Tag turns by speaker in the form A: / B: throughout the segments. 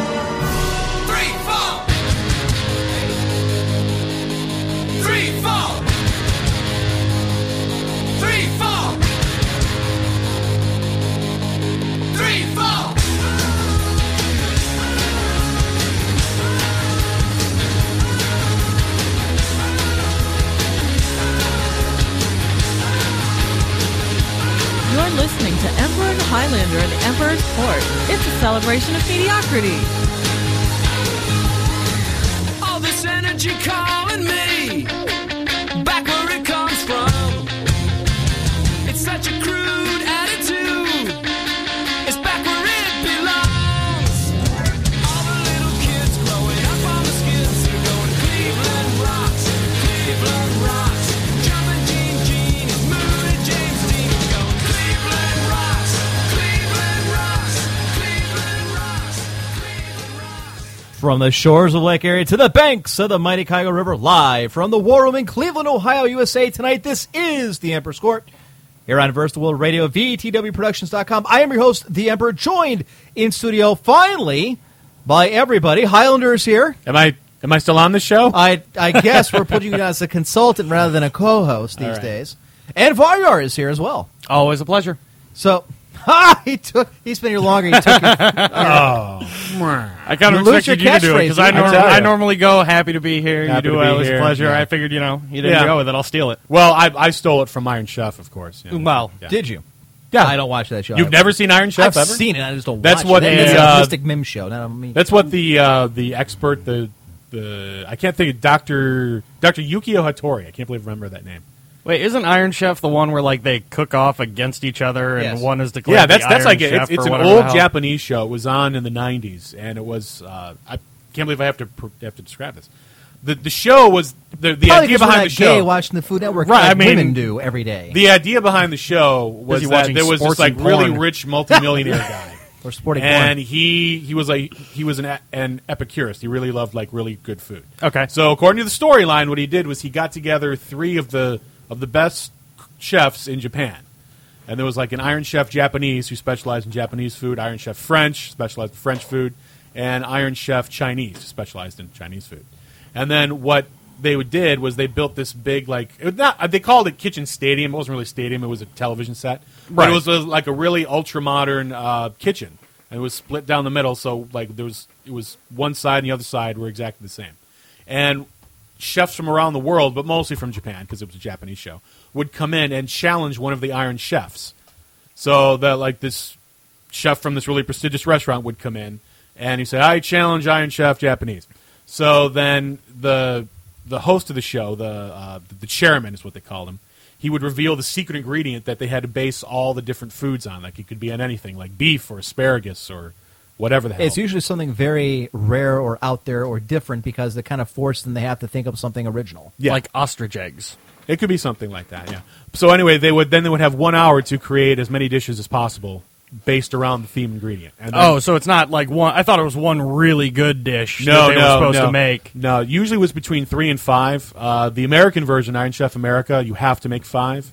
A: Three, four. Three, four. Three, four. Three, four.
B: You're listening to Emperor and Highlander and the Emperor's Court. It's a celebration of mediocrity.
A: All this energy calling me back where it comes from. It's such a crude attitude. It's back where it belongs. All the little kids growing up on the skids are going Cleveland rocks, Cleveland rocks. Jumping Gene Gene is moving James Dean going Cleveland rocks, Cleveland rocks, Cleveland rocks, Cleveland rocks.
C: From the shores of Lake Erie to the banks of the mighty Cuyahoga River, live from the War Room in Cleveland, Ohio, USA. Tonight, this is the Emperor's Court here on Verse the World Radio, VTWProductions.com. I am your host, the Emperor, joined in studio finally by everybody. Highlander is here.
D: Am I am I still on the show?
C: I I guess we're putting you down as a consultant rather than a co-host these
D: right.
C: days. And Varyar is here as well.
D: Always a pleasure.
C: So. Ha! He took. He's been here longer. He took. Your,
D: I kind of
C: You lose
D: expected you
C: your
D: to do
C: catchphrase,
D: it because I,
C: you know.
D: norm-
C: I tell
D: I
C: ya.
D: normally go happy to be here.
E: Happy
D: you
E: to
D: do
E: be
D: always
E: here.
D: a pleasure.
E: Yeah.
D: I figured you know you didn't
E: Yeah.
D: go with it. I'll steal it.
E: Well, I, I stole it from Iron Chef, of course. you know.
C: well,
E: Yeah.
C: did you?
D: Yeah.
C: I don't watch that show.
D: You've
C: I-
D: never seen Iron Chef
C: I've
D: ever?
C: seen it. I just don't.
E: That's
C: watch
E: what
C: it.
E: a,
C: That's
E: uh,
C: a mystic mim show. Not on me.
E: That's what the uh, the expert the the I can't think of Doctor Doctor Yukio Hattori. I can't believe I remember that name.
D: Wait, isn't Iron Chef the one where like they cook off against each other and
C: Yes.
D: one is declared?
E: Yeah, that's
D: the
E: that's
D: Iron
E: like it.
D: Chef
E: it's, it's
D: or
E: an
D: whatever
E: old
D: the hell?
E: Japanese show. It was on in the '90s, and it was uh, I can't believe I have to pr- have to describe this. The the show was the the
C: Probably
E: idea
C: 'cause we're
E: behind
C: not
E: the show.
C: Gay watching the Food Network.
E: Right,
C: like
E: I mean-
C: women do every day.
E: the idea behind the show was
D: Busy
E: that
D: watching
E: there was this
D: sports
E: like
D: and
E: really
D: porn.
E: rich multimillionaire guy.
C: or sporting
E: and
C: porn.
E: he he was like he was an a- an epicurist. He really loved like really good food.
D: Okay.
E: So according to the storyline, what he did was he got together three of the of the best chefs in Japan, and there was like an Iron Chef Japanese who specialized in Japanese food, Iron Chef French specialized in French food, and Iron Chef Chinese specialized in Chinese food. And then what they would- did was they built this big like it was not they called it kitchen stadium. It wasn't really a stadium. It was a television set. But
D: Right.
E: it was was like a really ultra modern uh, kitchen, and it was split down the middle. So like there was it was one side and the other side were exactly the same, and chefs from around the world, but mostly from Japan because it was a Japanese show, would come in and challenge one of the Iron Chefs. So that like this chef from this really prestigious restaurant would come in and he said, "I challenge Iron Chef Japanese." So then the the host of the show, the uh, the chairman is what they called him. He would reveal the secret ingredient that they had to base all the different foods on. Like it could be on anything, like beef or asparagus or whatever the hell.
C: It's usually something very rare or out there or different because they kind of force them. They have to think of something original.
E: Yeah.
D: like ostrich eggs.
E: It could be something like that, yeah. So anyway, they would then they would have one hour to create as many dishes as possible based around the theme ingredient. And then-
D: Oh, so it's not like one. I thought it was one really good dish
E: no,
D: that
E: no,
D: they were supposed
E: no.
D: to make.
E: No, usually it was between three and five. Uh, the American version, Iron Chef America, you have to make five.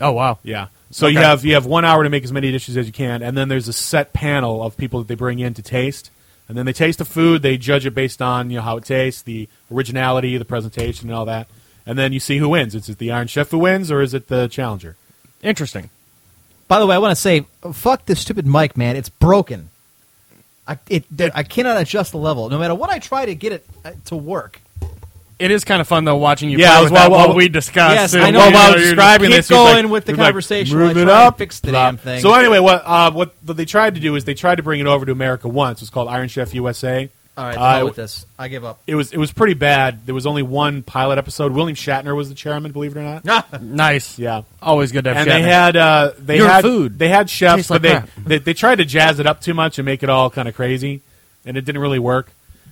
D: Oh wow.
E: Yeah. So you
D: Okay.
E: have you have one hour to make as many dishes as you can, and then there's a set panel of people that they bring in to taste, and then they taste the food. They judge it based on you know how it tastes, the originality, the presentation, and all that. And then you see who wins. Is it the Iron Chef who wins, or is it the challenger?
D: Interesting.
C: By the way, I want to say, fuck this stupid mic, man. It's broken. I it I cannot adjust the level. No matter what I try to get it uh, to work.
D: It is kind of fun though watching you.
E: Yeah,
D: play
E: I was-
D: with that
E: well,
D: while
E: well,
D: we discuss.
E: uh,
C: yes,
D: and
C: I know.
D: while
C: While
D: you're
C: you're describing
D: describing-
E: Keep
C: this, he's like,
E: going with the
C: he's like,
E: conversation
C: "Move
E: while I
C: it
E: try and
C: up,
E: fix
C: the
E: blah."
C: damn thing."
E: So anyway, what uh, what they tried to do is they tried to bring it over to America once. It's called Iron Chef USA,
C: All right,
E: Uh,
C: hell with this. I give up.
E: It was it was pretty bad. There was only one pilot episode. William Shatner was the chairman, believe it or not.
D: Nice.
E: Yeah.
D: Always good to
E: And
D: have
E: they
D: Shatner.
E: had uh, they
D: Your
E: had
D: food
E: they had chefs,
D: tastes like
E: but they,
D: crap.
E: they they tried to jazz it up too much and make it all kind of crazy, and it didn't really work.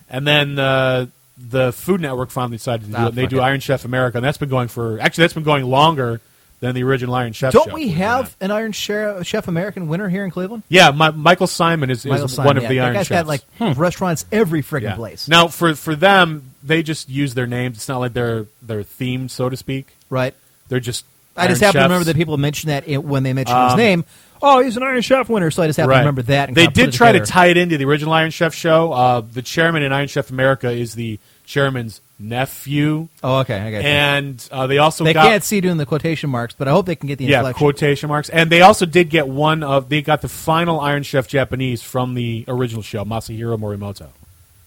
E: And then uh, the Food Network finally decided to do
D: Ah,
E: it. They
D: fuck
E: do
D: it.
E: Iron Chef America, and that's been going for actually that's been going longer than the original Iron Chef.
C: Don't
E: show,
C: we
E: believe it or
C: have
E: not.
C: an Iron Chef, Chef American winner here in Cleveland?
E: Yeah, my, Michael Simon is, is
C: Michael Simon,
E: one of
C: yeah.
E: the
C: that
E: Iron
C: guy's got
E: Chefs.
C: like restaurants every friggin'
E: Yeah.
C: place.
E: Now for for them, they just use their names. It's not like they're they're themed, so to speak.
C: right?
E: They're just.
C: I just
E: Iron
C: happen to remember
E: Chefs. Um,
C: that people mentioned that it, when they mentioned his name. Oh, he's an Iron Chef winner, so I just happen to remember that. And
E: they
C: kinda put
E: did
C: it
E: try to
C: together.
E: tie it into the original Iron Chef show. Uh, the chairman in Iron Chef America is the chairman's nephew,
C: Oh, okay, I got you.
E: and uh, they also
C: they
E: got
C: can't see doing the quotation marks, but I hope they can get the
E: yeah
C: inflection.
E: quotation marks, and they also did get one of they got the final Iron Chef Japanese from the original show, Masahiro Morimoto.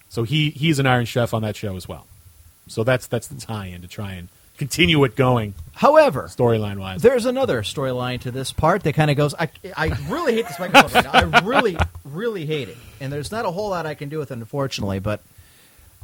E: So he he's an Iron Chef on that show as well. So that's that's the tie-in to try and continue it going
C: However,
E: storyline wise.
C: there's another storyline to this part that kind of goes. I, I really hate this microphone right now. I really, really hate it. And there's not a whole lot I can do with it, unfortunately. But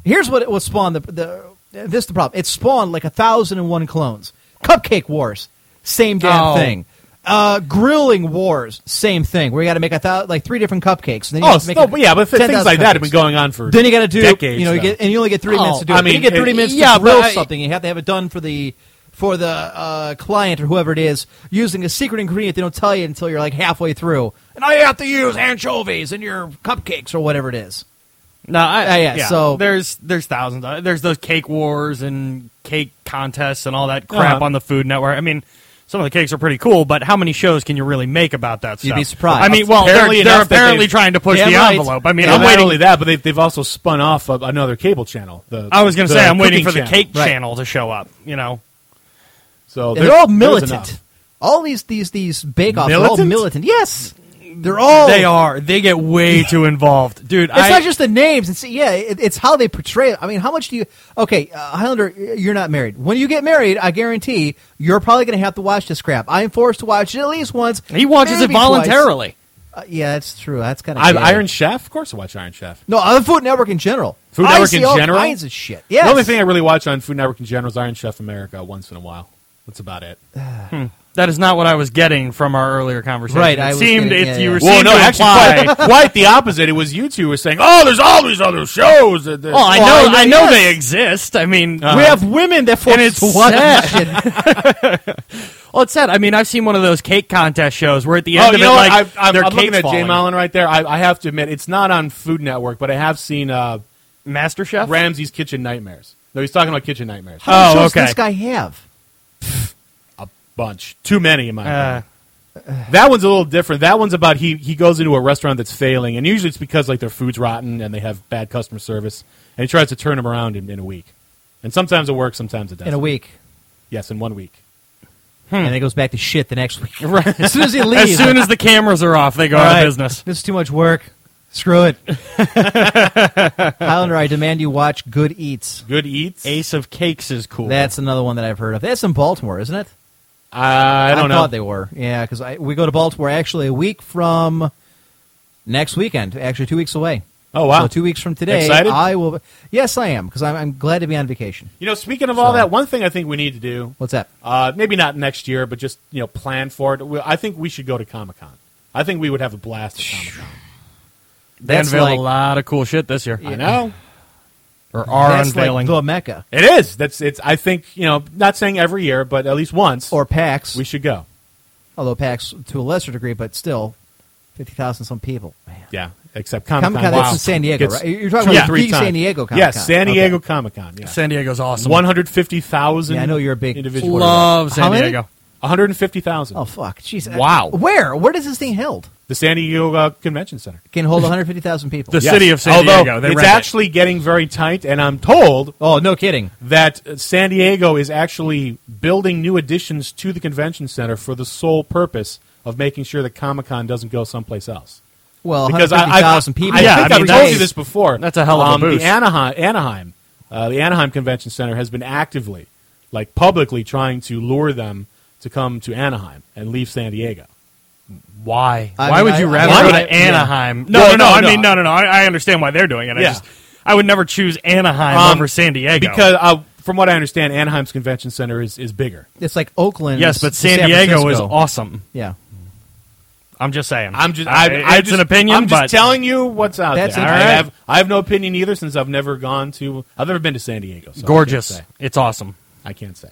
C: here's what it was spawned. The, the this is the problem. It spawned like a thousand and one clones. Cupcake wars, same damn
D: Oh.
C: thing. Uh, grilling wars, same thing. Where you got to make a thou- like three different cupcakes. And then you
E: Oh,
C: have to make
E: so,
C: a-
E: but yeah, but th- things
C: 10,000
E: like that have
C: cupcakes.
E: been going on for
C: Then you got to do
E: decades.
C: you know you
E: though.
C: get, and you only get three
D: Oh,
C: minutes to do it.
E: I
C: Then
E: mean,
C: you get thirty
E: it-
C: minutes
D: yeah,
C: to
D: but
C: grill
D: I-
C: something. You have to have it done for the for the uh, client or whoever it is using a secret ingredient they don't tell you until you're like halfway through. And all you have to use anchovies in your cupcakes or whatever it is.
D: No, I,
C: Yeah, yeah, so-
D: there's there's thousands. Of, there's those cake wars and cake contests and all that crap
E: Uh-huh.
D: on the Food Network. I mean, some of the cakes are pretty cool, but how many shows can you really make about that?
C: You'd
D: stuff?
C: be surprised.
D: I mean, well, they're-
E: Apparently
D: they're,
E: enough that
D: apparently
E: they've-
D: trying to push
C: Damn
D: the
C: right.
D: envelope. I mean,
E: And
D: I'm
E: not
D: waiting.
E: only that, but they've, they've also spun off of another cable channel. The,
D: I was going to
E: the
D: say I'm
E: cooking
D: waiting for the
E: channel.
D: cake
C: Right.
D: channel to show up. You know,
E: So
C: They're
E: there-
C: all
E: there's
C: militant.
E: enough.
C: All these these these bake offs are all
E: Militant?
C: militant. Yes, they're all
D: they are. They get way too involved, dude.
C: Oh. It's
D: I,
C: not just the names. It's yeah. It, it's how they portray it. I mean, how much do you? Okay, uh, Highlander, you're not married. When you get married, I guarantee you're probably going to have to watch this crap. I am forced to watch it at least once.
D: he watches it
C: maybe twice.
D: voluntarily.
C: Uh, yeah, that's true. That's kind of
E: I, Iron Chef, of course, I watch Iron Chef.
C: No, on the Food Network in general.
E: Food
C: I
E: Network
C: see
E: in
C: all
E: general?
C: Kinds of shit. Yes.
E: The only thing I really watch on Food Network in general is Iron Chef America once in a while. That's about it.
D: That is not what I was getting from our earlier conversation.
C: Right,
D: It
C: I was
D: seemed
C: getting-
D: if
C: yeah,
D: you
C: yeah.
D: were
E: Well,
D: seemed
E: no,
D: to
E: actually,
D: imply.
E: quite, quite the opposite. It was you two were saying, "Oh, there's all these other shows." That, Oh, that-
D: Well, Oh, I know,
C: Well, I know-
D: I know
C: yes.
D: they exist. I mean, uh-huh.
C: we have women that force
D: And it's
C: to watch
D: sad.
C: this shit.
D: Well, it's sad. I mean, I've seen one of those cake contest shows where at the end
E: oh,
D: of
E: you
D: it,
E: know,
D: like
E: what? I, I'm,
D: their
E: I'm looking
D: cake's
E: at Jay
D: falling.
E: Mallon right there. I, I have to admit, it's not on Food Network, but I have seen uh,
D: Master Chef.
E: Ramsey's Kitchen Nightmares. No, he's talking about Kitchen Nightmares.
C: How many
D: Oh,
C: shows does
D: okay.
C: this guy have?
E: a bunch, too many in my opinion.
D: Uh,
E: That one's a little different. That one's about he he goes into a restaurant that's failing, and usually it's because like their food's rotten and they have bad customer service, and he tries to turn them around in, in a week. And sometimes it works, sometimes it doesn't.
C: In a week,
E: yes, in one week.
C: and it goes back to shit the next week. As soon as he leaves,
D: Hmm. as soon as the cameras are off, they go
C: All
D: out
C: right.
D: of business.
C: This is too much work. Screw it. Highlander, I demand you watch Good Eats.
E: Good eats.
D: Ace of Cakes is cool.
C: That's another one that I've heard of. That's in Baltimore, isn't it?
E: I don't know.
C: thought they were. Yeah, because we go to Baltimore actually a week from next weekend. Actually, two weeks away.
E: Oh, wow.
C: So two weeks from today,
E: Excited?
C: I will. Yes, I am because I'm, I'm glad to be on vacation.
E: you know, speaking of all
C: So-
E: that, one thing I think we need to do,
C: What's that?
E: uh, maybe not next year, but just you know, plan for it. We- I think we should go to Comic Con. I think we would have a blast at Comic Con.
D: they
C: That's
D: unveil
C: like-
D: a lot of cool shit this year.
E: I know.
D: Or are
C: That's
D: unveiling.
C: like the Mecca
E: It is. That's it's. I think you know. Not saying every year, but at least once
C: or PAX,
E: we should go.
C: although PAX to a lesser degree, but still fifty thousand some people. Man.
E: Yeah, except Comic
C: Comic-Con,
E: Con.
C: that's in San Diego, right? You're talking about the San Diego Comic-Con.
E: Yes, San
C: Okay.
E: Diego Comic Con. Yeah.
D: San Diego's awesome.
E: One hundred fifty thousand.
C: Yeah, I know you're a big
E: individual. One
D: Love
C: How
D: San
C: many?
D: Diego.
E: hundred fifty thousand.
C: Oh fuck, jeez.
D: Wow.
C: Where? Where does this thing held?
E: The San Diego uh, Convention Center.
C: Can hold one hundred fifty thousand people.
D: The city of San
E: Although
D: Diego. They
E: it's
D: rent it.
E: actually getting very tight, and I'm told
C: Oh no, kidding.
E: that uh, San Diego is actually building new additions to the convention center for the sole purpose of making sure that Comic Con doesn't go someplace else.
C: Well, one
E: because
C: hundred
E: I,
C: fifty
E: I, I
C: thousand
E: think
C: people.
E: I
D: Yeah, I mean,
E: have told
D: that's-
E: you this before.
D: that's a hell of a
E: um,
D: boost.
E: The Anaheim, Anaheim, uh, the Anaheim Convention Center has been actively, like publicly, trying to lure them to come to Anaheim and leave San Diego.
D: Why?
C: I
D: why
C: mean,
D: would
C: I-
D: you
C: I-
D: rather
C: Why
D: go
C: would
D: to
C: I- yeah.
D: Anaheim? No,
E: Well,
D: no, no,
E: no,
D: I
E: no.
D: mean, no, no, no. I, I understand why they're doing it. I
E: Yeah.
D: just I would never choose Anaheim
E: Um,
D: over San Diego
E: because uh, from what I understand, Anaheim's convention center is, is bigger.
C: It's like Oakland.
D: yes,
C: to
D: but San,
C: Francisco.
D: Diego is awesome.
C: Yeah,
D: I'm just saying.
E: I'm just
D: Uh,
E: I, I
D: it's
E: just,
D: an opinion,
E: I'm
D: but
E: just telling you what's out
C: That's
E: there.
C: it.
E: I
C: All right.
E: have I have no opinion either since I've never gone to I've never been to San Diego. So
D: gorgeous.
E: I can't say.
D: It's awesome.
E: I can't say.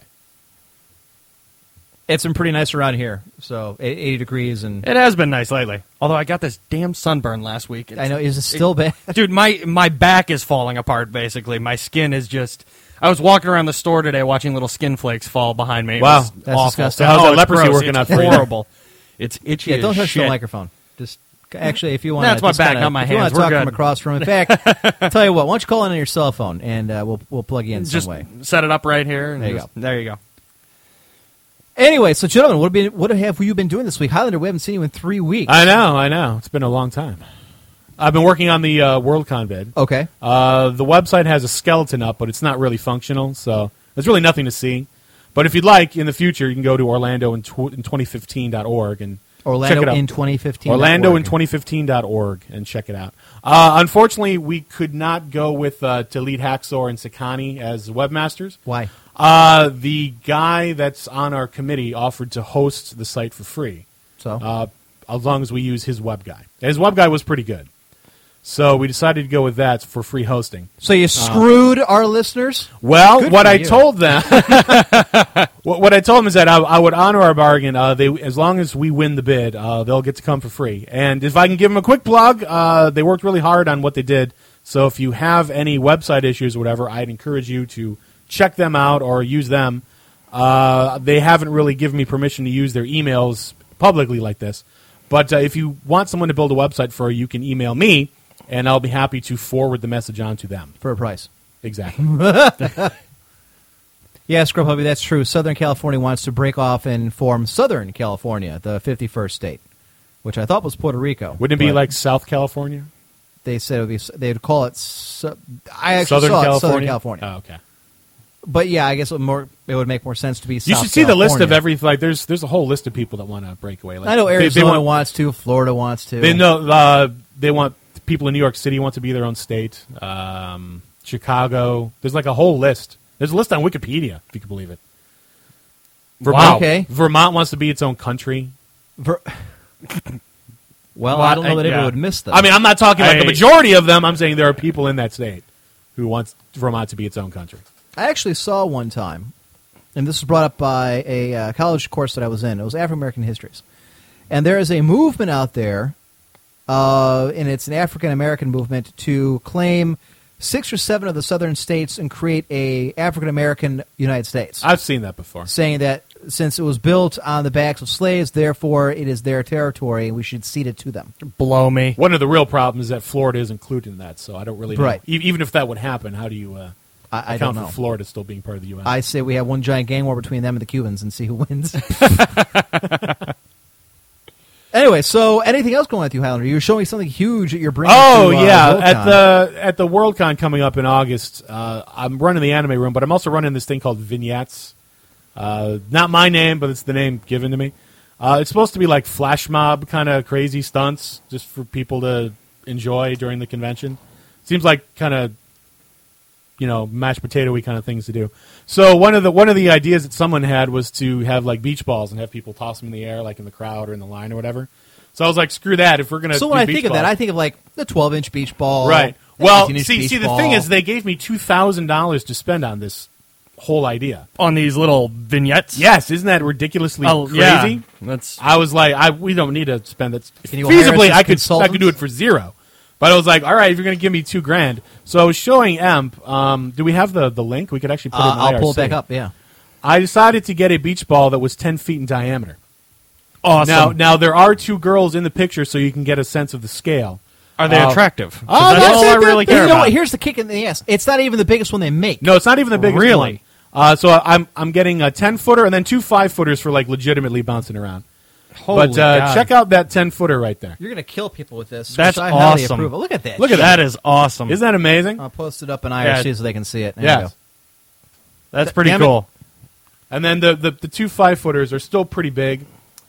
C: it's been pretty nice around here. So e- eighty degrees, and
D: It has been nice lately. Although I got this damn sunburn last week. It's-
C: I know is it still bad?
D: dude my my back is falling apart basically my skin is just i was walking around the store today watching little skin flakes fall behind me It
E: Wow.
D: was
C: That's
D: awful.
C: disgusting.
D: Oh,
E: How's that
D: it's
E: leprosy
D: gross.
E: working
D: It's
E: out for you?
D: horrible it's itchy
C: yeah, don't
D: as
C: touch
D: shit.
C: the microphone. Just actually, if you want,
D: That's my back,
C: kinda,
D: not my
C: if you wanna
D: hands. We're
C: talk
D: good.
C: from across from. In fact, tell you what, why don't you call in on your cell phone and uh, we'll we'll plug you in
D: just
C: some way.
D: set it up right here and
C: There you
D: just-
C: go.
D: there you go
C: Anyway, so gentlemen, what have, been, what have you been doing this week? Highlander, we haven't seen you in three weeks.
E: I know, I know. It's been a long time. I've been working on the uh, World Convid.
C: okay,
E: Uh, the website has a skeleton up, but it's not really functional, so there's really nothing to see. But if you'd like, in the future, you can go to Orlando in, tw- in 2015.org and check it
C: Orlando
E: out.
C: in 2015.
E: Orlando in
C: networking.
E: 2015.org and check it out. Uh, unfortunately, we could not go with uh, Talid Haxor and Sakani as webmasters.
C: Why?
E: Uh, the guy that's on our committee offered to host the site for free
C: So
E: uh, as long as we use his web guy. His web guy was pretty good. So we decided to go with that for free hosting.
C: So you screwed our listeners.
E: Well,
C: Good
E: what
C: for
E: I
C: you.
E: told them, what, what I told them is that I, I would honor our bargain. Uh, they, as long as we win the bid, uh, they'll get to come for free. And if I can give them a quick plug, uh, they worked really hard on what they did. So if you have any website issues or whatever, I'd encourage you to check them out or use them. Uh, they haven't really given me permission to use their emails publicly like this. But uh, if you want someone to build a website for you, you can email me, and I'll be happy to forward the message on to them.
C: for a price.
E: Exactly.
C: Yeah, Scrub Hubby, that's true. Southern California wants to break off and form Southern California, the 51st state, which I thought was Puerto Rico.
E: Wouldn't it be
C: but
E: like South California?
C: they said it would be? They'd call it. Su- I actually
E: Southern
C: saw it,
E: California?
C: Southern California.
E: Oh, okay.
C: But yeah, I guess it would more it would make more sense to be.
E: You
C: South
E: should see the list of
C: California.
E: every like. There's there's a whole list of people that want to break away. Like,
C: I know
E: they-
C: Arizona
E: they, want,
C: wants to, Florida wants to.
E: They know uh, they want people in New York City want to be their own state. Um, Chicago. There's like a whole list. There's a list on Wikipedia if you can believe it. Vermont.
C: Okay.
E: Vermont wants to be its own country.
C: Ver- well, I don't know
D: I-
C: that
D: yeah.
C: everyone would miss them.
E: I mean, I'm not talking like the
D: I-
E: majority of them. I'm saying there are people in that state who wants Vermont to be its own country.
C: I actually saw one time, and this was brought up by a uh, college course that I was in. It was African American histories, and there is a movement out there, uh, and it's an African American movement to claim six or seven of the southern states and create a African American United States,
E: I've seen that before.
C: saying that since it was built on the backs of slaves, therefore it is their territory, and we should cede it to them.
D: blow me
E: One of the real problems is that Florida is included in that, so I don't really know.
C: Right.
E: E- even if that would happen, how do you uh,
C: I, I don't
E: account
C: know.
E: for Florida still being part of the U.S.?
C: I say we have one giant gang war between them and the Cubans and see who wins. anyway, so anything else going on with you, Highlander? You're showing me something huge that you're bringing.
E: oh
C: to, uh,
E: yeah,
C: Worldcon.
E: at the at the Worldcon coming up in August, uh, I'm running the anime room, but I'm also running this thing called vignettes. Uh, not my name, but it's the name given to me. Uh, it's supposed to be like flash mob kind of crazy stunts, just for people to enjoy during the convention. Seems like kind of you know mashed potatoy kind of things to do. So one of the one of the ideas that someone had was to have like beach balls and have people toss them in the air, like in the crowd or in the line or whatever. So I was like, screw that. If we're gonna
C: so
E: do
C: when I
E: beach
C: think of that,
E: balls-
C: I think of like the 12 inch beach ball,
E: Right.
C: the
E: Well,
C: 18-inch
E: see,
C: beach
E: see, the
C: ball.
E: thing is, they gave me two thousand dollars to spend on this whole idea.
D: on these little vignettes
E: Yes, isn't that ridiculously
D: Oh,
E: crazy?
D: yeah. that's
E: I was like, I we don't need to spend that.
C: Can you hire us
E: Feasibly,
C: as
E: I could I could do
C: consultants?
E: it for zero. But I was like, all right, if you're going to give me two grand, so I was showing Emp. Um, do we have the the link? We could actually put
C: Uh,
E: it. In
C: I'll pull it
E: IRC.
C: back up. Yeah,
E: I decided to get a beach ball that was ten feet in diameter.
D: awesome
E: Now, now there are two girls in the picture, so you can get a sense of the scale.
D: are they
E: uh,
D: attractive 'Cause
E: oh,
D: that's,
E: that's
D: all
E: it,
D: i
E: that-
D: really
E: that-
D: care
C: you know
D: about
C: what? Here's the kick in the ass. It's not even the biggest one they make.
E: No, it's not even the biggest
D: Really?
E: one. Uh, so I- I'm I'm getting a ten footer and then two five footers for like legitimately bouncing around.
D: Holy
E: but uh,
D: God.
E: check out that ten footer right there.
C: you're gonna kill people with this.
D: That's
C: which I highly
D: awesome.
C: approve of. Look at that.
D: look at that is awesome
E: Isn't that amazing?
C: I'll post it up in IRC
D: Yeah.
C: so they can see it. Hmm. Oh, There you
E: yes.
C: go.
D: that's pretty
E: damn it.
D: cool
E: And then the, the the two five footers are still pretty big,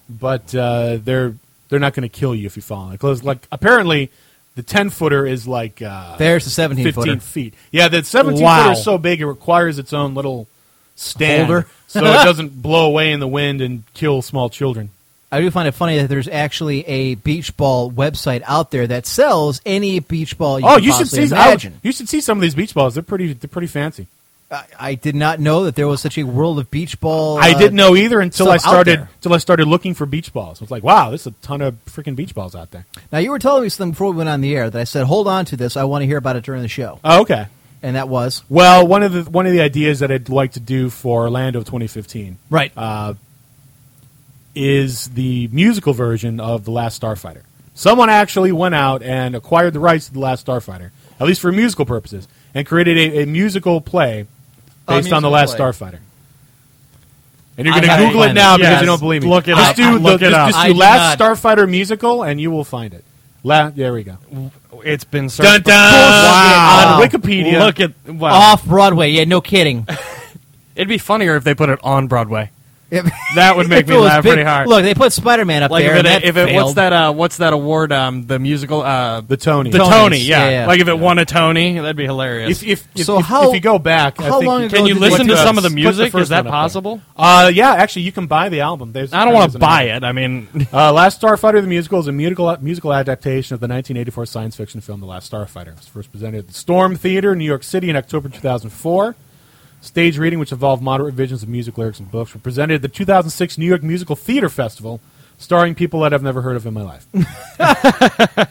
E: but uh, they're they're not going to kill you if you fall on it. Because like apparently The ten footer is like uh,
C: There's the 17
E: fifteen
C: footer.
E: feet. Yeah, the seventeen
C: Wow.
E: footer is so big it requires its own little stand,
C: Holder?
E: so it doesn't blow away in the wind and kill small children.
C: I do find it funny that there's actually a beach ball website out there that sells any beach ball. You
E: oh,
C: could
E: you should
C: possibly
E: see. I would-
C: Imagine.
E: you should see some of these beach balls. They're pretty. They're pretty fancy.
C: I, I did not know that there was such a world of beach ball.
E: I
C: uh,
E: didn't know either until I
C: stuff out
E: started
C: there.
E: until I started looking for beach balls. I was like, wow, there's a ton of freaking beach balls out there.
C: Now you were telling me something before we went on the air that I said, "Hold on to this. I want to hear about it during the show."
E: Oh, okay.
C: And that was
E: Well, one of the one of the ideas that I'd like to do for Orlando 2015
C: right.
E: is the musical version of The Last Starfighter. Someone actually went out and acquired the rights to The Last Starfighter, at least for musical purposes, and created a, a musical play
C: A
E: based on
C: musical
E: The Last
C: play.
E: Starfighter. And you're
C: I
E: going to
C: gotta
E: Google it
C: find
E: now
D: it.
E: because
D: Yes.
E: you don't believe me.
D: Look it
E: just
D: up.
E: Do
D: Uh, Look
E: the,
D: it
E: just,
D: up.
E: Just
C: I
E: do
C: did
E: Last
C: not.
E: Starfighter musical, and you will find it. La- there we go.
D: It's been searched
E: Dun, dun.
D: Wow.
E: On Wikipedia.
D: Look at wow.
C: Off Broadway. Yeah, no kidding.
D: It'd be funnier if they put it on Broadway.
C: If-
D: That would make
C: if
D: me
C: it was
D: laugh
C: big-
D: pretty hard.
C: Look, they put Spider Man up
D: like
C: there.
D: if
C: and
D: it,
C: that
D: if it what's
C: failed.
D: that uh what's that award um the musical uh
E: The Tony.
D: the
C: Tonys.
D: Tony yeah.
C: Yeah, yeah.
D: like if it won a Tony that'd be hilarious.
E: If, if, if,
C: So
E: if-
C: how-
E: if you go back, I
C: how
E: think
C: long
E: you
C: ago
D: Can you
C: did
D: listen
C: they
D: to
C: do
D: some of
C: that?
D: the
E: Put
D: music?
E: first
D: Is that
E: one up there.
D: possible?
E: Uh, yeah, actually, you can buy the album. There's,
D: I don't
E: there's
D: want to
E: an
D: buy
E: album.
D: it. I mean,
E: Uh, Last Starfighter, the musical, is a musical, musical adaptation of the 1984 science fiction film The Last Starfighter. It was first presented at the Storm Theater in New York City in October 2004. Stage reading, which involved moderate revisions of music lyrics and books, were presented at the 2006 New York Musical Theater Festival, starring people that I've never heard of in my life.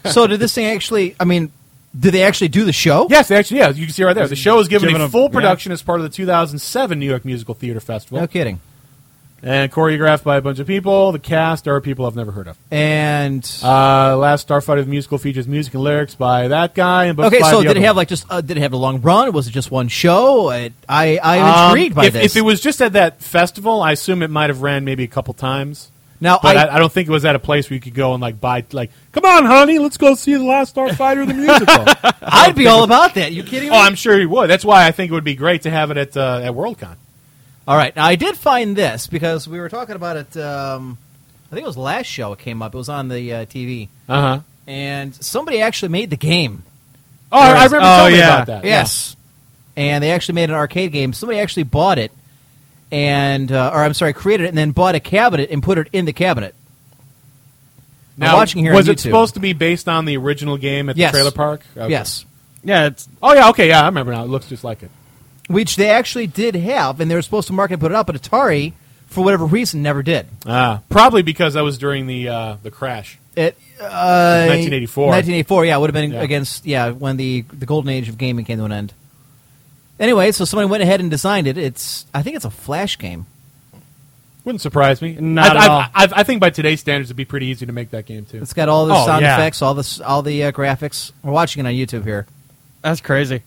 C: so did this thing actually? I mean, did they actually do the show?
E: yes, they actually, yeah, you can see right there. The show is given,
D: Given
E: a,
D: a-
E: full
D: yeah.
E: production as part of the 2007 New York Musical Theater Festival,
C: No kidding.
E: and choreographed by a bunch of people. The cast are people I've never heard of.
C: And
E: Uh, Last Starfighter, the musical, features music and lyrics by that guy. And books
C: okay,
E: by
C: so
E: the
C: did
E: other
C: it have
E: one.
C: like just uh, did it have a long run? Was it just one show? I, I I'm intrigued by
E: Um, if,
C: this.
E: If it was just at that festival, I assume it might have ran maybe a couple times.
C: now,
E: But
C: Oh, I,
E: I, I don't think it was at a place where you could go and like buy like, come on, honey, let's go see the Last Starfighter the musical. oh,
C: I'd be all about that. You kidding me?
E: I'm sure you would. That's why I think it would be great to have it at uh, at Worldcon.
C: All right. Now, I did find this because we were talking about it. Um, I think it was last show it came up. It was on the uh, TV,
E: Uh huh.
C: and somebody actually made the game.
E: Oh, I, I remember
D: Oh,
E: telling you
D: yeah.
E: about that.
C: Yes, and they actually made an arcade game. Somebody actually bought it, and uh, or I'm sorry, created it and then bought a cabinet and put it in the cabinet. I'm
E: Now,
C: watching here on
E: was it
C: YouTube.
E: supposed to be based on the original game at
C: Yes.
E: the trailer park? Okay.
C: Yes,
D: yeah, it's
E: Oh yeah. Okay. Yeah, I remember now. It looks just like it.
C: which they actually did have, and they were supposed to market and put it up, but Atari, for whatever reason, never did.
E: Ah, probably because that was during the uh, the crash.
C: It uh,
E: 1984.
C: 1984, yeah, would have been
E: Yeah.
C: against yeah when the the golden age of gaming came to an end. Anyway, so somebody went ahead and designed it. It's I think it's a flash game.
E: Wouldn't surprise me.
D: Not
E: I,
D: at
E: I,
D: all.
E: I, I think by today's standards, it'd be pretty easy to make that game too.
C: It's got all the
D: Oh,
C: sound
D: yeah.
C: effects, all the s- all the uh, graphics. We're watching it on YouTube here.
D: that's crazy.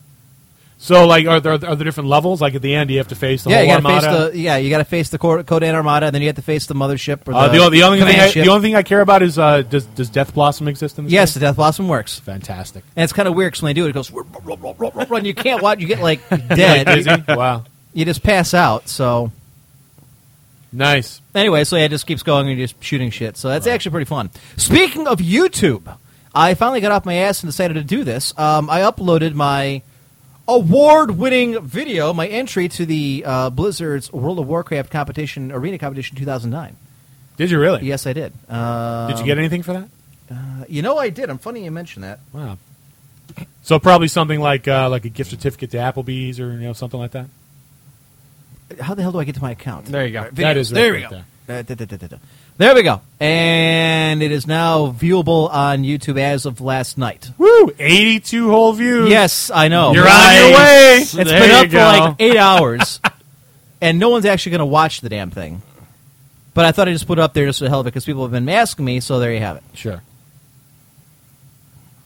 E: So, like, are there are there different levels? Like at the end, you have to face the
C: yeah,
E: whole
C: you gotta
E: armada.
C: face the yeah you got to face the Cor- Codan Armada, and then you have to face the mothership. Or
E: uh, the,
C: the,
E: only- the only thing
C: command
E: I,
C: ship.
E: the only thing I care about is uh, does does Death Blossom exist in this?
C: yes, the
E: game?
C: Death Blossom works.
E: fantastic.
C: And it's kind of weird 'cause when they do it, it goes run. You can't watch. You get like dead.
E: Busy? wow,
C: you just pass out. So
E: nice.
C: anyway, so yeah, it just keeps going and you're just shooting shit. So that's actually pretty fun. Speaking of YouTube, I finally got off my ass and decided to do this. Um, I uploaded my award-winning video, my entry to the uh, Blizzard's World of Warcraft competition, arena competition, 2009.
E: Did you really?
C: Yes, I did. Uh,
E: Did you get anything for that?
C: you know, I did. I'm funny you mention that.
E: Wow. So probably something like uh, like a gift certificate to Applebee's or you know something like that.
C: How the hell do I get to my account?
D: There you go.
E: That is
C: there we
E: right
C: go.
E: right there.
C: Uh, da, da, da, da, da. There we go. And it is now viewable on YouTube as of last night.
E: Woo! Eighty two whole views.
C: Yes, I know.
E: You're
D: Nice.
E: on your way.
C: It's
D: There
C: been
D: you
C: up for
D: go.
C: like eight hours, and no one's actually going to watch the damn thing. But I thought I just put it up there just for the hell of it because people have been asking me. So there you have it.
E: Sure.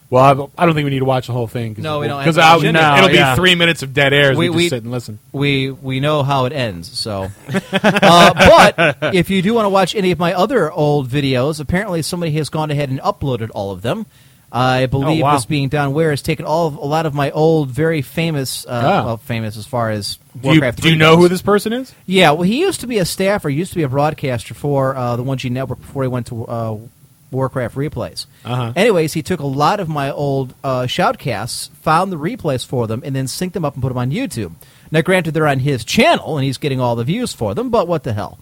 E: Well, I, I don't think we need to watch the whole thing. Cause
C: No, we don't have
E: Because
C: to watch it.
D: No,
E: it'll
D: yeah.
E: be three minutes of dead air as we,
C: We-
E: just
C: we-
E: sit and listen.
C: We we know how it ends. So, uh, but if you do want to watch any of my other old videos, apparently somebody has gone ahead and uploaded all of them.
E: Oh,
C: I believe
D: wow.
C: this being Don Ware has taken all of, a lot of my old, very famous, uh,
E: Ah.
C: well, famous as far as
E: Do you,
C: Warcraft.
E: do you
C: 3
E: know
C: goes.
E: who this person is?
C: Yeah, well, he used to be a staffer, used to be a broadcaster for uh, the 1G Network before he went to uh, Warcraft replays.
E: Uh-huh.
C: Anyways, he took a lot of my old uh, shoutcasts, found the replays for them, and then synced them up and put them on YouTube. Now, granted, they're on his channel, and he's getting all the views for them, but what the hell?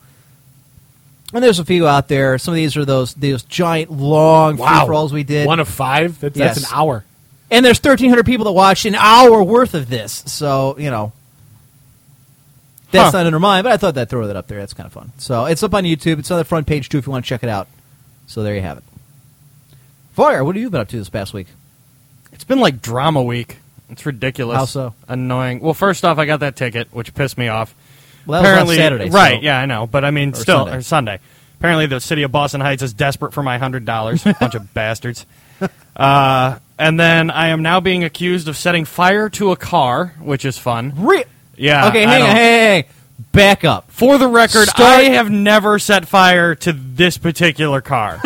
C: And there's a few out there. Some of these are those those giant long free rolls we did.
E: One of five? That,
C: Yes.
E: That's an hour.
C: and there's 1,300 people that watched an hour worth of this. So you know, that's not under mine. But I thought that throw that up there. That's kind of fun. So it's up on YouTube. It's on the front page too if you want to check it out. So there you have it. Fire. What have you been up to this past week?
D: It's been like drama week. It's ridiculous.
C: How so?
D: Annoying. Well, first off, I got that ticket, which pissed me off.
C: Well, that was on Saturday, so-
D: Right? Yeah, I know. But I mean, still
C: Sunday.
D: Or Sunday. Apparently, the city of Boston Heights is desperate for my hundred dollars. Bunch of bastards. Uh, and then I am now being accused of setting fire to a car, which is fun.
C: Re-
D: Yeah,
C: Okay.
D: I
C: Hang on.
D: don't-
C: Hey, hey, hey. Back up.
D: For the record,
C: Start-
D: I have never set fire to this particular car.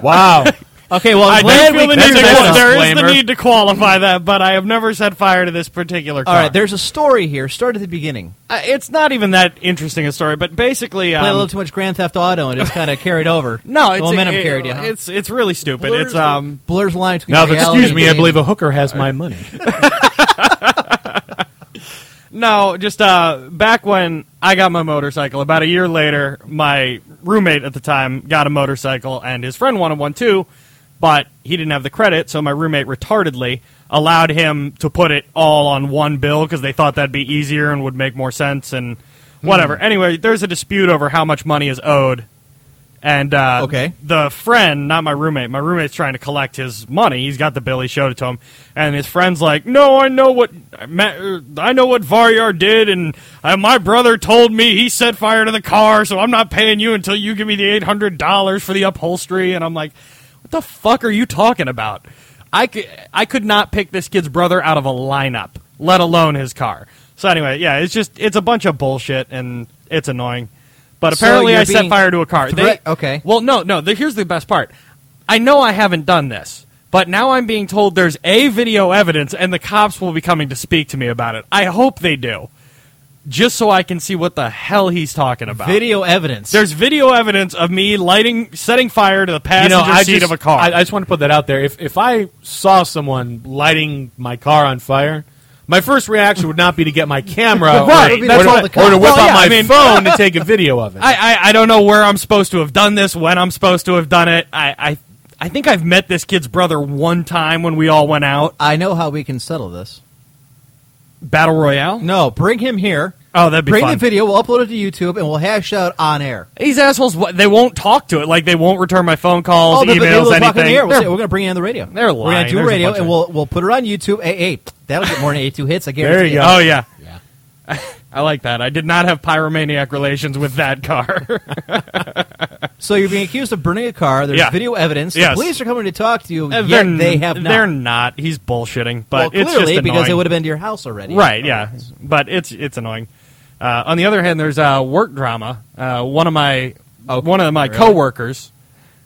C: Wow. okay. Well, I'm
D: I
C: glad
D: don't
C: we
D: feel the need
C: cleared
D: to
C: that
D: qual-
C: up.
D: there is the
E: disclaimer.
D: need to qualify that, but I have never set fire to this particular car.
C: All right. There's a story here. Start at the beginning.
D: Uh, it's not even that interesting a story, but basically, um,
C: Played a little too much Grand Theft Auto and just kind of carried over.
D: no, it's
C: the momentum
D: it-
C: carried you. Huh?
D: It's it's really stupid. it's um,
C: blurs the line between
E: Now, if-
C: reality
E: excuse
C: and
E: me, I
C: game.
E: believe a hooker has my money.
D: no, just uh, back when I got my motorcycle, about a year later, my roommate at the time got a motorcycle, and his friend wanted one too, but he didn't have the credit, so my roommate retardedly allowed him to put it all on one bill because they thought that'd be easier and would make more sense and whatever. Anyway, there's a dispute over how much money is owed And uh,
C: Okay.
D: the friend, not my roommate, my roommate's trying to collect his money. He's got the bill. He showed it to him, and his friend's like, "No, I know what Ma- er, I know what Varyar did, and uh, my brother told me he set fire to the car, so I'm not paying you until you give me the eight hundred dollars for the upholstery." And I'm like, "What the fuck are you talking about? I could I could not pick this kid's brother out of a lineup, let alone his car." So anyway, yeah, it's just it's a bunch of bullshit, and it's annoying. But
C: So
D: apparently,
C: you're
D: I set
C: being
D: fire to a car. They-
C: threat- okay.
D: well, no, no. The, here's the best part. I know I haven't done this, but now I'm being told there's a video evidence, and the cops will be coming to speak to me about it. I hope they do, just so I can see what the hell he's talking about.
C: video evidence.
D: There's video evidence of me lighting, setting fire to the passenger seat
E: just,
D: of a car.
E: I, I just want to put that out there. If if I saw someone lighting my car on fire, my first reaction would not be to get my camera
D: Right,
E: or, or,
D: that's
E: to-
D: all
C: the
E: or to whip
D: Well,
E: out
D: yeah,
E: my
D: I mean-
E: phone to take a video of it.
D: I, I, I don't know where I'm supposed to have done this, when I'm supposed to have done it. I, I I think I've met this kid's brother one time when we all went out
C: I know how we can settle this.
D: battle royale.
C: No, bring him here.
D: Oh, that'd be
C: Bring
D: fun.
C: the video. We'll upload it to YouTube and we'll hash out on air.
D: These assholes, wh- they won't talk to it. Like they won't return my phone calls,
C: Oh, but- but
D: emails,
C: we'll talk on
D: anything.
C: the air. We'll
D: They're-
C: say, we're going to bring it on the radio.
D: They're
C: We're
D: lying.
C: to do
D: There's a
C: radio
D: bunch
C: and
D: of-
C: we'll we'll put it on YouTube. Hey, hey, that'll get more than 82 hits. I guarantee.
E: There you go.
D: Oh yeah. I like that. I did not have pyromaniac relations with that car.
C: So you're being accused of burning a car. There's
D: Yeah.
C: video evidence.
D: Yes.
C: The police are coming to talk to you.
D: Uh,
C: yet
D: n-
C: they have not.
D: They're not. He's bullshitting,
C: well,
D: but
C: clearly
D: it's just annoying.
C: because they would have been to your house already.
D: Right, yeah. But it's it's annoying. Uh, on the other hand, there's uh, work drama. Uh, one of my
C: Oh,
D: one of my coworkers,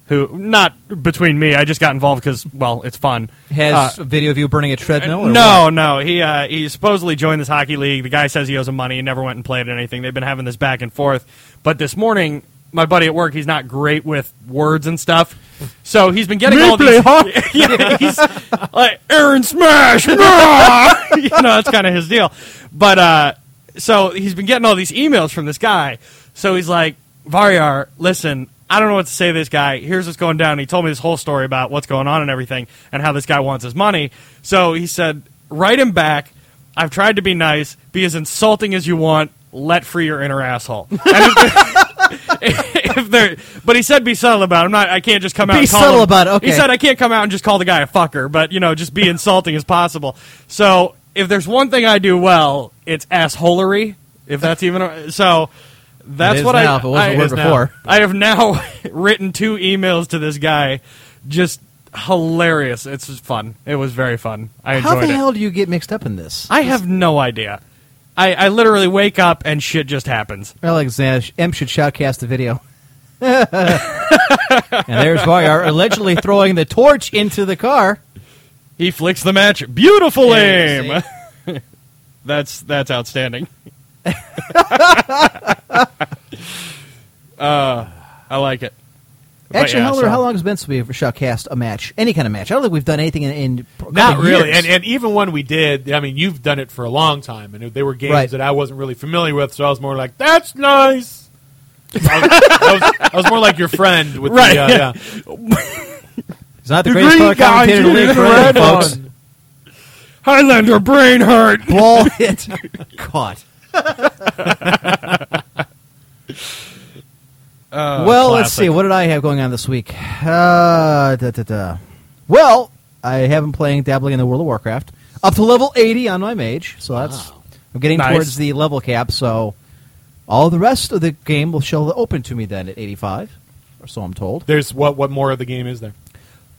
D: who not between me, I just got involved because well, it's fun. Uh,
C: Has a video of you burning a treadmill? Or
D: No, no. He uh, he supposedly joined this hockey league. The guy says he owes him money. He never went and played anything. They've been having this back and forth. But this morning, my buddy at work, he's not great with words and stuff. So he's been getting all these. yeah, he's like Aaron Smash. nah!" you know, that's kind of his deal. But uh, so he's been getting all these emails from this guy. So he's like, Varyar, listen. I don't know what to say to this guy. Here's what's going down. And he told me this whole story about what's going on and everything and how this guy wants his money. So he said, write him back. I've tried to be nice. Be as insulting as you want. Let free your inner asshole. And if, if they're, but he said be subtle about. It. I'm not. I can't just come out.
C: Be
D: and call
C: subtle
D: him-
C: about it, okay.
D: He said I can't come out and just call the guy a fucker, but you know, just be insulting as possible. So if there's one thing I do well, it's assholery. If that's even a, so. That's
C: is
D: what
C: now,
D: I.
C: if it wasn't a
D: I-
C: word
D: is now.
C: before.
D: I have now written two emails to this guy, just hilarious. It's just fun. It was very fun. I enjoyed
C: How the
D: it.
C: hell do you get mixed up in this?
D: I have no idea. I, I literally wake up and shit just happens.
C: Alexander M should shoutcast the video. and there's Varyar allegedly throwing the torch into the car.
D: He flicks the match. Beautiful
C: Yeah,
D: aim. that's that's outstanding. uh, I like it. But
C: Actually,
D: yeah,
C: how,
D: so-
C: how long has it been since we've shall cast a match? Any kind of match? I don't think we've done anything in, in a couple
E: Not really,
C: years.
E: and and even when we did, I mean, you've done it for a long time, and they were games
C: Right.
E: that I wasn't really familiar with, so I was more like, "That's nice." I was, I was, I was more like your friend with
D: Right.
E: the uh, yeah.
C: He's not the,
D: The
C: greatest color
D: green guy
C: commentator in the
D: shooting
C: league,
D: the
C: for
D: red
C: anything, folks.
D: one. Highlander brain hurt.
C: Ball hit, caught. well, let's
D: Uh, classic.
C: see. What did I have going on this week? Uh, da, da, da. Well, I have been playing, dabbling in the World of Warcraft, up to level eighty on my mage. So that's I'm getting
D: Ah. Nice.
C: towards the level cap. So all the rest of the game will shall open to me then at eighty-five, or so I'm told.
E: There's what what more of the game is there?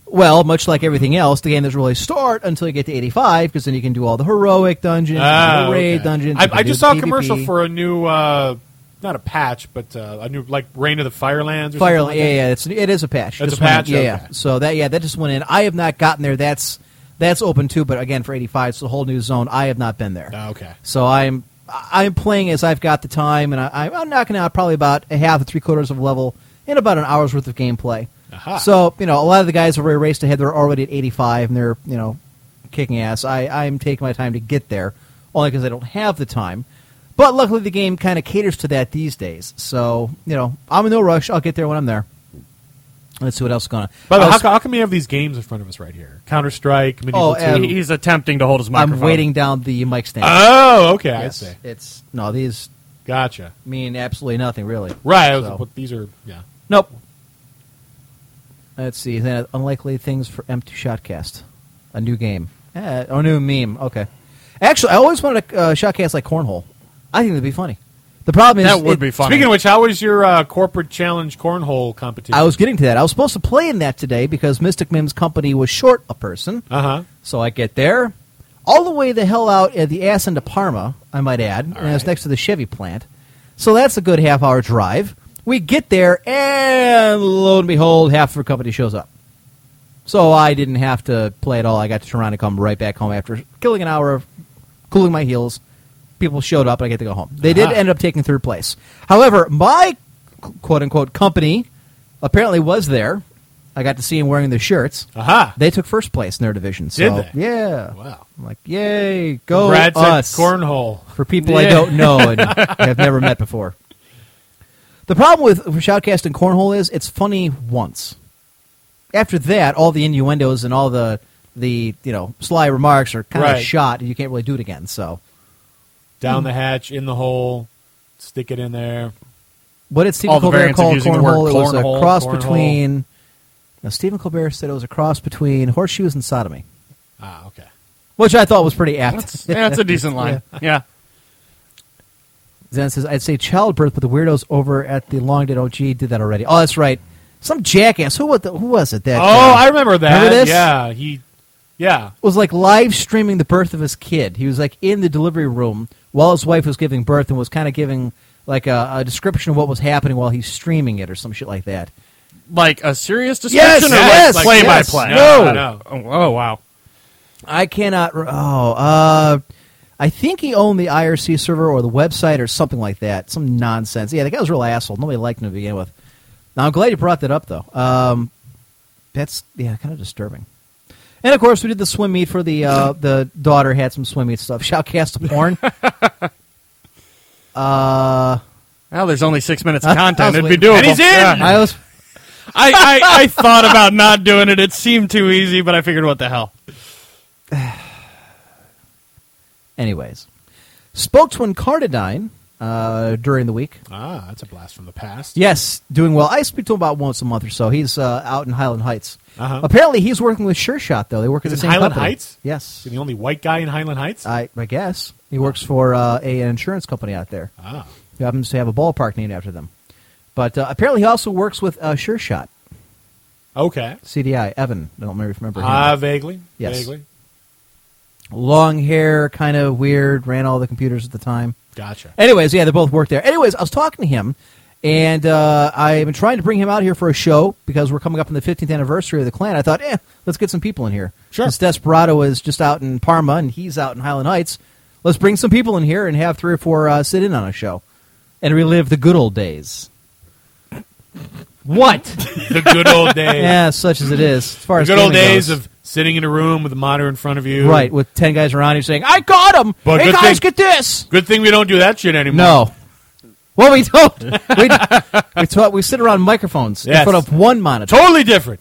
C: Well, much like everything else, the game doesn't really start until you get to 85 because then you can do all the heroic dungeons,
E: Ah,
C: the raid
E: okay.
C: dungeons.
E: I,
C: you can
E: I
C: do
E: just
C: the
E: saw a
C: PvP.
E: commercial for a new, uh, not a patch, but uh, a new like Reign of the Firelands. Or
C: Fire.
E: something like
C: yeah,
E: that.
C: yeah, it's it is a patch.
E: It's
C: Just
E: a patch,
C: went in. yeah,
E: okay.
C: yeah. So that yeah, that just went in. I have not gotten there. That's that's open too, but again for 85, it's a whole new zone. I have not been there.
E: Ah, okay.
C: So I'm I'm playing as I've got the time, and I, I'm knocking out probably about a half to three quarters of a level in about an hour's worth of gameplay.
E: Aha.
C: So you know, a lot of the guys have already raced ahead. They're already at 85, and they're you know kicking ass. I I'm taking my time to get there, only because I don't have the time. But luckily, the game kind of caters to that these days. So you know, I'm in no rush. I'll get there when I'm there. Let's see what else is going on.
E: By the way,
C: Oh,
E: how, co- how come we have these games in front of us right here? Counter Strike, Medieval
C: Oh, and-
E: Two.
D: He- He's attempting to hold his microphone.
C: I'm waiting down the mic stand.
E: Oh, okay,
C: Yes.
E: I see.
C: It's no, these
E: Gotcha.
C: mean absolutely nothing really.
E: Right, I was-
C: So-
E: but these are yeah.
C: Nope. Let's see. Then unlikely things for Empty Shotcast, a new game, uh, or a new meme. Okay. Actually, I always wanted a uh, shotcast like cornhole. I think that'd be funny. The problem is
D: That would
C: it-
D: be funny.
E: Speaking of which, how was your uh, corporate challenge cornhole competition?
C: I was getting to that. I was supposed to play in that today because Mystic Mim's company was short a person.
E: Uh huh.
C: So I get there, all the way the hell out at the ass end of Parma, I might add, and it's next to the Chevy plant. So that's a good half hour drive. We get there, and lo and behold, half of her company shows up. So I didn't have to play at all. I got to turn around and come right back home after killing an hour of cooling my heels. People showed up, and I get to go home. They did end up taking third place. However, my quote unquote company apparently was there. I got to see him wearing the shirts.
E: Aha.
C: They took first place in their division. So,
E: Did they?
C: Yeah.
E: Wow.
C: I'm like, yay, go
E: Brad said
C: us
E: cornhole.
C: for people I don't know and have never met before. The problem with shoutcast and cornhole is it's funny once. After that, all the innuendos and all the the you know sly remarks are kind
E: Right.
C: of shot, and you can't really do it again. So,
E: Down the hatch, in the hole, stick it in there.
C: what did Stephen
D: All the
C: Colbert
D: variants of
C: call
D: using the word
C: cornhole? It was a
D: cornhole,
C: cross
E: cornhole.
C: between. Now, Stephen Colbert said it was a cross between horseshoes and sodomy,
E: Ah, okay.
C: which I thought was pretty apt.
D: That's, yeah, that's a decent line. Yeah.
C: Zen says, I'd say childbirth, but the weirdos over at the Long Dead OG did that already. Oh, that's right. Some jackass. Who was, the, who was it? That
E: Oh,
C: guy?
E: I remember that.
C: Remember this?
E: Yeah, he. Yeah,
C: was like live streaming the birth of his kid. He was like in the delivery room while his wife was giving birth and was kind of giving like a, a description of what was happening while he's streaming it or some shit like that.
D: Like a serious description or
C: yes,
D: like play
C: yes.
D: by play?
C: No.
D: Oh, oh, wow.
C: I cannot. re- Oh, uh, I think he owned the IRC server or the website or something like that. Some nonsense. Yeah, the guy was a real asshole. Nobody liked him to begin with. Now I'm glad you brought that up, though. Um, that's yeah, kind of disturbing. And of course, we did the swim meet for the uh, the daughter had some swim meet stuff. Shoutcast to porn. uh,
D: Well, there's only six minutes of
C: I
D: content.
C: was
D: It'd be
C: waiting.
D: doable.
E: And he's in!
D: Yeah.
C: I was
D: I, I, I thought about not doing it. It seemed too easy, but I figured, what the hell?
C: anyways spoke to Encarnadine uh, during the week.
E: Ah, that's a blast from the past.
C: Yes, doing well. I speak to him about once a month or so. He's uh, out in Highland Heights.
E: Uh-huh.
C: Apparently, he's working with Sure Shot though. They work at
E: Is
C: the
E: it
C: same
E: Highland
C: company.
E: Heights?
C: Yes,
E: You're the only white guy in Highland Heights.
C: I, I guess he works for uh, a, an insurance company out there.
E: ah,
C: Who happens to have a ballpark named after them. But uh, apparently, he also works with uh, Sure Shot
E: okay.
C: CDI. Evan, I don't remember. him.
E: Ah, vaguely.
C: Yes.
E: Vaguely.
C: Long hair, kind of weird. Ran all the computers at the time.
E: Gotcha.
C: Anyways, yeah, they both work there. Anyways, I was talking to him, and uh, I've been trying to bring him out here for a show because we're coming up on the 15th anniversary of the clan. I thought, eh, let's get some people in here.
E: Sure.
C: Since Desperado is just out in Parma and he's out in Highland Heights, let's bring some people in here and have three or four uh, sit in on a show and relive the good old days. What?
E: The good old days.
C: yeah, such as it is. As far
E: The
C: as
E: good old
C: gaming
E: days
C: goes.
E: of sitting in a room with a monitor in front of you.
C: right with ten guys around you saying, "I got him!
E: But
C: hey
E: good
C: guys,
E: thing-
C: get this!"
E: Good thing we don't do that shit anymore.
C: No. Well, we don't. we, we, talk, we sit around microphones
E: Yes.
C: in front of one monitor.
E: Totally different.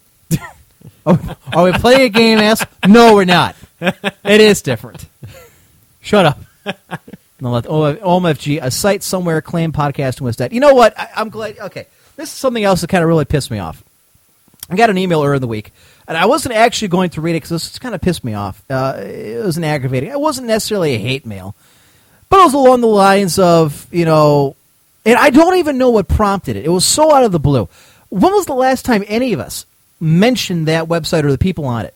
C: Are we playing a game? Ass? No, we're not. It is different. Shut up. No, let O- OMFG, a site somewhere, claim podcast was that. You know what? I, I'm glad. Okay, this is something else that kind of really pissed me off. I got an email earlier in the week, and I wasn't actually going to read it because this kind of pissed me off. Uh, it was an aggravating. It wasn't necessarily a hate mail, but it was along the lines of you know, and I don't even know what prompted it. It was so out of the blue. When was the last time any of us mentioned that website or the people on it?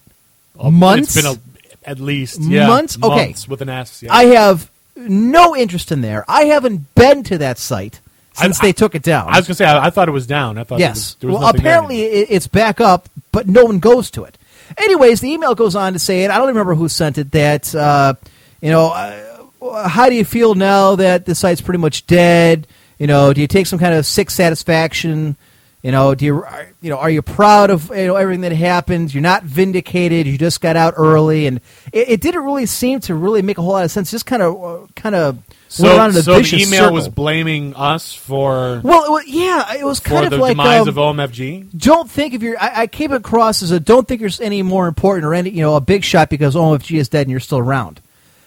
C: Uh, Months.
E: It's been a, at least yeah,
C: Months? Okay.
E: months with an S. Yeah.
C: I have no interest in there. I haven't been to that site since
E: I-
C: they took it down.
E: I was gonna say I, I thought it was down. I thought
C: yes.
E: There was, there was
C: well,
E: nothing there
C: apparently
E: anymore.
C: it, it's back up, but no one goes to it. Anyways, the email goes on to say, and I don't remember who sent it. That uh, you know, uh, how do you feel now that the site's pretty much dead? You know, do you take some kind of sick satisfaction? You know, do you are, you know are you proud of you know everything that happened? You're not vindicated. You just got out early, and it, it didn't really seem to really make a whole lot of sense. Just kind of kind of went around in
E: so,
C: a
E: so the
C: vicious
E: email
C: circle.
E: was blaming us for
C: well, it wa- yeah, it was kind
E: for
C: of
E: the
C: like
E: demise
C: um,
E: of OMFG.
C: don't think if you're. I, I came across as a don't think you're any more important or any you know a big shot because OMFG is dead and you're still around.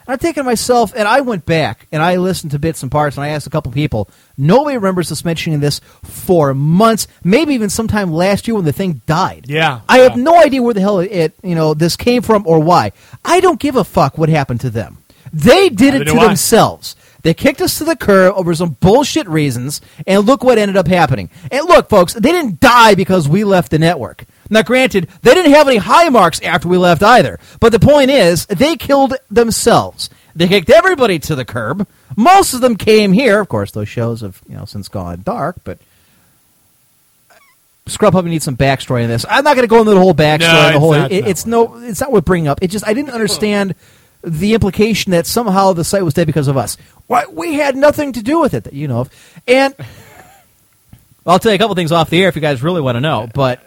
C: And I'm thinking to myself, and I went back and I listened to bits and parts and I asked a couple people. Nobody remembers us mentioning this for months, maybe even sometime last year when the thing died.
E: Yeah,
C: I have
E: yeah.
C: no idea where the hell it, it you know this came from or why. I don't give a fuck what happened to them. They did
E: Neither
C: it to
E: do I.
C: themselves. They kicked us to the curb over some bullshit reasons, and look what ended up happening. And look, folks, they didn't die because we left the network. Now, granted, they didn't have any high marks after we left either, but the point is, they killed themselves. They kicked everybody to the curb. Most of them came here. Of course, those shows have you know since gone dark, but Scrub Hub needs some backstory in this. I'm not going to go into the whole backstory.
E: No,
C: the
E: it's
C: whole
E: not-
C: it- it's no, it's not worth bringing up. It just I didn't understand the implication that somehow the site was dead because of us. Why we had nothing to do with it, that you know of. And I'll tell you a couple things off the air if you guys really want to know, but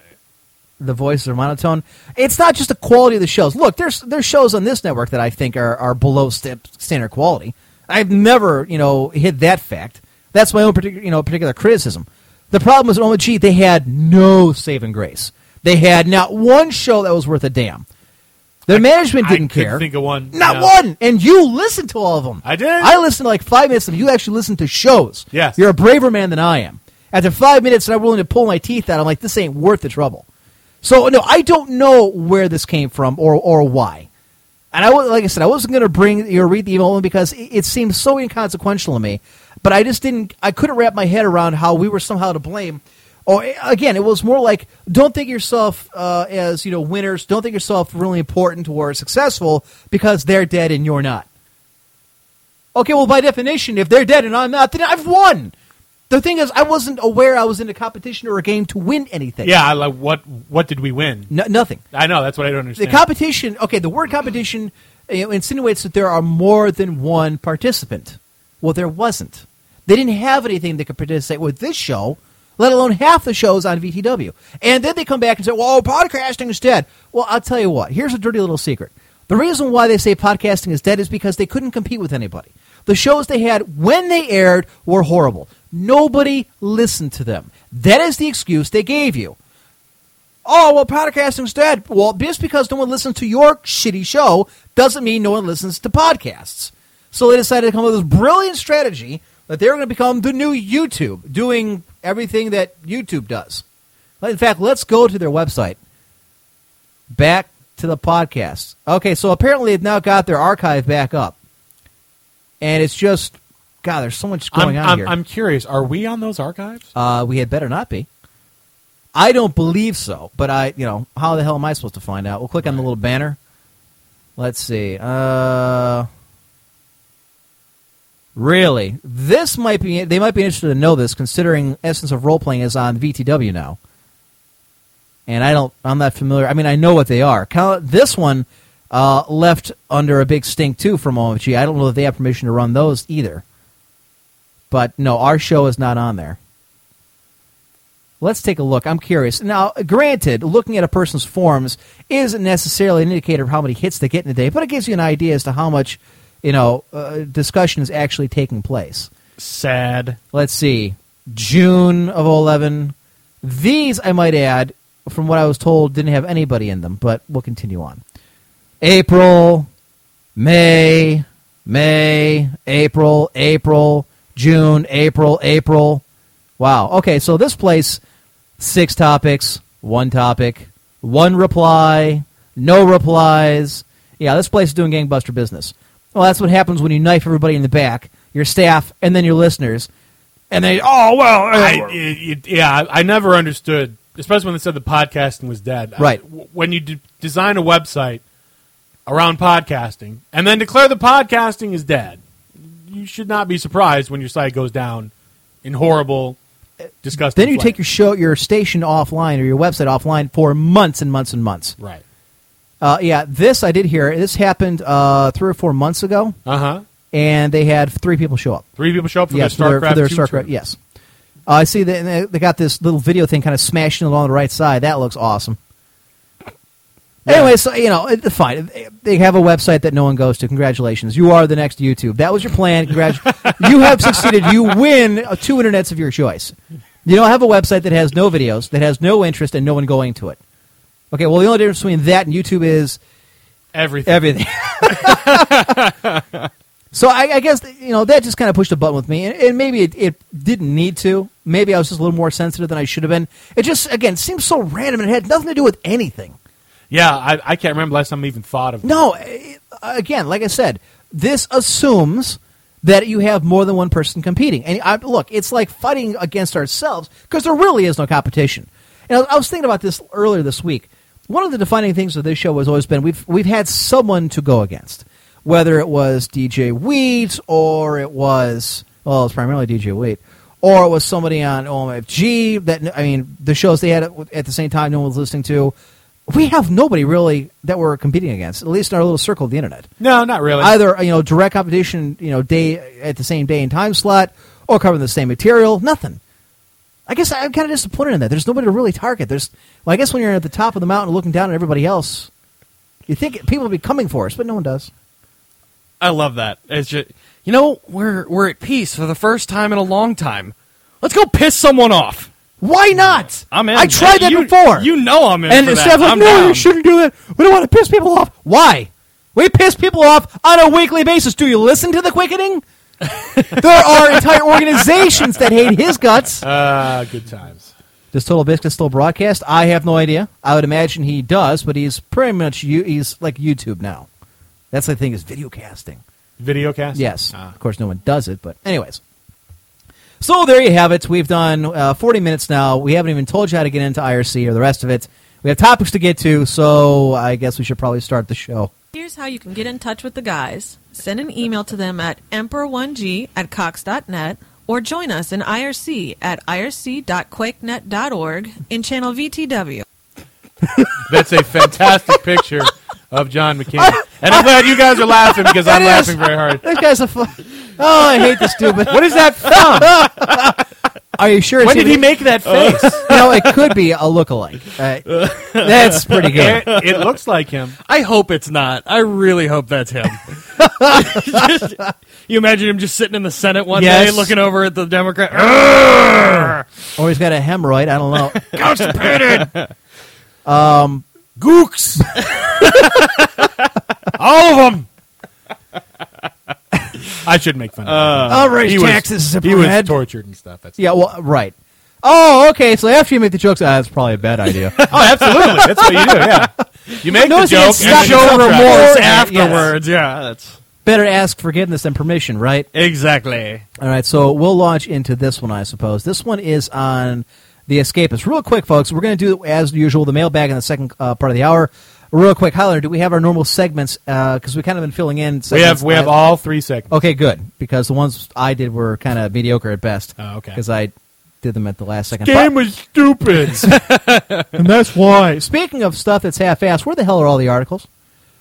C: the voices are monotone. It's not just the quality of the shows. Look, there's there's shows on this network that I think are are below st- standard quality. I've never you know hid that fact. That's my own particular you know particular criticism. The problem was OMG. They had no saving grace. They had not one show that was worth a damn. Their management didn't
E: I couldn't
C: care.
E: Think of one.
C: Not
E: Yeah.
C: one. And you listened to all of them.
E: I did.
C: I listened to like five minutes of them. You actually listened to shows.
E: Yes.
C: You're a braver man than I am. After five minutes, and I'm willing to pull my teeth out. I'm like, this ain't worth the trouble. So no, I don't know where this came from or or why. And I wa- like I said, I wasn't going to bring you know, read the email only because it, it seemed so inconsequential to me. But I just didn't. I couldn't wrap my head around how we were somehow to blame. Or eh, again, it was more like don't think yourself uh, as you know winners. Don't think yourself really important or successful because they're dead and you're not. Okay, well by definition, if they're dead and I'm not, then I've won. The thing is, I wasn't aware I was in a competition or a game to win anything.
E: Yeah, I like what what did we win?
C: No- nothing.
E: I know that's what I don't
C: The
E: understand.
C: competition, okay, the word competition you know, insinuates that there are more than one participant. Well, there wasn't. They didn't have anything that could participate with this show, let alone half the shows on VTW. And then they come back and say, well, podcasting is dead. Well, I'll tell you what, here's a dirty little secret. The reason why they say podcasting is dead is because they couldn't compete with anybody. The shows they had when they aired were horrible. Nobody listened to them. That is the excuse they gave you. Oh, well, podcasting's dead. Well, just because no one listens to your shitty show doesn't mean no one listens to podcasts. So they decided to come up with this brilliant strategy that they were going to become the new YouTube, doing everything that YouTube does. In fact, let's go to their website. Back to the podcast. Okay, so apparently they've now got their archive back up. And it's just, God, there's so much
E: I'm,
C: going on
E: I'm,
C: here.
E: I'm curious. Are we on those archives?
C: Uh, we had better not be. I don't believe so, but I, you know, how the hell am I supposed to find out? We'll click on the little banner. Let's see. Uh, really, this might be. They might be interested to know this, considering Essence of Role Playing is on VTW now. And I don't. I'm not familiar. I mean, I know what they are. Cal- This one uh, left under a big stink too from OMG. I don't know if they have permission to run those either. But no, our show is not on there. Let's take a look. I'm curious. Now, granted, looking at a person's forms isn't necessarily an indicator of how many hits they get in a day, but it gives you an idea as to how much, you know, uh, discussion is actually taking place.
D: Sad.
C: Let's see. June of 11. These, I might add, from what I was told, didn't have anybody in them, but we'll continue on. April, May, May, April, April, June, April, April. Wow. Okay, so this place, six topics, one topic, one reply, no replies. Yeah, this place is doing gangbuster business. Well, that's what happens when you knife everybody in the back, your staff, and then your listeners. And they, oh, well. uh,
E: I, it, it, yeah, I, I never understood, especially when they said the podcasting was dead. I-
C: Right.
E: w- when you de- design a website around podcasting and then declare the podcasting is dead, you should not be surprised when your site goes down in horrible, disgusting.
C: Uh, then you
E: flames.
C: take your show, your station offline or your website offline for months and months and months.
E: right.
C: Uh, yeah, this I did hear. This happened uh, three or four months ago,
E: Uh huh.
C: and they had three people show up.
E: Three people show up for
C: yes, for
E: their StarCraft.
C: their, for their
E: 2
C: StarCraft.
E: tournament.
C: Yes, uh, I see. That and they, they got this little video thing kind of smashing along the right side. That looks awesome. Anyway, so you know, it, fine. They have a website that no one goes to. Congratulations, you are the next YouTube. That was your plan. Congratu- you have succeeded. You win uh, two internets of your choice. You don't have a website that has no videos, that has no interest, and no one going to it. Okay, well, the only difference between that and YouTube is
E: Everything.
C: everything. so I, I guess you know that just kind of pushed a button with me, and, and maybe it, it didn't need to. Maybe I was just a little more sensitive than I should have been. It just again seems so random and it had nothing to do with anything.
E: Yeah, I, I can't remember last time I even thought of it.
C: No, it, again, like I said, this assumes that you have more than one person competing. And I, look, it's like fighting against ourselves because there really is no competition. And I was, I was thinking about this earlier this week. One of the defining things of this show has always been we've we've had someone to go against, whether it was DJ Wheat or it was well, it's primarily DJ Wheat. Or it was somebody on OMFG that I mean, the shows they had at, at the same time no one was listening to we have nobody really that we're competing against, at least in our little circle of the internet.
E: No, not really.
C: Either you know direct competition, you know day at the same day and time slot, or covering the same material. Nothing. I guess I'm kind of disappointed in that. There's nobody to really target. There's well, I guess when you're at the top of the mountain looking down at everybody else, you think people will be coming for us, but no one does.
D: I love that. It's just, you know, we're we're at peace for the first time in a long time. Let's go piss someone off.
C: Why not?
D: I'm in.
C: I tried that
D: You-
C: before.
D: You know I'm in.
C: and
D: for
C: instead of
D: that.
C: like,
D: I'm
C: no,
D: down.
C: you shouldn't do that. We don't want to piss people off. Why? We piss people off on a weekly basis. Do you listen to the quickening? there are entire organizations that hate his guts.
E: Uh, good times.
C: Does Total Biscuit still broadcast? I have no idea. I would imagine he does, but he's pretty much you. He's like YouTube now. That's the thing is video casting.
E: Videocast?
C: Yes.
E: Ah.
C: uh, Of course, no one does it, but anyways. So there you have it. We've done uh, 40 minutes now. We haven't even told you how to get into IRC or the rest of it. We have topics to get to, so I guess we should probably start the show.
B: Here's how you can get in touch with the guys. Send an email to them at emperor1g at cox.net or join us in IRC at irc.quakenet.org in channel VTW.
E: That's a fantastic picture of John McCain. And I'm glad you guys are laughing because I'm
C: It is.
E: laughing very hard.
C: This guy's a fu- Oh, I hate this dude. But
E: What is that thumb?
C: are you sure? it's
E: When did
C: even-
E: he make that face?
C: No, it could be a lookalike. Uh, that's pretty good.
E: it, it looks like him.
D: I hope it's not. I really hope that's him. Just- you imagine him just sitting in the Senate one
C: Yes.
D: day, looking over at the Democrat.
C: Or he's got a hemorrhoid. I don't know. Um,
E: Gooks. All of them. I should make fun
D: Uh,
E: of
C: All right,
E: Uh, He was-
C: taxes.
E: him. He was tortured and stuff. That's
C: Yeah, well, right. Oh, okay. So after you make the jokes, ah, that's probably a bad idea.
E: Oh, absolutely. That's what you do. Yeah. You make the
C: Notice he had
E: joke
C: stopped
E: and show
C: himself
E: remorse.
C: Yes.
D: afterwards. Yeah, that's
C: Better ask forgiveness than permission, right?
D: exactly.
C: All right. So we'll launch into this one, I suppose. This one is on the escapist. Real quick, folks. We're going to do as usual the mailbag in the second uh, part of the hour. Real quick, Highlander, do we have our normal segments? Because we kind of been filling in.
E: We
C: Segments
E: have we have all three seconds.
C: Okay, good. Because the ones I did were kind of mediocre at best.
E: Oh, okay.
C: Because I did them at the last second. But-
E: Game was stupid.
C: and that's why. Speaking of stuff that's half-assed, where the hell are all the articles?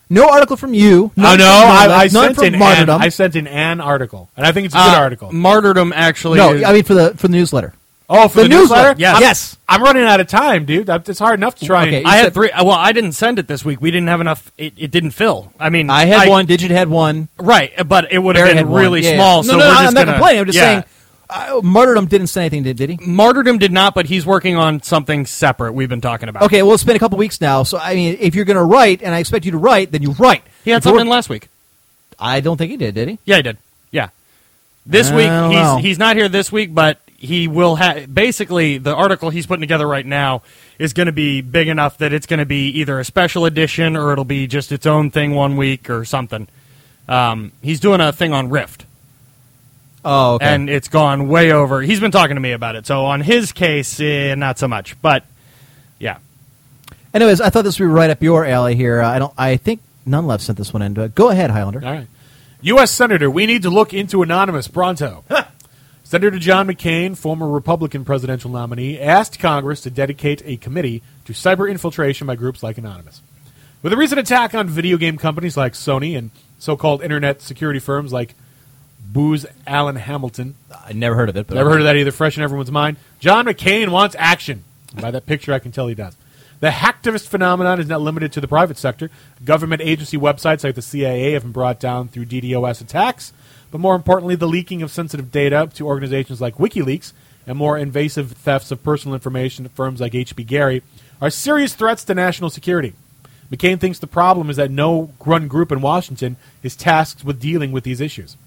C: No article from you.
E: I
C: None
E: know.
C: from
E: I,
C: Marla,
E: I
C: none
E: sent
C: from
E: an an,
C: martyrdom.
E: I sent an an article, and I think it's a good
D: Uh,
E: article.
D: Martyrdom actually.
C: no,
D: is-
C: I mean for the for the newsletter.
E: Oh,
C: The
E: for the,
C: newsletter?
D: Yes.
E: I'm-
C: Yes.
E: I'm running out of time, dude. That- It's hard enough to try.
C: Okay.
E: And,
D: I
C: You
D: had
C: said-
D: three. Well, I didn't send it this week. We didn't have enough. It, it didn't fill. I mean,
C: I had one. Digit had one.
D: right, uh, but it would have
C: Barry
D: been
C: had one.
D: really
C: Yeah, yeah.
D: small.
C: No,
D: so
C: no,
D: we're
C: no,
D: just
C: I'm not
D: gonna-
C: complaining. I'm just
D: yeah.
C: saying, uh, martyrdom didn't say anything, did, did he?
D: Martyrdom did not, but he's working on something separate. We've been talking about.
C: Okay, well, it's been a couple weeks now, so I mean, if you're going to write, and I expect you to write, then you write.
D: he had
C: If you're-
D: something last week.
C: I don't think he did, did he?
D: Yeah, he did. Yeah. This
C: I
D: week
C: don't
D: he's
C: know.
D: he's not here this week, but he will have basically the article he's putting together right now is going to be big enough that it's going to be either a special edition or it'll be just its own thing one week or something. Um, he's doing a thing on Rift,
C: Oh, okay.
D: and it's gone way over. He's been talking to me about it, so on his case, eh, not so much. But yeah,
C: Anyways, I thought this would be right up your alley here. Uh, I don't. I think none left sent this one in. But go ahead, Highlander.
E: all right. U.S. Senator, we need to look into Anonymous pronto. Senator John McCain, former Republican presidential nominee, asked Congress to dedicate a committee to cyber infiltration by groups like Anonymous. With a recent attack on video game companies like Sony and so called internet security firms like Booz Allen Hamilton,
C: I never heard of it. But
E: Never heard of that either. Fresh in everyone's mind. John McCain wants action. By that picture, I can tell he does. The hacktivist phenomenon is not limited to the private sector. Government agency websites like the CIA have been brought down through DDoS attacks, but more importantly, the leaking of sensitive data to organizations like WikiLeaks and more invasive thefts of personal information at firms like H.B. Gary are serious threats to national security. McCain thinks the problem is that no one group in Washington is tasked with dealing with these issues.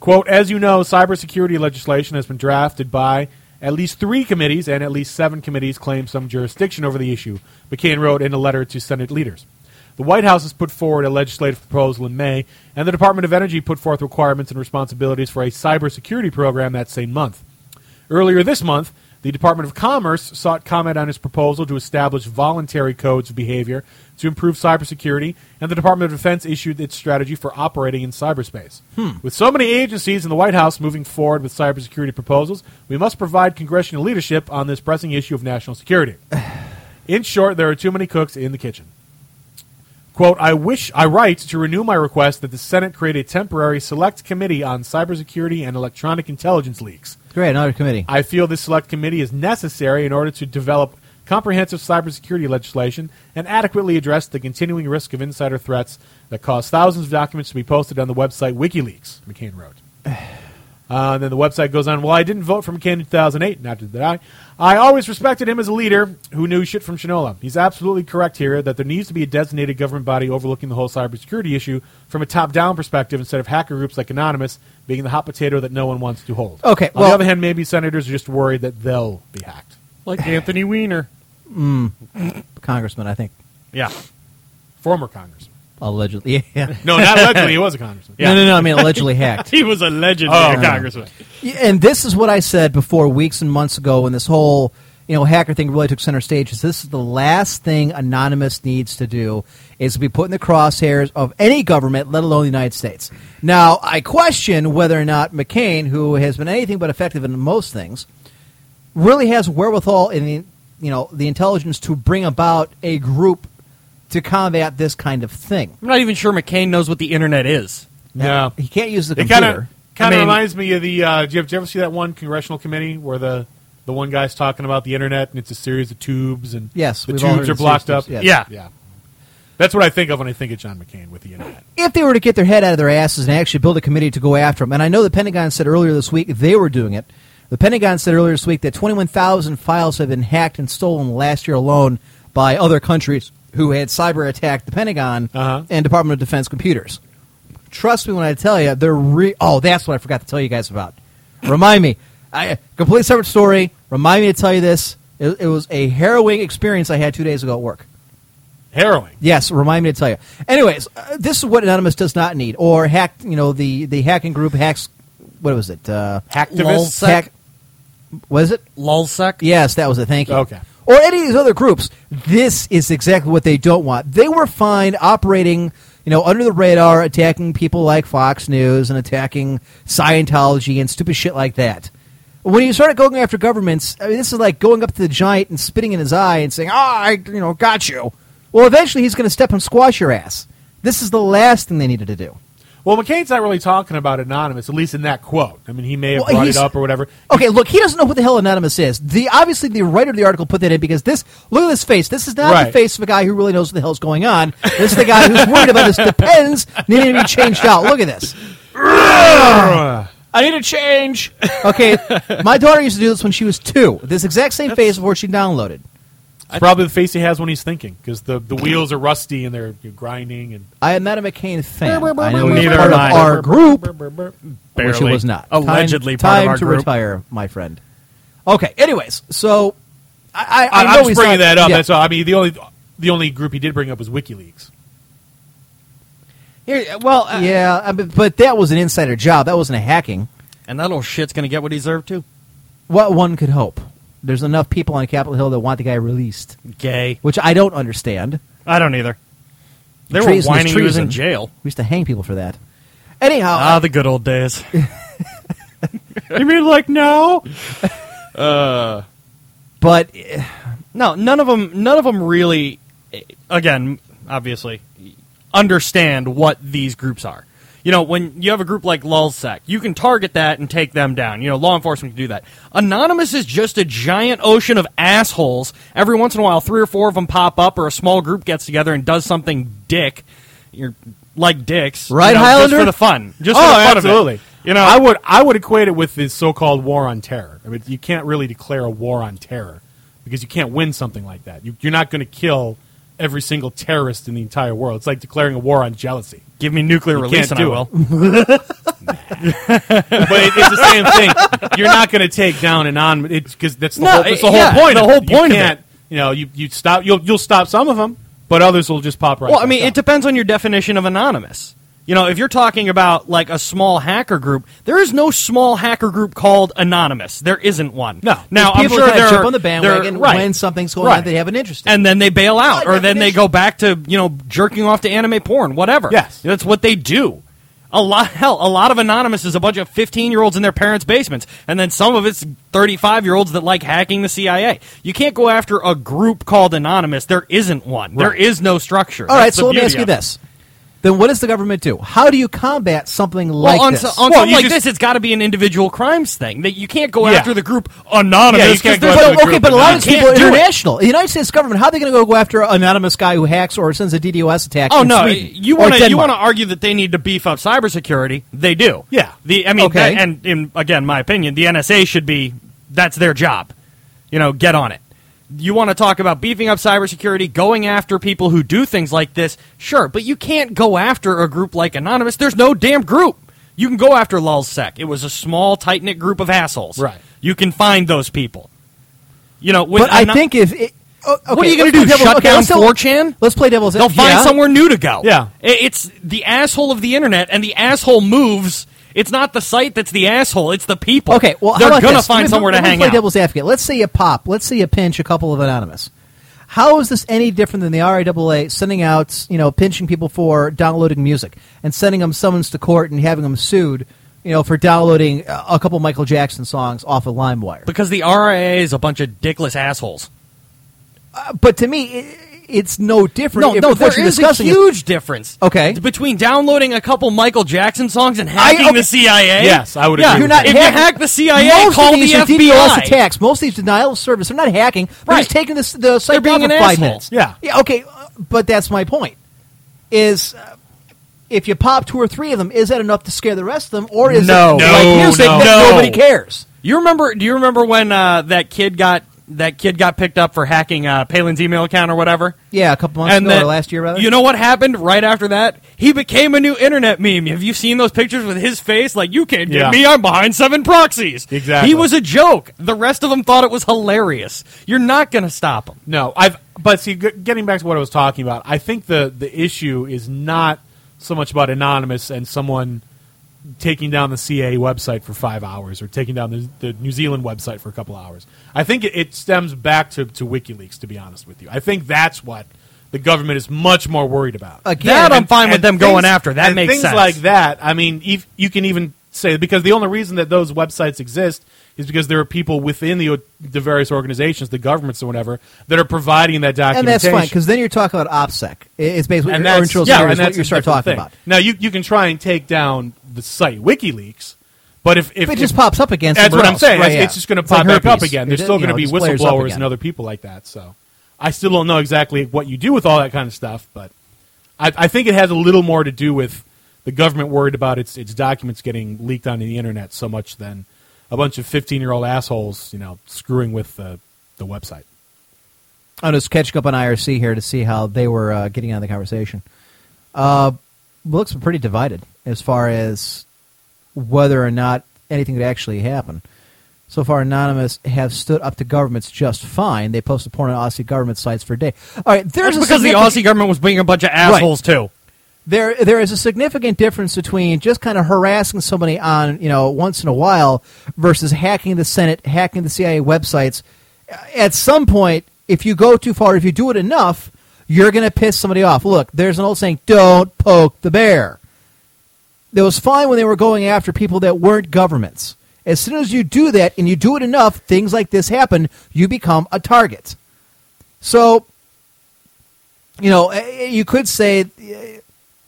E: Quote, as you know, cybersecurity legislation has been drafted by at least three committees, and at least seven committees claim some jurisdiction over the issue, McCain wrote in a letter to Senate leaders. The White House has put forward a legislative proposal in May, and the Department of Energy put forth requirements and responsibilities for a cybersecurity program that same month. Earlier this month, the Department of Commerce sought comment on his proposal to establish voluntary codes of behavior to improve cybersecurity, and the Department of Defense issued its strategy for operating in cyberspace. With so many agencies in the White House moving forward with cybersecurity proposals, we must provide congressional leadership on this pressing issue of national security. in short, there are too many cooks in the kitchen. Quote, I wish I write to renew my request that the Senate create a temporary select committee on cybersecurity and electronic intelligence leaks.
C: Great, another committee.
E: I feel this select committee is necessary in order to develop comprehensive cybersecurity legislation and adequately address the continuing risk of insider threats that cause thousands of documents to be posted on the website WikiLeaks, McCain wrote. Uh, and then the website goes on. Well, I didn't vote for McCain in 2008, not did I. I always respected him as a leader who knew shit from Shinola. He's absolutely correct here that there needs to be a designated government body overlooking the whole cybersecurity issue from a top-down perspective instead of hacker groups like Anonymous being the hot potato that no one wants to hold.
C: Okay,
E: On
C: well-
E: the other hand, maybe senators are just worried that they'll be hacked.
D: like Anthony Weiner.
C: Congressman, I think
D: Yeah,
E: Former congressman.
C: allegedly. Yeah.
E: No, not allegedly. He was a congressman.
D: Yeah.
C: No, no, no. I mean, allegedly hacked.
D: he was a legendary
E: Oh.
D: congressman.
C: Yeah, And this is what I said before weeks and months ago when this whole you know hacker thing really took center stage. Is this is the last thing Anonymous needs to do is to be put in the crosshairs of any government, let alone the United States. Now I question whether or not McCain, who has been anything but effective in most things, really has wherewithal in the you know the intelligence to bring about a group to combat this kind of thing.
D: I'm not even sure McCain knows what the internet is.
E: No.
C: He can't use the
E: It
C: computer.
E: kind of kind
D: I
E: of
D: mean-
E: reminds me of the. Uh, do, you, do you ever see that one congressional committee where the the one guy's talking about the internet and it's a series of tubes and
C: Yes,
E: the
C: we've all heard
E: tubes
C: of
E: are
C: the
E: blocked
C: series
E: up.
C: of tubes,
D: yes.
E: yeah. That's what I think of when I think of John McCain with the internet.
C: if they were to get their head out of their asses and actually build a committee to go after them, and I know the Pentagon said earlier this week they were doing it. The Pentagon said earlier this week that 21,000 files have been hacked and stolen last year alone by other countries who had cyber attacked the Pentagon
E: Uh-huh.
C: and Department of Defense computers. Trust me when I tell you, they're re. Oh, that's what I forgot to tell you guys about. Remind me. I complete separate story. Remind me to tell you this. It, it was a harrowing experience I had two days ago at work.
E: Harrowing.
C: Yes, remind me to tell you. Anyways, uh, this is what Anonymous does not need, or hack. You know the the hacking group hacks. What was it? Uh,
E: Hacktivists?
C: Hack. Was it?
D: Lulsec.
C: Yes, that was it. Thank you.
E: Okay.
C: Or any of these other groups. This is exactly what they don't want. They were fine operating, you know, under the radar, attacking people like Fox News and attacking Scientology and stupid shit like that. When you start going after governments, I mean, this is like going up to the giant and spitting in his eye and saying, "Ah, I, you know, got you." Well, eventually he's going to step and squash your ass. This is the last thing they needed to do.
E: Well, McCain's not really talking about anonymous, at least in that quote. I mean, he may have
C: Well,
E: brought it
C: he's-
E: up or whatever.
C: Okay, look, he doesn't know what the hell anonymous is. The obviously the writer of the article put that in because this look at this face. This is not the
E: Right.
C: face of a guy who really knows what the hell's going on. This is the guy who's worried about his depends needing to be changed out. Look at this.
D: I need a change.
C: Okay, my daughter used to do this when she was two. This exact same face before she downloaded.
E: It's probably the face he has when he's thinking, because the, the wheels are rusty and they're grinding and
C: I am not a McCain fan. I know he's
D: Neither
C: part of
D: am I.
C: our group.
D: Barely.
C: Which he was not. Time-
D: Allegedly
C: time,
D: part of our
C: to
D: group.
C: retire, my friend. Okay. Anyways, so I, I, I
E: I,
C: know
E: am
C: he's
E: just bringing
C: not-
E: that up.
C: yeah.
E: That's all. I mean, the only the only group he did bring up was WikiLeaks.
D: Here, well, uh,
C: Yeah, I mean, but that was an insider job. That wasn't a hacking.
D: and that little shit's gonna get what he deserved to.
C: What one could hope. There's enough people on Capitol Hill that want the guy released,
D: Gay.
C: which I don't understand.
D: I don't either. They were
C: Treason is
D: whining he was in
C: treason.
D: jail.
C: We used to hang people for that. Anyhow,
D: Ah, the good old days. you mean like no?
C: but eh,
D: No, none of them. None of them really. Again, obviously, understand what these groups are. You know, when you have a group like LulzSec, you can target that and take them down. You know, law enforcement can do that. Anonymous is just a giant ocean of assholes. Every once in a while, three or four of them pop up, or a small group gets together and does something dick. You're like dicks,
C: Right,
D: you know,
C: Highlander?
D: Just for the fun, just
E: Oh,
D: for the fun of it. You know,
E: I would I would equate it with the so-called war on terror. I mean, you can't really declare a war on terror because you can't win something like that. You, you're not going to kill every single terrorist in the entire world. It's like declaring a war on jealousy.
D: give me nuclear
E: You
D: release,
E: can't
D: and I
E: do
D: will.
E: But it, it's the same thing. You're not going to take down an on because that's the
D: No,
E: whole, that's the
D: it-
E: whole
D: yeah,
E: point.
D: the
E: of
D: whole
E: it. You
D: point of it.
E: can't- You know, you you stop you'll you'll stop some of them, but others will just pop right.
D: Well, I
E: back
D: mean,
E: up.
D: it depends on your definition of anonymous. You know, if you're talking about like a small hacker group, there is no small hacker group called anonymous. There isn't one.
E: No.
D: Now I'm
C: people
D: sure
C: are
D: there
C: gonna jump
D: are-
C: on the
D: there are-
C: bandwagon
D: right.
C: when something's going on
E: Right.
C: that they have an interest in.
D: and then they bail out,
C: By
D: or then they
C: definition.
D: go back to you know jerking off to anime porn, whatever.
E: Yes.
D: that's what they do. A lot, hell, a lot of anonymous is a bunch of fifteen-year-olds in their parents' basements, and then some of it's thirty-five-year-olds that like hacking the CIA. You can't go after a group called anonymous. There isn't one. There is no structure.
C: All right,
D: That's the
C: so let me
D: beauty
C: ask you
D: of it.
C: this. Then what does the government do? How do you combat something like
D: well, on,
C: this?
D: so- on
E: Well,
D: something
E: you
D: like
E: just-
D: this, it's got to be an individual crimes thing that you can't go
E: Yeah.
D: after the group anonymous.
E: Yeah, you
D: 'cause
E: can't go
D: there's
E: after
D: no-
E: the
C: But,
E: group
C: okay, but a lot of these
D: can't
C: people are
D: do it.
C: international. The United States government, how are they going to go after an anonymous guy who hacks or sends a DDoS attack?
D: Oh
C: in
D: no!
C: Sweden
D: You
C: or
D: want to you
C: Denmark?
D: want to argue that they need to beef up cybersecurity? They do.
E: Yeah.
D: The I mean,
C: Okay.
D: that- and in again, my opinion, the NSA should be that's their job. You know, get on it. You want to talk about beefing up cybersecurity, going after people who do things like this? Sure, but you can't go after a group like Anonymous. There's no damn group. You can go after LulzSec. E It was a small, tight knit group of assholes.
E: Right.
D: You can find those people. You know, with
C: But I
D: ano-
C: think if it, oh, okay,
D: What are you gonna
C: let's play
D: do,
C: devil's-
D: shut
C: okay,
D: down
C: let's tell-
D: 4chan?
C: Let's play devil's.
D: They'll find
C: yeah.
D: somewhere new to go.
E: Yeah.
D: I- It's the asshole of the internet, and the asshole moves. It's not the site that's the asshole, it's the people.
C: Okay, well, how
D: they're
C: about
D: gonna
C: this? Let
D: find
C: me-
D: somewhere
C: let
D: to
C: me
D: hang
C: play
D: out.
C: Devil's advocate. Let's say you pop. Let's say you pinch a couple of anonymous. How is this any different than the RIAA sending out, you know, pinching people for downloading music and sending them summons to court and having them sued, you know, for downloading uh, a couple Michael Jackson songs off of LimeWire?
D: because the RIA is a bunch of dickless assholes.
C: But to me, i it's no different.
D: No,
C: if
D: no,
C: if what
D: there
C: you're
D: is a
C: discussing is-
D: huge difference.
C: Okay.
D: between downloading a couple Michael Jackson songs and hacking
C: okay.
D: the CIA.
E: Yes, I would
D: Yeah,
E: agree
C: You're not
D: if
C: hacking.
D: you hack the CIA,
C: most
D: call
C: of these
D: the
C: are
D: FBI.
C: DDoS attacks. Most of these denial of service. They're not hacking. They're
D: Right.
C: just taking the, the site
D: They're
C: down
D: being
C: for
D: an
C: five
D: asshole.
C: minutes.
E: Yeah.
C: Yeah. Okay. uh, But that's my point. Is uh, if you pop two or three of them, is that enough to scare the rest of them, or is
D: No.
C: it
E: No,
C: like music
E: no.
C: that
D: No.
C: nobody cares?
D: You remember? Do you remember when uh, that kid got that kid got picked up for hacking uh, Palin's email account or whatever?
C: Yeah, a couple months ago
D: then-
C: or last year, rather.
D: You know what happened right after that? He became a new internet meme. Have you seen those pictures with his face? Like, you can't get
E: Yeah.
D: me. I'm behind seven proxies.
E: Exactly.
D: He was a joke. The rest of them thought it was hilarious. You're not going to stop him.
E: No, I've but see, g- getting back to what I was talking about, I think the the issue is not so much about anonymous and someone taking down the CA website for five hours or taking down the, the New Zealand website for a couple hours. I think it, it stems back to, to WikiLeaks. To be honest with you, I think that's what the government is much more worried about.
C: Again,
D: That I'm
C: and-
D: fine with
E: And
D: them going
E: things-
D: after. That
E: and
D: makes
E: things
D: sense.
E: like that. I mean, if, you can even say because the only reason that those websites exist is because there are people within the the various organizations, the governments or whatever, that are providing that documentation.
C: and that's fine because then you're talking about OPSEC. I- It's basically
E: and
C: or
E: that's,
C: internal
E: yeah,
C: security
E: and
C: is what
E: that's
C: you
E: a
C: start
E: different
C: talking
E: thing.
C: about.
E: Now you you can try and take down the site WikiLeaks, but if if
C: But it just pops up against.
E: that's
C: somewhere
E: what I'm
C: else.
E: saying.
C: Right,
E: it's,
C: yeah.
E: it's just going to
C: like
E: pop back up
C: herpes.
E: again.
C: It
E: There's
C: is-
E: still
C: you
E: going
C: know,
E: to be
C: just flares up
E: whistleblowers
C: again.
E: and other people like that. So I still don't know exactly what you do with all that kind of stuff, but I, I think it has a little more to do with the government worried about its its documents getting leaked onto the internet so much than a bunch of 15 year old assholes, you know, screwing with the the website.
C: I'm just catching up on IRC here to see how they were uh, getting out of the conversation. Uh, looks pretty divided as far as whether or not anything could actually happen. So far, Anonymous have stood up to governments just fine. They posted porn on Aussie government sites for a day. All right, there's
D: That's
C: a
D: because the
C: significant-
D: Aussie government was being a bunch of assholes too.
C: there there is a significant difference between just kind of harassing somebody on you know once in a while versus hacking the Senate, hacking the CIA websites. At some point, if you go too far, if you do it enough, you're going to piss somebody off. Look, there's an old saying: "Don't poke the bear." That was fine when they were going after people that weren't governments. As soon as you do that and you do it enough, things like this happen. You become a target. So, you know, eh, you could say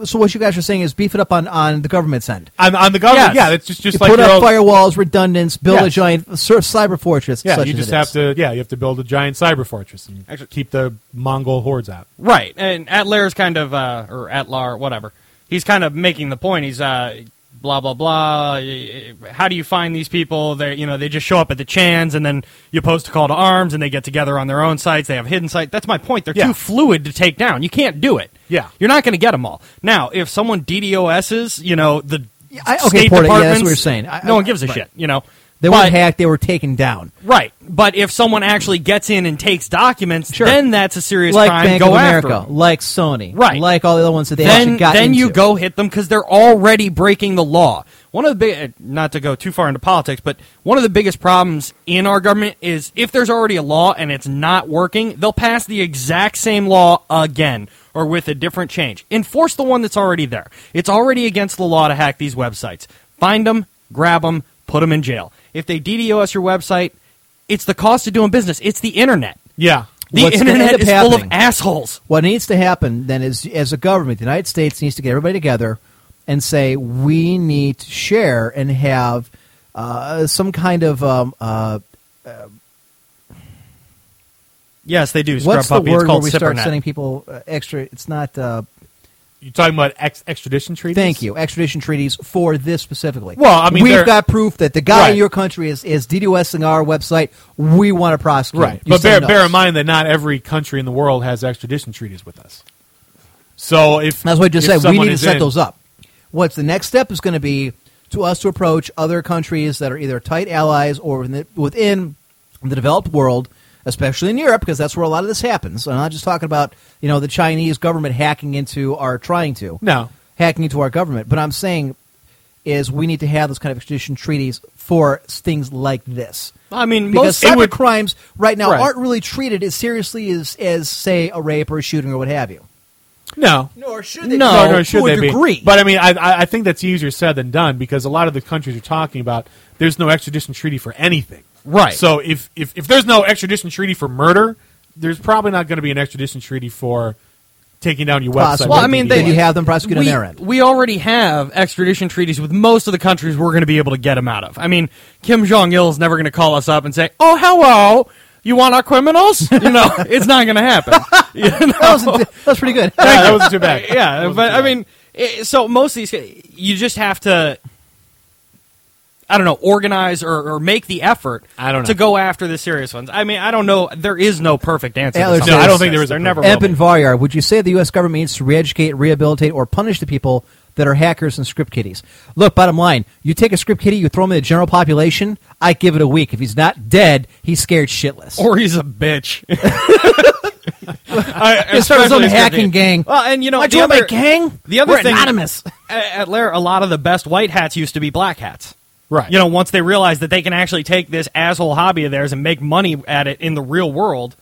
C: so what you guys are saying is beef it up on, on the government's end.
E: On, on the government,
D: Yes.
E: yeah, it's just just
C: You
E: like
C: put
E: your
C: up
E: old-
C: firewalls, redundance, build a
E: Yeah.
C: giant sort of cyber fortress.
E: Yeah,
C: such
E: you
C: as
E: just
C: it
E: have
C: is.
E: to. Yeah, you have to build a giant cyber fortress and
D: Actually-
E: keep the Mongol hordes out.
D: Right, and Atlar's kind of, uh, or Atlar, whatever. He's kind of making the point. He's uh, blah blah blah. eh, eh, How do you find these people? They, you know, they just show up at the Chans, and then you post a call to arms, and they get together on their own sites. They have hidden sites. That's my point. They're
E: Yeah.
D: too fluid to take down. You can't do it.
E: Yeah.
D: you're not going to get them all. Now, if someone DDoS's, you know the
C: I- okay, Porter, yeah,
D: state
C: that's what
D: departments,
C: we were saying. I-
D: no
C: I-
D: one gives a
C: right.
D: shit. You know,
C: They
D: But-
C: weren't hacked; they were taken down.
D: Right, but if someone actually gets in and takes documents,
C: Sure.
D: then that's a serious
C: Like
D: crime.
C: Bank
D: go
C: of
D: after
C: America,
D: 'em
C: like Sony,
D: Right.
C: Like all the other ones that they
D: then
C: actually got
D: then
C: into.
D: you go hit them because they're already breaking the law. One of the big, uh, not to go too far into politics, but one of the biggest problems in our government is if there's already a law and it's not working, they'll pass the exact same law again or with a different change. Enforce the one that's already there. It's already against the law to hack these websites. Find them, grab them, put them in jail. If they DDoS your website, it's the cost of doing business. It's the internet.
E: Yeah,
D: The
C: What's gonna end
D: internet
C: up
D: is full
C: happening-
D: of assholes.
C: What needs to happen then is, as a government, the United States needs to get everybody together and say we need to share and have uh, some kind of um, uh,
D: Yes, they do. Scrub
C: what's the
D: puppy.
C: word
D: it's
C: where
D: called
C: we start
D: Cipernet.
C: sending people uh, extra. It's not. Uh,
E: you talking about ex- extradition treaties?
C: Thank you. Extradition treaties for this specifically.
E: Well, I mean,
C: we've
E: they're-
C: got proof that the guy in
E: Right.
C: your country is is DDoSing our website. We want to prosecute. him.
E: Right,
C: You
E: but bear,
C: send
E: bear
C: us.
E: in mind that not every country in the world has extradition treaties with us. So if
C: That's what I just
E: if
C: said. We
E: someone
C: need to
E: is
C: set
E: in-
C: those up. What's the next step is going to be to us to approach other countries that are either tight allies or within the, within the developed world, especially in Europe, because that's where a lot of this happens. I'm not just talking about you know the Chinese government hacking into our trying to
E: No.
C: hacking into our government, but I'm saying is we need to have those kind of extradition treaties for things like this.
D: I mean,
C: Because
D: most
C: cyber
D: it would-
C: crimes right now
E: Right.
C: aren't really treated as seriously as, as say a rape or a shooting or what have you.
E: No,
C: Nor should
D: they No, be.
E: no, should
C: to a
E: they
C: degree.
E: be? But I mean, I- I, I think that's easier said than done because a lot of the countries you're talking about, there's no extradition treaty for anything.
D: Right.
E: So if if, if there's no extradition treaty for murder, there's probably not going to be an extradition treaty for taking down your website.
C: Possible.
D: Well,
E: with
D: I mean,
E: the
D: they-
C: Then you have them prosecute
D: we,
C: on their end.
D: we already have extradition treaties with most of the countries we're going to be able to get them out of. I mean, Kim Jong Il is never going to call us up and say, "Oh, hello, you want our criminals?" You know, it's not going to happen. You know?
C: That was, that was pretty good.
E: Yeah, that wasn't too bad. That
D: yeah,
E: wasn't
D: but
E: too
D: I
E: bad.
D: mean, eh, so most of these, you just have to, I don't know, organize or, or make the effort.
E: I don't know.
D: to go after the serious ones. I mean, I don't know. There is no perfect answer. to
C: Adler
D: something
C: says- No, I
E: don't
D: like
E: think
D: this.
E: there is a
D: There never will
C: Ebb
D: be.
C: and Varyar, would you say the U.S. government needs to re-educate, rehabilitate, or punish the people that are hackers and script kiddies? Look, bottom line, you take a script kiddie, you throw him in the general population, I give it a week. If he's not dead, he's scared shitless.
D: or he's a bitch. I,
C: Just start his own
D: especially if you're
C: hacking
D: being-
C: gang.
D: Well, and you know,
C: I
D: the
C: joined my
D: other,
C: gang.
D: The other
C: We're
D: thing,
C: anonymous.
D: At, at Lair, a lot of the best white hats used to be black hats.
E: Right.
D: You know, once they realize that they can actually take this asshole hobby of theirs and make money at it in the real world,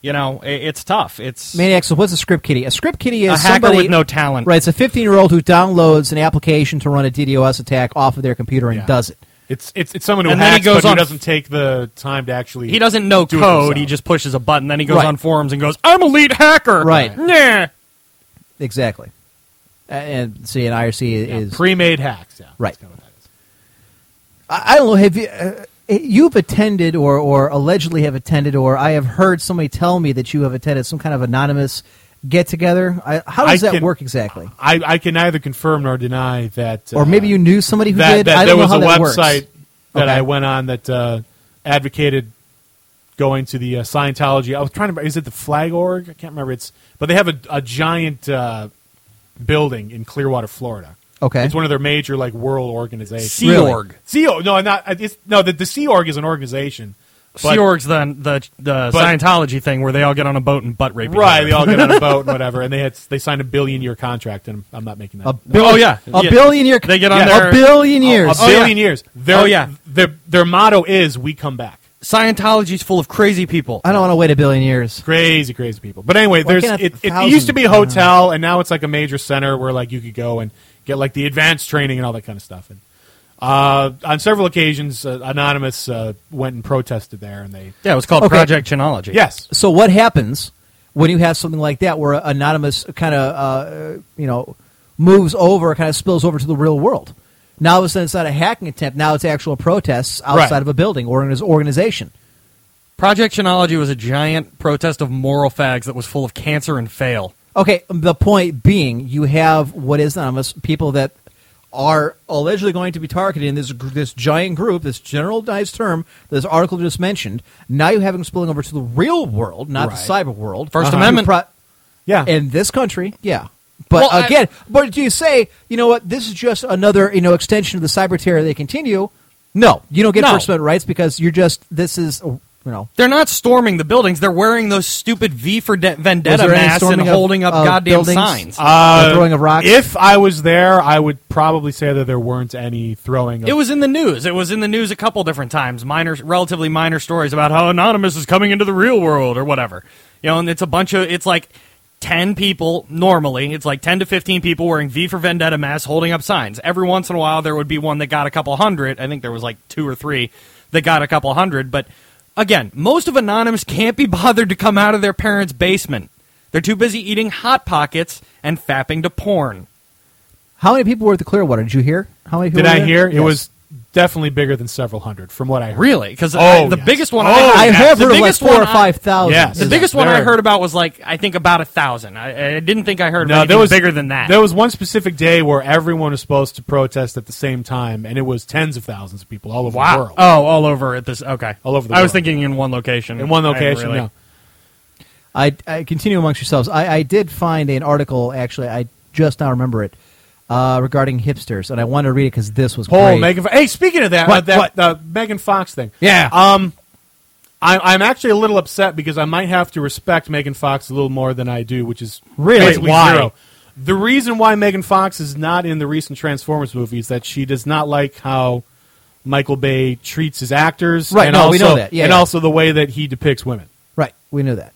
D: You know, i it's tough. It's
C: Maniac, so what's a script kitty? A script kitty is
D: A hacker
C: somebody,
D: with no talent.
C: Right, it's a 15 year old who downloads an application to run a DDoS attack off of their computer and
E: Yeah.
C: does it.
E: It's it's it's someone who
D: And then he
E: hacks,
D: goes
E: but who
D: on-
E: doesn't take the time to actually.
D: he doesn't know
E: do it
D: code. He
E: himself.
D: just pushes a button. Then he goes
C: Right.
D: on forums and goes, "I'm elite hacker."
C: Right.
D: Nah.
C: Exactly. A- And see, an IRC is
E: pre-made hacks. Yeah, that's
C: Right.
E: kinda what that is.
C: I I don't know. Have you? Uh, you've attended, or or allegedly have attended, or I have heard somebody tell me that you have attended some kind of anonymous get together. I- How does
E: I
C: that
E: can-
C: work exactly?
E: I, I can neither confirm nor deny that.
C: Or maybe
E: uh,
C: you knew somebody who
E: that,
C: did.
E: that
C: I don't
E: there
C: know
E: was
C: how
E: a
C: that works.
E: website that
C: Okay.
E: I went on that uh, advocated going to the uh, Scientology. I was trying to. Is it the Flag Org? I can't remember. It's but they have a, a giant uh, building in Clearwater, Florida.
C: Okay.
E: it's one of their major like world organizations.
D: Sea
C: Really?
D: org.
E: Sea Org. No, not uh, it's, no. The, the Sea Org is an organization.
D: Sea
E: but-
D: org's the the, the
E: But-
D: Scientology thing where they all get on a boat and butt rape. each
E: Right,
D: other.
E: they all get on a boat and whatever, and they had they signed a billion year contract, and I'm not making that.
C: A
E: up.
C: billion,
D: Oh, yeah.
C: a
D: Yeah.
C: billion year.
D: They get on
C: a
D: their-
C: billion
E: a
C: years.
E: billion years. Their,
D: Oh, yeah.
E: their their motto is "We come back."
D: Scientology's full of crazy people.
C: I don't want to wait a billion years.
E: Crazy, crazy people. But anyway,
C: Why
E: there's
C: can't
E: it, it,
C: thousand?
E: used to be a hotel, and now it's like a major center where like you could go and get like the advanced training and all that kind of stuff. And uh, on several occasions, uh, Anonymous uh, went and protested there, and they
D: Yeah, it was called
C: Okay.
D: Project Chinology.
E: yes,
C: So what happens when you have something like that, where a- anonymous kind of uh, you know moves over, kind of spills over to the real world? Now all of a sudden, it's not a hacking attempt. Now it's actual protests outside
E: Right.
C: of a building or in his organization.
D: Project Chinology was a giant protest of moral fags that was full of cancer and fail.
C: Okay, the point being, you have what is anonymous people that are allegedly going to be targeted in this gr- this giant group, this generalized term, this article just mentioned. Now you have them spilling over to the real world, not the
E: Right.
C: cyber world.
D: 1st
C: Who
D: Amendment.
C: pro-
E: yeah.
C: in this country, yeah. But
D: Well, I-
C: again, but do you say, you know what? This is just another you know extension of the cyber terror. They continue. No, you don't get
D: No.
C: First Amendment rights because you're just this is you know
D: They're not storming the buildings. They're wearing those stupid V for De- Vendetta
C: Was there any
D: masks and
C: storming of-
D: holding up
C: of
D: goddamn
C: buildings? Uh,
D: signs. Uh,
C: the throwing of rocks.
E: Uh, If I was there, I would probably say that there weren't any throwing. Of,
D: it was in the news. It was in the news a couple different times. Minor, relatively minor stories about how Anonymous is coming into the real world or whatever. You know, and it's a bunch of it's like ten people normally. It's like ten to fifteen people wearing V for Vendetta masks, holding up signs. Every once in a while, there would be one that got a couple hundred. I think there was like two or three that got a couple hundred. But again, most of Anonymous can't be bothered to come out of their parents' basement. They're too busy eating hot pockets and fapping to porn.
C: how many people were at the Clearwater? Did you hear? How many? People
E: did
C: were
E: I
C: there?
E: hear? It
C: Yes.
E: was definitely bigger than several hundred, from what I heard.
D: Really? Because
E: Oh,
D: the
E: yes.
D: biggest one
E: Oh,
D: I,
C: I
E: yeah.
C: have
D: the
C: heard of like
D: biggest
C: four
D: one
C: or
D: I-
C: five thousand.
E: Yes.
D: The
E: Is
D: biggest
E: that
D: one I
E: there?
D: heard about was like I think about a thousand. I, I didn't think I heard
E: No,
D: about
E: there was
D: bigger than that.
E: There was one specific day where everyone was supposed to protest at the same time, and it was tens of thousands of people all over
D: wow.
E: the world.
D: Oh, all over at this. Okay,
E: All over the
D: I was
E: world.
D: thinking in one location.
E: in one
D: I
E: location,
D: really-
E: no.
C: I, I continue amongst yourselves. I, I did find an article actually. I just now remember it uh, regarding hipsters, and I want to read it because this was
E: Paul,
C: great.
E: Megan. Fo- Hey, speaking of that,
C: What,
E: uh, that
C: what?
E: Uh, Megan Fox thing.
D: Yeah.
E: Um, I, I'm actually a little upset because I might have to respect Megan Fox a little more than I do, which is
D: Really?
E: basically
D: Why?
E: zero. The reason why Megan Fox is not in the recent Transformers movie is that she does not like how Michael Bay treats his actors,
C: Right,
E: And
C: no,
E: also,
C: we know that. Yeah,
E: and
C: yeah.
E: also the way that he depicts women.
C: right? We knew that.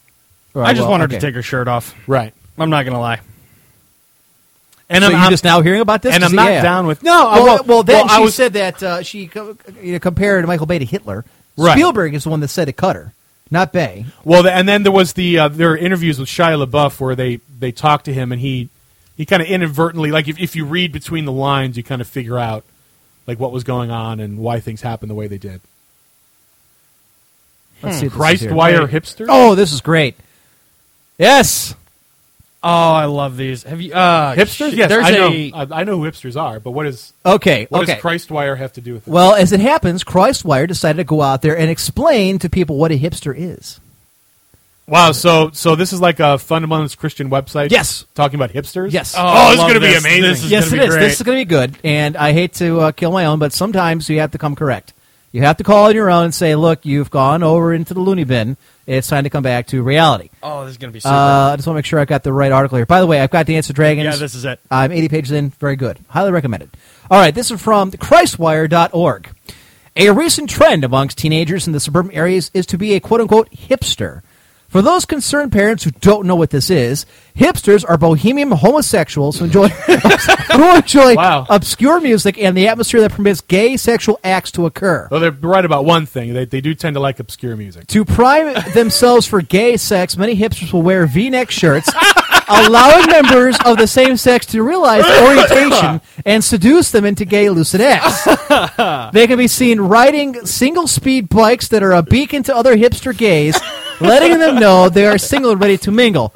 C: All right,
D: I just
C: well,
D: wanted
C: okay.
D: to take her shirt off.
E: Right.
D: I'm not gonna lie.
E: And
C: So
E: I'm,
C: you
E: I'm-
C: just now hearing about this,
E: and
C: 'Cause,
E: I'm not
C: yeah.
E: down with-
C: No,
E: I
C: well, well,
E: won't-
C: then
E: well, I
C: she
E: was-
C: said that uh, she co- you know, compared Michael Bay to Hitler.
E: Right.
C: Spielberg is the one that said it cut her, not Bay.
E: Well, the, and then there was the uh, there were interviews with Shia LaBeouf where they they talked to him and he he kind of inadvertently like if if you read between the lines you kind of figure out like what was going on and why things happened the way they did.
C: Let's see. what this is
E: Hmm. Christ
C: here.
E: wire hipster.
C: Oh, this is great. Yes.
D: Oh, I love these. Have you uh,
E: hipsters.
D: sh-
E: Yes,
D: there's
E: I know.
D: a-
E: I, I know who hipsters are, but what is
C: Okay.
E: what
C: okay.
E: does Christ wire have to do with it?
C: Well, as it happens, Christwire decided to go out there and explain to people what a hipster is.
E: wow, so so this is like a fundamentalist Christian website.
C: Yes.
E: talking about hipsters.
C: Yes.
D: Oh,
E: Oh,
D: I
E: this is
D: love
E: going to be
D: this.
E: amazing.
D: This is
C: yes,
D: gonna
C: it
D: be
C: is.
D: great.
C: This is going to be good, and I hate to uh, kill my own, but sometimes you have to come correct. You have to call on your own and say, "Look, you've gone over into the loony bin. It's time to come back to reality."
D: Oh, this is gonna be super.
C: Uh, I just want to make sure I got the right article here. By the way, I've got the Answer Dragons.
D: yeah, this is it.
C: I'm 80 pages in. Very good. Highly recommended. All right, this is from ChristWire.org. A recent trend amongst teenagers in the suburban areas is to be a quote unquote hipster. For those concerned parents who don't know what this is, hipsters are bohemian homosexuals who enjoy, who enjoy
E: Wow.
C: obscure music and the atmosphere that permits gay sexual acts to occur.
E: Though they're right about one thing, they, they do tend to like obscure music.
C: To prime themselves for gay sex, many hipsters will wear V-neck shirts, allowing members of the same sex to realize their orientation and seduce them into gay lucid acts. They can be seen riding single-speed bikes that are a beacon to other hipster gays, letting them know they are single and ready to mingle.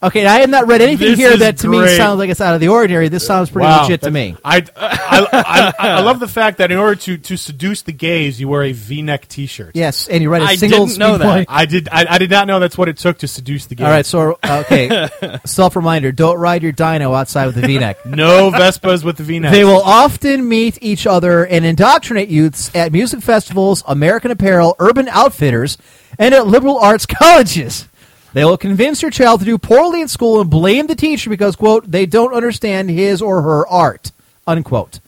C: Okay, I have not read anything
E: This
C: here
E: is
C: that to me
E: great.
C: sounds like it's out of the ordinary. This sounds pretty
E: Wow,
C: legit to
E: that's-
C: me.
E: I, I, I, I love the fact that in order to, to seduce the gays, you wear a V-neck T-shirt.
C: Yes, and you read
D: I
C: a single
D: didn't know
C: speed
D: that.
C: bike.
E: I did. I, I did not know that's what it took to seduce the gays.
C: All right, so okay, self reminder: don't ride your dino outside with a V-neck.
E: no Vespas with the V-neck.
C: They will often meet each other and indoctrinate youths at music festivals, American Apparel, Urban Outfitters, and at liberal arts colleges. They will convince your child to do poorly in school and blame the teacher because, quote, they don't understand his or her art, unquote.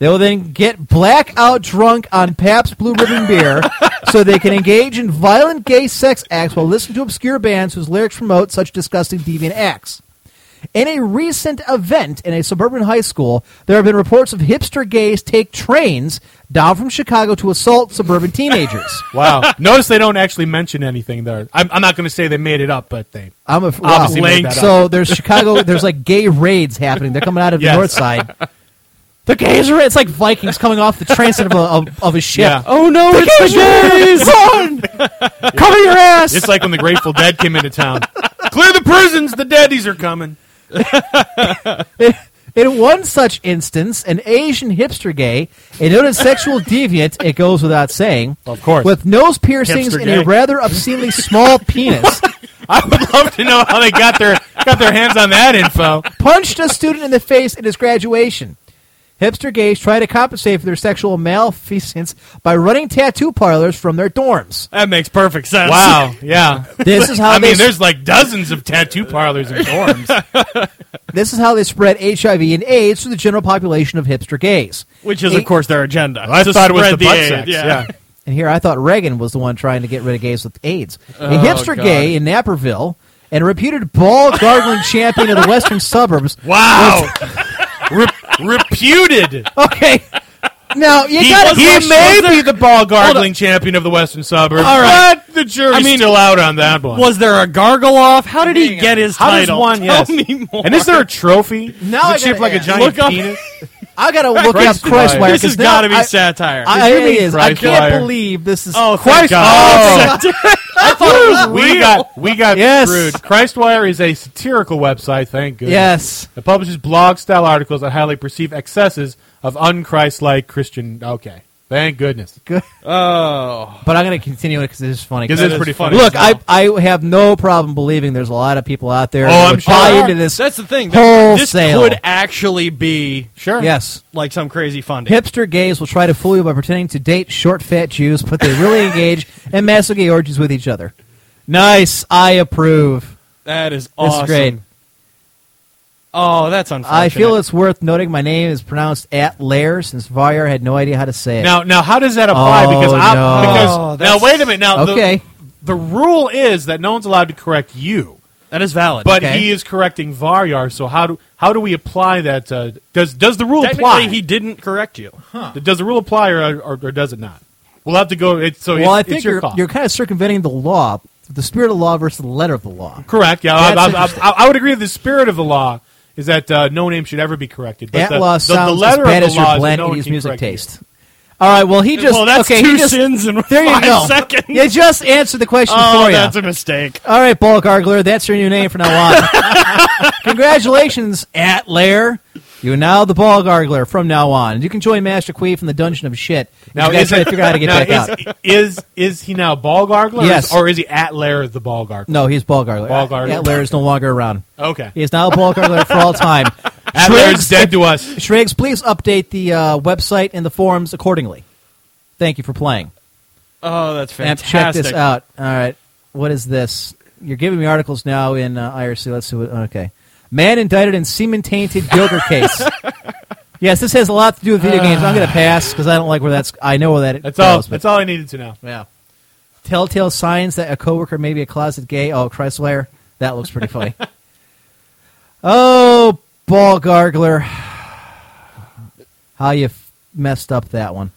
C: They will then get blackout drunk on Pabst Blue Ribbon beer so they can engage in violent gay sex acts while listening to obscure bands whose lyrics promote such disgusting deviant acts. In a recent event in a suburban high school, there have been reports of hipster gays take trains down from Chicago to assault suburban teenagers.
E: Wow. Notice they don't actually mention anything there. I'm, I'm not going to say they made it up, but they.
C: I'm a wow.
E: Obviously made that up.
C: So there's Chicago. There's like gay raids happening. They're coming out of
E: Yes.
C: the north side. The gays are. It's like Vikings coming off the transit of a of, of a ship.
E: Yeah.
C: Oh no! it's the gays. Run! Cover your ass.
E: It's like when the Grateful Dead came into town. Clear the prisons. The deadies are coming.
C: In one such instance, an Asian hipster gay, a noted sexual deviant, it goes without saying,
E: Of course.
C: with nose piercings
E: Hipster
C: and a
E: gay.
C: rather obscenely small penis,
E: I would love to know how they got their got their hands on that info.
C: punched a student in the face at his graduation. Hipster gays try to compensate for their sexual malfeasance by running tattoo parlors from their dorms.
D: That makes perfect sense.
E: Wow. Yeah.
C: This is how
E: I
C: they
E: mean, there's like dozens of tattoo parlors and dorms.
C: this is how they spread HIV and AIDS to the general population of hipster gays.
D: Which is,
C: Eight-
D: of course, their agenda.
E: I
D: to
E: thought it was the
D: spread
E: butt
D: aid,
E: sex. Yeah.
C: And here I thought Reagan was the one trying to get rid of gays with AIDS.
E: Oh,
C: A hipster gay in Naperville and a reputed ball gargling champion of the western suburbs.
E: Wow. Re- reputed.
C: Okay. Now, you
E: He,
C: gotta
E: he
C: question-
E: may be the ball gargling champion of the Western suburbs. All
D: right.
E: But the jury's
D: I mean,
E: still out on that one.
D: Was there a gargle off? How did he get his
E: How does
D: title?
E: one-
D: Tell
E: yes.
D: me more.
E: and is there a trophy?
C: Now I
E: is it shaped
C: gotta
E: like a
C: ask.
E: giant
D: Look up-
E: penis?
C: I gotta look
E: Christ
C: up Christ
E: alive.
C: wire.
D: this has got to be satire.
C: I,
E: This
C: it
E: is
C: is. I
E: Christ
C: can't
E: wire.
C: believe this is.
D: oh,
E: Christ-
D: thank God. I thought it was
E: Oh. we
D: real.
E: got we got
C: Yes.
E: screwed. Christwire is a satirical website, thank goodness.
C: Yes.
E: It publishes blog style articles that highlight perceived excesses of unchrist like Christian okay. Thank goodness.
C: Good.
D: Oh,
C: But I'm gonna continue it because it is funny.
E: Because
D: That
E: it's
D: is
E: pretty funny.
D: funny.
C: Look, I, I have no problem believing there's a lot of people out there
E: Oh,
C: who
E: I'm
C: would
E: sure.
C: buy
E: Oh,
C: into this.
D: That's the thing. This
C: wholesale.
D: could actually be
E: sure.
C: yes.
D: like some crazy funding.
C: Hipster gays will try to fool you by pretending to date short, fat Jews, but they really engage in massive gay orgies with each other. Nice. I approve.
D: That is
C: This
D: awesome.
C: is great.
D: Oh, that's unfortunate.
C: I feel it's worth noting my name is pronounced at Lair since Vire had no idea how to say it.
E: Now now how does that apply?
C: Oh,
E: because I
C: no.
D: Oh,
E: because
D: that's-
E: now wait a minute. Now the- Oh,
C: okay.
E: the, rule is that no one's allowed to correct you.
D: that is valid.
E: But
C: Okay.
E: he is correcting Varyar, so how do how do we apply that? Uh, does does the rule apply?
D: technically, he didn't correct you.
E: Does the rule apply or, or, or does it not? We'll have to go. It's, so
C: well,
E: it's,
C: I
E: it's
C: think
E: your
C: you're,
E: call.
C: you're kind of circumventing the law, the spirit of the law versus the letter of the law.
E: correct. Yeah, I,
C: That's
E: I, I, I, I would agree. That the spirit of the law is that uh, no name should ever be corrected. But
C: At
E: the,
C: law
E: the,
C: sounds
E: the letter
C: as bad
E: of the
C: as
E: law
C: your
E: is that
C: bland
E: no one
C: 80s
E: can
C: music
E: correct you.
C: taste. All right. Well, he just
D: well, that's
C: okay.
D: two
C: he just,
D: sins in
C: there you
D: five
C: go.
D: seconds.
C: You just answered the question
D: oh,
C: for you.
D: that's a mistake.
C: All right, Ball Gargler, that's your new name from now on. Congratulations, At Lair. You're now the Ball Gargler from now on. You can join Master Quee from the Dungeon of Shit. if
E: Now
C: you guys
E: is
C: try
E: it,
C: to figure out how to get
E: now,
C: back out.
E: is, is is he now ball gargler? or
C: Yes.
E: is- Or is he at layer of the ball gargler?
C: No, he's Ball Gargler.
E: Ball Gargler.
C: At Lair is no longer around.
E: Okay.
C: He is now a Ball Gargler for all time.
E: At layer is
C: Shriggs-
E: dead to us.
C: Shriggs, please update the uh, website and the forums accordingly. Thank you for playing.
D: Oh, that's
C: And
D: fantastic.
C: check this out. All right, what is this? You're giving me articles now in uh, IRC. Let's see what. Okay, man indicted in semen tainted yogurt case. yes, this has a lot to do with video games. I'm going to pass because I don't like where that's. I know where that.
E: That's all.
C: goes, but-
E: That's all I needed to know.
C: Yeah. telltale signs that a coworker may be a closet gay. Oh, Chrysler, that looks pretty funny. oh, ball gargler, how you f- messed up that one.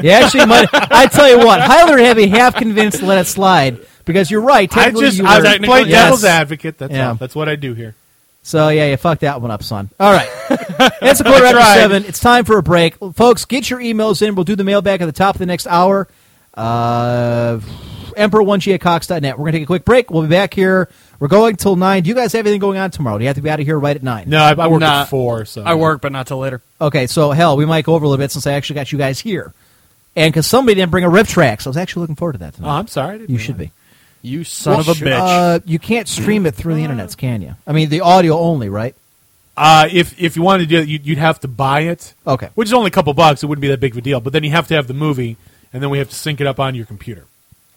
C: You actually might. I tell you what, Hyler had me half convinced to let it slide because you're right.
E: I
C: technically
E: just
C: you
E: I
C: were-
E: was playing
C: Yes.
E: devil's advocate. That's
C: Yeah.
E: all. That's what I do here.
C: So yeah, you fucked that one up, son. All right, it's a quarter after
E: tried.
C: seven. It's time for a break, folks. Get your emails in. We'll do the mailbag at the top of the next hour. Uh, Emperor1g at Cox.net. We're gonna take a quick break. We'll be back here. We're going till nine. Do you guys have anything going on tomorrow? Do you have to be out of here right at nine?
E: No, I, I work
D: Nah.
E: at four. So
D: I work, but not till later.
C: Okay, so hell, we might go over a little bit since I actually got you guys here, and because somebody didn't bring a riff track, so I was actually looking forward to that
E: Oh,
C: tonight.
E: I'm sorry. I didn't
C: you
E: know
C: should
E: that.
C: be.
D: You son of a bitch.
C: Uh, you can't stream it through the internets, can you? I mean, the audio only, right?
E: Uh, if if you wanted to do it, you'd, you'd have to buy it.
C: Okay.
E: Which is only a couple bucks. It wouldn't be that big of a deal. But then you have to have the movie, and then we have to sync it up on your computer,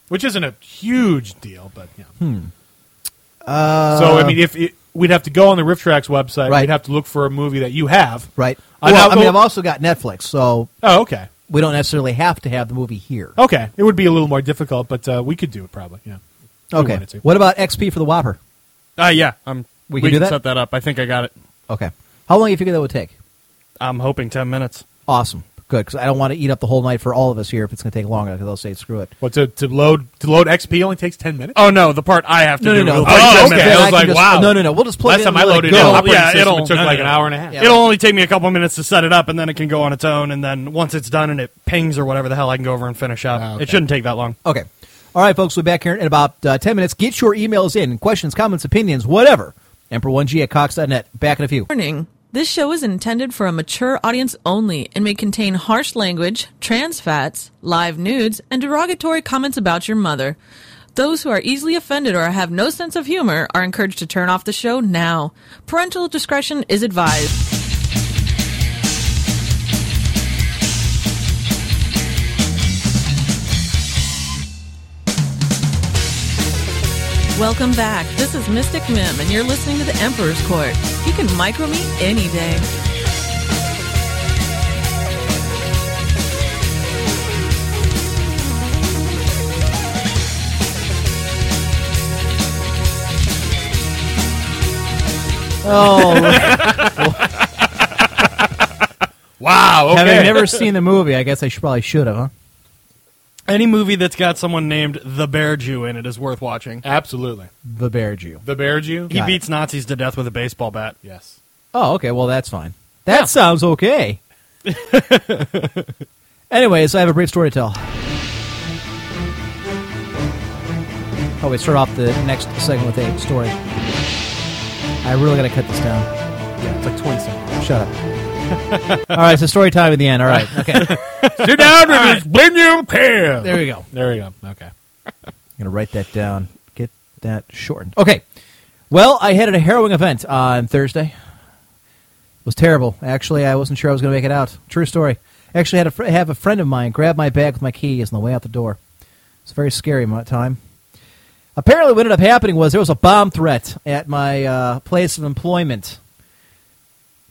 E: which isn't a huge deal. But yeah.
C: Hmm.
E: Uh, so I mean, if it, we'd have to go on the Rift Tracks website,
C: Right.
E: we'd have to look for a movie that you have.
C: Right.
E: I
C: well,
E: know-
C: I mean, I've also got Netflix, so
E: Oh, okay.
C: we don't necessarily have to have the movie here.
E: Okay. It would be a little more difficult, but uh, we could do it probably. Yeah. If we
C: okay.
E: wanted to.
C: What about XP for the Whopper?
D: Uh, yeah, I'm,
C: We can do that?
D: set that up. I think I got it.
C: Okay. How long do you figure that would take?
D: I'm hoping 10 minutes.
C: Awesome. Good, because I don't want to eat up the whole night for all of us here if it's going to take longer, because they'll say, screw it.
E: What to, to load to load XP only takes ten minutes.
D: Oh, no, the part I have to do. will take
E: Oh,
D: 10
E: okay.
D: minutes.
C: Then
E: I was
C: can
E: like,
C: just-
E: wow.
C: No, no, no. We'll just plug
E: Last
C: it
E: time
C: in
E: I
C: and let
E: loaded
C: it
E: it,
C: go.
D: up.
E: operating
D: Yeah,
E: system,
D: it'll-
E: it took
D: no, no,
E: like
D: no.
E: an hour and a half.
C: Yeah.
D: It'll only take me a couple minutes to set it up, and then it can go on its own. And then once it's done and it pings or whatever the hell, I can go over and finish up.
E: okay.
D: It shouldn't take that long.
C: Okay. All right, folks, we'll be back here in about uh, 10 minutes. Get your emails in, questions, comments, opinions, whatever. Emperor1g at Cox.net. Back in a few.
B: Warning. This show is intended for a mature audience only and may contain harsh language, trans fats, live nudes, and derogatory comments about your mother. Those who are easily offended or have no sense of humor are encouraged to turn off the show now. Parental discretion is advised. Welcome back. This is Mystic Mim, and you're listening to The Emperor's Court. You can micro me any day.
C: Oh,
E: Wow. Okay.
C: having never seen the movie, I guess I should, probably should have, huh?
D: Any movie that's got someone named the Bear Jew in it is worth watching.
E: Absolutely.
C: The Bear Jew.
E: The Bear Jew?
D: He
C: Got
D: beats Nazis to death with a baseball bat.
E: Yes.
C: Oh, okay. Well, that's fine. That sounds okay. Anyways, I have a brief story to tell. Oh, we start off the next segment with a story. I really got to cut this down.
E: Yeah, it's like 20 seconds.
C: Shut up. All right, so story time at the end. All right, okay.
E: Sit down and just bend your pair.
C: There we go.
E: There we go. Okay.
C: I'm gonna write that down. Get that shortened. Okay. Well, I had a harrowing event on Thursday. It was terrible. Actually, I wasn't sure I was gonna make it out. True story. Actually, I had a fr- have a friend of mine grab my bag with my keys on the way out the door. It's very scary mo- time. Apparently, what ended up happening was there was a bomb threat at my uh, place of employment.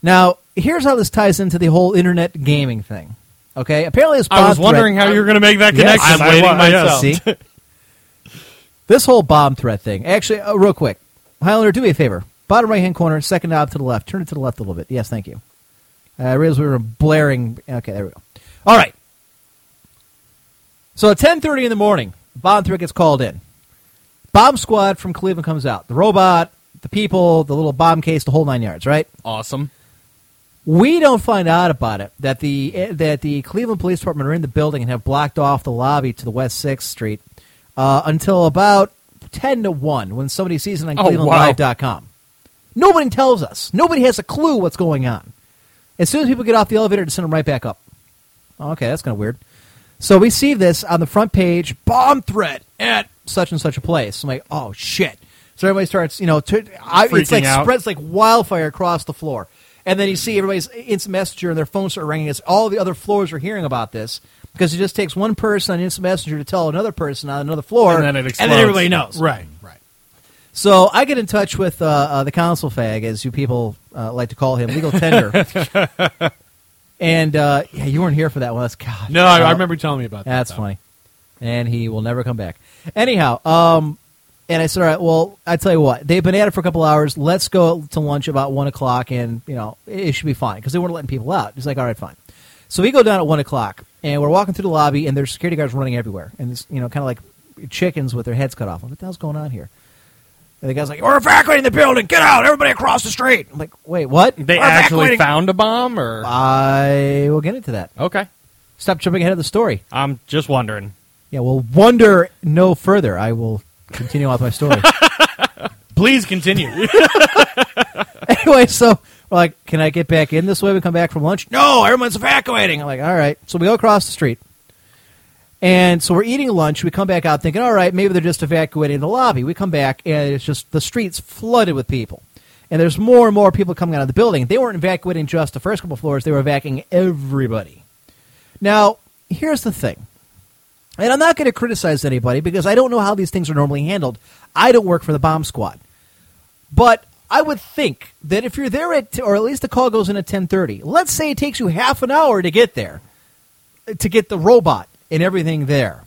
C: Now, here's how this ties into the whole internet gaming thing. Okay, apparently this bomb
D: I was
C: threat-
D: wondering how you were going to make that
C: Yes.
E: I'm
D: connection. I
E: waiting
D: wa-
E: myself.
D: yes.
C: See? this whole bomb threat thing. Actually, uh, real quick. Highlander, do me a favor. Bottom right hand corner, second knob to the left. Turn it to the left a little bit. Yes, thank you. Uh, I realized we were blaring. Okay, there we go. All right. So at 10.30 in the morning, bomb threat gets called in. Bomb squad from Cleveland comes out. The robot, the people, the little bomb case, the whole nine yards, right?
D: Awesome.
C: We don't find out about it that the eh, that the Cleveland Police Department are in the building and have blocked off the lobby to the West Sixth Street uh, until about ten to one when somebody sees it on
D: Oh,
C: ClevelandLive.com. Nobody tells us. Nobody has a clue what's going on. As soon as people get off the elevator, to send them right back up. Okay, that's kind of weird. So we see this on the front page: bomb threat at such and such a place. I'm like, oh shit! So everybody starts, you know, to, I, it's
D: Freaking
C: like
D: out.
C: spreads like wildfire across the floor. And then you see everybody's instant messenger and their phones start ringing. It's all the other floors are hearing about this because it just takes one person on instant messenger to tell another person on another floor,
D: And then it
C: and
D: explodes.
C: then everybody knows.
E: Right. Right.
C: So I get in touch with uh, uh, the council fag, as you people uh, like to call him, legal tender. and uh, yeah, you weren't here for that one. That's God.
E: No, I,
C: Uh,
E: I remember you telling me about that.
D: Uh-huh.
C: That's
E: though.
C: funny. and he will never come back. Anyhow, um, and I said, all right, well, I tell you what, they've been at it for a couple hours. Let's go to lunch about one o'clock, and you know it, it should be fine because they weren't letting people out. He's like, all right, fine. So we go down at one o'clock, and we're walking through the lobby, and there's security guards running everywhere, and it's you know kind of like chickens with their heads cut off. What the hell's going on here? And the guy's like, "We're evacuating the building. Get out, everybody across the street." I'm like, "Wait, what?
D: They
C: We're
D: actually
C: evacuating-"
D: found a bomb, or
C: I will get into that.
D: okay.
C: Stop jumping ahead of the story.
D: I'm just wondering.
C: Yeah, well, wonder no further. I will continue on with my story.
E: Please continue.
C: anyway, so we're like, can I get back in this way? We come back from lunch. No, everyone's evacuating. I'm like, all right. So we go across the street, and so we're eating lunch. We come back out thinking, all right, maybe they're just evacuating the lobby. We come back, and it's just the streets flooded with people. And there's more and more people coming out of the building. They weren't evacuating just the first couple floors; they were evacuating everybody. Now, here's the thing. And I'm not going to criticize anybody because I don't know how these things are normally handled. I don't work for the bomb squad. But I would think that if you're there at, or at least the call goes in at ten thirty. Let's say it takes you half an hour to get there, to get the robot and everything there.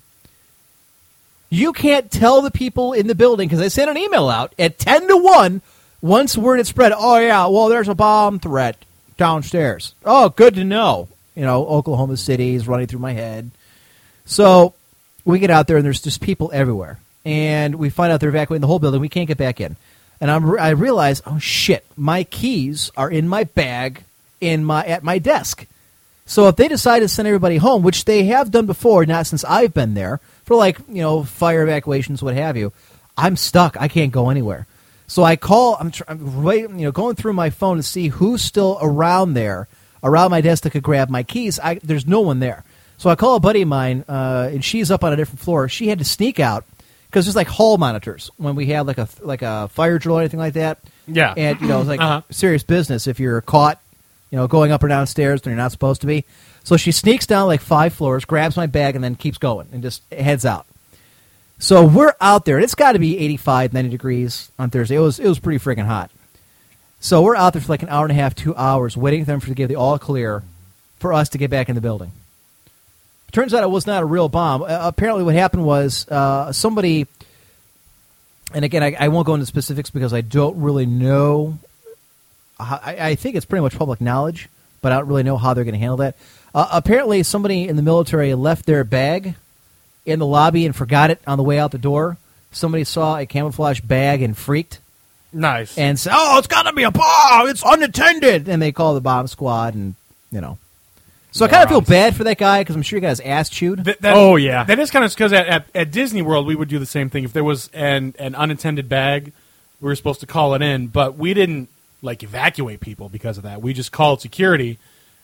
C: You can't tell the people in the building because they sent an email out at ten to one. Once word had spread, oh yeah, well there's a bomb threat downstairs. Oh, good to know. You know, Oklahoma City is running through my head. So we get out there and there's just people everywhere, and we find out they're evacuating the whole building. We can't get back in, and I'm I realize, oh shit, my keys are in my bag in my at my desk. So if they decide to send everybody home, which they have done before, not since I've been there, for like, you know, fire evacuations, what have you, I'm stuck. I can't go anywhere. So I call, I'm, tr- I'm wait, you know, going through my phone to see who's still around there, around my desk that could grab my keys. I, there's no one there. So I call a buddy of mine, uh, and she's up on a different floor. She had to sneak out because there's like hall monitors when we had like a like a fire drill or anything like that.
D: Yeah.
C: and you know, it's like serious business if you're caught, you know, going up or downstairs when you're not supposed to be. So she sneaks down like five floors, grabs my bag, and then keeps going and just heads out. So we're out there. and It's got to be 85, 90 degrees on Thursday. It was it was pretty freaking hot. So we're out there for like an hour and a half, two hours, waiting for them to give the all clear for us to get back in the building. Turns out it was not a real bomb. Uh, apparently, what happened was uh, somebody, and again, I, I won't go into specifics because I don't really know. how- I, I think it's pretty much public knowledge, but I don't really know how they're going to handle that. Uh, apparently, somebody in the military left their bag in the lobby and forgot it on the way out the door. Somebody saw a camouflage bag and freaked
D: Nice.
C: and say, "Oh, it's got to be a bomb. It's unattended." And they call the bomb squad, and you know. So I kind of feel bad for that guy because I'm sure he got his ass chewed.
E: Th- that-
D: Oh, yeah.
E: that is kind of because at, at, at Disney World we would do the same thing. If there was an an unattended bag, we were supposed to call it in, but we didn't like evacuate people because of that. We just called security,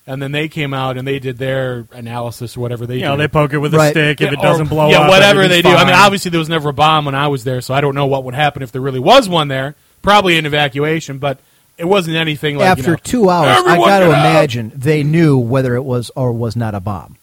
E: and then they came out and they did their analysis or whatever they
D: you know,
E: do.
D: they poke it with a
C: Right.
D: stick. If
E: Yeah,
D: it doesn't
E: or-
D: blow
E: yeah,
D: up,
E: whatever they do.
D: everything's
E: I mean,
D: fine.
E: obviously there was never a bomb when I was there, so I don't know what would happen if there really was one there. Probably an evacuation, but it wasn't anything like you
C: After
E: know,
C: two hours, I
E: "Everyone
C: got to
E: get out!"
C: imagine they knew whether it was or was not a bomb.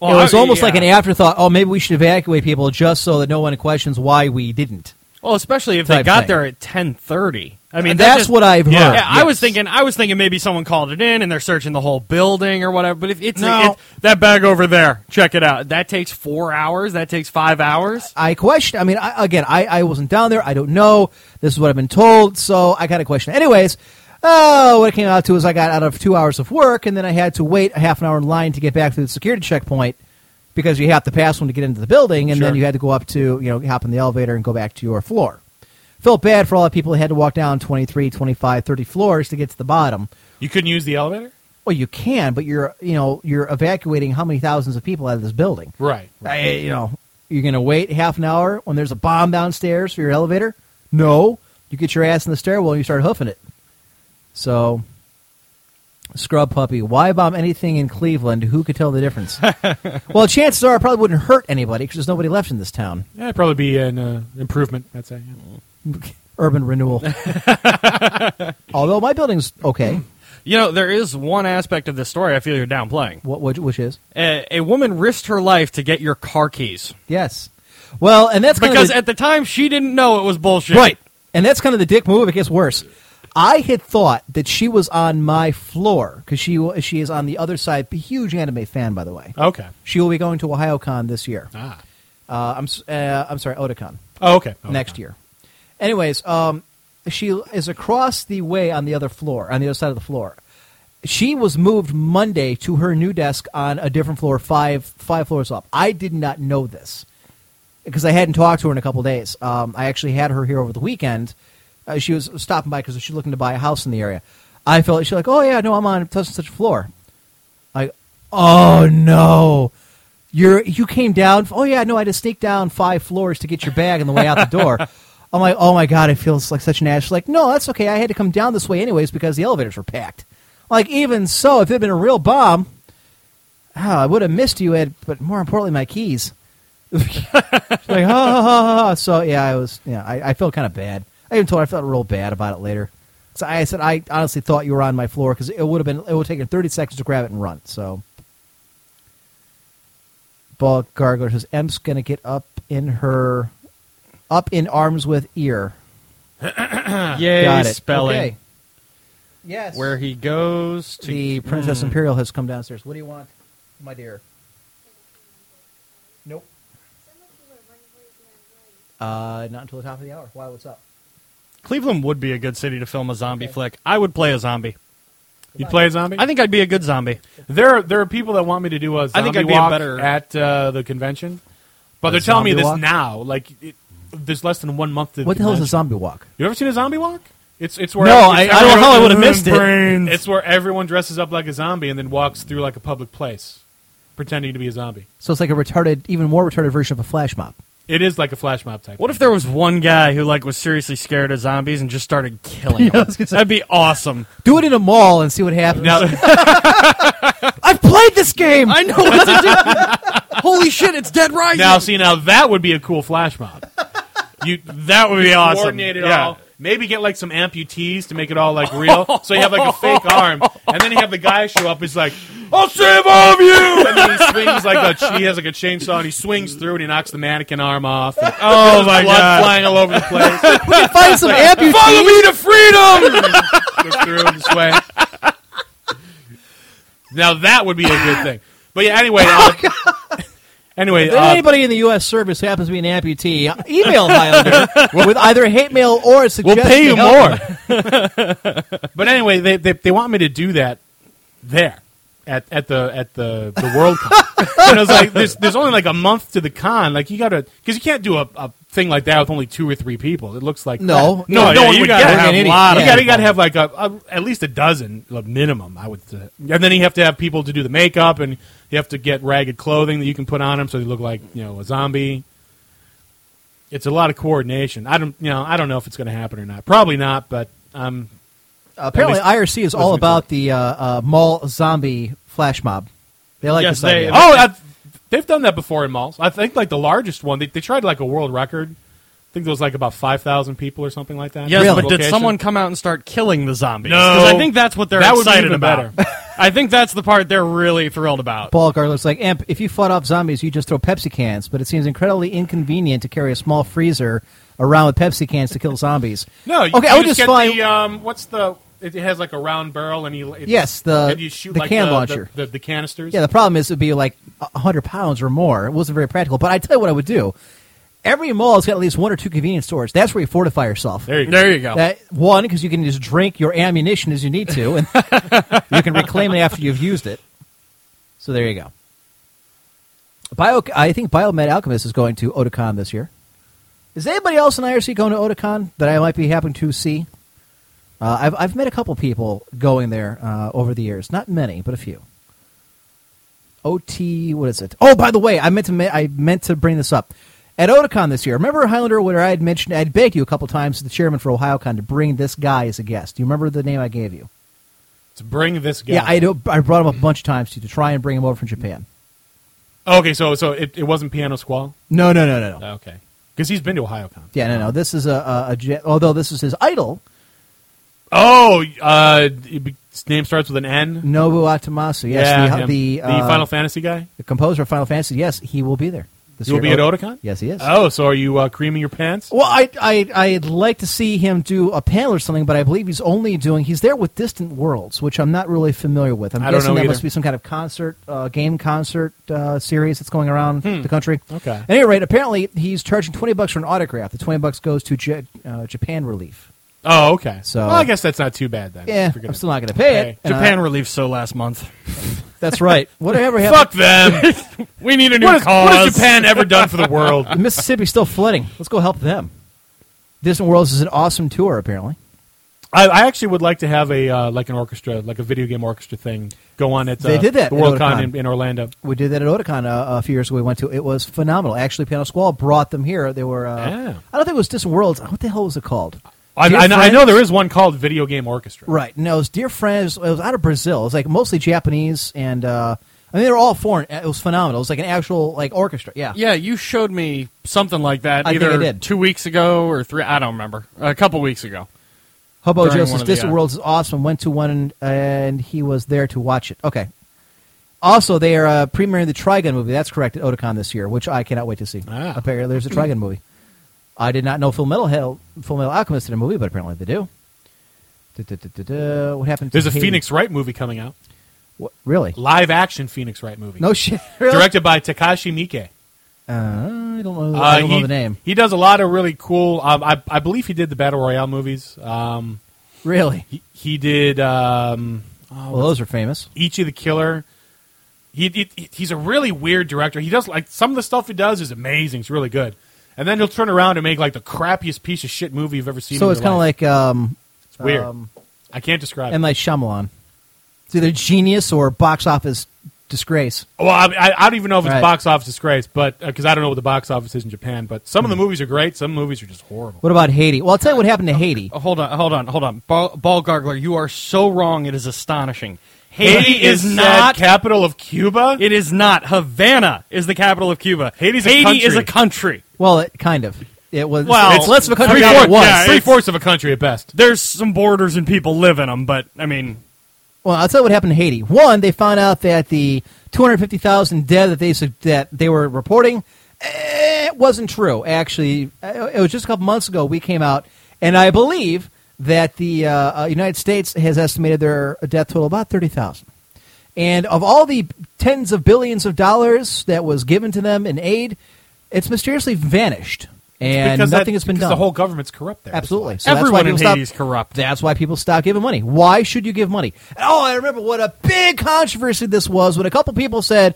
D: Well,
C: it was
D: I-
C: almost
D: yeah.
C: like an afterthought. Oh, maybe we should evacuate people just so that no one questions why we didn't.
D: Well, especially if they
C: type
D: got
C: thing.
D: there at ten thirty. I mean,
C: And
D: that
C: that's
D: just-
C: what I've
D: Yeah,
C: heard,
D: yeah, I was
C: yes.
D: thinking. I was thinking maybe someone called it in and they're searching the whole building or whatever. But if it's
E: No.
D: it- that bag over there, check it out. That takes four hours. That takes five hours.
C: I question. I mean, I, again, I, I wasn't down there. I don't know. This is what I've been told, so I kind of question. it. Anyways, oh, what it came out to is I got out of two hours of work, and then I had to wait a half an hour in line to get back to the security checkpoint because you have to pass one to get into the building, and then you had to go up to you know hop in the elevator and go back to your floor. Felt bad for all the people who had to walk down 23, 25, 30 floors to get to the bottom.
E: You couldn't use the elevator,
C: Well, you can, but you're you know you're evacuating how many thousands of people out of this building.
E: right?
C: I, you know, you're going to wait half an hour when there's a bomb downstairs for your elevator? No. You get your ass in the stairwell and you start hoofing it. So, scrub puppy, why bomb anything in Cleveland? Who could tell the difference? well, chances are it probably wouldn't hurt anybody because there's nobody left in this town.
E: Yeah, it'd probably be an uh, improvement. I'd say.
C: Urban renewal. Although my building's okay,
D: You know, there is one aspect of this story I feel you're downplaying.
C: what, which, which is.
D: A, a woman risked her life to get your car keys
C: Yes. Well, and that's kind of
D: because
C: the-
D: at the time she didn't know it was bullshit.
C: Right. And that's kind of the dick move. It gets worse. I had thought that she was on my floor because she she is on the other side. A huge anime fan, by the way.
E: Okay.
C: She will be going to OhioCon this year.
E: Ah.
C: Uh, I'm s- uh, I'm sorry, Otakon
E: Oh, okay. Oh,
C: next
D: Ah.
E: okay.
C: year. Anyways, um, she is across the way on the other floor, on the other side of the floor. She was moved Monday to her new desk on a different floor, five five floors up. I did not know this because I hadn't talked to her in a couple days. Um, I actually had her here over the weekend. Uh, she was stopping by because she's looking to buy a house in the area. I felt she's like, oh yeah, no, I'm on such and such floor. Like, oh no, you're you came down. Oh yeah, no, I had to sneak down five floors to get your bag on the way out the door. I'm like, oh my god, it feels like such an ass. She's like, no, that's okay. I had to come down this way anyways because the elevators were packed. Like, even so, if it had been a real bomb, ah, I would have missed you, Ed. But more importantly, my keys. She's like, ha, ha, ha, ha. So yeah, I was. Yeah, I, I felt kind of bad. I even told her I felt real bad about it later. So I said I honestly thought you were on my floor because it would have been it would have taken thirty seconds to grab it and run. So, Ball Gargler says Emp's gonna get up in her, up in arms with ear.
D: Yay,
C: Got it.
D: spelling.
C: Okay. Yes.
D: Where he goes to Mm.
C: the Princess Imperial has come downstairs. What do you want, my dear? Nope. Uh, not until the top of the hour. Why? What's up?
D: Cleveland would be a good city to film a zombie
C: Okay.
D: flick. I would play a zombie.
E: You'd play a zombie?
D: I think I'd be a good zombie.
E: There are there are people that want me to do a zombie
D: I think I'd be a
E: walk
D: better-
E: at uh, the convention, but
C: A
E: they're telling me
C: zombie
E: this
C: walk?
E: now. Like it, there's less than one month. To
C: What the hell is a
E: convention.
C: zombie walk?
E: You ever seen a zombie walk? It's it's where
D: No,
E: it's
D: I- I don't
E: everyone-
D: know how I would've missed it. Brains.
E: It's where everyone dresses up like a zombie and then walks through like a public place, pretending to be a zombie.
C: So it's like a retarded, even more retarded version of a flash mob.
E: It is like a flash mob type.
D: What if there was one guy who like was seriously scared of zombies and just started killing them? That'd be awesome.
C: Do it in a mall and see what happens.
E: now?
C: I've played this game.
D: I know what to do. Holy shit, it's Dead Rising.
E: now see now that would be a cool flash mob. You
D: that would be awesome.
E: coordinate it
D: Yeah.
E: all. Maybe get like some amputees to make it all like real. so you have like a fake arm, and then you have the guy show up. He's like, "I'll save all of you!" And then he swings like a he has like a chainsaw, and he swings through, and he knocks the mannequin arm off. And
D: Oh my
E: blood
D: god.
E: flying all over the place.
C: Find some amputees.
D: Follow me to freedom.
E: Goes through this way. Now that would be a good thing. But yeah, anyway. uh, anyway,
C: If
E: uh,
C: anybody in the U.S. service who happens to be an amputee, email Highlander with either hate mail or a suggestion.
D: pay
C: to
D: you
C: help
D: more.
C: them.
E: But anyway, they, they they want me to do that there at, at the at the the World Con. and I was like, there's there's only like a month to the con. Like you gotta because you can't do a, a thing like that with only two or three people. It looks like
C: No.
E: crap. no,
C: Yeah,
E: no one
D: you
E: would
D: gotta
E: get it.
D: have
C: An
D: a
C: idiot.
D: lot of
E: You gotta, you
D: people.
E: gotta have like a, a at least a dozen like, minimum, I would say. And then you have to have people to do the makeup, and you have to get ragged clothing that you can put on them so they look like you know a zombie. It's a lot of coordination. I don't, you know, I don't know if it's going to happen or not. Probably not, but um,
C: Apparently,
E: At
C: IRC is all
E: Listen to
C: about the uh, uh, mall zombie flash mob. They like
D: Yes,
C: this
D: they-
C: idea.
E: Oh, i they've done that before in malls. I think like the largest one, they, they tried like a world record. I think there was like about five thousand people or something like that.
D: Yes,
C: Really?
D: but did
E: Location.
D: someone come out and start killing the zombies?
E: No.
D: 'Cause I think that's what they're
E: That would be
D: excited
E: even
D: about. I think that's the part they're really thrilled about.
C: Paul Garler's like, Amp, if you fought off zombies, you just throw Pepsi cans, but it seems incredibly inconvenient to carry a small freezer around with Pepsi cans to kill zombies.
E: No, you,
C: okay,
E: you
C: I would
E: just
C: just,
E: get
C: find
E: the um, what's the? It has like a round barrel, and you it's,
C: Yes, the-
E: and you shoot
C: the
E: like
C: can launcher.
E: the, the, the canisters.
C: yeah. The problem is, it'd be like a hundred pounds or more. It wasn't very practical, but I tell you what, I would do. Every mall's got at least one or two convenience stores. That's where you fortify yourself.
E: there you go.
D: There you go.
C: That one because you can just drink your ammunition as you need to, and you can reclaim it after you've used it. So there you go. Bio, I think Biomed Alchemist is going to Otakon this year. Is anybody else in IRC going to Otakon that I might be happening to see? Uh, I've I've met a couple people going there uh, over the years, not many, but a few. OT, what is it? Oh, by the way, I meant to ma- I meant to bring this up at Otakon this year. Remember Highlander, where I had mentioned I'd begged you a couple times, the chairman for OhioCon, to bring this guy as a guest. Do you remember the name I gave you?
E: To bring this guy.
C: Yeah, I do, I brought him up a bunch of times to to try and bring him over from Japan.
E: okay, so so it, it wasn't Piano Squall.
C: No, no, no, no, no.
E: Oh, Okay, because he's been to OhioCon.
C: Yeah, no, no. This is a, a, a ja- although this is his idol,
E: Oh, uh, it be- his name starts with an N.
C: Nobu Atamasu. Yes,
E: yeah,
C: the
E: him.
C: the, uh,
E: Final Fantasy guy.
C: the composer of Final Fantasy. Yes, he will be there. This
E: You'll
C: year.
E: be at Otakon?
C: Yes, he is.
E: Oh, so are you uh, creaming your pants?
C: Well, I, I, I'd like to see him do a panel or something, but I believe he's only doing, he's there with Distant Worlds, which I'm not really familiar with. I'm
E: I don't
C: guessing
E: know
C: that
E: either.
C: must be some kind of concert, uh, game concert uh, series that's going around the country.
E: Hmm. Okay.
C: At any rate, apparently he's charging 20 bucks for an autograph. The 20 bucks goes to J- uh, Japan Relief.
E: Oh, okay.
C: So-
E: well, I guess that's not too bad then.
C: Yeah,
E: If you're
C: I'm
E: gonna-
C: still not going to pay
E: Hey,
C: it. and, uh,
D: Japan relief so last month.
C: that's right. Whatever happened?
E: Fuck them.
D: We need a new
E: what, is, what
D: cause.
E: has Japan ever done for the world?
C: The Mississippi's still flooding. Let's go help them. Distant Worlds is an awesome tour, apparently.
E: I, I actually would like to have a uh, like an orchestra, like a video game orchestra thing go on at uh,
C: They did that
E: the
C: at
E: World
C: Otakon.
E: Con in, in Orlando.
C: We did that at Otakon uh, a few years ago. We went to. It was phenomenal. Actually, Panel Squall brought them here. They were. Uh,
E: Yeah.
C: I don't think it was Distant Worlds. What the hell was it called?
E: I,
C: Dear
E: I, know- I know
C: Friends?
E: there is one called Video Game Orchestra.
C: Right. No, it was Dear Friends. It was out of Brazil. It was like mostly Japanese, and uh, I mean they were all foreign. It was phenomenal. It was like an actual like orchestra. Yeah.
D: Yeah, you showed me something like that
C: I think
D: either
C: I did.
D: two weeks ago or three. I don't remember. A couple weeks ago.
C: Hobo
D: During
C: Joe
D: one
C: says
D: of the,
C: Distant
D: uh,
C: Worlds is awesome. Went to one and, and he was there to watch it. Okay. Also, they are uh, premiering the Trigun movie. That's correct at Otakon this year, which I cannot wait to see.
E: Ah.
C: Apparently, there's a Trigun movie. I did not know Full Metal Hell, Full Metal Alchemist did a movie, but apparently they do. Da-da-da-da-da. What happened? to
E: There's a
C: Hades?
E: Phoenix Wright movie coming out,
C: What, really?
E: live action Phoenix Wright movie.
C: No shit. Really?
E: directed by Takashi Miike.
C: Uh, I don't know.
E: Uh,
C: I don't
E: he,
C: know the name.
E: He does a lot of really cool. Um, I, I believe he did the battle royale movies. Um,
C: Really?
E: he, he did um,
C: well, those are famous.
E: Ichi the Killer. He, he- he's a really weird director. He does like some of the stuff he does is amazing. It's really good. And then he'll turn around and make like the crappiest piece of shit movie you've ever seen.
C: So
E: in
C: it's
E: kind of
C: like um,
E: it's weird.
C: um,
E: I can't describe.
C: M.
E: it.
C: Night Shyamalan. It's either genius or box office disgrace.
E: Well, I, I, I don't even know if it's
C: Right.
E: box office disgrace, but because I don't know what the box office is in Japan. But some of
C: Hmm.
E: the movies are great. Some movies are just horrible.
C: What about Haiti? Well, I'll tell you what happened to Haiti.
D: Oh, hold on, hold on, hold on. Ball, ball gargler, you are so wrong. It is astonishing. Haiti, is
E: said
D: not.
E: capital of Cuba.
D: it is not. Havana is the capital of Cuba.
E: Haiti's a
D: Haiti is
E: country.
D: a country.
C: Well, it, kind of. It was.
D: Well,
C: it's less of a country
D: three
C: than it
D: fourth-
C: was.
D: yeah,
E: Three fourths of a country at best.
D: There's some borders and people live in them, but I mean,
C: Well, I'll tell you what happened to Haiti. One, they found out that the 250,000 dead that they su- that they were reporting eh, wasn't true. Actually, eh, it was just a couple months ago we came out, and I believe that the uh, uh, United States has estimated their death total about 30,000. And of all the tens of billions of dollars that was given to them in aid, it's mysteriously vanished, and
E: because
C: nothing
E: that,
C: has been done.
E: because The whole government's corrupt there.
C: Absolutely.
E: That's
C: So that's why
D: everyone in
C: people stop-
D: Haiti's corrupt.
C: That's why people stop giving money. Why should you give money? And, Oh, I remember what a big controversy this was when a couple people said,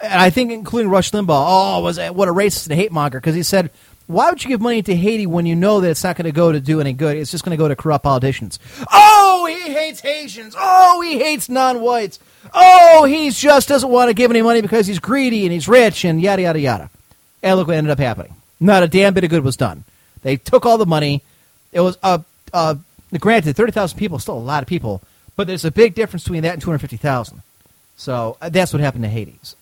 C: and I think including Rush Limbaugh, oh, was what a racist and hate monger because he said, why would you give money to Haiti when you know that it's not going to go to do any good? It's just going to go to corrupt politicians. Oh, he hates Haitians. Oh, he hates non-whites. Oh, he just doesn't want to give any money because he's greedy and he's rich and yada yada yada. And look what ended up happening. Not a damn bit of good was done. They took all the money. It was uh, uh, granted, thirty thousand people is still a lot of people, but there's a big difference between that and two hundred fifty thousand. So uh, that's what happened to Hades.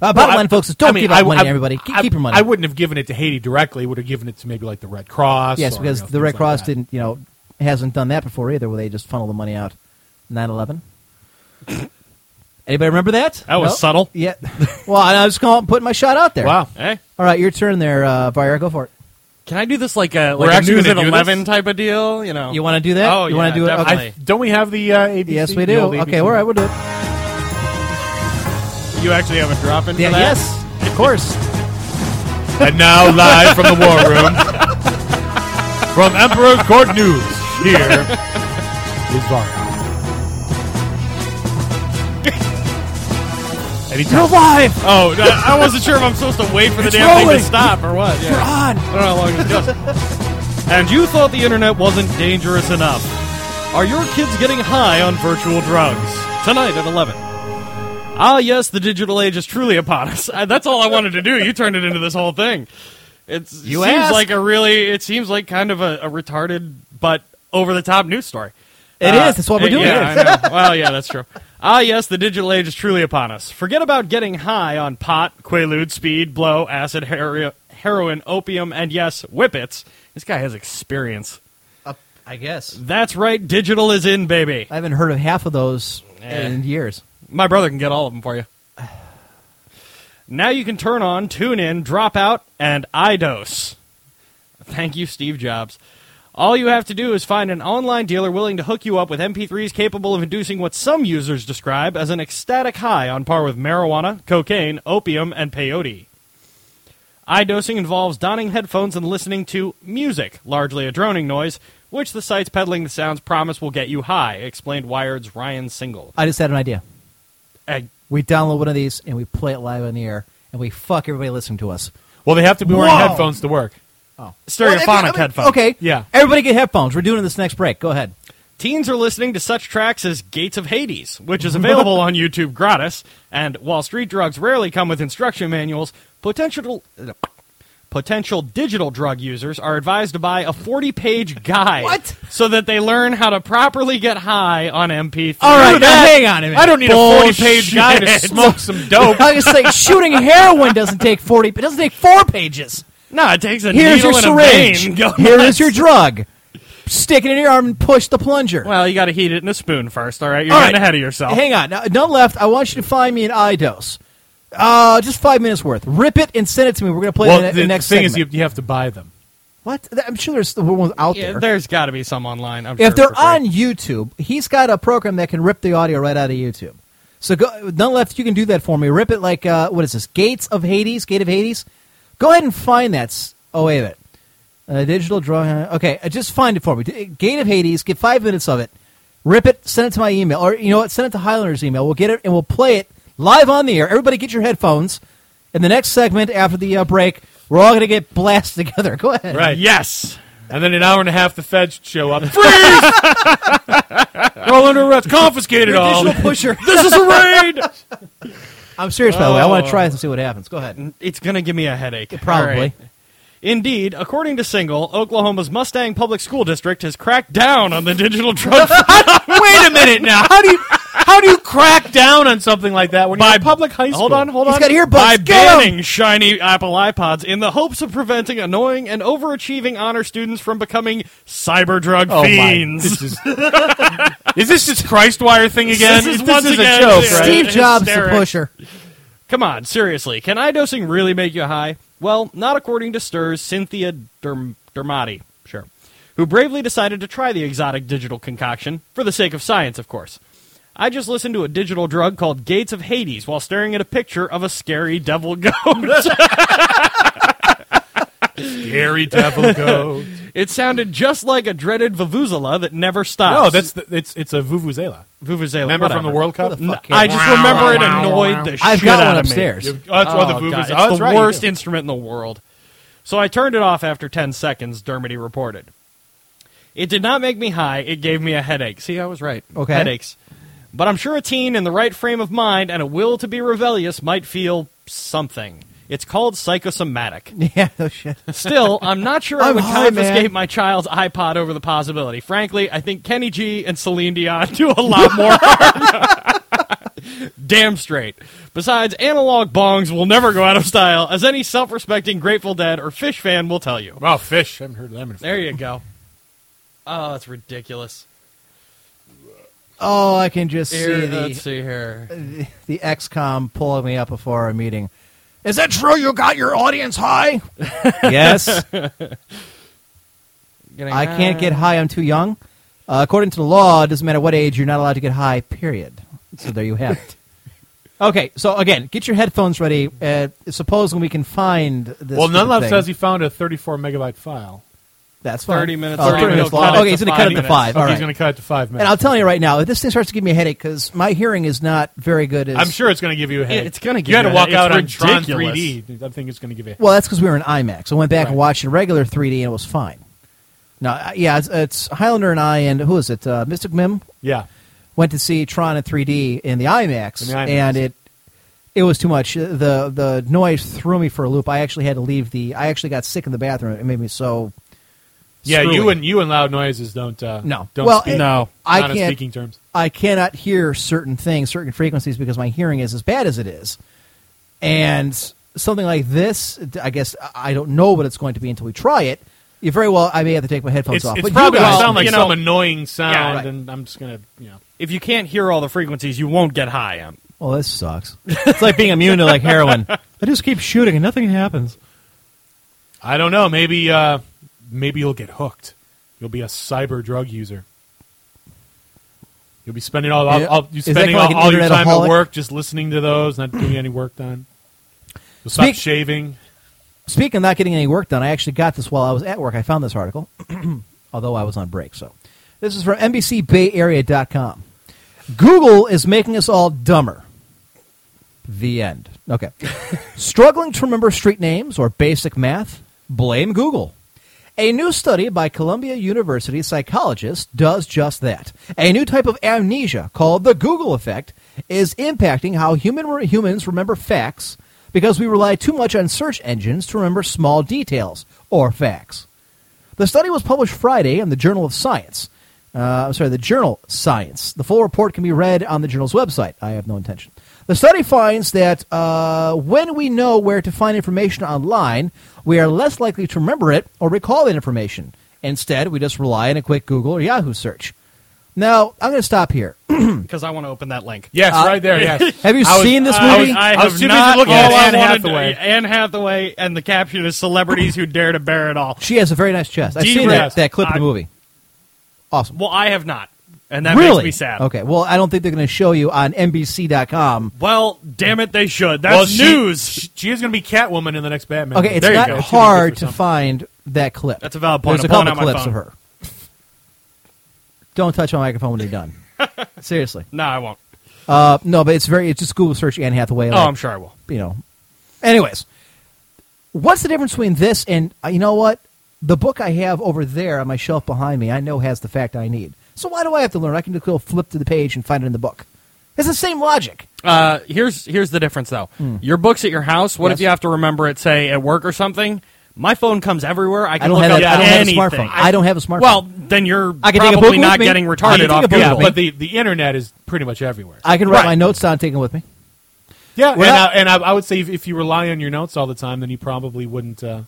C: Uh, bottom
E: Well, I-
C: line, folks, is don't
E: I mean,
C: give out
E: I-
C: money,
E: I-
C: everybody. Keep,
E: I,
C: keep your money.
E: I wouldn't have given it to Haiti directly. Would have given it to maybe like the Red Cross.
C: Yes,
E: or,
C: because
E: you know,
C: the Red
E: things like
C: Cross
E: that.
C: didn't, you know, hasn't done that before either, where they just funnel the money out. 9-11? Anybody remember that?
D: That was subtle. Eh?
C: Yeah. well, I was calling, putting my shot out there.
E: Wow.
D: hey,
C: All right, your turn there, uh, Vira. Go for it.
D: can I do this like a
E: We're
D: like a
E: actually
D: news at
E: gonna do
D: eleven
E: this?
D: type of deal? You know,
C: You want to do that?
D: Oh,
C: you
D: yeah,
C: want to do it?
D: definitely.
C: Okay.
E: Don't we have the uh, ABC?
C: Yes, we
E: The old
C: do.
E: ABC?
C: Okay, all right, we'll do it.
D: you actually have a drop in
C: Yeah,
D: for that?
C: yes, of course.
E: And now live from the war room, from Emperor's Court News, here is Varya. Anytime.
C: alive.
D: Oh, I I wasn't sure if I'm supposed to wait for the
C: It's
D: damn thing
C: rolling.
D: to stop or what. Yeah.
C: You're on.
D: I don't know how long this goes. and you thought the internet wasn't dangerous enough. Are your kids getting high on virtual drugs? Tonight at 11. Ah, yes, the digital age is truly upon us. Uh, That's all I wanted to do. You turned it into this whole thing. It
C: You
D: seems
C: asked.
D: like a really, it seems like kind of a, a retarded but over the top news story.
C: It
D: Uh, It
C: is.
D: is.
C: That's what we're doing.
D: Yeah, I know. Well, yeah, that's true. Ah, yes, the digital age is truly upon us. Forget about getting high on pot, quaalude, speed, blow, acid, hero- heroin, opium, and yes, whippets. This guy has experience.
C: I guess
D: That's right, digital is in, baby.
C: I haven't heard of half of those
D: Eh.
C: in years.
D: My brother can get all of them for you. Now you can turn on, tune in, drop out, and iDose. Thank you, Steve Jobs. All you have to do is find an online dealer willing to hook you up with MP3s capable of inducing what some users describe as an ecstatic high on par with marijuana, cocaine, opium, and peyote. Idosing involves donning headphones and listening to music, largely a droning noise, which the sites peddling the sounds promise will get you high, explained Wired's Ryan Single.
C: I just had an idea.
D: Ag-
C: We download one of these and we play it live on the air, and we fuck everybody listening to us.
E: Well, they have to be wearing
C: Whoa.
E: headphones to work.
D: Stereophonic
C: Well, I mean- I mean,
D: headphones.
C: Okay.
E: Yeah.
C: Everybody get headphones. We're doing this next break. Go ahead.
D: Teens are listening to such tracks as Gates of Hades, which is available on YouTube gratis, and while street drugs rarely come with instruction manuals, potential potential digital drug users are advised to buy a 40-page guide
C: What?
D: so that they learn how to properly get high on MP3.
C: All right, now hang on a minute. Uh,
E: I don't need a 40 page guy to
D: Bullshit.
E: smoke some
D: Oh.
E: dope.
C: I was gonna say shooting heroin doesn't take forty. It doesn't take four pages.
D: No, it takes a
C: Here's
D: needle
C: your
D: and a
C: syringe.
D: vein. Go
C: Here
D: nuts.
C: is your drug. Stick it in your arm and push the plunger.
D: Well, you got to heat it in a spoon first. All right, you're
C: All
D: getting
C: right.
D: ahead of yourself.
C: Hang on. Now, none left. I want you to find me an iDose. Uh, just five minutes worth. Rip it and send it to me. We're gonna play
E: well,
C: it
E: the,
C: in the, the next
E: thing is, you,
C: segment.
E: you have to buy them.
C: what? I'm sure there's the ones out
D: Yeah,
C: there.
D: there's got to be some online. I'm sure,
C: if they're
D: for free.
C: on YouTube, he's got a program that can rip the audio right out of YouTube. So go, none left. You can do that for me. Rip it like uh, what is this? Gates of Hades, Gate of Hades. Go ahead and find that. s- Oh wait a minute. Uh, digital drawing. Okay, uh, just find it for me. D- Gate of Hades. Get five minutes of it. Rip it. Send it to my email, or you know what? Send it to Highlander's email. We'll get it and we'll play it live on the air. Everybody, get your headphones. In the next segment after the uh, break, we're all going to get blasted together. Go ahead.
E: Right.
D: Yes.
E: And then an hour and a half, the feds show up. Freeze! Roll under arrest. Confiscate it all.
C: Digital pusher.
D: This is a raid.
C: I'm serious, by the way. I want to try this and see what happens. Go ahead.
D: it's going to give me a headache.
C: Probably.
D: All right. Indeed, according to Single, Oklahoma's Mustang Public School District has cracked down on the digital drug
E: Wait a minute now. How do you how do you crack down on something like that when you're in public high school?
D: Hold on, hold on.
C: He's got earbuds.
D: By
C: Get 'em!
D: banning shiny Apple iPods in the hopes of preventing annoying and overachieving honor students from becoming cyber drug
E: Oh, my.
D: fiends.
E: This is, is this this Christ wire thing again?
D: This is once again-
E: a joke, right?
D: Steve
C: Steve Jobs the
D: Hysteric.
C: pusher.
D: Come on, seriously. Can iDosing really make you high? Well, not according to STIR's Cynthia Derm- Dermati, sure, who bravely decided to try the exotic digital concoction, for the sake of science, of course. I just listened to a digital drug called Gates of Hades while staring at a picture of a scary devil goat.
E: Gary Devil Go.
D: it sounded just like a dreaded Vuvuzela that never stops.
E: No, that's the, it's it's a vuvuzela.
D: Vuvuzela.
E: Remember
D: whatever.
E: from the World Cup?
C: Who the fuck
D: N- I just remember it annoyed the
C: I've
D: shit
C: got
D: out
C: one
D: of me.
C: upstairs.
E: You- oh, that's
D: Oh,
E: what the
D: God,
E: vuvuzela.
D: It's
E: oh, that's
D: the
E: right, you
D: worst
E: do.
D: instrument in the world. So I turned it off after 10 seconds, Dermody reported. It did not make me high. It gave me a headache. See, I was right.
C: Okay.
D: Headaches. But I'm sure a teen in the right frame of mind and a will to be rebellious might feel something. It's called psychosomatic.
C: Yeah, no shit.
D: Still, I'm not sure I
C: I'm
D: would
C: high,
D: confiscate
C: man.
D: my child's iPod over the possibility. Frankly, I think Kenny G and Celine Dion do a lot more harm. Damn straight. Besides, analog bongs will never go out of style, as any self respecting Grateful Dead or Fish fan will tell you.
E: Wow, fish. I haven't heard lemon.
D: There you go. Oh, that's ridiculous.
C: Oh, I can just
D: Here,
C: see
D: let's
C: the,
D: see here.
C: the XCOM pulling me up before a meeting. Is that true? You got your audience high? yes.
D: Getting
C: I can't get
D: high.
C: high. I'm too young. Uh, according to the law, it doesn't matter what age, you're not allowed to get high, period. So there you have it. Okay, so again, get your headphones ready. Uh, supposing we can find this.
E: Well,
C: stupid
E: Nunlap
C: thing.
E: says he found a 34 megabyte file.
C: that's fine.
D: 30 minutes.
C: Oh,
D: 30
C: 30 minutes
D: minutes.
C: long.
D: Cut it
C: Okay, he's going to cut it to
D: minutes.
C: five.
E: Okay,
C: All right.
E: he's going to cut it to five minutes.
C: And I'll tell you right now, if this thing starts to give me a headache because my hearing is not very good. As,
E: I'm sure it's going to give you a headache.
D: it's gonna give
E: you had
D: you
E: to
D: a
E: walk
D: headache.
E: out on
D: It's
E: Tron
D: ridiculous.
E: 3D. I think it's going to give you. A
C: Well, that's because we were in IMAX. I went back and
E: Right.
C: watched in regular 3D, and it was fine. Now, uh, yeah, it's, it's Highlander and I, and who is it? Uh, Mystic Mim
E: yeah,
C: went to see Tron in 3D in the IMAX,
E: In the IMAX.
C: and it it was too much. Uh, the The noise threw me for a loop. I actually had to leave the. I actually got sick in the bathroom. It made me so.
E: yeah. You
C: screwy.
E: and you and loud noises don't. Uh,
C: No.
E: don't
C: Well,
E: speak.
C: it- No. I
E: not on
C: can't-
E: speaking terms.
C: I cannot hear certain things, certain frequencies, because my hearing is as bad as it is. And something like this, I guess I don't know what it's going to be until we try it. You very well, I may have to take my headphones
E: It's,
C: off.
E: it's
C: but
E: probably
C: you
E: going
C: guys,
E: to sound like
D: you know-
E: some annoying sound,
D: right.
E: and I'm just going to you know.
D: If you can't hear all the frequencies, you won't get high. Um,
C: well, this sucks. It's like being immune to like heroin. I just keep shooting and nothing happens.
E: I don't know. Maybe uh, maybe you'll get hooked. You'll be a cyber drug user. You'll be spending all, all,
C: Yeah.
E: all you
C: Is that
E: spending
C: like
E: all,
C: an
E: all your time
C: internetaholic?
E: at work just listening to those, not doing any work done. You'll stop
C: Speak-
E: shaving.
C: Speaking of not getting any work done, I actually got this while I was at work. I found this article, although I was on break. So this is from NBCBayArea.com. Google is making us all dumber. The end. Okay. Struggling to remember street names or basic math? Blame Google. A new study by Columbia University psychologists does just that. A new type of amnesia called the Google effect is impacting how human humans remember facts because we rely too much on search engines to remember small details or facts. The study was published Friday in the Journal of Science. Uh, I'm sorry, the journal Science. The full report can be read on the journal's website. I have no intention. The study finds that uh, when we know where to find information online, we are less likely to remember it or recall that information. Instead, we just rely on a quick Google or Yahoo search. Now, I'm going to stop here.
D: because I want to open that link.
E: Yes, right there. Yes.
C: Uh, Have you
E: I was-
C: seen this
D: I,
C: movie?
D: was, I,
E: I was
D: have
E: too busy
D: not
E: looking
D: all
E: at Anne
D: I wanted to-
E: Hathaway.
D: Anne Hathaway, and the caption is "Celebrities who dare to bear it all."
C: she has a very nice chest. I've seen that,
D: Dearest,
C: that clip in the
D: I-
C: movie. Awesome.
D: Well, I have not, and that
C: really?
D: makes me sad.
C: Okay. Well, I don't think they're going to show you on NBC.com.
D: Well, damn it, they should. That's
E: Well, she-
D: news.
E: She, she is going to be Catwoman in the next Batman.
C: Okay,
E: movie.
C: it's
D: There you
C: not
D: go.
E: It's gonna be good
C: hard to
E: for something.
C: find that clip.
D: That's a valid point.
C: There's
D: I'm
C: a couple
D: pulling out my
C: clips
D: phone.
C: of her. Don't touch my microphone when you're done. Seriously.
D: no, I won't.
C: Uh, no, but it's very. It's just Google search Anne Hathaway.
D: oh,
C: like,
D: I'm sure I will.
C: You know. Anyways, what's the difference between this and uh, you know what? The book I have over there on my shelf behind me, I know has the fact I need. So why do I have to learn? I can just go flip to the page and find it in the book. It's the same logic.
D: Uh, here's here's the difference though. Your book's at your house. What
C: Hmm. Yes.
D: if you have to remember it, say at work or something? My phone comes everywhere. I can
C: I don't
D: look
C: have.
D: up
C: A, I don't have a
D: anything.
C: smartphone. I don't have a smartphone.
D: Well, then you're
C: I can take a book
D: probably
C: with
D: not
C: me.
D: getting
C: I can
D: retarded
C: take
D: off
C: a book
D: Google.
E: Yeah,
C: with me.
E: but the, the internet is pretty much everywhere.
C: I can write
D: right.
C: my notes down, take them with me.
E: yeah, and,
C: Well-
E: I, and I, I would say if, if you rely on your notes all the time, then you probably wouldn't uh,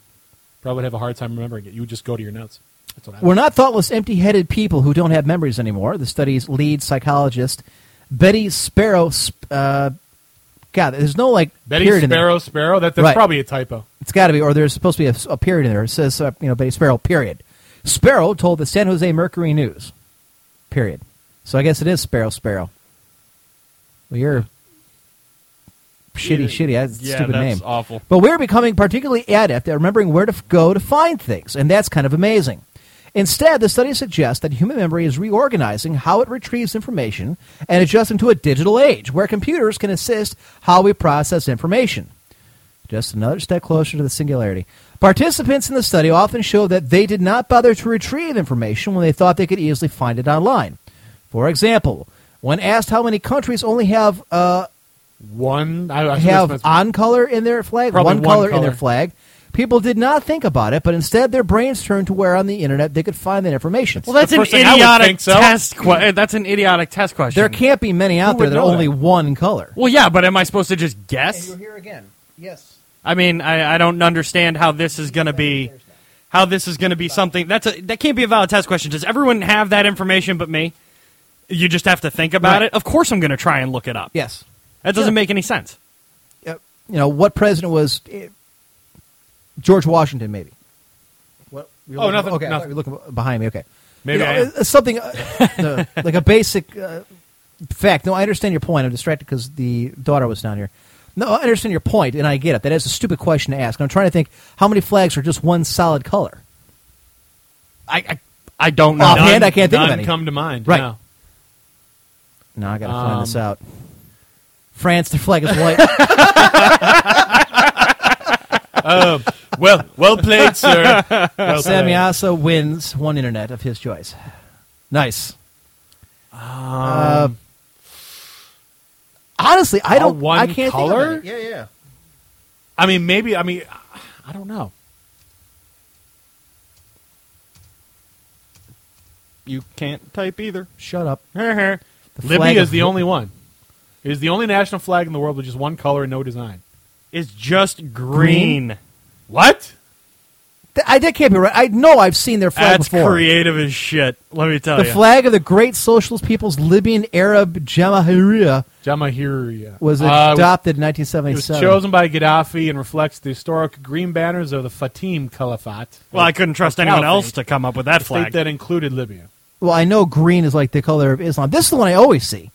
E: probably have a hard time remembering it. You would just go to your notes. That's what I.
C: We're not thoughtless, empty headed people who don't have memories anymore. The study's lead psychologist, Betty Sparrow. Sp- Uh, God, there's no like
E: Betty
C: period in there.
E: Sparrow, Sparrow. That, that's
C: Right.
E: probably a typo.
C: It's got to be, or there's supposed to be a, a period in there. It says, uh, you know, Betty Sparrow, period. Sparrow told the San Jose Mercury News, period. So I guess it is Sparrow Sparrow. Well, you're shitty, shitty. That's a
D: yeah,
C: stupid
D: that's
C: name.
D: awful.
C: But we're becoming particularly adept at remembering where to f- go to find things, and that's kind of amazing. Instead, the study suggests that human memory is reorganizing how it retrieves information and adjusting to a digital age where computers can assist how we process information. Just another step closer to the singularity. Participants in the study often showed that they did not bother to retrieve information when they thought they could easily find it online. For example, when asked how many countries only have uh,
E: One. I, I
C: have on color in their flag,
E: Probably
C: one,
E: one
C: color, in
E: color.
C: their flag, people did not think about it, but instead their brains turned to where on the internet they could find that information.
D: Well, that's
E: the
D: an
E: first thing I would
D: idiotic
E: think so.
D: test. Que- that's an idiotic test question.
C: there can't be many out
E: Who
C: there
E: would
C: that are
E: know
C: only
E: that?
C: one color.
D: well, yeah, but am I supposed to just guess?
C: here again. Yes.
D: I mean, I, I don't understand how this is going to be, how this is going to be something that's a that can't be a valid test question. Does everyone have that information but me? You just have to think about
C: Right.
D: it. Of course, I'm going to try and look it up.
C: Yes.
D: that doesn't
C: Sure.
D: make any sense.
C: Uh, You know what president was? eh, George Washington, maybe. What?
E: Oh, looking- nothing,
C: Okay, I thought
E: nothing.
C: you were looking behind me. Okay.
E: Maybe
C: You know,
E: I am.
C: uh, something uh, no, like a basic uh, fact. No, I understand your point. I'm distracted because the daughter was down here. No, I understand your point, and I get it. That is a stupid question to ask. I'm trying to think how many flags are just one solid color.
D: I I, I don't know.
C: Offhand, I can't think
E: none
C: of any.
E: come to mind.
C: Right.
E: no.
C: No, I gotta
E: Um,
C: find this out. France, their flag is white.
E: Oh, well, well played, sir. Well played.
C: Samyasa wins one internet of his choice. Nice.
E: Um,
C: Uh, honestly, I
E: all
C: don't.
E: one
C: I can't
E: color?
C: Think of it. Yeah, yeah.
E: I mean, maybe. I mean, I don't know.
D: You can't type either.
C: Shut up.
D: Heh
C: The flag
E: Libya is
C: of-
E: the only one. It is the only national flag in the world with just one color and no design.
D: It's just green.
E: What?
C: Th- I, that can't be right. I know I've seen their flag
D: That's
C: before.
D: creative as shit. Let me tell
C: the
D: you.
C: flag of the great socialist people's Libyan Arab Jamahiriya
E: Jamahiriya
C: was
E: Uh,
C: adopted in
E: It was
C: 1977.
E: chosen by Gaddafi and reflects the historic green banners of the Fatim Caliphate.
D: well, I couldn't trust anyone else to come up with that
E: a state
D: flag.
E: that included Libya.
C: well, I know green is like the color of Islam. This is the one I always see.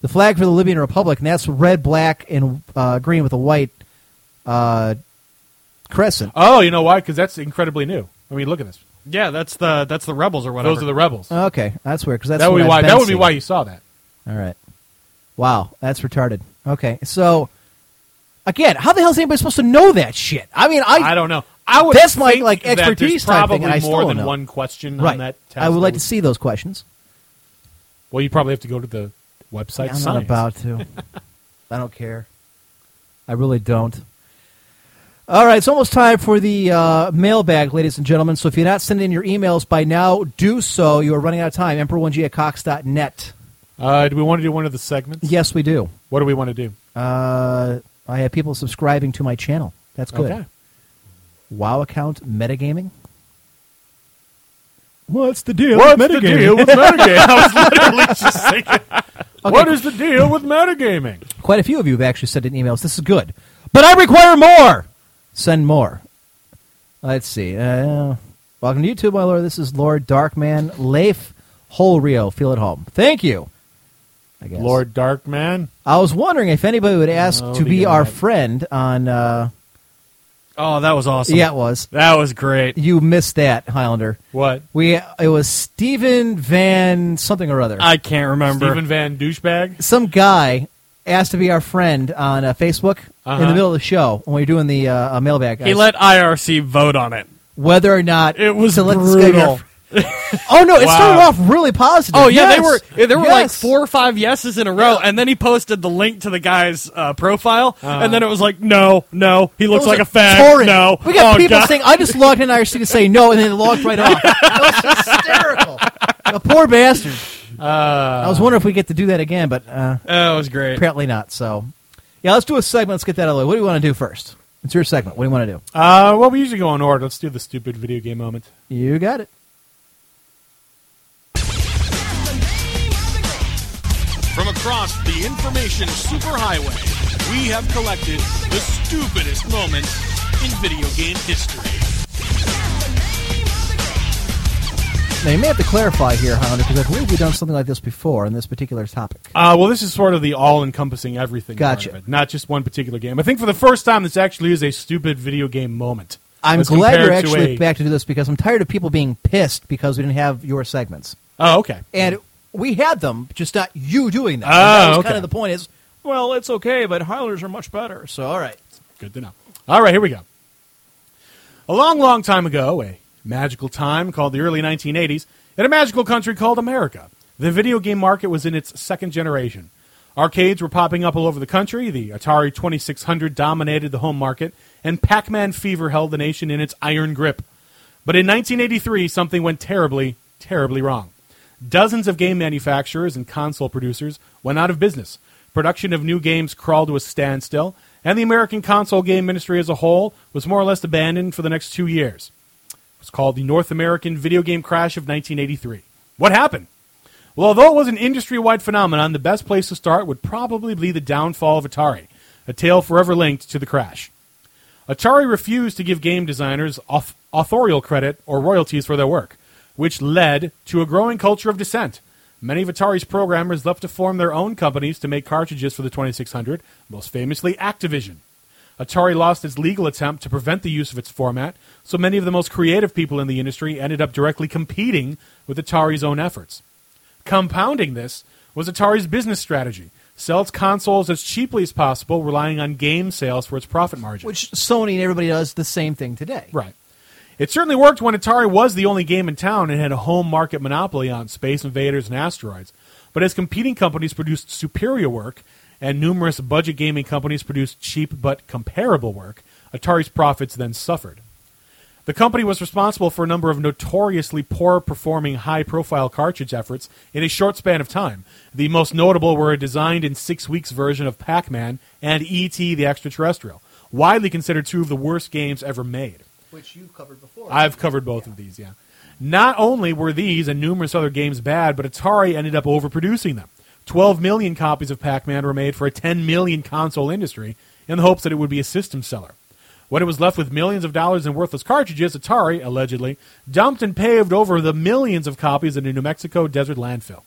C: The flag for the Libyan Republic, and that's red, black, and uh, green with a white uh, crescent.
E: Oh, you know why? Because that's incredibly new. I mean, look at this.
D: yeah, that's the that's the rebels or whatever.
E: Those are the rebels.
C: Okay, that's weird because Oh, that's
E: that would
C: what
E: be
C: I've
E: why.
C: been
E: That would be
C: seeing.
E: why you saw that.
C: All right. Wow, that's retarded. Okay, so again, how the hell is anybody supposed to know that shit? I mean, I,
E: I don't know. I would.
C: That's my,
E: think
C: like,
E: that there's
C: expertise type
E: Probably
C: thing, and I still
E: more
C: don't
E: than
C: know.
E: one question
C: right.
E: on that. Test
C: I would like
E: That
C: to see those questions.
E: Well, you probably have to go to the website.
C: I'm not
E: science.
C: about to. I don't care. I really don't. All right, it's almost time for the uh, mailbag, ladies and gentlemen. So if you're not sending in your emails by now, do so. You are running out of time. Emperor1g at Cox.net.
E: Uh, do we want to do one of the segments?
C: Yes, we do.
E: What do we want to do?
C: Uh, I have people subscribing to my channel. That's good.
E: Okay.
C: WoW account metagaming? What's the deal?
E: What's the deal with metagaming? I was literally just thinking. What is the deal with metagaming?
C: Quite a few of you have actually sent in emails. This is good. But I require more! Send more. Let's see. Uh, welcome to YouTube, my lord. This is Lord Darkman Leif Holrio. Feel at home. Thank you. I guess.
E: Lord Darkman.
C: I was wondering if anybody would ask
E: Oh,
C: to
E: we
C: be
E: get
C: our
E: that.
C: friend on. Uh,
D: oh, that was awesome.
C: yeah, it was.
D: that was great.
C: You missed that, Highlander.
E: What?
C: We it was Steven Van something or other.
D: I can't remember.
E: Stephen Van Douchebag.
C: Some guy asked to be our friend on uh, Facebook in
E: Uh-huh.
C: the middle of the show when we were doing the uh, uh, mailbag.
D: he
C: guys,
D: let IRC vote on it.
C: whether or not
D: It was
C: to let this guy be our
D: brutal.
C: fr- oh no, it
E: Wow.
C: started off really positive.
D: Oh yeah,
C: Yes.
D: they were there were like
C: Yes.
D: four or five yeses in a row, and then he posted the link to the guy's uh, profile, and then it was like, no, no, he
C: It
D: looks
C: was
D: like a fag.
C: torrent.
D: No,
C: we got
D: Oh,
C: people
D: God.
C: saying, "I just logged in IRC to say no," and then it logged right off. That was hysterical. the poor bastard.
D: Uh.
C: I was wondering if we get to do that again, but uh,
D: That was great.
C: apparently not. So, yeah, let's do a segment. Let's get that out of the way. What do you want to do first? It's your segment. What do you want to do?
E: Uh, well, we usually go in order. Let's do the stupid video game moment.
C: You got it.
F: From across the information superhighway, we have collected the stupidest moments in video game history.
C: Now you may have to clarify here, Highlander, because I believe we've done something like this before on this particular topic.
E: Uh, well, this is sort of the all-encompassing everything. part
C: Gotcha.
E: of it, not just one particular game. I think for the first time, this actually is a stupid video game moment.
C: I'm
E: As
C: glad you're
E: compared to
C: actually
E: a-
C: back to do this because I'm tired of people being pissed because we didn't have your segments,
E: Oh, okay.
C: and we had them, just not you doing them.
E: Oh,
C: that was kind
E: okay.
C: of the point. Is well, it's okay, but Highlanders are much better. So all right,
E: Good to know. All right, here we go. A long, long time ago, a magical time called the early 1980s, in a magical country called America, the video game market was in its second generation. Arcades were popping up all over the country, the Atari 2600 dominated the home market, and Pac Man fever held the nation in its iron grip. But in 1983, something went terribly, terribly wrong. Dozens of game manufacturers and console producers went out of business. Production of new games crawled to a standstill, and the American console game industry as a whole was more or less abandoned for the next two years. It was called the North American Video Game Crash of 1983. What happened? Well, although it was an industry wide phenomenon, the best place to start would probably be the downfall of Atari, a tale forever linked to the crash. Atari refused to give game designers auth- authorial credit or royalties for their work, which led to a growing culture of dissent. Many of Atari's programmers left to form their own companies to make cartridges for the 2600, most famously Activision. Atari lost its legal attempt to prevent the use of its format, so many of the most creative people in the industry ended up directly competing with Atari's own efforts. Compounding this was Atari's business strategy sell its consoles as cheaply as possible, relying on game sales for its profit margin.
C: which Sony and everybody does the same thing today.
E: Right. It certainly worked when Atari was the only game in town and had a home market monopoly on Space Invaders and asteroids. But as competing companies produced superior work and numerous budget gaming companies produced cheap but comparable work, Atari's profits then suffered. The company was responsible for a number of notoriously poor performing high profile cartridge efforts in a short span of time. The most notable were a designed in six weeks version of E Pac Man and E.T. the Extraterrestrial, widely considered two of the worst games ever made.
G: which you've covered before.
E: I've covered both of these, yeah. Not only were these and numerous other games bad, but Atari ended up overproducing them. 12 million copies of Pac Man were made for a 10 million console industry in the hopes that it would be a system seller. When it was left with millions of dollars in worthless cartridges, Atari, allegedly, dumped and paved over the millions of copies in a New Mexico desert landfill.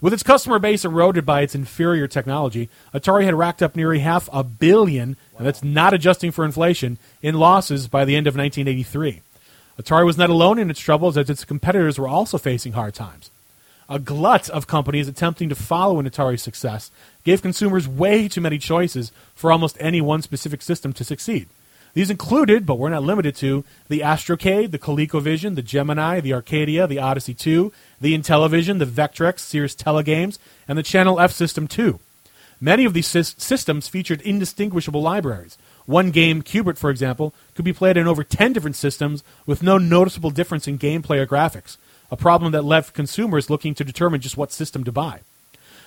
E: With its customer base eroded by its inferior technology, Atari had racked up nearly half a billion, and that's not adjusting for inflation, in losses by the end of 1983. Atari was not alone in its troubles, as its competitors were also facing hard times. A glut of companies attempting to follow in Atari's success gave consumers way too many choices for almost any one specific system to succeed. These included, but were not limited to, the Astrocade, the ColecoVision, the Gemini, the Arcadia, the Odyssey 2, the Intellivision, the Vectrex, Sears Telegames, and the Channel F System 2. Many of these sys- systems featured indistinguishable libraries. One game, Cubert, for example, could be played in over 10 different systems with no noticeable difference in gameplay or graphics, a problem that left consumers looking to determine just what system to buy.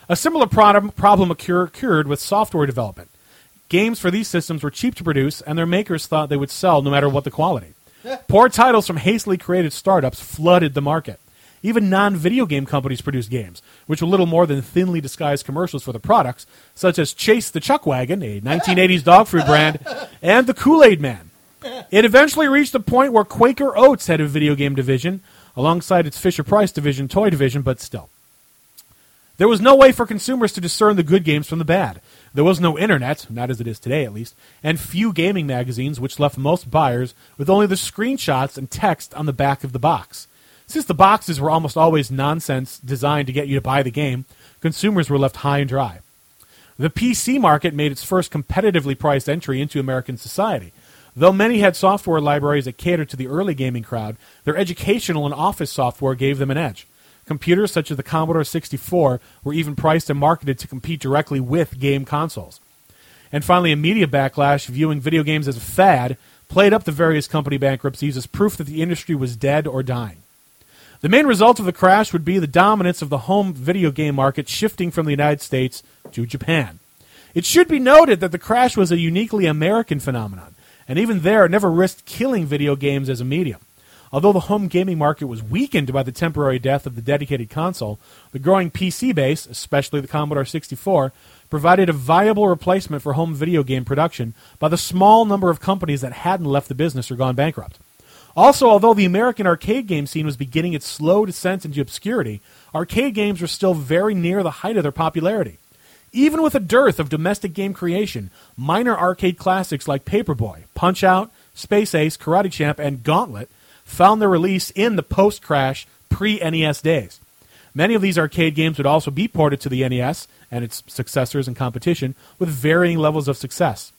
E: A similar problem, problem occur- occurred with software development. Games for these systems were cheap to produce, and their makers thought they would sell no matter what the quality. Poor titles from hastily created startups flooded the market. Even non video game companies produced games, which were little more than thinly disguised commercials for the products, such as Chase the Chuck Wagon, a 1980s dog food brand, and the Kool Aid Man. It eventually reached the point where Quaker Oats had a video game division, alongside its Fisher Price division, toy division, but still. There was no way for consumers to discern the good games from the bad. There was no internet, not as it is today at least, and few gaming magazines, which left most buyers with only the screenshots and text on the back of the box. Since the boxes were almost always nonsense designed to get you to buy the game, consumers were left high and dry. The PC market made its first competitively priced entry into American society. Though many had software libraries that catered to the early gaming crowd, their educational and office software gave them an edge. Computers such as the Commodore 64 were even priced and marketed to compete directly with game consoles. And finally, a media backlash viewing video games as a fad played up the various company bankruptcies as proof that the industry was dead or dying. The main result of the crash would be the dominance of the home video game market shifting from the United States to Japan. It should be noted that the crash was a uniquely American phenomenon, and even there, it never risked killing video games as a medium. Although the home gaming market was weakened by the temporary death of the dedicated console, the growing PC base, especially the Commodore 64, provided a viable replacement for home video game production by the small number of companies that hadn't left the business or gone bankrupt. Also, although the American arcade game scene was beginning its slow descent into obscurity, arcade games were still very near the height of their popularity. Even with a dearth of domestic game creation, minor arcade classics like Paperboy, Punch Out, Space Ace, Karate Champ, and Gauntlet found their release in the post crash, pre NES days. Many of these arcade games would also be ported to the NES and its successors in competition with varying levels of success.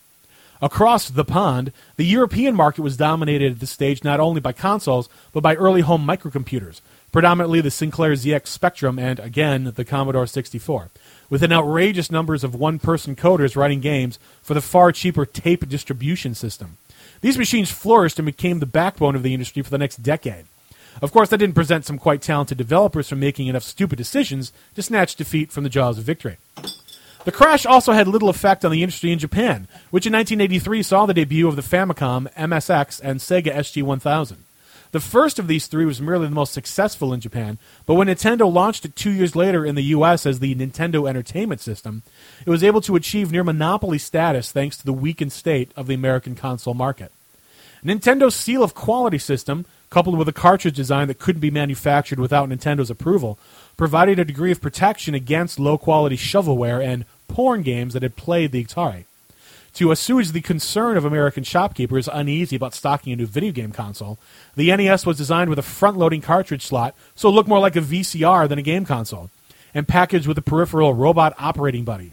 E: Across the pond, the European market was dominated at this stage not only by consoles, but by early home microcomputers, predominantly the Sinclair ZX Spectrum and, again, the Commodore 64, with an outrageous numbers of one person coders writing games for the far cheaper tape distribution system. These machines flourished and became the backbone of the industry for the next decade. Of course, that didn't prevent some quite talented developers from making enough stupid decisions to snatch defeat from the jaws of victory. The crash also had little effect on the industry in Japan, which in 1983 saw the debut of the Famicom, MSX, and Sega SG 1000. The first of these three was merely the most successful in Japan, but when Nintendo launched it two years later in the US as the Nintendo Entertainment System, it was able to achieve near monopoly status thanks to the weakened state of the American console market. Nintendo's seal of quality system, coupled with a cartridge design that couldn't be manufactured without Nintendo's approval, provided a degree of protection against low quality shovelware and porn games that had plagued the Atari. To assuage the concern of American shopkeepers uneasy about stocking a new video game console, the NES was designed with a front loading cartridge slot so it looked more like a VCR than a game console, and packaged with a peripheral robot operating buddy.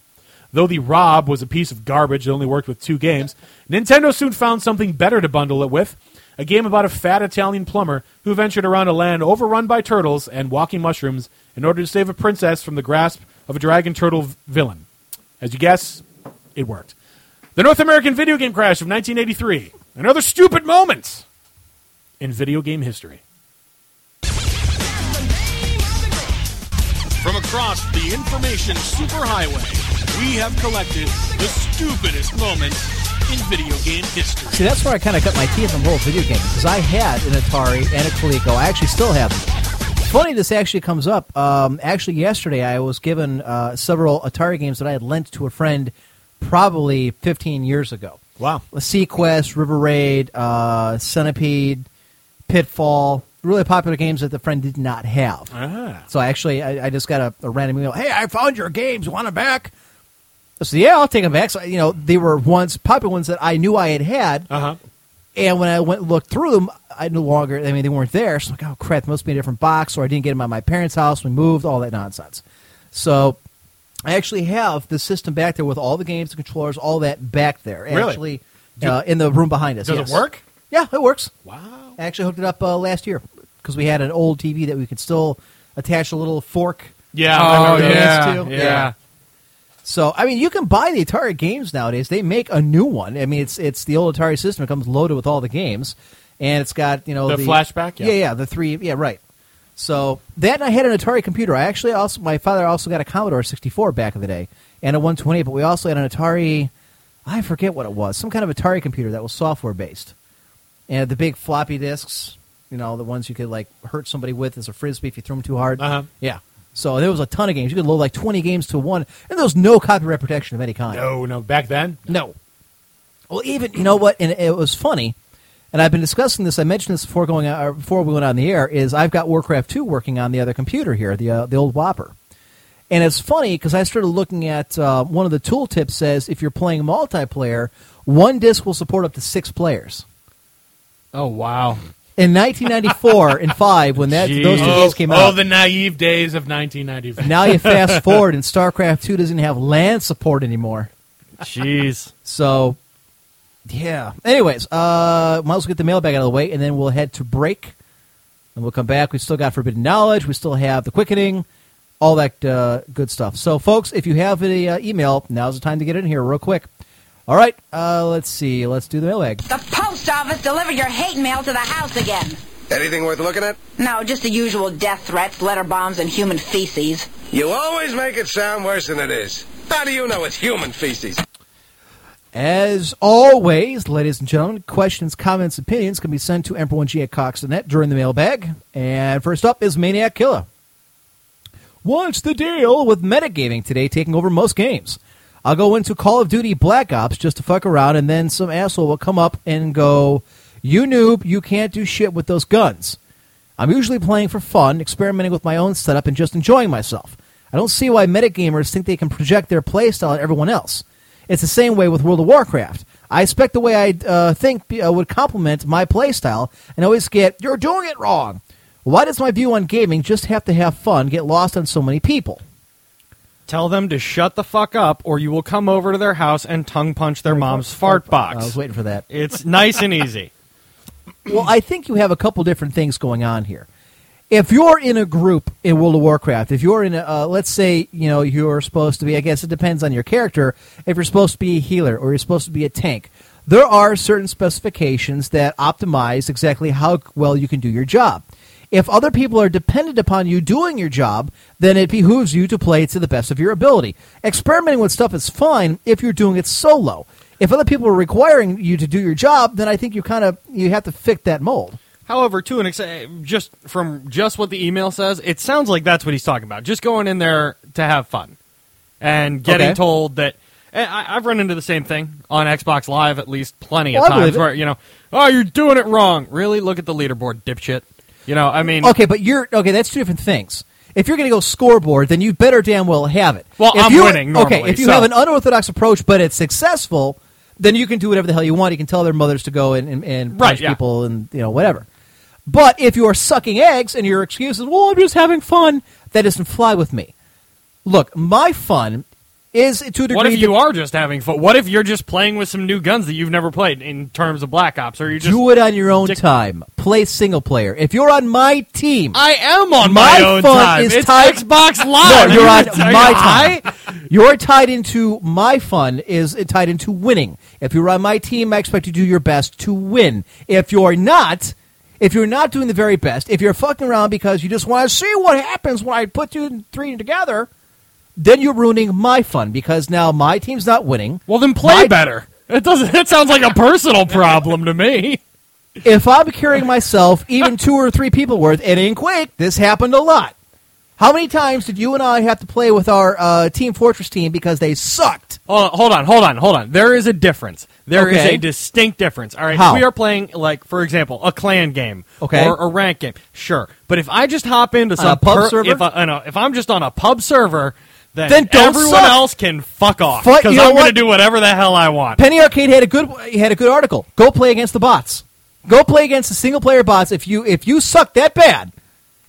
E: Though the Rob was a piece of garbage that only worked with two games, Nintendo soon found something better to bundle it with a game about a fat Italian plumber who ventured around a land overrun by turtles and walking mushrooms in order to save a princess from the grasp of a dragon turtle v- villain. As you guess, it worked. The North American video game crash of 1983. Another stupid moment in video game history.
F: From across the information superhighway, we have collected the stupidest moments
H: in video game history.
C: See, that's where I kind of cut my teeth on the whole video game because I had an Atari and a Coleco. I actually still have them. Funny, this actually comes up. Um, actually, yesterday I was given uh, several Atari games that I had lent to a friend probably 15 years ago.
I: Wow.
C: A Sequest, River Raid, uh, Centipede, Pitfall. Really popular games that the friend did not have.
E: Ah.
C: So I actually, I, I just got a, a random email. Hey, I found your games. Want them back? I said, yeah, I'll take them back. So, you know, they were once popular ones that I knew I had had.
E: Uh huh.
C: And when I went and looked through them, I no longer, I mean, they weren't there. So I'm like, oh, crap, it must be a different box, or I didn't get them at my parents' house. We moved, all that nonsense. So I actually have the system back there with all the games, the controllers, all that back there.
E: Really?
C: Actually, uh, in the room behind us.
E: Does
C: yes.
E: it work?
C: Yeah, it works.
E: Wow.
C: I actually hooked it up uh, last year because we had an old TV that we could still attach a little fork.
E: Yeah.
D: Oh,
E: I remember those.
D: yeah,
C: those two?
D: yeah.
C: Yeah. So I mean, you can buy the Atari games nowadays. They make a new one. I mean, it's it's the old Atari system. It comes loaded with all the games, and it's got you know
E: The flashback?
C: Yeah.
E: Yeah.
C: yeah, the three. Yeah, right. So that and I had an Atari computer. I actually also my father also got a Commodore sixty four back in the day and a one twenty eight. But we also had an Atari. I forget what it was. Some kind of Atari computer that was software based, and the big floppy disks. You know, the ones you could like hurt somebody with as a frisbee if you threw them too hard.
E: Uh-huh.
C: Yeah. So there was a ton of games. You could load like 20 games to one, and there was no copyright protection of any kind.
E: No, no. Back then,
C: Oh, No. Well, even you know what, and it was funny, and I've been discussing this. I mentioned this before going out, or before we went on the air. Is I've got Warcraft two working on the other computer here, the uh, the old Whopper, and it's funny because I started looking at uh, one of the tooltips says if you're playing multiplayer, one disc will support up to six players.
D: Oh wow.
C: In 1994 and five, when that those two games came out,
E: Oh, the naive days of 1995.
C: now you fast forward and StarCraft two doesn't have land support anymore.
D: Jeez.
C: So, yeah. Anyways, uh, might as well get the mailbag out of the way, and then we'll head to break, and we'll come back. We've still got forbidden knowledge. We still have the quickening, all that uh, good stuff. So, folks, if you have an uh, email, now's the time to get in here real quick. All right, uh, let's see. Let's do the mailbag.
F: The post office delivered your hate mail to the house again.
J: Anything worth looking at?
F: No, just the usual death threats, letter bombs, and human feces.
J: You always make it sound worse than it is. How do you know it's human feces?
C: As always, ladies and gentlemen, questions, comments, opinions can be sent to emperor1g at cox.net during the mailbag. And first up is Maniac Killer. What's the deal with metagaming today taking over most games? I'll go into Call of Duty Black Ops just to fuck around, and then some asshole will come up and go, You noob, you can't do shit with those guns. I'm usually playing for fun, experimenting with my own setup, and just enjoying myself. I don't see why metagamers think they can project their playstyle on everyone else. It's the same way with World of Warcraft. I expect the way I uh, think uh, would complement my playstyle, and always get, You're doing it wrong! Why does my view on gaming just have to have fun get lost on so many people?
D: Tell them to shut the fuck up, or you will come over to their house and tongue punch their mom's fart
C: Oh, I was
D: box.
C: waiting for that.
D: It's nice and easy.
C: Well, I think you have a couple different things going on here. If you're in a group in World of Warcraft, if you're in a, uh, let's say, you know, you're supposed to be, I guess it depends on your character, if you're supposed to be a healer or you're supposed to be a tank, there are certain specifications that optimize exactly how well you can do your job. If other people are dependent upon you doing your job, then it behooves you to play to the best of your ability. Experimenting with stuff is fine if you're doing it solo. If other people are requiring you to do your job, then I think you kind of you have to fit that mold.
D: However, to an extent, just from just what the email says, it sounds like that's what he's talking about. Just going in there to have fun and getting
C: Okay.
D: told that. and I, I've run into the same thing on Xbox Live at least plenty
C: Well,
D: of
C: I believe
D: times
C: it.
D: where you know, oh, you're doing it wrong. Really, look at the leaderboard, dipshit. You know, I mean,
C: Okay, but you're okay. That's two different things. If you're going to go scoreboard, then you better damn well have it.
D: Well,
C: if
D: I'm
C: you-
D: winning
C: okay,
D: normally,
C: if you
D: so-
C: have an unorthodox approach, but it's successful, then you can do whatever the hell you want. You can tell their mothers to go and and, and
D: Right,
C: punch
D: yeah.
C: people and you know whatever. But if you are sucking eggs and your excuse is, "Well, I'm just having fun," that doesn't fly with me. Look, my fun is to a degree.
D: what if
C: de-
D: you are just having fun? What if you're just playing with some new guns that you've never played in terms of Black Ops? Or you just
C: do it on your own
D: dick-
C: time? Play single player. If you're on my team,
D: I am on
C: My
D: my, own
C: fun
D: time.
C: is
D: it's
C: tied-
D: Xbox
C: No,
D: Live.
C: you're on
D: Are you
C: my
D: high?
C: time. You're tied into my fun is tied into winning. If you're on my team, I expect you to do your best to win. If you're not, if you're not doing the very best, if you're fucking around because you just want to see what happens when I put two and three together, then you're ruining my fun because now my team's not winning.
D: Well, then play
C: My-
D: better. It doesn't. That sounds like a personal problem to me.
C: if I'm carrying myself even two or three people worth, it ain't quick. This happened a lot. How many times did you and I have to play with our uh, Team Fortress team because they sucked?
D: Oh, hold on, hold on, hold on. There is a difference. There is
C: Okay.
D: a distinct difference. All right,
C: How?
D: we are playing like, for example, a clan game,
C: Okay.
D: or a rank game. Sure, but if I just hop into some
C: a pub server?
D: if, I, I know, if I'm just on a pub server, then,
C: Then don't
D: everyone
C: suck.
D: else can fuck off
C: Fuck-
D: because
C: you know
D: I'm going
C: what?
D: to do whatever the hell I want.
C: Penny Arcade had a good had a good article. Go play against the bots. Go play against the single player bots. If you if you suck that bad,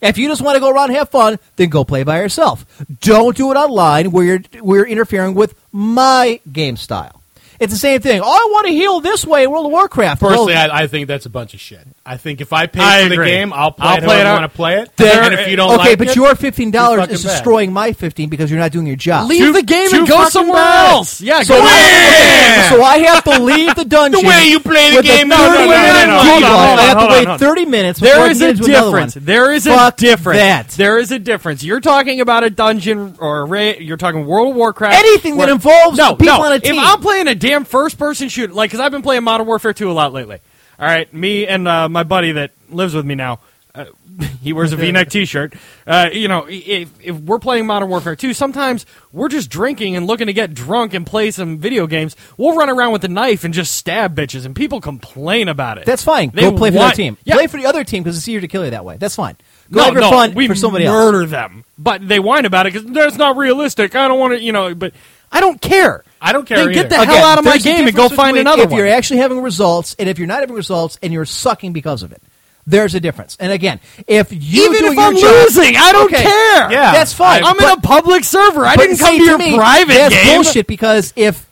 C: if you just want to go around and have fun, then go play by yourself. Don't do it online where you're where you're interfering with my game style. It's the same thing. Oh, I want to heal this way in World of Warcraft. Well,
E: Personally, I, I think that's a bunch of shit. I think if I pay
D: I
E: for the
D: agree.
E: game, I'll play
D: I'll
E: it.
D: play it
E: however I
D: out.
E: want to play it.
D: There-
E: and if you don't
C: okay,
E: like
C: but
E: it,
C: your fifteen
E: you're
C: dollars
E: fucking
C: is
E: bad.
C: destroying my fifteen because you're not doing your job.
D: Leave the game and go somewhere else. Yeah,
C: So
D: go
C: I, so I have to leave the dungeon.
E: way you play the
C: with
E: game
C: a
E: is- No,
C: 30
E: no, no,
C: minute
E: no, no, no.
C: deep
E: Hold on,
C: dive.
D: hold
C: I
D: on,
C: have
D: hold
C: to
D: on,
C: wait
D: hold on.
C: 30 minutes. before
D: There
C: I
D: is
C: can
D: a
C: get into another
D: difference.
C: one.
D: There is
C: Fuck
D: a difference.
C: That.
D: There is a difference. You're talking about a dungeon or a ra- you're talking World of Warcraft.
C: Anything that involves
D: no,
C: people
D: no.
C: on a team.
D: If I'm playing a damn first person shoot, like because I've been playing Modern Warfare 2 a lot lately. All right, me and uh, my buddy that lives with me now. Uh, he wears a V-neck T-shirt. Uh, you know, i- if, if we're playing Modern Warfare 2, sometimes we're just drinking and looking to get drunk and play some video games. We'll run around with a knife and just stab bitches, and people complain about it.
C: That's fine.
D: They
C: Go play for the
D: want-
C: other team.
D: Yeah,
C: Play for the other team because it's easier to kill you that way. That's fine. Go
D: no,
C: have your
D: no,
C: fun
D: we
C: for somebody else.
D: murder them, but they whine about it because that's not realistic. I don't want to, you know. But I don't care.
E: I don't care
D: Then get
E: either.
D: the hell out of my
C: there's a
D: game and go
C: difference
D: find
C: between
D: another
C: If
D: one.
C: you're actually having results and if you're not having results and you're sucking because of it, there's a difference. And again, if you
D: Even
C: doing
D: if
C: your
D: I'm
C: job-
D: losing, I don't
C: Okay,
D: care.
E: Yeah.
C: that's fine.
D: I'm in
C: But-
D: a public server. I
C: but
D: didn't come
C: see,
D: to your
C: me,
D: private
C: that's
D: game.
C: bullshit because if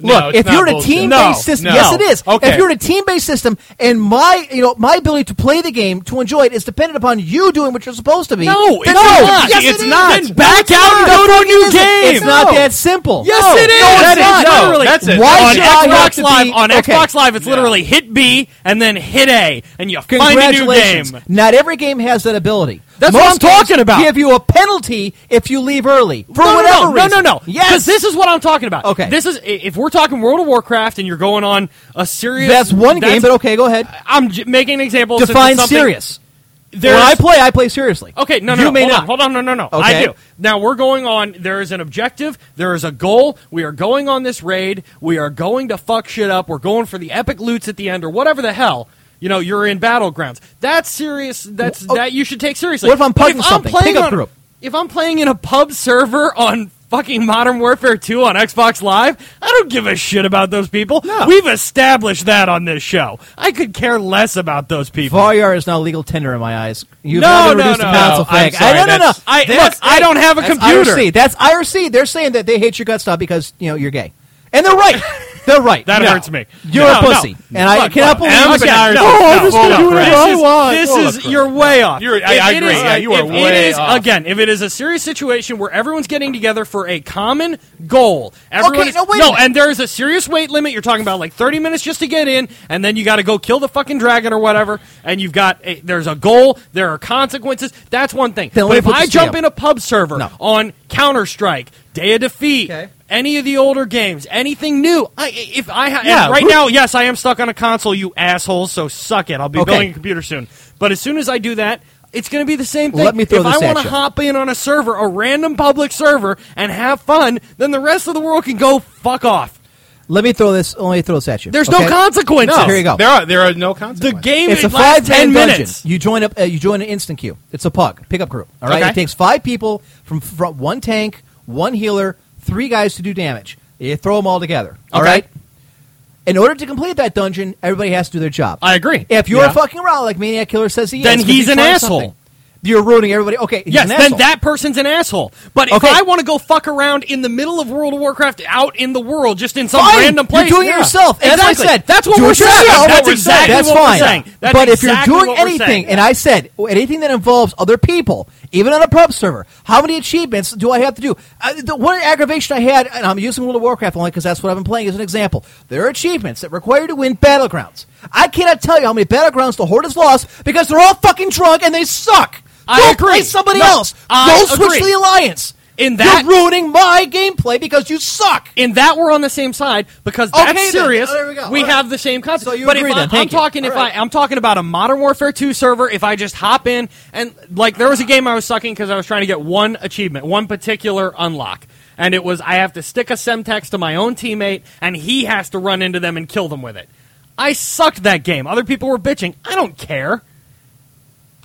E: No,
C: look,
E: it's
C: if you're in
E: not
C: a
E: bullshit.
C: team-based
D: No,
C: system,
E: no.
C: yes it is.
E: Okay.
C: If you're in a team-based system and my, you know, my ability to play the game, to enjoy it is dependent upon you doing what you're supposed to be.
D: No,
C: then
D: it's
C: no,
D: not.
C: Yes,
D: It's
C: it is.
D: not. Then
C: No,
D: back
C: it's
D: out and
C: not.
D: go to a new
C: It isn't.
D: game.
C: It's not
D: No.
C: that simple.
D: Yes,
C: No.
D: it is.
C: No, it's
D: That is
C: not.
D: literally-
E: That's it.
C: Why
D: on
C: should I have
D: Xbox
C: to
D: Live,
C: be-
D: on
C: okay.
D: Xbox Live, it's literally hit B and then hit A, and you find a new game.
C: Congratulations. Not every game has that ability.
D: That's
C: Most
D: what I'm talking
C: games
D: about.
C: Give you a penalty if you leave early for
D: no,
C: whatever
D: no, no,
C: reason.
D: No, no, no.
C: Yes,
D: Because this is what I'm talking about.
C: Okay.
D: This is i- if we're talking World of Warcraft and you're going on a serious.
C: that's one
D: that's-
C: game. But okay, go ahead.
D: I'm j- making an example. since it's
C: Define
D: something-
C: serious.
D: There's,
C: when I play, I play seriously.
D: Okay, no, no,
C: you
D: no,
C: may
D: hold
C: not.
D: On, hold on, no, no, no. I
C: Okay.
D: do. Now we're going on. There is an objective. There is a goal. We are going on this raid. We are going to fuck shit up. We're going for the epic loots at the end, or whatever the hell. You know, you're in battlegrounds. That's serious. That's
C: Oh.
D: that you should take seriously.
C: What if I'm
D: But
C: putting something?
D: playing
C: Pickup
D: on-
C: group.
D: If I'm playing in a pub server on fucking Modern Warfare 2 on Xbox Live, I don't give a shit about those people. We've established that on this show. I could care less about those people.
C: Varyar is now legal tender in my eyes. You've
D: No,
C: now been
D: no,
C: reduced
D: no,
C: to counsel
E: no. I'm
C: fag.
E: sorry,
C: I, no, no, no.
E: that's-
D: I-
C: That's-
D: look, I don't have a
C: that's
D: computer.
C: IRC. That's IRC. They're saying that they hate your gut style because you know you're gay, and they're right. They're right.
D: That
C: No.
D: hurts me.
C: You're
D: No,
C: a
D: no.
C: pussy, and I
D: Look,
C: cannot
D: look,
C: believe. "Oh,
D: I'm
C: Okay,
D: sorry.
C: no,
D: No,
C: I'm
D: no,
C: just gonna
D: no,
C: do whatever
D: this
C: I
D: is-
C: want.
D: This
E: Full of
D: is
E: crap.
D: you're way off.
E: You're- I- I
D: If it
E: agree.
D: is-
E: Yeah, you
D: if
E: are
D: it
E: way
D: is-
E: off.
D: Again, if it is a serious situation where everyone's getting together for a common goal, everyone
C: Okay,
D: is-
C: no, wait a minute.
D: and there is a serious weight limit. You're talking about like 30 minutes just to get in, and then you got to go kill the fucking dragon or whatever. And you've got a, there's a goal. There are consequences. That's one thing.
C: Then let
D: but
C: me
D: if
C: put
D: I
C: this
D: jump
C: to you.
D: in a pub server
C: No.
D: on Counter Strike, Day of Defeat.
C: Okay.
D: Any of the older games, anything new? I, if I ha- and
E: Yeah,
D: right
E: who-
D: now, yes, I am stuck on a console, you assholes. So suck it. I'll be
C: Okay.
D: building a computer soon. But as soon as I do that, it's going to be the same thing.
C: Let me throw
D: if
C: this
D: I
C: at
D: wanna
C: you.
D: hop in on a server, a random public server, and have fun, then the rest of the world can go fuck off.
C: Let me throw this. Let me throw this at you.
D: There's
C: okay?
D: no consequences.
C: Here you go.
E: There are there are no
D: The
E: consequences.
D: game
C: It's a
D: it lasts
C: five
D: ten
C: man
D: minutes.
C: Dungeon. You join up. Uh, you join an instant queue. It's a pug pickup group. All right.
D: Okay.
C: It takes five people from, from one tank, one healer, three guys to do damage. You throw them all together. All
D: Okay.
C: right. In order to complete that dungeon, everybody has to do their job.
D: I agree.
C: If you're
D: Yeah.
C: fucking around like Maniac Killer says he
D: Then
C: is, 'cause
D: he's an
C: trying
D: asshole.
C: something, You're ruining everybody. Okay. He's
D: Yes,
C: an
D: then
C: asshole.
D: that person's an asshole. But
C: Okay.
D: if I want to go fuck around in the middle of World of Warcraft, out in the world, just in some
C: Fine.
D: random place,
C: You're doing it
D: Yeah.
C: yourself. And
D: exactly.
C: That's what I said.
D: That's what
C: Do
D: we're
C: it yourself.
D: saying.
C: That's
D: That's
C: what we're saying.
D: exactly
C: That's
D: what
C: fine.
D: we're saying. That's
C: but if
D: exactly
C: you're doing
D: what we're
C: anything,
D: saying.
C: and I said anything that involves other people, even on a pub server, how many achievements do I have to do? Uh, the one aggravation I had, and I'm using World of Warcraft only because that's what I've been playing as an example. There are achievements that require you to win battlegrounds. I cannot tell you how many battlegrounds the Horde has lost because they're all fucking drunk and they suck.
D: I
C: Go
D: agree.
C: play somebody
D: No,
C: else.
D: I
C: Go switch
D: agree.
C: to the Alliance.
D: In that,
C: You're ruining my gameplay because you suck.
D: in that, we're on the same side because
C: Okay,
D: that's
C: then.
D: serious.
C: Oh, there we go. All right.
D: have the same concept.
C: So you
D: but
C: agree
D: if
C: then.
D: I,
C: Thank you.
D: I'm talking, if
C: All right.
D: I, I'm talking about a Modern Warfare 2 server, if I just hop in and like, there was a game I was sucking because I was trying to get one achievement, one particular unlock, and it was I have to stick a semtex to my own teammate, and he has to run into them and kill them with it. I sucked that game. Other people were bitching. I don't care.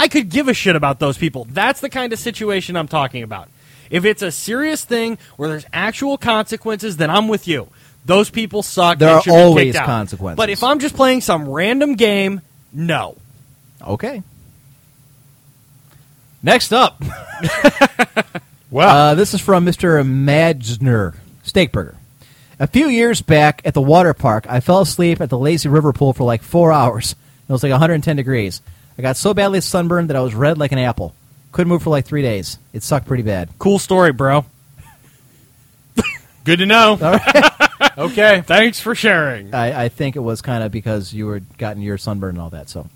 D: I could give a shit about those people. That's the kind of situation I'm talking about. If it's a serious thing where there's actual consequences, then I'm with you. Those people suck.
C: There
D: and
C: are
D: should be kicked
C: always
D: out.
C: consequences.
D: But if I'm just playing some random game, no.
C: Okay. Next up,
E: Well,
C: uh, this is from Mr. Madgener Steakburger. A few years back at the water park, I fell asleep at the lazy river pool for like four hours. It was like 110 degrees. I got so badly sunburned that I was red like an apple. Couldn't move for like three days. It sucked pretty bad.
D: Cool story, bro.
E: good to know. okay.
D: Thanks for sharing.
C: I, I think it was kind of because you were gotten your sunburn and all that. So,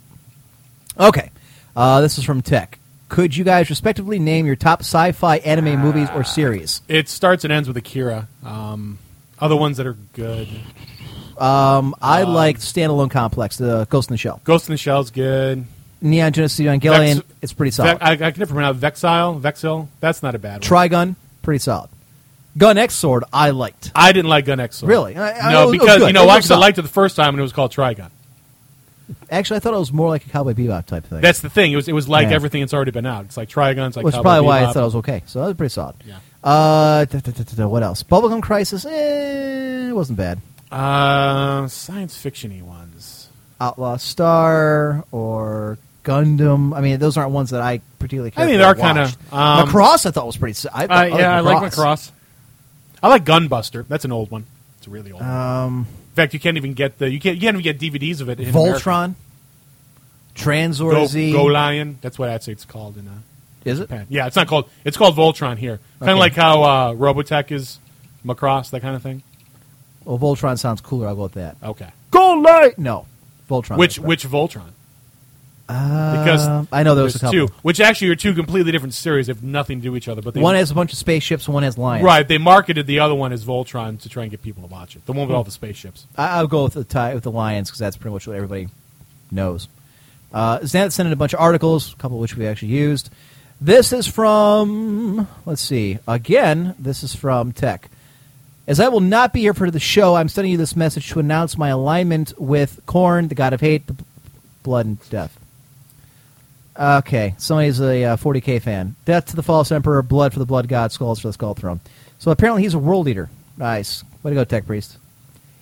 C: okay, uh, this is from Tech. Could you guys respectively name your top sci-fi anime movies or series?
E: It starts and ends with Akira. Um, other ones that are good.
C: Um, I like Standalone Complex, the Ghost in the Shell,
E: Ghost in the Shell's good.
C: Neon Genesis Evangelion.
E: Vex-
C: it's pretty
E: Ve-
C: solid.
E: I, I can never pronounce Vexile. Vexil. That's not a bad one.
C: Trigun, pretty solid. Gun X Sword, I liked.
E: I didn't like Gun X.
C: Really? I- I- it
E: no,
C: was- it was
E: because
C: good.
E: you
C: It
E: know
C: was
E: why? Because I
C: solid.
E: liked it the first time, and it was called Trigun.
C: Actually, I thought it was more like a Cowboy Bebop type thing.
E: That's the thing. It was it was like
C: Yeah.
E: everything that's already been out. It's like Trigun. It's like
C: which is
E: Cowboy
C: probably why I
E: Bebop.
C: thought it was okay. So that was pretty solid.
E: Yeah.
C: Uh, da- da- da- da- da, what else? Bubblegum Crisis, eh, it wasn't bad.
E: uh, science fictiony ones.
C: Outlaw Star or Gundam. I mean, those aren't ones that I particularly care.
E: I mean,
C: for
E: they are
C: to watch.
E: kinda, um,
C: Macross. I thought was pretty. si- I,
D: Uh, yeah, I like
C: Macross.
D: Macross.
E: I like Gunbuster. That's an old one. It's a really old. one.
C: Um,
E: In fact, you can't even get the you can't you can't even get DVDs of it. In America.
C: Voltron, Transor Z.
E: Go, Go Lion. That's what I'd say it's called in uh,
C: Is it?
E: Japan. Yeah, it's not called. It's called Voltron here. Kind of
C: Okay.
E: like how uh, Robotech is Macross, that kind of thing.
C: Well, Oh, Voltron sounds cooler. I'll go with that.
E: Okay.
C: Go Light. No, Voltron.
E: Which
C: is better.
E: which Voltron?
C: Uh,
E: Because
C: I know there was a
E: there's
C: couple.
E: two, which actually are two completely different series, have nothing to do with each other. But they,
C: One has a bunch of spaceships. One has lions.
E: right, they marketed the other one as Voltron to try and get people to watch it. The
C: Hmm.
E: one with all the spaceships.
C: I, I'll go with the tie with the lions because that's pretty much what everybody knows. Uh, Xanath sent in a bunch of articles, a couple of which we actually used. This is from, let's see, again, this is from Tech. As I will not be here for the show, I'm sending you this message to announce my alignment with Korn, the god of hate, b- blood, and death. Okay, somebody's a uh, 40k fan. Death to the false emperor, blood for the blood god, skulls for the skull throne. So apparently he's a world eater. Nice. Way to go, Tech Priest.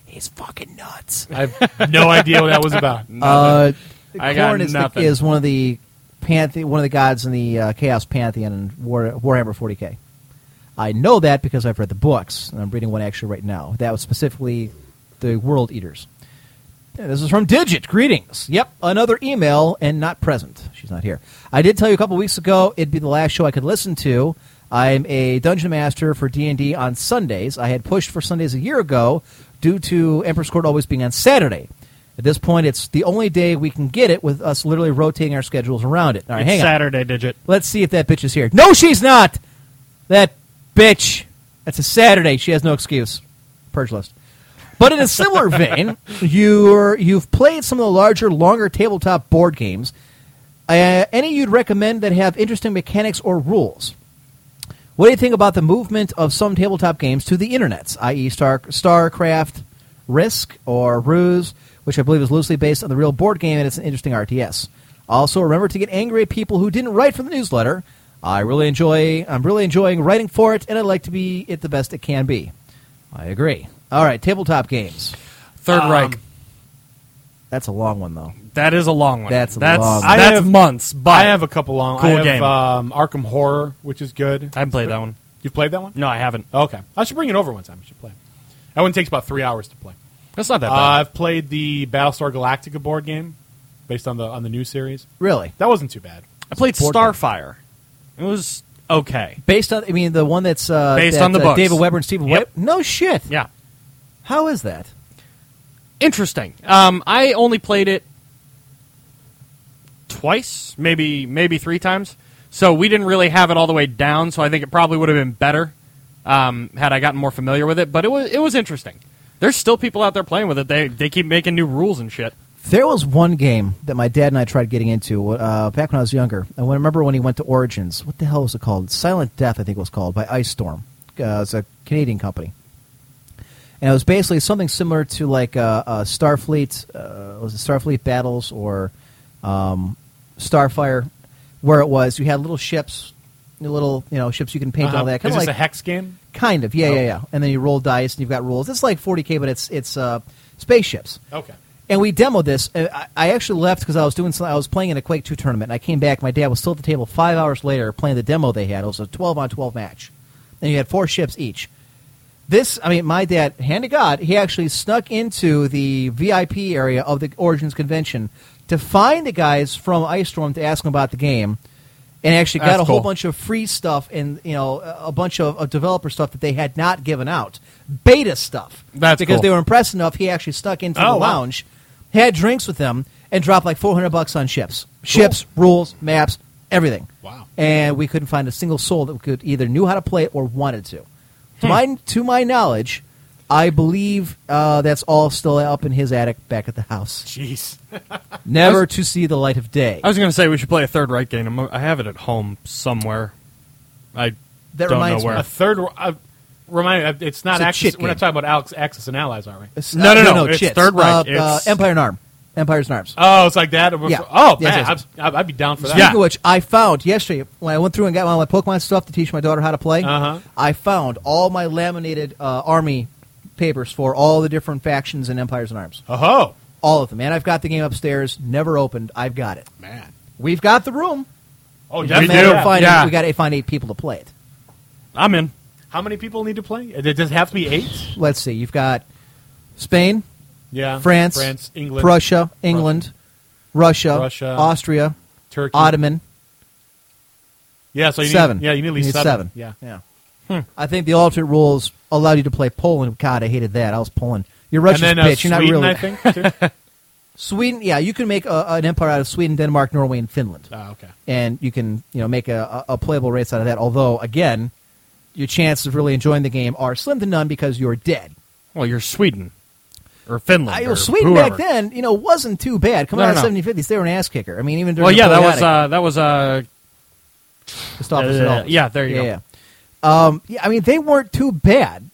C: He's fucking nuts.
E: I have no idea what that was about.
C: Uh,
D: I got
C: Korn is, the,
D: nothing.
C: is one of the panthe- one of the gods in the uh, Chaos Pantheon and War- Warhammer 40k. I know that because I've read the books, and I'm reading one actually right now. That was specifically the World Eaters. Yeah, This is from Digit. Greetings. Yep, another email and not present. She's not here. I did tell you a couple weeks ago it'd be the last show I could listen to. I'm a dungeon master for D&D on Sundays. I had pushed for Sundays a year ago due to Emperor's Court always being on Saturday. At this point, it's the only day we can get it with us literally rotating our schedules around it. All right,
D: It's
C: hang on.
D: Saturday digit.
C: Let's see if that bitch is here. No, she's not. That bitch. That's a Saturday. She has no excuse. Purge list. But in a similar vein, you're, you've played some of the larger, longer tabletop board games. Uh, any you'd recommend that have interesting mechanics or rules? What do you think about the movement of some tabletop games to the internets, i.e., Star- StarCraft, Risk, or Ruse, which I believe is loosely based on the real board game and it's an interesting RTS. Also, remember to get angry at people who didn't write for the newsletter. I really enjoy. I'm really enjoying writing for it, and I'd like to be it the best it can be. I agree. All right, tabletop games.
D: Third Reich.
C: That's a long one, though.
D: Um, That is a long one.
C: That's a
D: that's
C: long one.
E: I
D: that's
E: have-
D: months. But
E: I have a couple long.
D: Cool
E: I have,
D: game.
E: Um, Arkham Horror, which is good.
D: I haven't played that one.
E: You've played that one?
D: No, I haven't. Oh,
E: Okay, I should bring it over one time. I should play. it. That one takes about three hours to play.
D: That's not that
E: Uh,
D: bad.
E: I've played the Battlestar Galactica board game, based on the on the new series.
C: Really,
E: That wasn't too bad.
D: I played
C: board game.
D: Starfire. It was okay.
C: based on I mean the one that's uh,
D: Based
C: that,
D: on the
C: uh,
D: books.
C: David Weber and Stephen
D: Yep.
C: Webb. No shit.
D: Yeah.
C: How is that?
D: interesting. Um, I only played it twice, maybe maybe three times. So we didn't really have it all the way down. So I think it probably would have been better um, had I gotten more familiar with it. But it was it was interesting. There's still people out there playing with it. They they keep making new rules and shit.
C: There was one game that my dad and I tried getting into uh, back when I was younger. I wa- remember when he went to Origins. What the hell was it called? Silent Death, I think it was called, by Ice Storm. Uh, it's a Canadian company. And it was basically something similar to like uh, uh, Starfleet, uh, was it Starfleet Battles or um, Starfire, where it was you had little ships, little you know ships you can paint and all that.
E: Is
C: Uh-huh. Kinda
E: this
C: like, Oh.
E: a hex game?
C: Kind of, yeah, yeah, yeah. And then you roll dice and you've got rules. It's like 40k, but it's it's uh, spaceships.
E: Okay.
C: And we demoed this. and I, I actually left because I was doing some, I was playing in a Quake 2 tournament. And I came back. My dad was still at the table five hours later playing the demo they had. It was a 12 on 12 match, and you had four ships each. This, I mean, my dad, hand to God, he actually snuck into the VIP area of the Origins convention to find the guys from Ice Storm to ask them about the game, and actually got
D: That's
C: a whole
D: cool.
C: bunch bunch of free stuff and you know a a bunch of, of developer stuff that they had not given out, beta stuff.
D: That's
C: because
D: cool.
C: they were impressed enough. He actually stuck into
E: Oh,
C: the
E: wow.
C: lounge, had drinks with them, and dropped like four hundred bucks on ships, ships, rules, maps, everything.
E: Wow.
C: And we couldn't find a single soul that could either knew how to play it or wanted to.
D: Hmm.
C: To my to my knowledge, I believe uh, that's all still up in his attic back at the house,
E: Jeez.
C: never to see the light of day.
D: I was gonna say we should play a third right game. I'm- I have it at home somewhere. I
C: That
D: don't
C: reminds
D: know
C: me-
D: where.
E: A third. Uh, remind me, it's not
C: It's a
E: Axis.
C: shit
E: We're not
C: game.
E: talking about Alex, Axis and Allies, are we?
C: It's-
D: No, no, no, it's
C: chits.
D: Third Reich.
C: Uh, uh,
D: It's-
C: Empire and Arm. Empire's and Arms.
E: Oh, it's like that.
C: Yeah.
E: Oh
C: Yes,
E: man,
C: yes.
E: I'd, I'd be down for that.
C: Speaking of which, I found yesterday when I went through and got all my Pokemon stuff to teach my daughter how to play.
E: Uh-huh.
C: I found all my laminated uh, army papers for all the different factions and Empires and Arms,
E: Oh ho,
C: all of them. And I've got the game upstairs, never opened. I've got it.
E: man.
C: We've got the room.
E: Oh,
C: Just a matter
E: definitely.
C: of finding-
D: yeah.
C: We got to find eight people to play it.
D: I'm in.
E: How many people need to play? It does it have to be eight.
C: Let's see. You've got Spain,
E: Yeah.
C: France,
E: France, England,
C: Prussia, England, Russia,
E: Russia,
C: Austria,
E: Turkey,
C: Ottoman.
E: Yeah, so you
C: seven.
E: Need, yeah, you need at least seven. Yeah.
C: yeah. I think the alternate rules allowed you to play Poland. God, I hated that. I was Poland. You're Russian
E: and then uh,
C: bitch. You're not
E: Sweden,
C: really
E: I think. too?
C: Sweden. Yeah, you can make a, an empire out of Sweden, Denmark, Norway, and Finland,
E: oh, okay.
C: and you can you know make a, a a playable race out of that. Although, again, your chances of really enjoying the game are slim to none because you're dead.
D: Well, you're Sweden or Finland.
C: I,
D: or
C: Sweden
D: whoever.
C: back then, you know, wasn't too bad. Coming
D: No,
C: out
D: no,
C: of
D: no.
C: 1750s, they were an ass kicker. I mean, even during
D: Well,
C: the
D: yeah, that was
C: Napoleonic-
D: uh, that was uh,
C: Gustavus
D: Uh,
C: Adolphus.
D: yeah, there you
C: yeah,
D: go.
C: Yeah. Um, yeah, I mean, they weren't too bad.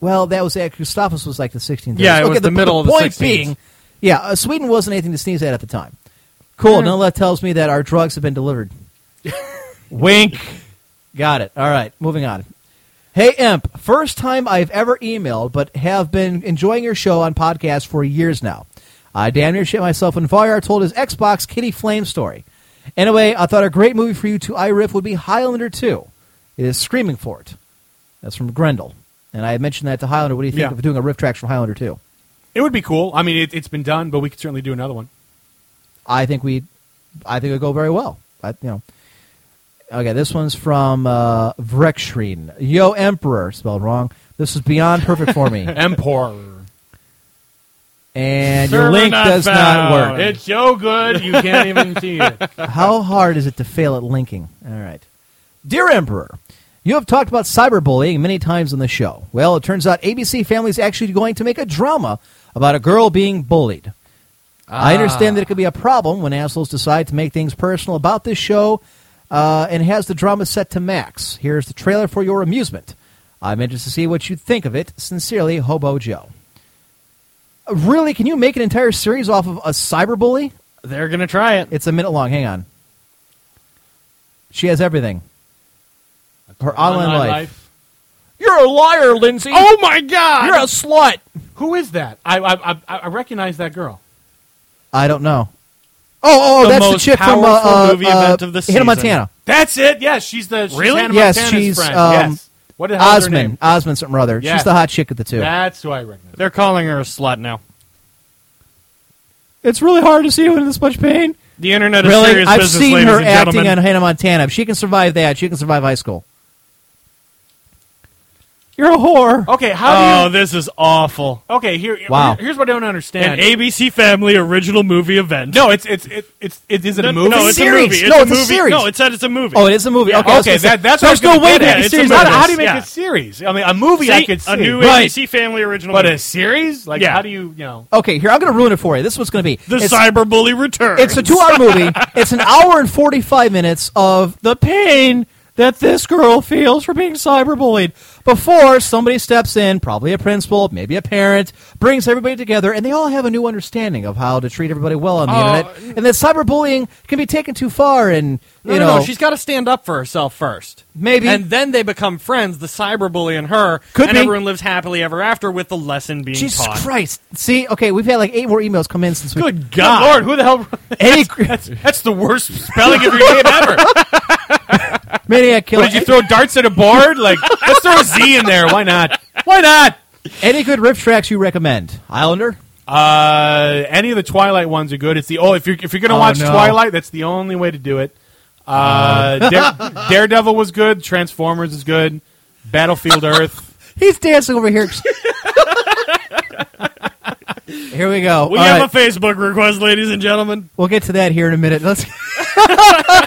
C: Well, that was actually Gustavus was like the 16th.
D: Yeah, it was the middle of the
C: point
D: 16th.
C: being, yeah, uh, Sweden wasn't anything to sneeze at at the time. Cool. Now that tells me that our drugs have been delivered.
D: wink.
C: Got it. All right, moving on. Hey, Imp, first time I've ever emailed, but have been enjoying your show on podcast for years now. I damn near shit myself when Voyar told his Xbox Kitty Flame story. Anyway, I thought a great movie for you to iRiff would be Highlander 2. It is screaming for it. That's from Grendel. And I had mentioned that to Highlander. What do you think
E: Yeah.
C: of doing a riff track from Highlander 2?
E: It would be cool. I mean, it, it's been done, but we could certainly do another one.
C: I think we, I think it would go very well. I, you know, okay. This one's from uh, Vrekshrin. Yo, Emperor, spelled wrong. This is beyond perfect for me,
E: Empor.
C: and your link does not work.
E: so good you can't even see it.
C: How hard is it to fail at linking? All right, dear Emperor. You have talked about cyberbullying many times on the show. Well, it turns out ABC Family is actually going to make a drama about a girl being bullied. I understand that it could be a problem when assholes decide to make things personal about this show uh, and has the drama set to max. Here's the trailer for your amusement. I'm interested to see what you think of it. Sincerely, Hobo Joe. Uh, Really, can you make an entire series off of a cyberbully?
D: They're gonna try it.
C: It's a minute long. Hang on. She has everything. Her online, life. You're a liar, Lindsay.
D: Oh my god!
C: you're a slut.
E: Who is that? I I, I, I recognize that girl.
C: I don't know. Oh, oh,
D: The
C: that's the
D: most
C: chick from uh,
D: powerful
C: uh,
D: movie
C: uh,
D: event of the
C: Hannah
D: season.
C: Montana.
E: That's it. Yes, she's the she's
D: Really?
E: Hannah
C: Yes,
E: Montana's
C: she's,
E: friend.
C: um,
E: yes. What the hell is her
C: Osmond,
E: name?
C: Osmond, something or other.
E: Yes.
C: She's the hot chick at the two.
E: That's who I recognize.
D: They're calling her a slut now.
C: It's really hard to see her in this much pain.
D: The internet is
C: Really,
D: serious
C: I've
D: business,
C: seen
D: ladies
C: her
D: and
C: acting
D: gentlemen.
C: on Hannah Montana. If she can survive that, she can survive high school. You're a whore.
E: Okay, how
D: Oh, this is awful.
E: do you? Okay, here.
C: Uh, Wow.
E: Here's what I don't
D: An
E: understand.
D: ABC Family original movie event.
E: no, it's it's it, it's it is it a movie?
D: No, it's
C: Series.
D: a movie. It's
C: No,
D: a
C: it's a
D: movie.
C: series.
D: No, it said it's a movie.
C: Oh, it is a movie. Okay, I was
E: okay,
C: gonna say,
E: that- that's what I was
C: there's no
E: gonna
C: way
E: get
C: to
E: at.
C: make a
D: It's a
C: series
D: movie.
C: out
E: How,
C: of
E: how do
C: this.
E: you make
D: Yeah.
E: a series? I mean, a movie
D: See,
E: I could see,
D: a new
C: Right.
D: ABC Family original.
E: but
D: movie.
E: a series? Like,
D: Yeah.
E: how do you you know?
C: Okay, here I'm gonna ruin it for you. This is what's gonna be
D: the
C: It's-
D: cyberbully returns.
C: It's a two hour movie. It's an hour and 45 minutes of the pain that this girl feels for being cyberbullied before somebody steps in, probably a principal, maybe a parent, brings everybody together, and they all have a new understanding of how to treat everybody well on the internet. And that cyberbullying can be taken too far, and, you
D: No,
C: know.
D: no, no, she's got to stand up for herself first.
C: Maybe.
D: And then they become friends, the cyberbully and her.
C: Could
D: and
C: be.
D: everyone lives happily ever after with the lesson being
C: Jesus
D: taught.
C: Christ. See, okay, we've had like eight more emails come in since we.
D: Good God.
E: Lord, who the hell?
C: Any
E: That's, that's the worst spelling of your name ever.
C: maniac killer.
E: What, did you throw darts at a board? Like, let's throw a Z in there. Why not? Why not?
C: Any good riff tracks you recommend? Islander?
E: Uh, any of the Twilight ones are good. It's the oh, if you're if you're gonna
C: Oh,
E: watch
C: no.
E: Twilight, that's the only way to do it. Uh, Dare, Daredevil was good. Transformers is good. Battlefield Earth.
C: He's dancing over here. here we go.
D: We
C: All right.
D: have a Facebook request, ladies and gentlemen.
C: We'll get to that here in a minute. Let's.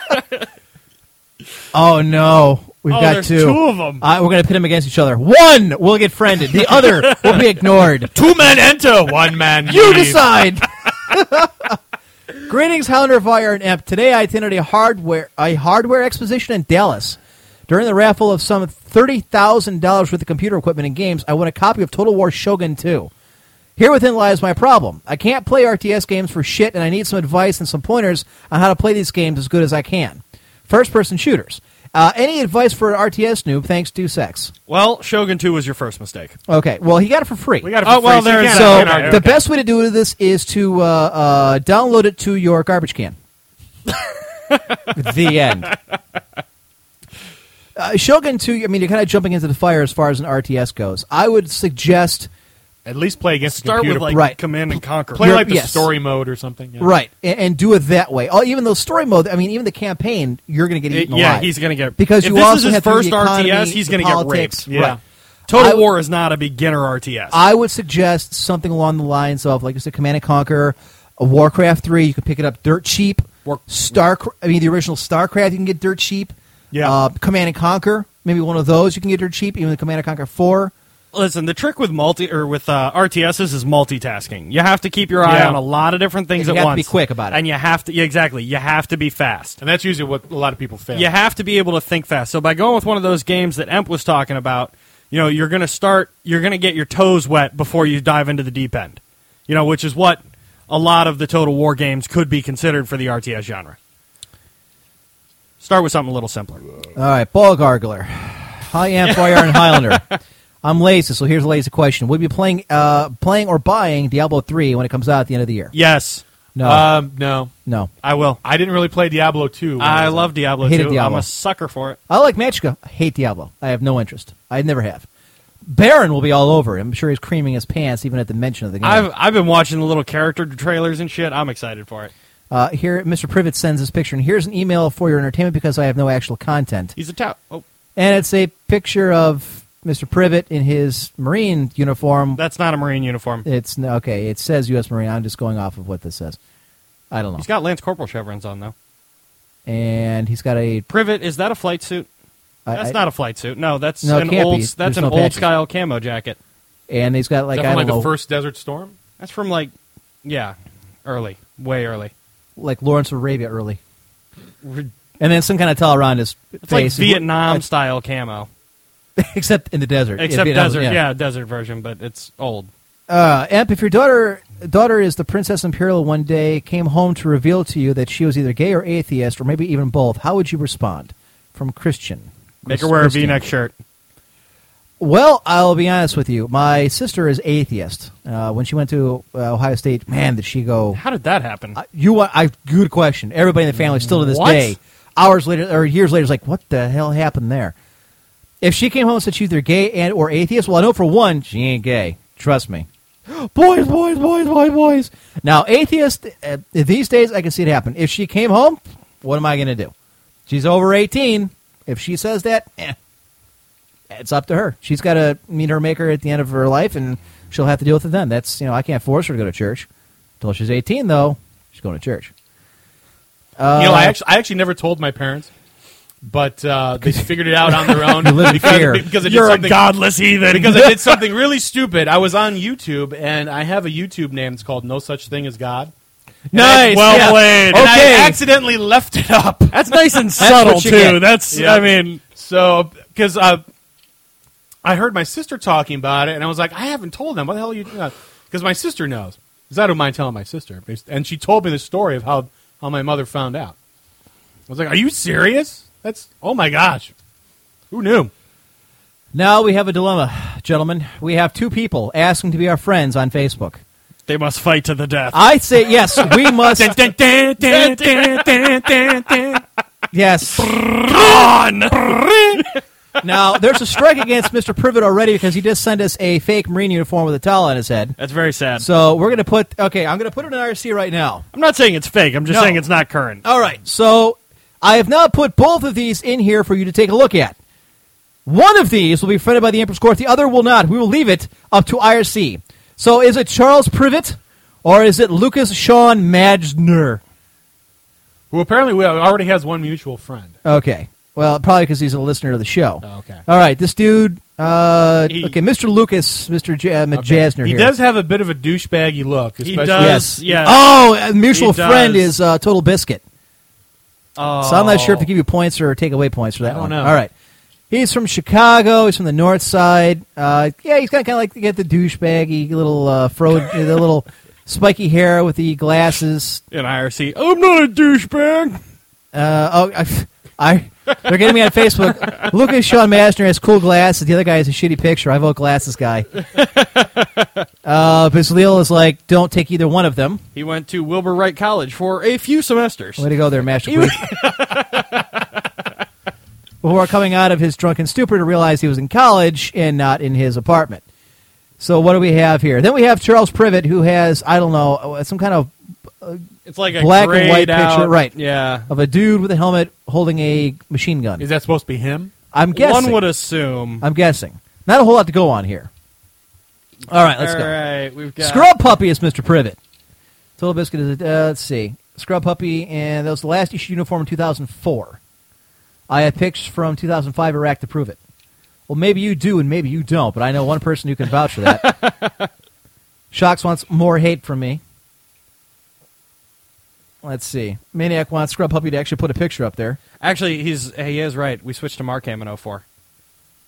C: oh no, we've
D: Oh,
C: got
D: there's
C: two.
D: two of 'em.
C: Uh, we're gonna pit them against each other. One will get friended. The other will be ignored.
E: Two men enter, one man.
C: You decide. Greetings, Hounder of Iron Amp. Today I attended a hardware a hardware exposition in Dallas. During the raffle of some thirty thousand dollars worth of computer equipment and games, I won a copy of Total War Shogun Two. Here within lies my problem. I can't play RTS games for shit, and I need some advice and some pointers on how to play these games as good as I can. First person shooters. Uh, any advice for an RTS noob? Thanks, to sex.
D: Well, Shogun 2 was your first mistake.
C: Okay, well, he got it for free.
E: We got it for
D: Oh, well,
E: free, so you can't-
D: there's-
C: So
E: can't argue.
C: the best way to do this is to uh, uh, download it to your garbage can. the end. Uh, Shogun 2, I mean, you're kind of jumping into the fire as far as an RTS goes. I would suggest,
E: at least play against the
D: Start
E: computer.
D: with, like,
C: Right.
D: Command and Conquer.
E: play like the
C: yes.
E: story mode or something. yeah.
C: right, and, and do it that way. Oh, even though story mode, I mean, even the campaign, you're going to get
D: It-
C: eaten
D: yeah,
C: alive.
D: he's gonna get-
C: Because
D: if
C: you
D: this is
C: also
D: his
C: have to do the
D: first
C: economy,
D: RTS, he's
C: the
D: gonna get
C: politics.
D: raped. Yeah.
C: Right.
D: Total
C: I-
D: War is not a beginner RTS.
C: I would suggest something along the lines of, like I said, Command and Conquer, uh, Warcraft three. You can pick it up dirt cheap.
D: War-
C: Star, I mean, the original StarCraft you can get dirt cheap.
D: Yeah.
C: Uh, Command and Conquer, maybe one of those you can get dirt cheap. Even the Command and Conquer four.
D: Listen, the trick with multi or with uh, RTSs is multitasking. You have to keep your eye
E: Yeah.
D: on a lot of different things
C: And you have
D: at
C: to
D: once.
C: be quick about it.
D: and you have to yeah, exactly. You have to be fast.
E: And that's usually what a lot of people fail.
D: You have to be able to think fast. So by going with one of those games that Emp was talking about, you know, you're going to start, you're going to get your toes wet before you dive into the deep end. You know, which is what a lot of the Total War games could be considered for the RTS genre. Start with something a little simpler.
C: All right, Ball Gargler. Hi, Amplier and Highlander. I'm lazy, so here's a lazy question: Would you be playing, uh, playing or buying Diablo three when it comes out at the end of the year?
D: Yes,
C: No,
D: Uh,
E: Um, no,
C: no.
D: I will.
E: I didn't really play Diablo two. uh, when
D: I
E: was-
D: love Diablo
C: Hated
D: 2. I'm
C: Diablo.
D: a sucker for it.
C: I like Magica. I hate Diablo. I have no interest. I never have. Baron will be all over. I'm sure he's creaming his pants even at the mention of the game.
D: I've I've been watching the little character trailers and shit. I'm excited for it.
C: Uh, here, Mr. Privet sends this picture, and here's an email for your entertainment because I have no actual content.
D: He's a tout. Oh,
C: And it's a picture of Mr. Privet in his Marine uniform.
D: that's not a Marine uniform.
C: It's no- okay. It says U.S. Marine. I'm just going off of what this says. I don't know.
D: He's got Lance Corporal chevrons on though.
C: and he's got a.
D: Privet, is that a flight suit?
C: I-
D: That's
C: I-
D: not a flight suit. No, that's
C: No, it
D: an
C: can't
D: old
C: be.
D: that's
C: There's
D: an
C: no
D: old
C: patches.
D: style camo jacket.
C: And he's got like
E: Is
C: I
E: that
C: don't
E: from, like
C: know,
E: the first Desert Storm.
D: That's from like yeah, early, way early.
C: like Lawrence of Arabia early. And then some kind of towel around his
D: It's like
C: face,
D: Vietnam style camo,
C: except in the desert. Yeah,
D: except
C: Vietnam,
D: desert. Yeah. desert version, but it's old.
C: Uh, Amp, if your daughter daughter is the Princess Imperial one day came home to reveal to you that she was either gay or atheist or maybe even both, how would you respond? From Christian.
D: Make
C: Chris-
D: her wear a
C: Christian.
D: V-neck shirt.
C: Well, I'll be honest with you. My sister is atheist. Uh, when she went to uh, Ohio State, man, did she go?
D: How did that happen?
C: I- You, wa- I good question. Everybody in the family still to this
D: What?
C: day, hours later or years later, is like, what the hell happened there? If she came home and said she's either gay and or atheist, well, I know for one, she ain't gay. Trust me. Boys, boys, boys, boys, boys. Now, atheist uh, these days, I can see it happen. If she came home, what am I going to do? She's over eighteen. If she says that, eh. it's up to her. She's got to meet her maker at the end of her life, and she'll have to deal with it then. That's you know I can't force her to go to church. Until she's eighteen, though, she's going to church.
E: you know,
D: Uh,
E: I actually, I actually never told my parents, but uh, they figured it out on their own.
C: live in
E: because,
C: fear.
E: because I did
D: You're a
E: something-
D: godless heathen.
E: because I did something really stupid. I was on YouTube, and I have a YouTube name. It's called No Such Thing as God.
D: Nice, well played.
E: And
D: Okay.
E: I accidentally left it up.
D: That's nice and subtle
C: what you
D: too.
C: get.
D: That's
E: Yeah.
D: I mean,
E: So, because uh, I heard my sister talking about it, and I was like, I haven't told them. What the hell are you doing? Because my sister knows. Because I don't mind telling my sister. And she told me the story of how, how my mother found out. I was like, Are you serious? That's, oh my gosh. Who knew?
C: Now we have a dilemma, gentlemen. We have two people asking to be our friends on Facebook.
D: they must fight to the death.
C: I say yes. We must. yes. Now there's a strike against Mr. Privet already because he just sent us a fake Marine uniform with a towel on his head.
D: That's very sad.
C: So we're gonna put. Okay, I'm gonna put it in IRC right now.
D: I'm not saying it's fake. I'm just
C: No.
D: saying it's not current.
C: All right. So I have now put both of these in here for you to take a look at. One of these will be fronted by the Emperor's Court. The other will not. We will leave it up to IRC. So is it Charles Privet or is it Lucas Sean Madgner?
E: Who apparently we already has one mutual friend.
C: Okay. Well, probably because he's a listener to the show.
E: Oh, okay.
C: All right. This dude. Uh,
E: He-
C: okay, Mr. Lucas, Mr. J- uh, Jasner
E: He
C: here.
E: does uh, have a bit of a douchebaggy look.
D: He
E: especially-
D: does.
C: Yes.
D: Yeah.
C: Oh, a mutual
D: He
C: friend
D: does.
C: is uh, Total Biscuit.
D: Oh.
C: So I'm not sure if they give you points or take away points for that
E: Oh. I don't
C: one.
E: know.
C: All right. He's from Chicago. He's from the North Side. Uh, yeah, he's got kind of like get the douchebaggy little uh, fro, the little spiky hair with the glasses.
D: In IRC, I'm not a douchebag.
C: Uh, oh, I, I- they're getting me on Facebook. Look at Sean Mastner has cool glasses. The other guy has a shitty picture. I vote glasses guy. Uh, Bazlil is like, don't take either one of them.
D: He went to Wilbur Wright College for a few semesters.
C: Way to go there, Master Queen. Before coming out of his drunken stupor to realize he was in college and not in his apartment. So what do we have here? Then we have Charles Privet, who has I don't know uh, some kind of
D: It's like a
C: black and white
D: grayed out-
C: picture, right?
D: Yeah.
C: of a dude with a helmet holding a machine gun.
E: Is that supposed to be him?
C: I'm guessing.
D: One would assume.
C: I'm guessing. Not a whole lot to go on here. All right, let's
D: All
C: go.
D: right, we've got
C: Scrub Puppy is Mr. Privet. Total Biscuit is, a, uh, let's see. Scrub Puppy, and that was the last issue uniform in 2004. I have pics from 2005 Iraq to prove it. Well, maybe you do, and maybe you don't, but I know one person who can vouch for that. Shocks wants more hate from me. Let's see. Maniac wants Scrub Puppy to actually put a picture up there.
D: Actually, he's he is right. We switched to Markham in 04.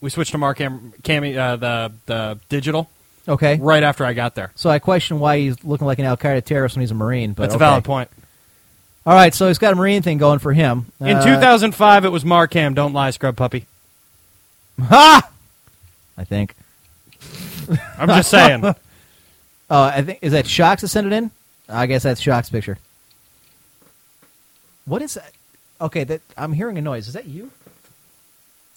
D: We switched to Markham Cami uh, the the digital
C: Okay.
D: right after I got there.
C: So I question why he's looking like an Al Qaeda terrorist when he's a Marine. But
D: That's
C: okay.
D: a valid point.
C: All right, so he's got a Marine thing going for him.
D: In
C: Uh,
D: 2005, it was Markham. Don't lie, scrub puppy.
C: Ha! I think.
D: I'm just saying.
C: Oh, I think is that Shocks that sent it in? I guess that's Shocks' picture. What is that? Okay, that I'm hearing a noise. Is that you?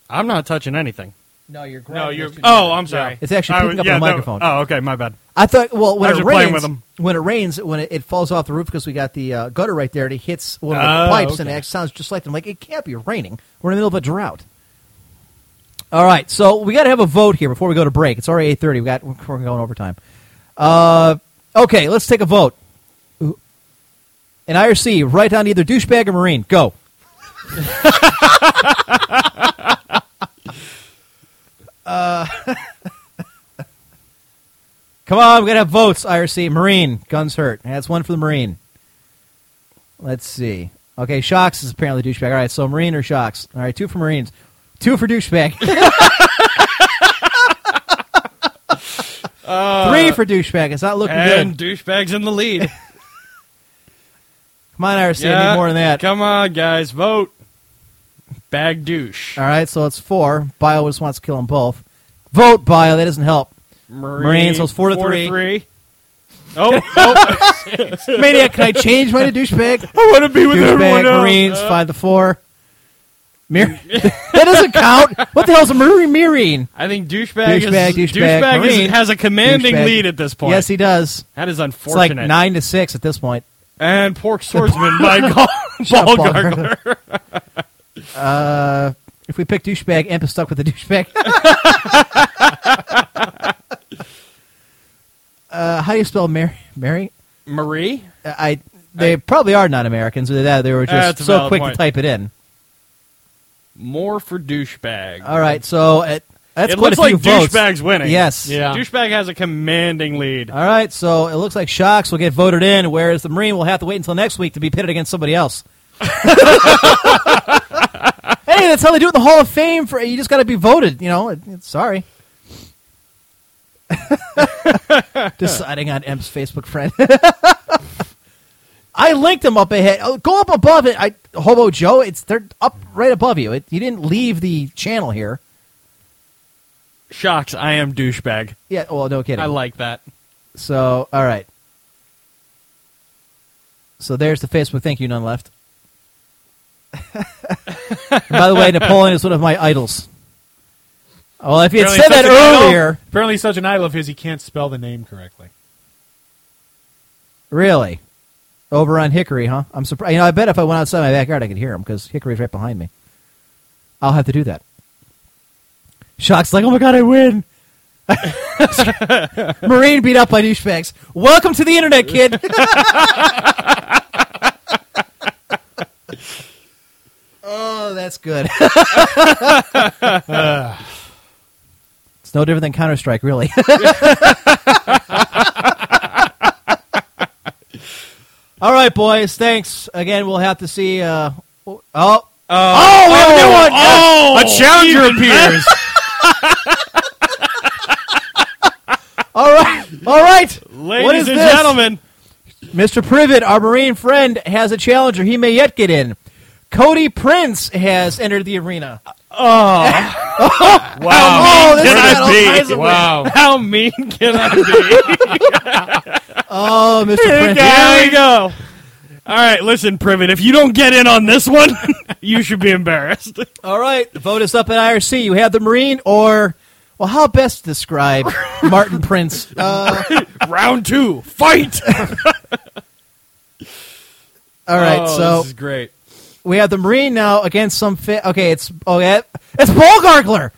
D: I'm not touching anything.
C: No, you're. Grabbing
E: No, you're.
D: Oh, I'm sorry.
C: It's actually
D: I
C: picking
D: was-
C: up
D: yeah,
C: the
D: no-
C: microphone.
D: oh, okay, my bad.
C: I thought. Well, when
D: I was
C: it
D: just playing
C: rains,
D: with 'em.
C: when it rains, when it, it falls off the roof because we got the uh, gutter right there, and it hits one of the
E: Oh,
C: pipes, and
E: okay.
C: it actually sounds just like them. Like it can't be raining. We're in the middle of a drought. All right, so we got to have a vote here before we go to break. It's already eight thirty. We got we're going overtime. Uh, okay, let's take a vote. An IRC, write down either douchebag or marine. Go. Come on, we gotta have votes. IRC Marine guns hurt. That's one for the Marine. Let's see. Okay, Shocks is apparently douchebag. All right, so Marine or Shocks. All right, two for Marines, two for douchebag, three for douchebag. It's not looking
D: And
C: good.
D: douchebags in the lead.
C: Come on, IRC, I need more than that.
D: Come on, guys, vote. Bag douche.
C: All right, so it's four. Bio just wants to kill them both. Vote Bio. That doesn't help.
D: Marine,
C: Marines, so it's four to three.
D: Oh, oh,
C: Maniac, can I change mine to douchebag?
D: I want to be with
C: douchebag
D: everyone else. Uh.
C: Marines, five to four. Mir- that doesn't count. What the hell's a Marine? Marine?
D: I think douchebag,
C: Douchebag, douchebag,
D: is, douchebag is-
C: Marine.
D: has a commanding
C: Douchebag.
D: lead at this point.
C: Yes, he does.
D: that is
C: It's like
D: unfortunate.
C: nine to six at this point.
D: and pork swordsman by Gol-
C: Shut up,
D: Ball
C: Ball
D: Gargler.
C: Uh, If we pick douchebag, Imp is stuck with the douchebag. uh, how do you spell Mary? Mary?
D: Marie?
C: Uh, I. They probably are not Americans. Either that, or they were just
D: That's a
C: so
D: valid
C: quick to
D: point.
C: type it in.
D: More for douchebag.
C: All right, so it, Uh, that's
D: it
C: quite
D: looks
C: a few
D: like
C: votes.
D: douchebag's winning.
C: Yes.
E: Yeah.
D: Douchebag has a commanding lead.
C: All right, so it looks like Shocks will get voted in, whereas the Marine will have to wait until next week to be pitted against somebody else. hey, that's how they do it in the Hall of Fame. For you just got to be voted. You know, It- it- sorry. Deciding on M's Facebook friend. I linked him up ahead. Oh, go up above it, I, Hobo Joe. It's they're up right above you. It, you didn't leave the channel here.
D: Shocks, I am douchebag.
C: Yeah. Well, no kidding.
D: I like that.
C: So, all right. So there's the Facebook thank you, none left. By the way, Napoleon is one of my idols. Well, if he had said
E: Apparently
C: that
E: such an idol-
C: earlier,
E: apparently he's such an idol of his, he can't spell the name correctly.
C: really, over on Hickory, huh? I'm surprised. You know, I bet if I went outside my backyard, I could hear him because Hickory's right behind me. I'll have to do that. Shock's like, oh my god, I win. Marine beat up by douchebags. Welcome to the internet, kid. oh, that's good. it's no different than Counter Strike, really. All right, boys. Thanks again. We'll have to see. Uh, oh, oh, we have a new one.
D: A challenger appears.
C: All right, all right. what is
D: Ladies and
C: this?
D: gentlemen,
C: Mr. Privet, our Marine friend, has a challenger. He may yet get in. Cody Prince has entered the arena.
D: wow.
C: Oh, this
D: Can
C: is
D: I
C: got all
D: be?
C: kinds of
E: Wow.
D: how mean can I be?
C: Oh, Mr. Prince.
D: There we go. All right, listen, Privet, if you don't get in on this one, you should be embarrassed.
C: All right, the vote is up at IRC. You have the Marine or, well, how best to describe Martin Prince? Uh,
D: Round two, fight.
C: all right,
E: oh,
C: so
E: this is great.
C: we have the Marine now against some. Fa- okay, it's oh yeah, it's Paul Gargler.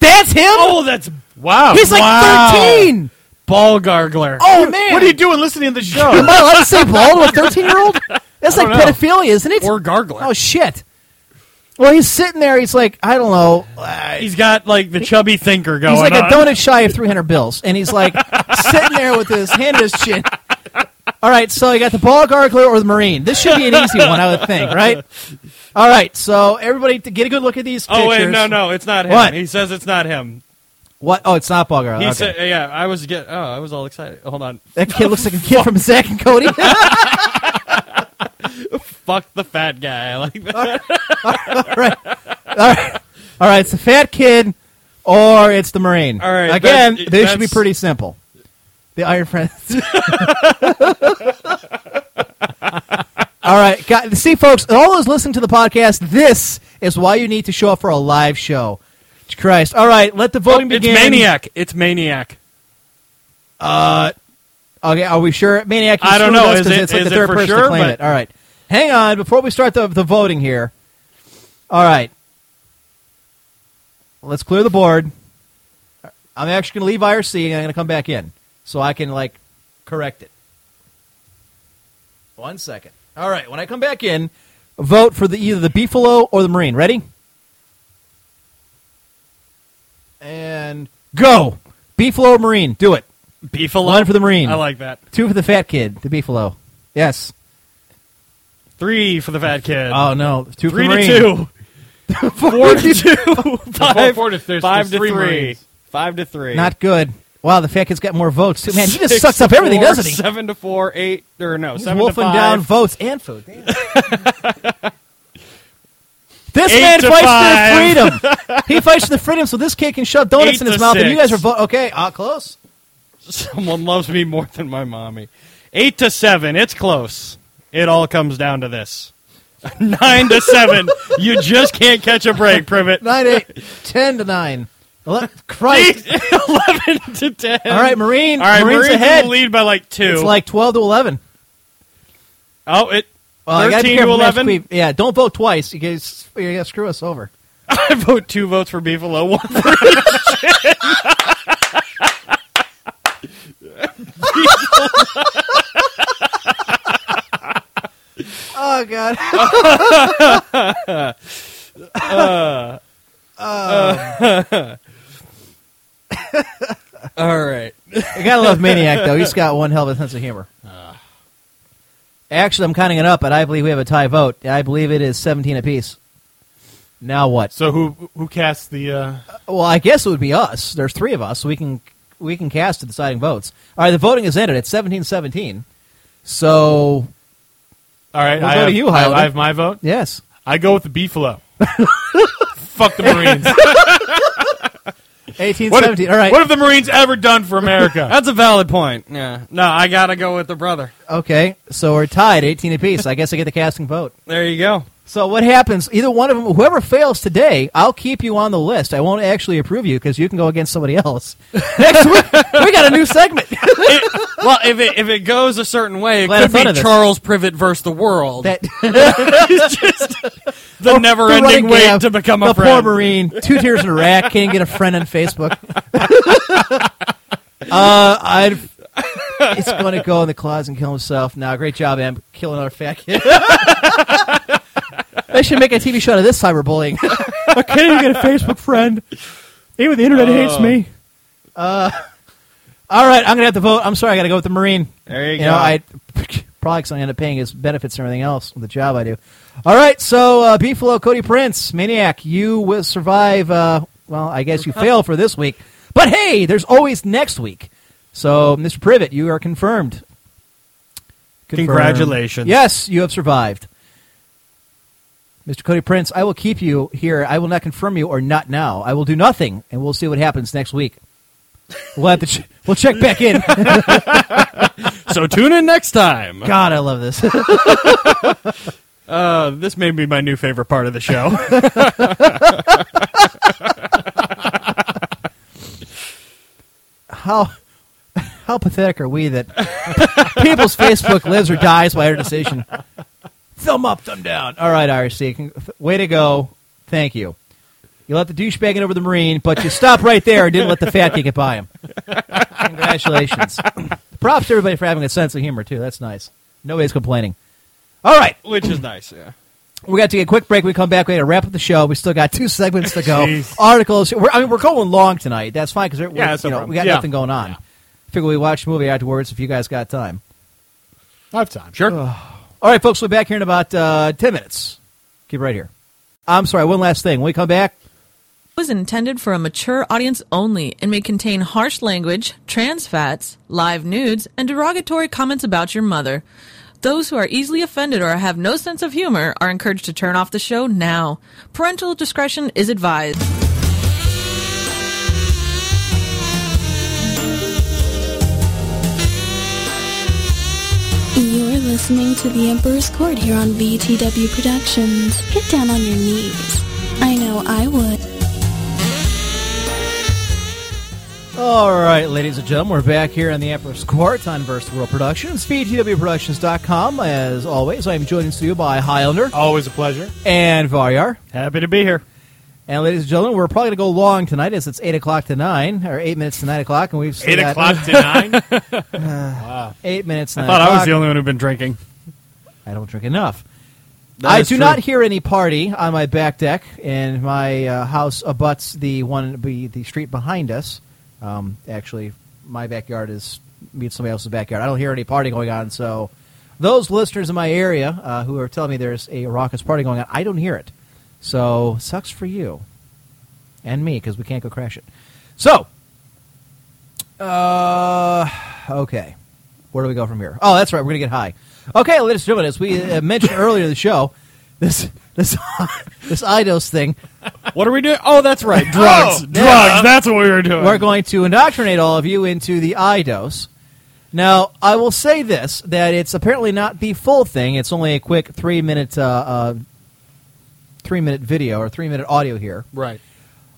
C: That's him.
D: oh, that's
E: Wow.
C: He's like
D: wow.
C: thirteen.
D: ball gargler.
C: Oh man,
E: What are you doing listening to the show?
C: Am I allowed to say bald to a 13 year old? That's like
E: don't know.
C: pedophilia, isn't it?
D: Or gargler.
C: Oh, shit. Well, he's sitting there. He's like, I don't know.
D: Oh,
C: uh,
D: He's got like the chubby thinker going
C: He's like
D: on.
C: a donut shy of 300 bills. And he's like sitting there with his hand in his chin. All right, so you got the ball gargler or the marine. This should be an easy one, I would think, right? All right, so everybody to get a good look at these pictures.
D: oh wait, no, no, it's not him.
C: What?
D: He says it's not him.
C: What? Oh, it's not ball gargler.
D: He
C: okay.
D: said, "Yeah, I was get. Oh, I was all excited. Hold on,
C: that kid looks like a kid from Zack and Cody.
D: fuck the fat guy. I like that.
C: All right, it's the fat kid or it's the Marine.
D: All right,
C: Again,
D: that-
C: they should be
D: that's-
C: pretty simple. The Iron Friends. all right, got, see, folks, all those listening to the podcast, this is why you need to show up for a live show. Christ. All right, let the voting
D: it's
C: begin.
D: maniac. It's maniac.
C: Okay, are we sure? Maniac, you
D: I don't
C: screwed
D: know.
C: us
D: Is
C: 'cause
D: it-
C: it's like
D: is
C: the
D: it
C: third
D: for
C: person to
D: sure?
C: claim
D: But-
C: it. All right. Hang on, before we start the, the voting here. All right. Let's clear the board. I'm actually going to leave IRC and I'm going to come back in so I can, like, correct it. One second. All right, when I come back in, vote for the either the Beefalo or the Marine. Ready? And go! Beefalo or Marine. Do it.
D: Beefalo.
C: One for the Marine.
D: I like that.
C: Two for the fat kid, the beefalo. Yes.
D: Three for the fat kid.
C: Oh no, two
D: Three
C: for
D: to
C: Marine.
D: two.
C: Four to two.
D: Five,
E: four to- there's- there's
D: five to
E: three
D: three.
E: Marines.
D: Five to three.
C: Not good. Wow, the fat kid's got more votes too. Man, he just
D: Six
C: sucks
D: to
C: up everything,
D: four,
C: doesn't he?
D: Seven to four, eight or no,
C: He's
D: seven
C: wolfing
D: to five.
C: down votes and food. Damn. this
D: Eight
C: man
D: to
C: fights
D: five.
C: for the freedom. he fights for the freedom, so this kid can shove donuts
D: Eight
C: in his
D: to
C: mouth, and you
D: six.
C: guys are vote. Okay, ah, close.
D: Someone loves me more than my mommy. Eight to seven, it's close. It all comes down to this. Nine to seven, you just can't catch a break, Privet.
C: Nine eight, ten to nine. Ele- Christ!
D: Eleven to ten.
C: All right, Marine.
D: all right,
C: Marine's
D: Marines in
C: ahead.
D: the lead by like two.
C: It's like twelve to eleven.
D: oh, it
C: Well, I gotta be
D: thirteen to
C: careful, Matt
D: eleven.
C: Squeeb. Yeah, don't vote twice. You guys, you gotta screw us over.
D: I vote two votes for Beefalo, one for
C: Oh god. Oh.
D: All right.
C: I gotta love Maniac though. He's got one hell of a sense of humor.
D: Ah.
C: Actually, I'm counting it up, but I believe we have a tie vote. I believe it is 17 apiece. Now what?
E: So who who cast the? Uh,
C: Well, I guess it would be us. There's three of us. We can we can cast the deciding votes. All right, the voting is ended. It's 17-17. So
E: all right,
C: We'll
E: I
C: go to
E: have,
C: you,
E: I,
C: Howard.
E: I have my vote.
C: yes,
E: I go with the Beefalo. Fuck the Marines.
C: 18-17.
E: What have-
C: All right,
E: What have the Marines ever done for America?
D: That's a valid point. Yeah. No, I got to go with the brother.
C: okay. So we're tied, 18 apiece. I guess I get the casting vote.
D: There you go.
C: So what happens? Either one of them, whoever fails today, I'll keep you on the list. I won't actually approve you because you can go against somebody else. Next week, we got a new segment.
D: It- well, if it if it goes a certain way, it
C: Glad I
D: could
C: thought
D: be
C: of this.
D: Charles Privet versus the world.
C: that
D: oh, the never-ending
C: running
D: wait
C: gag,
D: to become a
C: the
D: friend.
C: poor Marine, two tears in Iraq, can't get a friend on Facebook. uh, I'd. It's going to go in the closet and kill himself. Now, great job, Em. Kill another fat kid. they should make a TV show out of this cyberbullying.
A: I can't even get a Facebook friend. Even the internet hates me.
C: Uh, All right, I'm gonna have to vote. I'm sorry, I gotta go with the Marine.
D: There you
C: know,
D: go.
C: I probably 'cause I'm gonna end up paying his benefits and everything else with the job I do. All right, so uh, Beefalo, Cody Prince, Maniac, you will survive. Uh, well, I guess you fail for this week, but hey, there's always next week. So, Mr. Privet, you are confirmed. Confirmed.
D: Congratulations.
C: Yes, you have survived. Mr. Cody Prince, I will keep you here. I will not confirm you or not now. I will do nothing, and we'll see what happens next week. We'll have to ch- we'll check back in.
D: So tune in next time.
C: God, I love this.
D: Uh, this may be my new favorite part of the show.
C: How how pathetic are we that people's Facebook lives or dies by our decision? Thumb up, thumb down. All right, IRC, con- way to go. Thank you. You let the douchebag in over the Marine, but you stopped right there and didn't let the fat kid get by him. Congratulations. Props to everybody for having a sense of humor too. That's nice. Nobody's complaining. All right,
D: Which is nice, yeah.
C: We got to get a quick break. We come back. We got to wrap up the show. We still got two segments to go.
E: Jeez.
C: Articles. We're, I mean, we're going long tonight. That's fine because
E: Yeah, that's no problem.
C: we got
E: Yeah.
C: nothing going on. Figure we watch a movie afterwards if you guys got time.
E: I have time. Sure.
C: All right, folks, we'll be back here in about uh, 10 minutes. Keep it right here. I'm sorry, one last thing. When we come back,
B: was intended for a mature audience only and may contain harsh language, trans fats, live nudes, and derogatory comments about your mother. Those who are easily offended or have no sense of humor are encouraged to turn off the show now. Parental discretion is advised.
A: You're listening to The Emperor's Court here on VTW Productions. Get down on your knees. I know I would.
C: All right, ladies and gentlemen, we're back here on the Emperor's Court on Verse World Productions, VTWProductions.com. As always, I am joined in studio by Highlander
E: Always a pleasure.
C: and Varyar.
D: Happy to be here.
C: And ladies and gentlemen, we're probably going to go long tonight as it's 8 o'clock to 9, or 8 minutes to 9 o'clock, and we've still
E: Eight
C: got
E: o'clock to nine.
C: 8 minutes to 9
D: Thought I was
C: o'clock.
D: the only one who'd been drinking.
C: I don't drink enough.
D: That
C: I
D: is
C: do
D: true.
C: not hear any party on my back deck, and my uh, house abuts the one be the street behind us. Um, actually, my backyard is meets somebody else's backyard. I don't hear any party going on. So, those listeners in my area uh, who are telling me there's a raucous party going on, I don't hear it. So, sucks for you and me because we can't go crash it. So, uh, okay. Where do we go from here? Oh, that's right. We're gonna get high. Okay, ladies and gentlemen, as we uh, mentioned earlier in the show, this this this IDOS thing,
D: What are we doing? Oh, that's right. Drugs. Drugs.
E: uh,
C: yeah.
D: That's what we were doing.
C: we're going to indoctrinate all of you into the IDOS. Now, I will say this: that it's apparently not the full thing. It's only a quick three minute uh, uh, three minute video or three minute audio here.
D: right.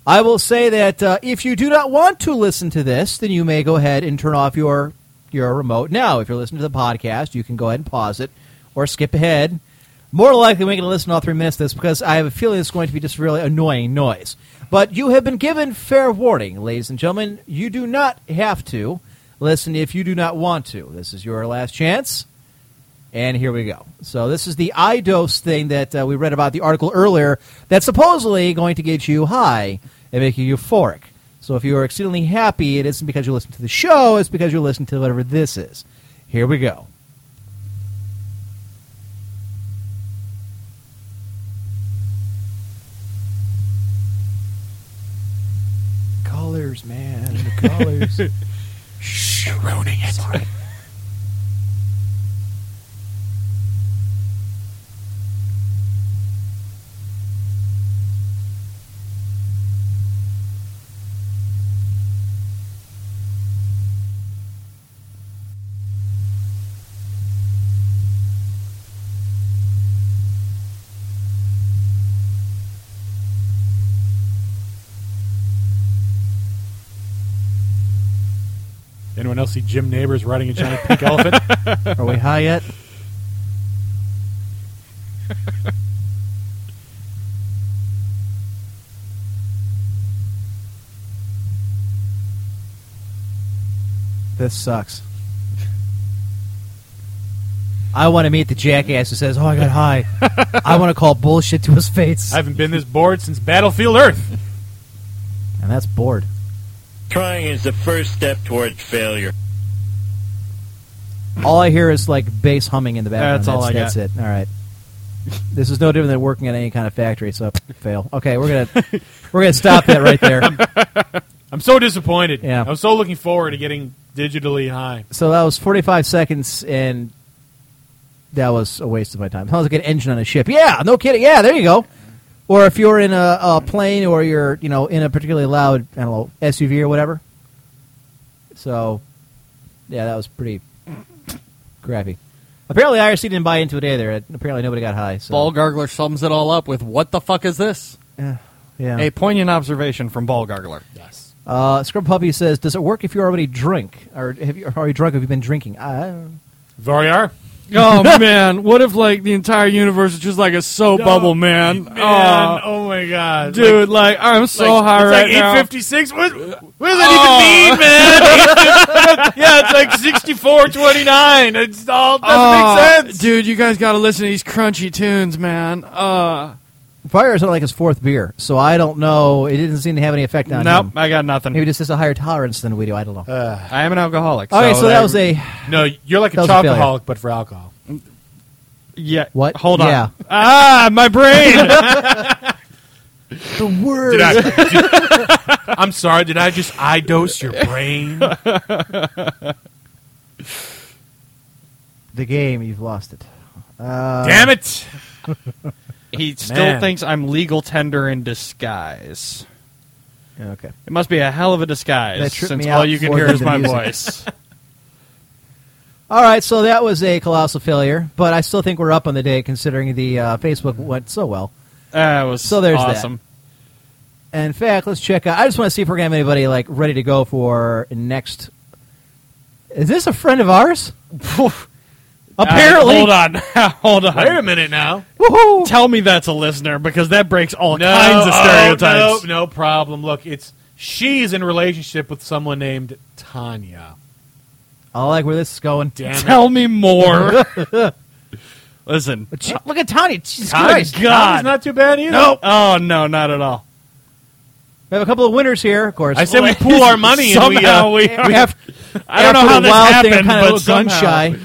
C: I will say that uh, if you do not want to listen to this, then you may go ahead and turn off your your remote now. If you're listening to the podcast, you can go ahead and pause it or skip ahead. More than likely, we ain't going to listen to all three minutes of this because I have a feeling it's going to be just really annoying noise. But you have been given fair warning, ladies and gentlemen. You do not have to listen if you do not want to. This is your last chance. And here we go. So this is the iDose thing that uh, we read about the article earlier that's supposedly going to get you high and make you euphoric. So if you are exceedingly happy, it isn't because you listen to the show, it's because you listen to whatever this is. Here we go. Colors, man. The colors.
K: Shh, you're ruining it.
E: Anyone else see Jim Neighbors riding a giant pink elephant?
C: Are we high yet? this sucks. I want to meet the jackass who says, "Oh, I got high." I want to call bullshit to his face,
E: I haven't been this bored since Battlefield Earth.
C: and that's bored.
L: Trying is the first step towards failure.
C: All I hear is like bass humming in the background.
D: That's all I
C: that's
D: got.
C: it. All right. This is no different than working at any kind of factory. So fail. Okay, we're gonna we're gonna stop that right there.
E: I'm so disappointed.
C: Yeah.
E: I'm so looking forward to getting digitally high.
C: So that was 45 seconds, and that was a waste of my time. Sounds like an engine on a ship. Yeah, no kidding. Yeah, there you go. Or if you're in a, a plane, or you're you know in a particularly loud I don't know SUV or whatever. So, yeah, that was pretty crappy. Apparently, IRC didn't buy into it either. Apparently, nobody got high. So
D: Ball Gargler sums it all up with "What the fuck is this?"
C: yeah.
D: A poignant observation from Ball Gargler.
E: Yes.
C: Uh, Scrub Puppy says, "Does it work if you already drink, or have you are you drunk? Have you been drinking?" I,
E: Variar?
D: oh man, what if like the entire universe is just like a soap bubble, man?
E: Man,
D: Oh,
E: oh my god.
D: dude, like, I'm so high
E: it's
D: right
E: like
D: now.
E: 856? What, what does
D: Oh.
E: that even mean, man? yeah, it's like 6429. It's all doesn't
D: Oh,
E: make sense.
D: dude. You guys got to listen to these crunchy tunes, man. Uh,
C: Fire is not like his fourth beer, so I don't know. It didn't seem to have any effect on
D: nope,
C: him.
D: I got nothing.
C: Maybe just has a higher tolerance than we do. I don't know.
D: I am an alcoholic.
C: All right, so, that
D: there-
C: was a
E: No, you're like
C: That
E: a
C: was a failure.
E: chocoholic, but for alcohol.
D: yeah.
C: What?
D: Hold on.
C: Yeah.
D: Ah, my brain.
C: the word.
E: Did I, did- I'm sorry, did I just eye dose your brain?
C: The game, you've lost it. Uh,
E: Damn it.
D: he still
E: Man.
D: thinks I'm legal tender in disguise.
C: Okay.
D: It must be a hell of a disguise
C: That tripped
D: since
C: me
D: all
C: out
D: you can
C: more
D: hear
C: than
D: is
C: the
D: my
C: music.
D: voice.
C: All right, so that was a colossal failure, but I still think we're up on the day considering the uh, Facebook went so well.
D: That was
C: So there's that.
D: awesome.
C: In fact, let's check out. I just want to see if we're going to have anybody like ready to go for next. Is this a friend of ours? Apparently.
D: Uh, hold on, hold on.
E: Wait a minute now.
C: Woohoo!
D: Tell me that's a listener because that breaks all kinds of stereotypes.
E: Oh, no, no problem. Look, it's she's in a relationship with someone named Tanya.
C: I like where this is going.
E: Damn it.
D: Tell me more. Listen.
C: But she- look at Tony. Jesus
D: My
C: Christ.
D: God.
E: Tanya's not too bad either.
D: no. Oh no, not at all.
C: We have a couple of winners here, of course.
E: I said we pool our money and we, uh,
D: Somehow we, are-
C: we have.
D: I don't know how this happened,
C: kind
D: but
C: of gun
D: somehow-
C: shy.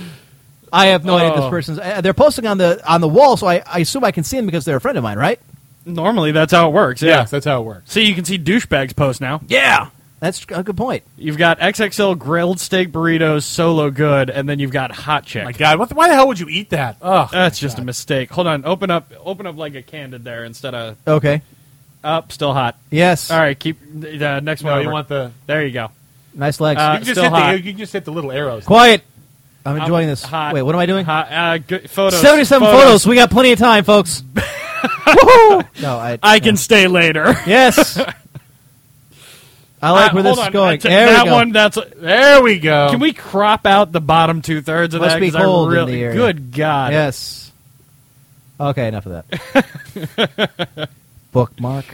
C: I have no idea this
D: Oh.
C: person's. Uh, they're posting on the on the wall, so I, I assume I can see them because they're a friend of mine, right?
D: Normally that's how it works. Yeah.
E: Yes, that's how it works.
D: See, you can see douchebags post now.
C: Yeah, that's a good point.
D: You've got XXL grilled steak burritos, solo good, and then you've got hot chick.
E: Oh My God, what the, why the hell would you eat that? Oh, Ugh.
D: That's just a mistake. Hold on, open up, open up like a candid there instead of
C: Okay.
D: up. Still hot.
C: Yes.
D: All right, keep uh, next
E: no,
D: one.
E: you
D: over.
E: want the
D: There you go.
C: Nice legs.
D: Uh,
E: you can just
D: still
E: hit
D: hot.
E: the you can just hit the little arrows.
C: Quiet. I'm enjoying this.
D: hot.
C: Wait, what am I doing?
D: Hot, uh, good, photos.
C: Seventy-seven photos. We got plenty of time, folks. Woohoo! No, I.
D: I can stay later.
C: Yes. I like
D: Uh,
C: where
D: hold
C: this is
D: on.
C: going.
D: T-
C: there
D: that
C: we go.
D: one. That's
E: There we go.
D: Can we crop out the bottom two thirds of
C: Must
D: that?
C: be
D: 'Cause I
C: cold in
D: really-
C: the area.
D: Good God.
C: Yes.
M: Okay, enough of that. Bookmark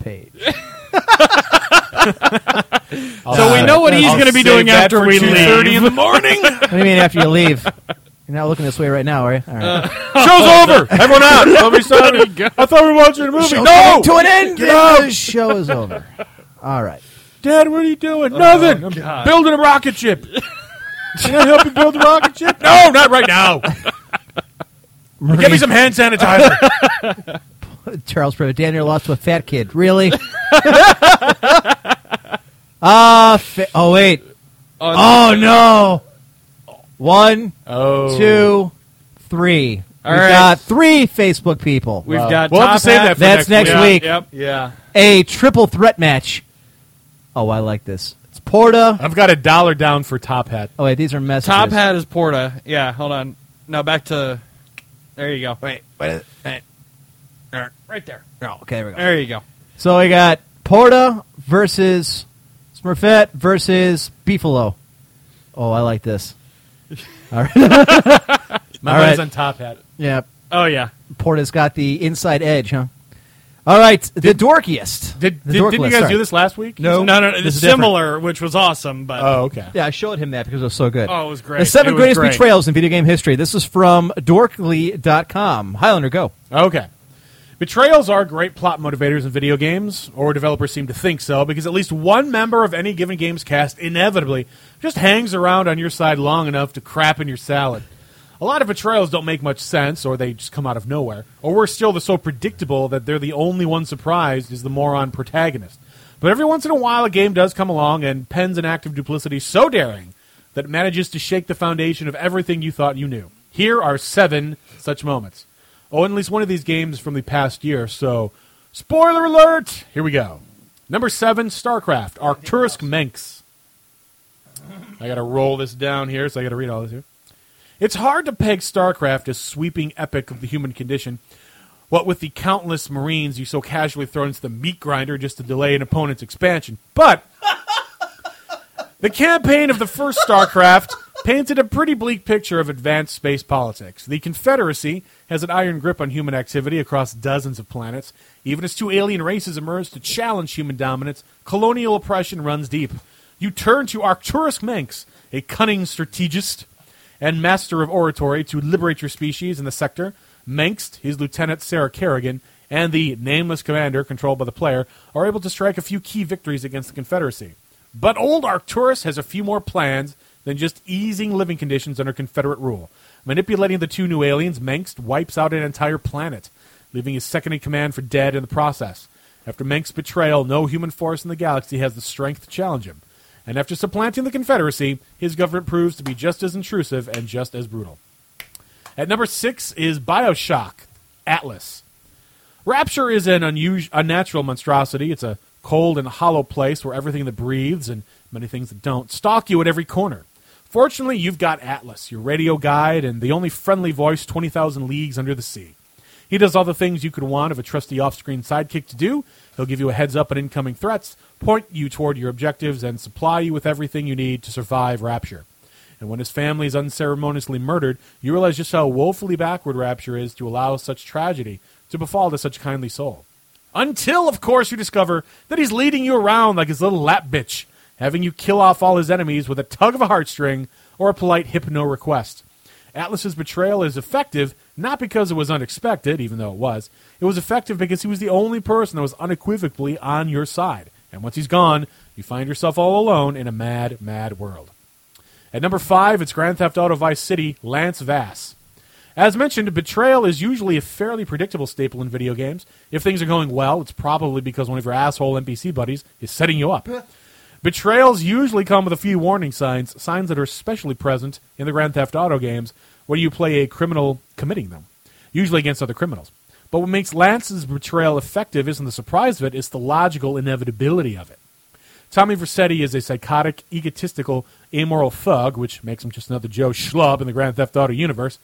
M: page.
D: So we know what he's gonna be doing after we leave.
M: 2:30 what do you mean after you leave? You're not looking this way right now, are you? All right.
E: I thought we were watching a movie.
M: Show's
E: no,
M: coming to an end.
E: No,
M: The show is over. All right.
E: Dad, what are you doing?
M: Oh,
E: Nothing.
M: God.
E: I'm building a rocket ship. Can I help you build a rocket ship? No, not right now. Give me some hand sanitizer.
M: Charles Privet. Daniel lost to a fat kid. Really? Ah, fa- oh wait.
D: Oh,
M: Oh, no. One,
E: Oh.
M: two, three.
D: All
M: We've
D: right.
M: got three Facebook people.
D: We've got
E: We'll have to
D: Top
E: save
D: Hat.
E: that for
M: That's
E: next
M: next, week.
E: week. Yeah, yep. Yeah.
M: A triple threat match. Oh, I like this. It's Porta.
E: I've got a dollar down for Uh, Top Hat.
M: Oh wait, these are messages.
D: Top Hat is Porta. Yeah, hold on. Now back to. There you go. Wait,
M: wait,
D: Right there.
M: Oh, okay, there we go.
D: There you go.
M: So we got Porta versus Smurfette versus Beefalo. Oh, I like this. All right.
E: My
M: All right.
E: money's on Top Hat.
M: Yeah.
D: Oh yeah.
M: Porta's got the inside edge, huh? All right, the dorkiest.
E: Did,
M: the
E: did, not
M: dork
E: you
M: list,
E: guys
M: sorry.
E: do this last week?
D: no, no. no
M: This
D: it's
M: is different.
D: similar, which was awesome. But
E: Oh, okay.
M: Yeah, I showed him that because it was so good.
D: Oh, it was great.
M: The
D: It
M: seven
D: was
M: greatest
D: great.
M: betrayals in video game history. This is from dorkly.com. Highlander, go.
E: Okay. Betrayals are great plot motivators in video games, or developers seem to think so, because at least one member of any given game's cast inevitably just hangs around on your side long enough to crap in your salad. A lot of betrayals don't make much sense, or they just come out of nowhere, or worse still, they're so predictable that they're the only one surprised is the moron protagonist. But every once in a while, a game does come along and pens an act of duplicity so daring that it manages to shake the foundation of everything you thought you knew. Here are seven such moments. Oh, and at least one of these games from the past year, so spoiler alert! Here we go. Number seven, StarCraft, Arcturus Menx. I gotta roll this down here, so I gotta read all this here. It's hard to peg StarCraft as sweeping epic of the human condition. What with the countless Marines you so casually throw into the meat grinder just to delay an opponent's expansion. But the campaign of the first StarCraft painted a pretty bleak picture of advanced space politics. The Confederacy has an iron grip on human activity across dozens of planets. Even as two alien races emerge to challenge human dominance, colonial oppression runs deep. You turn to Arcturus Menx, a cunning strategist and master of oratory, to liberate your species and the sector. Menx, his lieutenant Sarah Kerrigan, and the nameless commander controlled by the player are able to strike a few key victories against the Confederacy. But old Arcturus has a few more plans than just easing living conditions under Confederate rule. Manipulating the two new aliens, Mengst wipes out an entire planet, leaving his second in command for dead in the process. After Mengst's betrayal, no human force in the galaxy has the strength to challenge him. And after supplanting the Confederacy, his government proves to be just as intrusive and just as brutal. At number six is Bioshock Atlas. Rapture is an unusual, unnatural monstrosity. It's a cold and hollow place where everything that breathes and many things that don't stalk you at every corner. Fortunately, you've got Atlas, your radio guide, and the only friendly voice 20,000 leagues under the sea. He does all the things you could want of a trusty off screen sidekick to do. He'll give you a heads up on incoming threats, point you toward your objectives, and supply you with everything you need to survive Rapture. And when his family is unceremoniously murdered, you realize just how woefully backward Rapture is to allow such tragedy to befall to such a kindly soul. Until, of course, you discover that he's leading you around like his little lap bitch, having you kill off all his enemies with a tug of a heartstring or a polite hypno request. Atlas's betrayal is effective not because it was unexpected, even though it was. It was effective because he was the only person that was unequivocally on your side. And once he's gone, you find yourself all alone in a mad, mad world. At number five, it's Grand Theft Auto Vice City, Lance Vass. As mentioned, betrayal is usually a fairly predictable staple in video games. If things are going well, it's probably because one of your asshole NPC buddies is setting you up. Betrayals usually come with a few warning signs, signs that are especially present in the Grand Theft Auto games where you play a criminal committing them, usually against other criminals. But what makes Lance's betrayal effective isn't the surprise of it, it's the logical inevitability of it. Tommy Vercetti is a psychotic, egotistical, amoral thug, which makes him just another Joe Schlub in the Grand Theft Auto universe.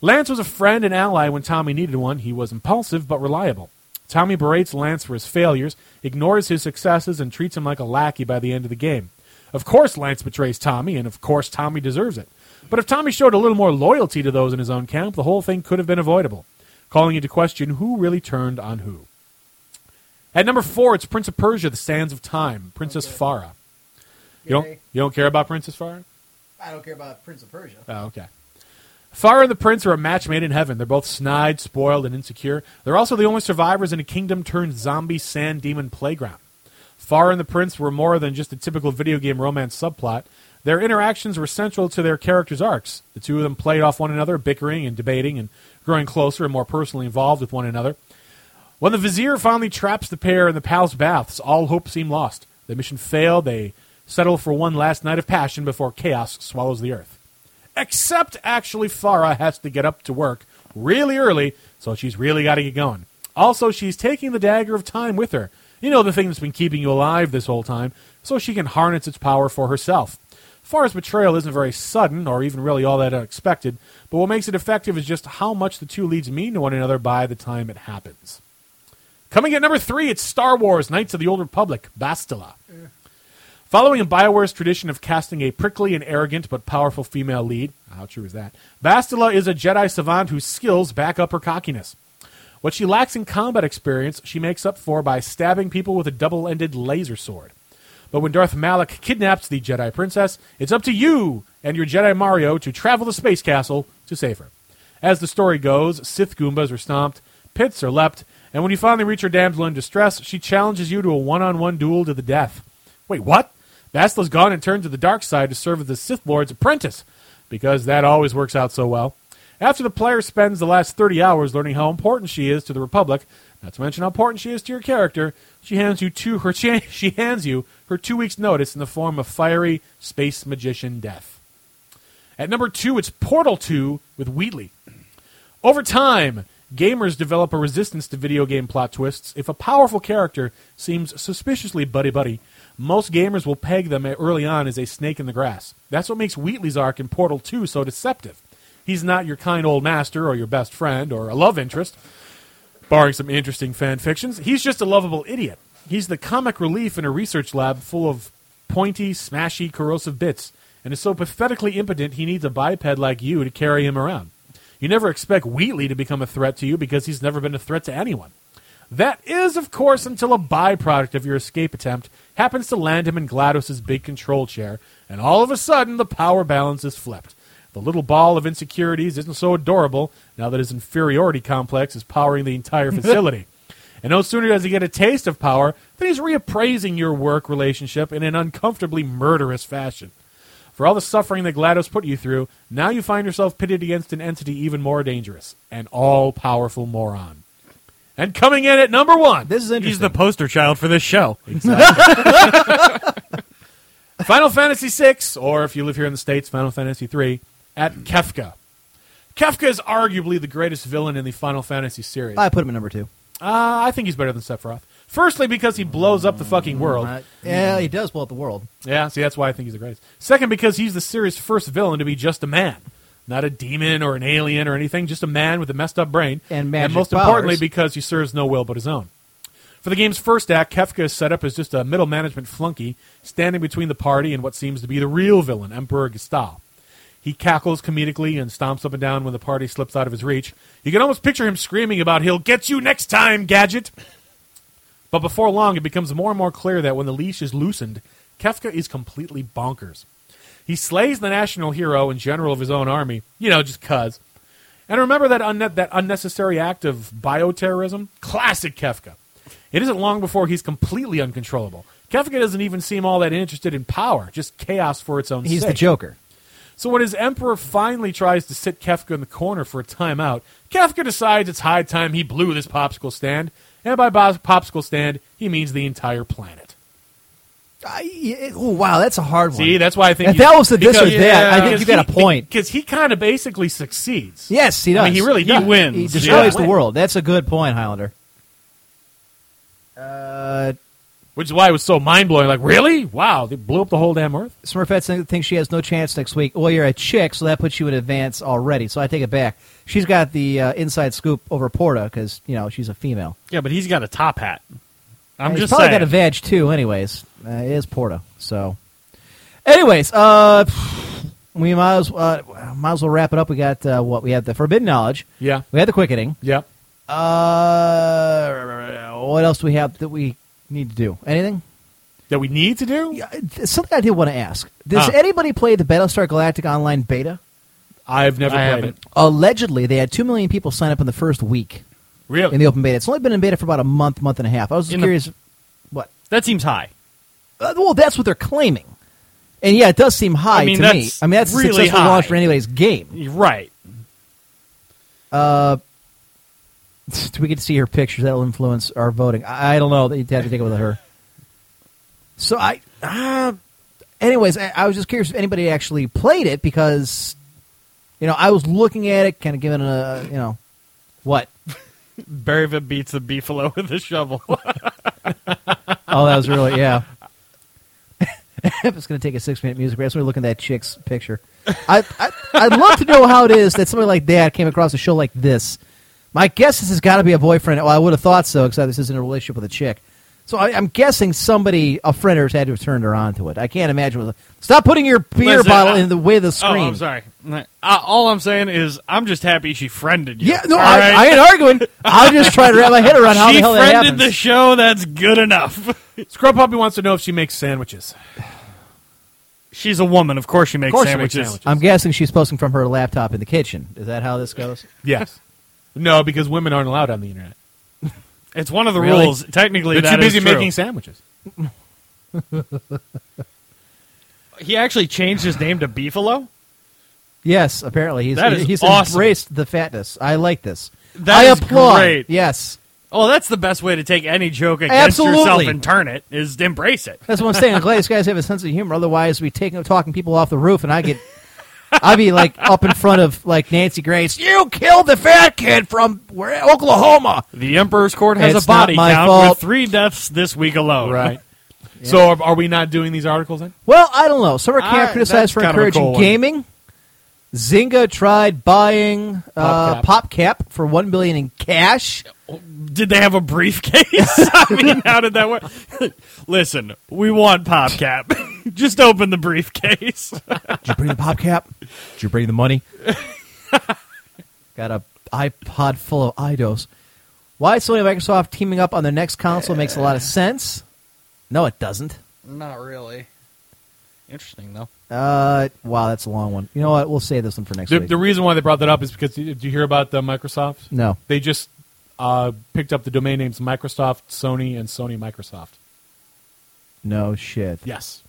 E: Lance was a friend and ally when Tommy needed one. He was impulsive but reliable. Tommy berates Lance for his failures, ignores his successes, and treats him like a lackey by the end of the game. Of course, Lance betrays Tommy, and of course, Tommy deserves it. But if Tommy showed a little more loyalty to those in his own camp, the whole thing could have been avoidable. calling into question who really turned on who. At number four, it's Prince of Persia, The Sands of Time, Princess Farah. You don't,
M: Yay.
E: you don't care about Princess Farah?
M: I don't care about Prince of Persia.
E: Oh, okay. Farah and the prince are a match made in heaven. They're both snide, spoiled, and insecure. They're also the only survivors in a kingdom turned zombie sand demon playground. Farah and the prince were more than just a typical video game romance subplot. Their interactions were central to their characters' arcs. The two of them played off one another, bickering and debating, and growing closer and more personally involved with one another. When the vizier finally traps the pair in the palace baths, all hope seemed lost. The mission failed. They settle for one last night of passion before chaos swallows the earth. Except actually, Farah has to get up to work really early, so she's really got to get going. Also, she's taking the dagger of time with her. You know, the thing that's been keeping you alive this whole time, so she can harness its power for herself. Farah's betrayal isn't very sudden or even really all that unexpected, but what makes it effective is just how much the two leads mean to one another by the time it happens. Coming at number three, it's Star Wars Knights of the Old Republic, Bastila. Following in Bioware's tradition of casting a prickly and arrogant but powerful female lead, how true is that? Bastila is a Jedi savant whose skills back up her cockiness. What she lacks in combat experience, she makes up for by stabbing people with a double ended laser sword. But when Darth Malak kidnaps the Jedi Princess, it's up to you and your Jedi Mario to travel to Space Castle to save her. As the story goes, Sith Goombas are stomped, pits are leapt, and when you finally reach her damsel in distress, she challenges you to a one on one duel to the death. Wait, what? Bastila's gone and turned to the dark side to serve as the Sith Lord's apprentice, because that always works out so well. After the player spends the last 30 hours learning how important she is to the Republic, not to mention how important she is to your character, she hands you two, her she, she hands you her two weeks' notice in the form of fiery space magician death. At number two, it's Portal 2 with Wheatley. Over time, gamers develop a resistance to video game plot twists. If a powerful character seems suspiciously buddy buddy, most gamers will peg them early on as a snake in the grass. That's what makes Wheatley's arc in Portal 2 so deceptive. He's not your kind old master or your best friend or a love interest, barring some interesting fan fictions. He's just a lovable idiot. He's the comic relief in a research lab full of pointy, smashy, corrosive bits, and is so pathetically impotent he needs a biped like you to carry him around. You never expect Wheatley to become a threat to you because he's never been a threat to anyone. That is, of course, until a byproduct of your escape attempt happens to land him in GLaDOS's big control chair, and all of a sudden the power balance is flipped. The little ball of insecurities isn't so adorable now that his inferiority complex is powering the entire facility. and no sooner does he get a taste of power than he's reappraising your work relationship in an uncomfortably murderous fashion. For all the suffering that GLaDOS put you through, now you find yourself pitted against an entity even more dangerous an all powerful moron. And coming in at number one. This is interesting. He's the poster child for this show. Final Fantasy VI, or if you live here in the States, Final Fantasy III, at Kefka. Kefka is arguably the greatest villain in the Final Fantasy series.
M: I put him at number two.
E: Uh, I think he's better than Sephiroth. Firstly, because he blows up the fucking world.
M: Uh, Yeah, he does blow up the world.
E: Yeah, see, that's why I think he's the greatest. Second, because he's the series' first villain to be just a man, not a demon or an alien or anything, just a man with a messed up brain.
M: And magic
E: most
M: powers.
E: importantly, because he serves no will but his own. For the game's first act, Kefka is set up as just a middle management flunky, standing between the party and what seems to be the real villain, Emperor Gestal. He cackles comedically and stomps up and down when the party slips out of his reach. You can almost picture him screaming about, He'll get you next time, Gadget! But before long, it becomes more and more clear that when the leash is loosened, Kefka is completely bonkers. He slays the national hero and general of his own army, you know, just cuz. And remember that, unne- that unnecessary act of bioterrorism? Classic Kefka. It isn't long before he's completely uncontrollable. Kefka doesn't even seem all that interested in power, just chaos for its own
M: He's
E: sake.
M: the Joker.
E: So when his emperor finally tries to sit Kefka in the corner for a timeout, Kefka decides it's high time he blew this popsicle stand, and by bo- popsicle stand, he means the entire planet.
M: I, yeah, oh, wow, that's a hard one.
E: See, that's why I think
M: if
E: you-
M: that was the this or
E: because-
M: that, I think
E: because
M: you got a
E: he-
M: point.
E: because he kind of basically succeeds.
M: Yes, he does.
E: I mean, he really does.
M: He destroys
E: Yeah.
M: the world. That's a good point, Highlander. Uh,
E: which is why it was so mind blowing. Like, really? Wow, they blew up the whole damn Earth.
M: Smurfette thinks she has no chance next week. Well, you're a chick, so that puts you in advance already. So I take it back. She's got the uh, inside scoop over Porta because you know she's a female.
D: Yeah, but he's got a top hat. I'm
M: And he's
D: just
M: probably
D: saying.
M: got a veg too. Anyways, uh, it is Porta. So, anyways, uh, we might as uh, might as well wrap it up. We got uh, what we had the forbidden knowledge.
E: Yeah.
M: we had the quickening.
E: Yeah,
C: Uh, what else do we have that we need to do? Anything
E: that we need to do?
C: Yeah, it's something I did want to ask. Does
E: Huh.
C: anybody play the Battlestar Galactic Online beta?
E: I've never
C: I
E: played it.
C: Allegedly, they had two million people sign up in the first week.
D: Really?
C: In the open beta, it's only been in beta for about a month, month and a half. I was just
D: In the-
C: curious. what?
D: That seems high.
C: Uh, well, that's what they're claiming, and yeah, it does seem high
D: I mean,
C: to me.
D: that's
C: I mean, that's a
D: really
C: successful launch
D: high.
C: for anybody's game.
D: Right.
C: Uh, do we get to see her pictures? That'll influence our voting. I, I don't know. You'd have to take it with her. So I, uh, anyways, I, I was just curious if anybody actually played it because, you know, I was looking at it, kind of giving it a, you know, what?
D: Berryville beats the beefalo with a shovel.
C: Oh, that was really yeah. it's going to take a six-minute music break. That's when we look at that chick's picture. I, I I'd love to know how it is that somebody like that came across a show like this. My guess is it's got to be a boyfriend. Well, I would have thought so, except this isn't a relationship with a chick. So I, I'm guessing somebody, a friend, has had to have turned her on to it. I can't imagine. What, stop putting your beer
D: Listen,
C: bottle
D: I-
C: in the way of the
D: Oh,
C: screen.
D: I'm sorry. Uh, all I'm saying is I'm just happy she friended you.
C: Yeah, no,
D: All
C: I,
D: right?
C: I ain't arguing. I'm just trying to wrap my head around how
D: she
C: the hell that
D: friended
C: happens.
D: the show. That's good enough.
E: Scrub Puppy wants to know if she makes sandwiches.
D: She's a woman. Of course she makes
E: Of course she makes
D: sandwiches.
E: sandwiches.
C: I'm guessing she's posting from her laptop in the kitchen. Is that how this goes?
E: Yes. no, because women aren't allowed on the internet.
D: It's one of the
E: Really?
D: rules. Technically,
E: They're
D: that
E: too busy
D: is true.
E: making sandwiches.
D: He actually changed his name to Beefalo.
C: Yes, apparently he's
D: That is
C: he's
D: awesome.
C: embraced the fatness. I like this.
D: That
C: I
D: is
C: applaud.
D: great.
C: Yes,
D: Oh, that's the best way to take any joke against yourself
C: Absolutely.
D: and turn it is to embrace it.
C: that's what I'm saying. I'm glad these guys have a sense of humor. Otherwise, we taking talking people off the roof, and I get I'd be like up in front of like Nancy Grace. You killed the fat kid from where, Oklahoma.
D: The Emperor's Court has
C: It's
D: a body
C: not my
D: count
C: fault.
D: with three deaths this week alone.
E: Right. So are, are we not doing these articles then?
C: Well, I don't know. Some are camp
E: I- that's
C: criticized for
E: kind of a
C: encouraging
E: cool one.
C: gaming. Zynga tried buying uh, PopCap for one billion in cash.
D: Did they have a briefcase? I mean, how did that work? Listen, we want PopCap. Just open the briefcase.
C: Did you bring the PopCap? Did you bring the money? Got a iPod full of idos. Why Sony and Microsoft teaming up on their next console makes a lot of sense. No, it doesn't.
N: Not really. Interesting though.
C: Uh, wow, that's a long one. You know what? We'll save this one for next
E: The,
C: week.
E: the reason why they brought that up is because did you hear about the Microsoft?
C: No.
E: They just uh, picked up the domain names Microsoft, Sony, and Sony Microsoft.
C: no shit.
E: Yes.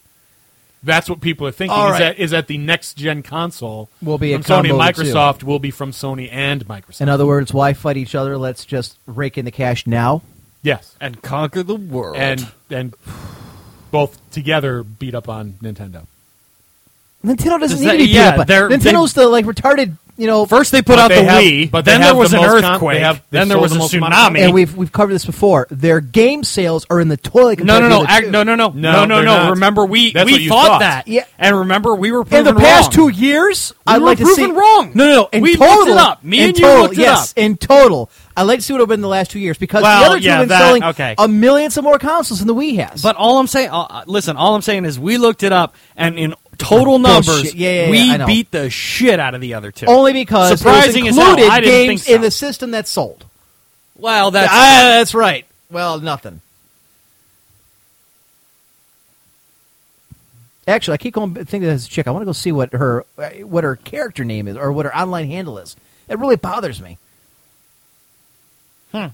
E: That's what people are thinking
C: All
E: is
C: right.
E: that is that the next gen console
C: Will be a
E: from Sony and
C: combo, too.
E: Microsoft will be from Sony and Microsoft.
D: uh,
C: In other words, why fight each other? Let's just rake in the cash now.
E: yes.
D: And conquer the world.
E: And and both together beat up on Nintendo.
C: Nintendo doesn't
E: Does
C: need
E: that-
C: to be beat
E: yeah,
C: up on-
E: they're-
C: Nintendo's the like retarded. You know,
D: First they put
E: But
D: out
E: they
D: the
E: have-
D: Wii,
E: but they
D: then there
E: have
D: was
E: the
D: an
E: most con-
D: earthquake,
E: they have- they've
D: then there
E: sold
D: was
E: the
D: a
E: most amount of
D: tsunami.
C: and we've we've covered this before. Their game sales are in the toilet.
D: no,
C: compared
D: no,
C: to the
D: no,
C: other
D: act,
C: two.
D: no, no, no,
E: No,
D: no, no,
E: they're
D: no.
E: not.
D: Remember, we
E: That's what
D: we
E: you
D: thought,
E: thought.
D: that,
C: Yeah.
D: and remember, we were
C: in
D: proven
C: the past
D: wrong.
C: two years,
D: We
C: I'd
D: were
C: like to see.
D: proven wrong.
C: No, no, no. In
D: We looked
C: total,
D: it up. Me
C: in
D: and you
C: total,
D: looked it
C: yes,
D: up.
C: in total, I'd like to see what would have been the last two years because
N: Well,
C: the other two
N: yeah,
C: have been
N: that-
C: selling
N: okay.
C: a million some more consoles than the Wii has.
N: But all I'm saying, uh, listen, all I'm saying is we looked it up, and in total
C: Bullshit.
N: numbers,
C: Yeah, yeah, yeah,
N: we
C: I know.
N: beat the shit out of the other two.
C: only because
N: surprising
C: it
N: as
C: was
N: hell,
C: included
N: I didn't
C: games
N: think so.
C: in the system that sold.
N: Well, that's
C: Ah, that's right. Well, nothing. Actually, I keep going thinking of this chick. I want to go see what her what her character name is or what her online handle is. It really bothers me.
D: Well,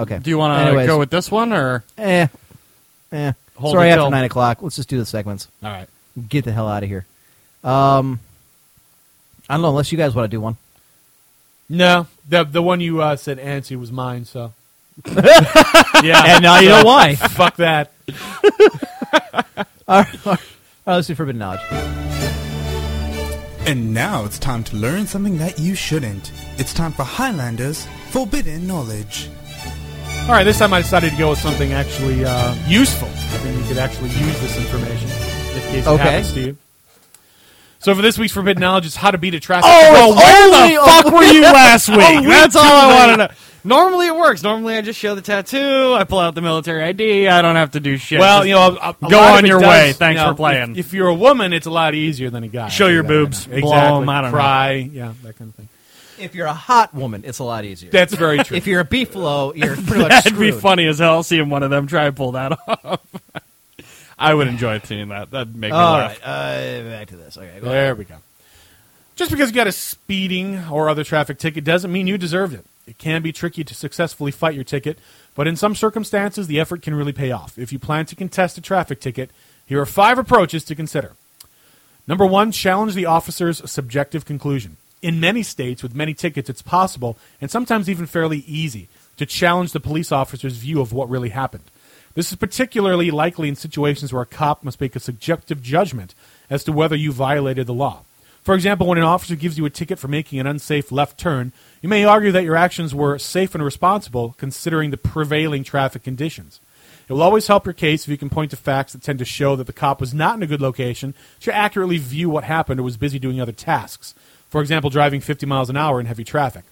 C: Okay.
D: Oh, do you want to
C: Anyways.
D: go with this one or
C: Eh. Eh.
D: Hold
C: Sorry,
D: it
C: after
D: till-
C: nine o'clock. Let's just do the segments.
E: All right.
C: Get the hell out of here. Um, I don't know unless you guys want to do one.
E: No, the the one you uh, said Ansi was mine. So
D: yeah?
C: And now you know why.
E: fuck that.
C: All right, all right. Let's do Oh, forbidden knowledge.
O: And now it's time to learn something that you shouldn't. It's time for Highlanders Forbidden Knowledge.
E: All right, this time I decided to go with something actually uh, useful. I think you could actually use this information in case it
C: Okay.
E: happens to you. So for this week's forbidden knowledge is how to beat a traffic.
D: Oh,
E: control-
D: where the fuck were you last week?
C: Oh, we
D: That's all
C: do
D: I
C: that.
D: want to know. Normally it works. Normally I just show the tattoo. I pull out the military ID. I don't have to do shit.
E: well,
D: Just
E: you know, a, a
D: go
E: lot of
D: on
E: it
D: your
E: does,
D: way.
E: you
D: Thanks
E: know,
D: for playing.
E: If, if you're a woman, it's a lot easier than a guy.
D: Show your boobs.
E: Exactly.
D: Blow 'em, I don't know.
E: Cry. Yeah, that kind of thing.
M: If you're a hot woman, it's a lot easier.
D: That's very true.
M: If you're a beefalo, you're pretty much
D: That'd be
M: screwed.
D: funny as hell seeing one of them try and pull that off. I would enjoy seeing that. That'd make me
M: All
D: laugh.
C: Eh,
M: right, uh, back to this. Okay, go
E: There
M: ahead.
E: we go. Just because you got a speeding or other traffic ticket doesn't mean you deserved it. It can be tricky to successfully fight your ticket, but in some circumstances, the effort can really pay off. If you plan to contest a traffic ticket, here are five approaches to consider. Number one, challenge the officer's subjective conclusion. In many states with many tickets, it's possible, and sometimes even fairly easy, to challenge the police officer's view of what really happened. This is particularly likely in situations where a cop must make a subjective judgment as to whether you violated the law. For example, when an officer gives you a ticket for making an unsafe left turn, you may argue that your actions were safe and responsible considering the prevailing traffic conditions. It will always help your case if you can point to facts that tend to show that the cop was not in a good location to accurately view what happened or was busy doing other tasks. For example, driving 50 miles an hour in heavy traffic.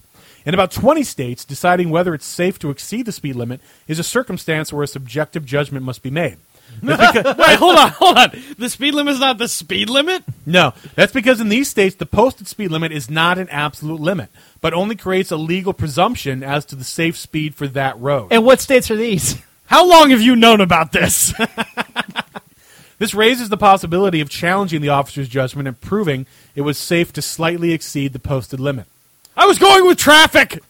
E: In about 20 states, deciding whether it's safe to exceed the speed limit is a circumstance where a subjective judgment must be made.
D: Wait, hold on, hold on. The speed limit is not the speed limit.
E: No, that's because in these states, the posted speed limit is not an absolute limit, but only creates a legal presumption as to the safe speed for that road.
M: And what states are these?
D: How long have you known about this?
E: this raises the possibility of challenging the officer's judgment and proving it was safe to slightly exceed the posted limit.
D: I was going with traffic.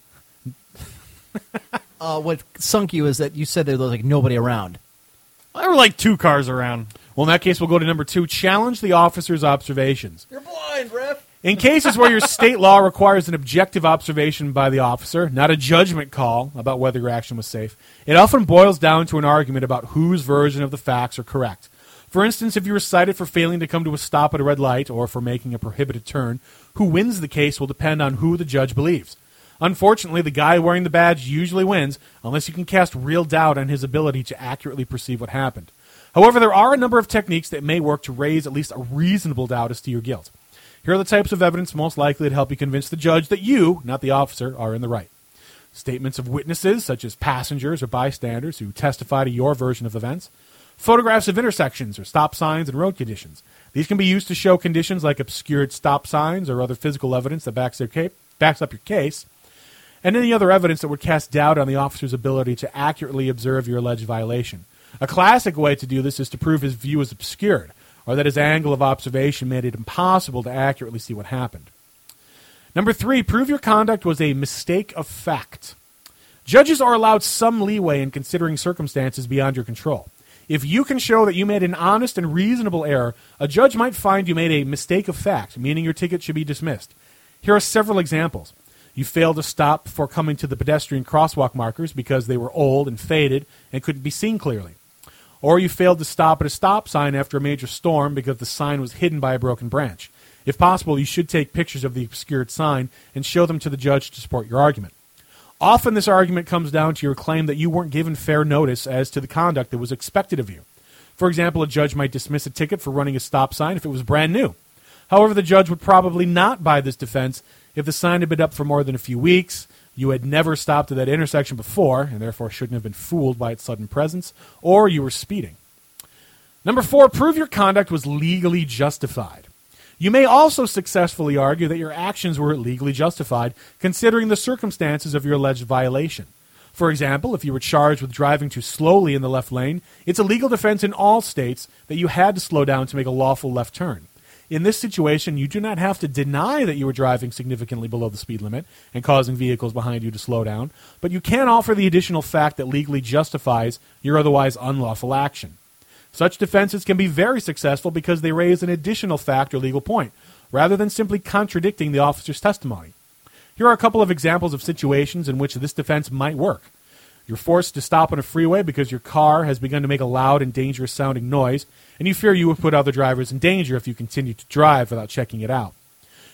M: Uh, what sunk you is that you said there was like nobody around.
D: There were like two cars around.
E: Well, in that case, we'll go to number two challenge the officer's observations.
M: You're blind, ref.
E: In cases where your state law requires an objective observation by the officer, not a judgment call about whether your action was safe, it often boils down to an argument about whose version of the facts are correct. For instance, if you were cited for failing to come to a stop at a red light or for making a prohibited turn, who wins the case will depend on who the judge believes. Unfortunately, the guy wearing the badge usually wins unless you can cast real doubt on his ability to accurately perceive what happened. However, there are a number of techniques that may work to raise at least a reasonable doubt as to your guilt. Here are the types of evidence most likely to help you convince the judge that you, not the officer, are in the right. Statements of witnesses, such as passengers or bystanders who testify to your version of events. Photographs of intersections or stop signs and road conditions. These can be used to show conditions like obscured stop signs or other physical evidence that backs, their ca- backs up your case, and any other evidence that would cast doubt on the officer's ability to accurately observe your alleged violation. A classic way to do this is to prove his view is obscured, or that his angle of observation made it impossible to accurately see what happened. Number three, prove your conduct was a mistake of fact. Judges are allowed some leeway in considering circumstances beyond your control. If you can show that you made an honest and reasonable error, a judge might find you made a mistake of fact, meaning your ticket should be dismissed. Here are several examples. You failed to stop before coming to the pedestrian crosswalk markers because they were old and faded and couldn't be seen clearly. Or you failed to stop at a stop sign after a major storm because the sign was hidden by a broken branch. If possible, you should take pictures of the obscured sign and show them to the judge to support your argument. Often, this argument comes down to your claim that you weren't given fair notice as to the conduct that was expected of you. For example, a judge might dismiss a ticket for running a stop sign if it was brand new. However, the judge would probably not buy this defense if the sign had been up for more than a few weeks, you had never stopped at that intersection before, and therefore shouldn't have been fooled by its sudden presence, or you were speeding. Number four, prove your conduct was legally justified. You may also successfully argue that your actions were legally justified, considering the circumstances of your alleged violation. For example, if you were charged with driving too slowly in the left lane, it's a legal defense in all states that you had to slow down to make a lawful left turn. In this situation, you do not have to deny that you were driving significantly below the speed limit and causing vehicles behind you to slow down, but you can offer the additional fact that legally justifies your otherwise unlawful action. Such defenses can be very successful because they raise an additional fact or legal point, rather than simply contradicting the officer's testimony. Here are a couple of examples of situations in which this defense might work. You're forced to stop on a freeway because your car has begun to make a loud and dangerous sounding noise, and you fear you would put other drivers in danger if you continue to drive without checking it out.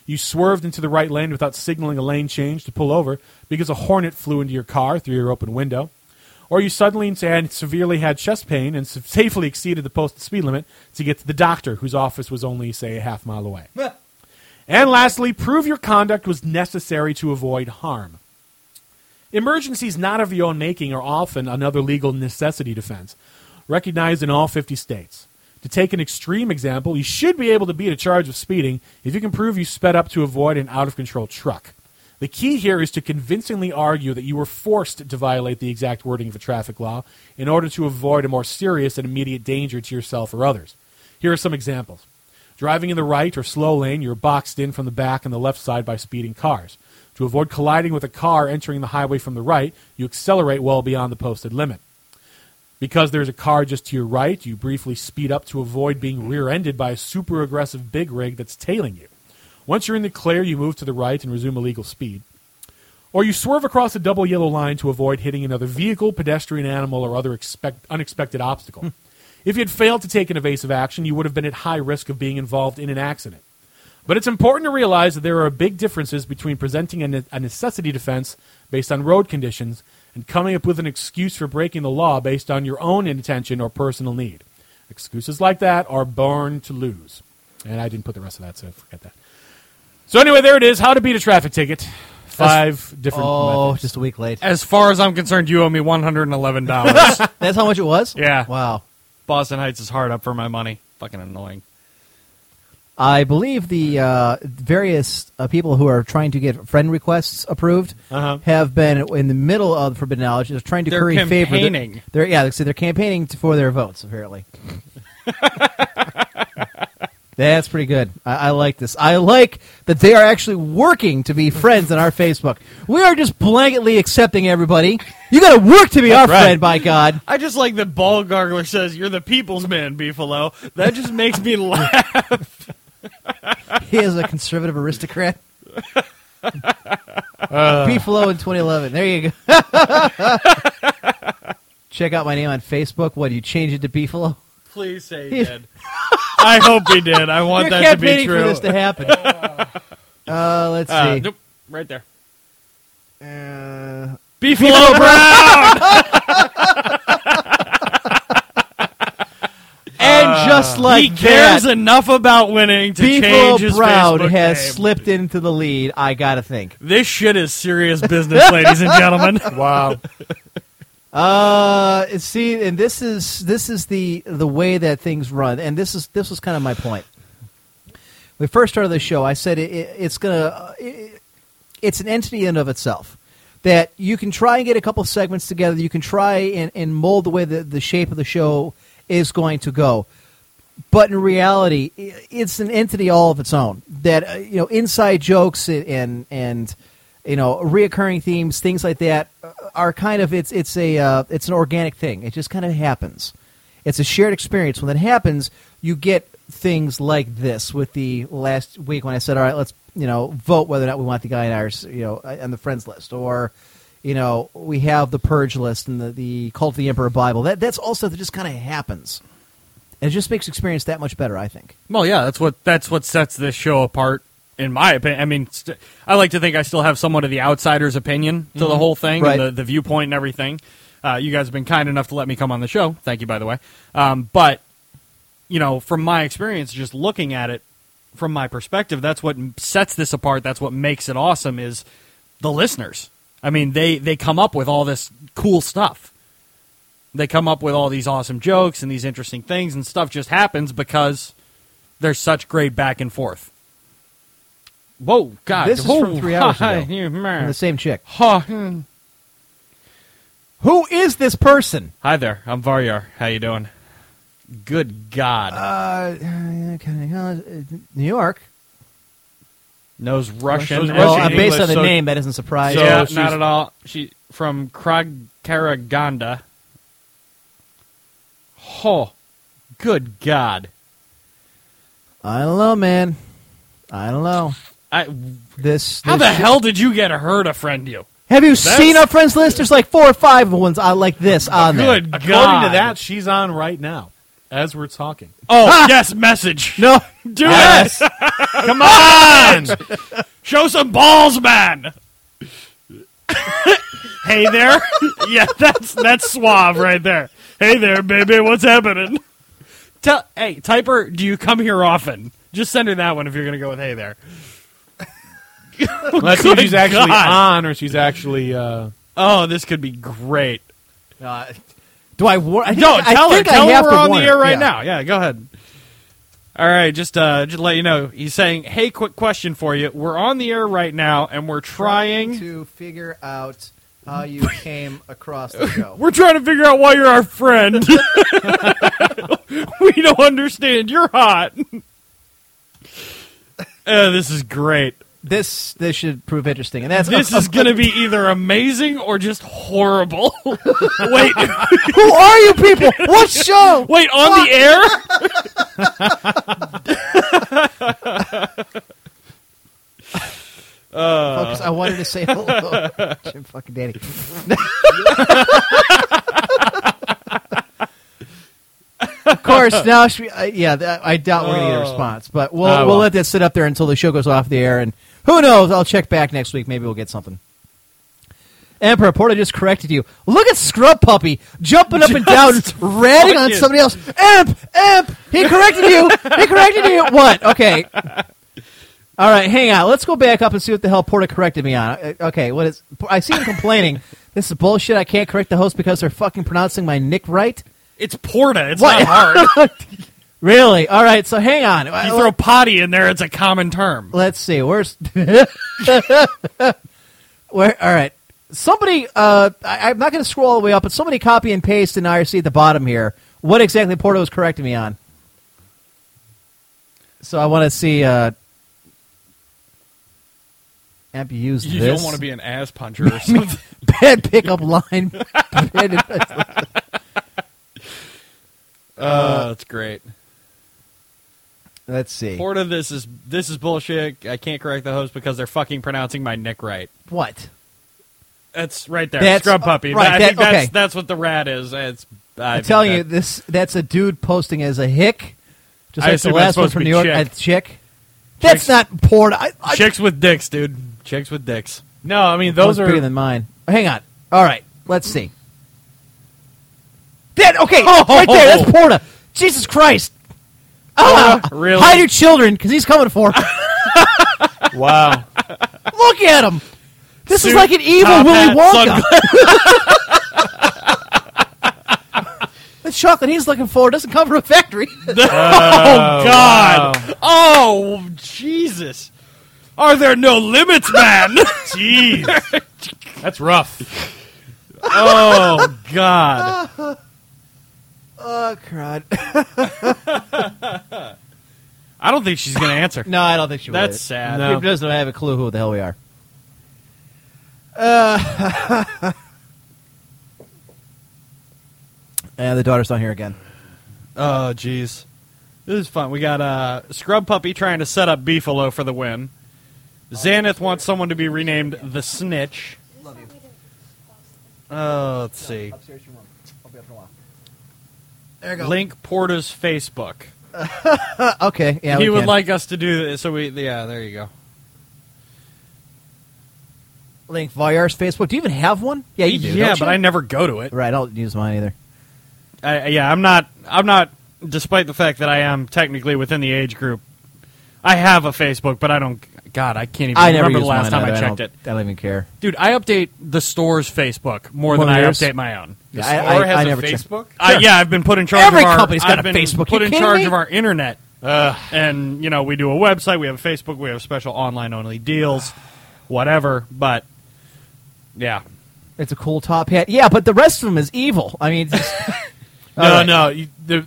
E: You swerved into the right lane without signaling a lane change to pull over because a hornet flew into your car through your open window. Or you suddenly and severely had chest pain and s- safely exceeded the posted speed limit to get to the doctor, whose office was only, say, a half mile away. and lastly, prove your conduct was necessary to avoid harm. Emergencies not of your own making are often another legal necessity defense, recognized in all 50 states. To take an extreme example, you should be able to beat a charge of speeding if you can prove you sped up to avoid an out of control truck. The key here is to convincingly argue that you were forced to violate the exact wording of a traffic law in order to avoid a more serious and immediate danger to yourself or others. Here are some examples. Driving in the right or slow lane, you're boxed in from the back and the left side by speeding cars. To avoid colliding with a car entering the highway from the right, you accelerate well beyond the posted limit. Because there's a car just to your right, you briefly speed up to avoid being rear ended by a super aggressive big rig that's tailing you. Once you're in the clear, you move to the right and resume illegal speed. Or you swerve across a double yellow line to avoid hitting another vehicle, pedestrian, animal, or other expect- unexpected obstacle. if you had failed to take an evasive action, you would have been at high risk of being involved in an accident. But it's important to realize that there are big differences between presenting a, ne- a necessity defense based on road conditions and coming up with an excuse for breaking the law based on your own intention or personal need. Excuses like that are born to lose. And I didn't put the rest of that, so forget that. So anyway, there it is. How to beat a traffic ticket. Five different.
D: oh,
E: methods.
C: just a week late.
D: As far as I'm concerned, you owe me one hundred and eleven dollars.
C: That's how much it was.
D: Yeah.
C: Wow.
D: Boston Heights is hard up for my money. Fucking annoying.
C: I believe the uh, various uh, people who are trying to get friend requests approved have been in the middle of forbidden knowledge. They're trying to
P: Uh-huh. They're
C: curry favor. They're-
P: campaigning.
C: They're, yeah, so they're campaigning to- for their votes. Apparently, that's pretty good. I, I like this. I like that they are actually working to be friends on our Facebook. We are just blanketly accepting everybody. You got to work to be our
P: That's right.
C: friend, by God.
P: I just like that Ball Gargler says, You're the people's man, Beefalo. That just makes me laugh.
C: He is a conservative aristocrat.
P: Uh.
C: Beefalo in 2011. There you go. Check out my name on Facebook. What, you changed it to Beefalo?
P: Please say he
C: He's-
P: did. I hope he did. I want
C: You're
P: that to be
C: campaigning
P: true.
C: for this to happen. uh, let's
P: Uh,
C: see.
P: nope. Right there.
C: Uh,
P: Beefalo
C: and just like
P: Uh, he cares
C: that,
P: enough about winning to
C: Beefalo
P: change his
C: Brown
P: Facebook
C: has
P: name.
C: slipped into the lead. I gotta think.
P: This shit is serious business, ladies and gentlemen.
E: Wow.
C: Uh, see, and this is this is the the way that things run, and this is this was kind of my point. We first started the show. I said it, it, it's gonna it, it's an entity in and of itself that you can try and get a couple segments together. You can try and, and mold the way that the shape of the show is going to go but in reality, i- it's an entity all of its own. That uh, you know, inside jokes and and, and you know, reoccurring themes, things like that, uh, are kind of it's it's a uh, it's an organic thing. It just kind of happens. It's a shared experience. When that happens, you get things like this. With the last week when I said, "All right, let's you know vote whether or not we want the guy in our you know uh, on the friends list," or you know, we have the purge list and the, the cult of the emperor Bible. That that's all stuff that just kind of happens. And it just makes experience that much better, I think.
D: Well, yeah, that's what that's what sets this show apart, in my opinion. I mean, st- I like to think I still have somewhat of the outsider's opinion to the
P: Mhm.
D: whole thing,
P: Right.
D: and the, the viewpoint, and everything. Uh, you guys have been kind enough to let me come on the show. Thank you, by the way. Um, but you know, from my experience, just looking at it from my perspective, that's what m- sets this apart. That's what makes it awesome. Is the listeners? I mean, they they come up with all this cool stuff. They come up with all these awesome jokes and these interesting things, and stuff just happens because there's such great back and forth. Whoa, God!
C: this is
D: Whoa.
C: from three hours
D: Hi,
C: ago.
D: you
C: From
D: man.
C: the same chick.
D: Huh.
C: Who is this person?
D: Hi there, I'm Varyar. How you doing? Good God!
C: Uh, okay, uh, New York.
D: knows Russian.
C: Russian. Well, uh, based on the name, that doesn't surprise me.
D: yeah,
C: So
D: not
C: she's-
D: at all. She from Kragaraganda. Oh, good God!
C: I don't know, man. I don't know.
D: I,
C: This.
D: how
C: this
D: the
C: shit-
D: hell did you get her to friend you?
C: Have you
D: That's-
C: seen our friends list? There's like four or five ones I like this on there.
D: Good
E: According
D: God!
E: to that, she's on right now as we're talking.
D: Oh yes, message.
C: No,
D: do
E: Yes.
D: it. Come on, show some balls, man. hey there. yeah, that's that's suave right there. Hey there, baby. What's happening? Tell, hey, typer, do you come here often? Just send her that one if you're gonna go with hey there.
E: Unless
D: Good
E: she's actually
D: God.
E: on or she's actually. Uh,
D: Oh, this could be great.
C: Uh, do I? War- I think,
D: no,
C: I
D: tell her.
C: think I
D: Tell
C: have
D: her
C: to
D: we're on the
C: warn
D: air right
C: Yeah.
D: now. Yeah, go ahead. All right, just uh, just to let you know, he's saying, "Hey, quick question for you. We're on the air right now, and we're trying.
C: to figure out how you came across the show.
D: We're trying to figure out why you're our friend. we don't understand. You're hot. Uh, this is great.
C: This this should prove interesting, and that's
D: this is going to be either amazing or just horrible. Wait,
C: who are you people? What show?
D: Wait, on
C: What?
D: the air? Uh.
C: Folks, I wanted to say hello, Jim fucking Danny. of course, now she, I yeah, th- I doubt we're gonna get a
D: Oh.
C: response, but we'll
D: Ah,
C: we'll
D: well.
C: let that sit up there until the show goes off the air, and who knows? I'll check back next week. Maybe we'll get something. Emperor Porter just corrected you. Look at Scrub Puppy jumping up and down, ratting on
D: fucking-
C: somebody else. Emp, Emp, he corrected you. he corrected you. What? Okay. All right, hang on. Let's go back up and see what the hell Porter corrected me on. Uh, Okay, what is? I see him complaining. this is bullshit. I can't correct the host because they're fucking pronouncing my nick right.
D: It's Porta. It's
C: What?
D: not hard.
C: Really? All right. So hang on.
D: you throw potty in there, it's a common term.
C: Let's see. Where's where? All right. Somebody. Uh, I, I'm not going to scroll all the way up, but somebody copy and paste in IRC at the bottom here. What exactly Porto was correcting me on? So I want to see. Uh, Amp use
D: You
C: this.
D: don't want to be an ass puncher or something.
C: Bad pickup line. Bad-
D: Uh, that's great.
C: Let's see.
D: Porta, this is this is bullshit. I can't correct the host because they're fucking pronouncing my nick right.
C: What?
D: That's right there.
C: That's-
D: Scrub puppy.
C: uh, right,
D: I
C: that-
D: think that's,
C: okay.
D: that's what the rat is. It's. I
C: I'm telling you, this that's a dude posting as a hick, just like
D: I
C: the
D: assume that's
C: last one
D: supposed to
C: from
D: be
C: New York.
D: chick.
C: A chick. That's not porn. I, I,
D: chicks with dicks, dude. Chicks with dicks.
E: No, I mean
C: One's
E: those are
C: bigger than mine. Hang on. All right, let's see. That okay,
D: Oh!
C: right there. That's Porta. Jesus Christ! Ah,
D: Oh, really?
C: Hide your children, because he's coming for. 'em.
E: wow.
C: Look at him. This is
D: Suit,
C: like an evil
D: top
C: Willy
D: hat,
C: Wonka. the chocolate he's looking for doesn't come from a factory.
D: oh God! Oh Jesus! Are there no limits, man? Jeez,
E: that's rough.
D: Oh God!
C: oh crud.
D: I don't think she's gonna answer.
C: No, I don't think she.
D: That's
C: would.
D: sad.
C: He doesn't have a clue who the hell we are. Uh, and the daughter's not here again.
D: Oh jeez, this is fun. We got uh, Scrub Puppy trying to set up Beefalo for the win. Xanath wants someone to be renamed the Snitch. Uh, let's see.
C: There
D: Link Porta's Facebook.
C: Uh, okay, yeah,
D: he
C: we
D: would
C: can.
D: like us to do this. So we, yeah, there you go.
C: link Vyar's Facebook. Do you even have one? Yeah, you do.
D: Yeah,
C: don't
D: but
C: you?
D: I never go to it.
C: Right, I don't use mine either.
D: I, yeah, I'm not. I'm not. Despite the fact that I am technically within the age group, I have a Facebook, but I don't. God, I can't even
C: I never
D: remember the
C: use
D: last
C: mine
D: time I,
C: either.
D: checked
C: don't-
D: it.
C: I don't even care.
D: Dude, I update the store's Facebook more
C: More
D: than I
C: than yours?
D: update my own.
C: Yeah, I- I-
E: Or has
C: I
E: a
C: never check.
E: Facebook?
D: I, yeah, I've been put in charge.
C: Every
D: of our,
C: company's got
D: I've
C: a
D: been
C: Facebook.
D: Put
C: You
D: in
C: kidding
D: charge
C: me?
D: of our internet, and you know we do a website, we have a Facebook, we have special online only deals, whatever. But yeah,
C: It's a cool top hat. Yeah, but the rest of them is evil. I mean, it's-
E: No,
C: All right.
E: no. You, the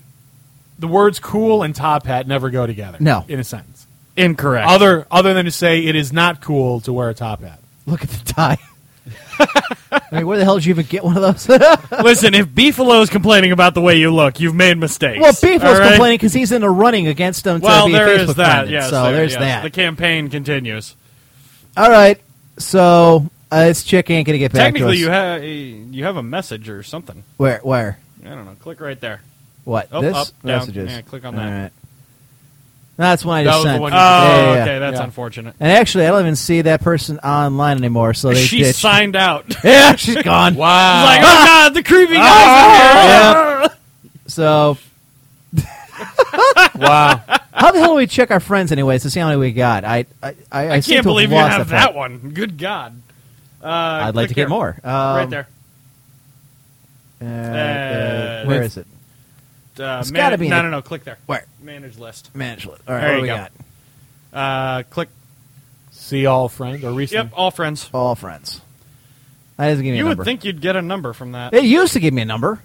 E: the words "cool" and "top hat" never go together.
C: No.
E: in a sentence.
D: incorrect.
E: Other other than to say it is not cool to wear a top hat.
C: look at the tie. I mean, where the hell did you even get one of those?
D: Listen, if Beefalo is complaining about the way you look, you've made mistakes.
C: Well, Beef
D: all
C: was
D: right?
C: complaining because he's in a running against them. To
D: Well,
C: be
D: there
C: a
D: is
C: Facebook
D: that.
C: pundit,
D: Yes,
C: so
D: there-
C: there's
D: yes.
C: that.
D: The campaign continues.
C: All right, so uh, this chick ain't gonna get back.
D: Technically,
C: to us.
D: you have you have a message or something.
C: where? Where?
D: I don't know. Click right there.
C: What?
D: Oh,
C: this
D: up, down.
C: messages.
D: Yeah, click on
C: All
D: that.
C: right. That's one I
E: That
C: just
E: was the
C: sent.
E: one
D: Oh,
E: you- Yeah,
D: okay. That's
E: Yeah.
D: unfortunate.
C: And actually, I don't even see that person online anymore. So they
D: she
C: ditched.
D: signed out. It's
C: yeah, she's gone.
E: Wow.
D: like, oh
C: "Ah,
D: god, the creepy guys in here.
C: Yeah. So
E: wow.
C: how the hell do we check our friends anyways to see how many we got? I I, I,
D: I
C: seem to
D: can't believe you
C: have lost
D: have
C: that.
D: that one. Good god. Uh,
C: I'd like
D: click
C: to get
D: here.
C: more. Um,
D: right there.
C: Uh, uh, where
D: with-
C: is it?
D: Uh,
C: It's gotta be in
D: No,
C: the-
D: no, no. Click there.
C: Where?
D: Manage list.
C: Manage list. All right,
D: There
C: what
D: you
C: we
D: go. Uh, click.
E: See all friends or recent.
D: Yep. All friends.
C: All friends. That doesn't give me
D: You
C: a
D: would
C: number.
D: think you'd get a number from that.
C: it used to give me a number.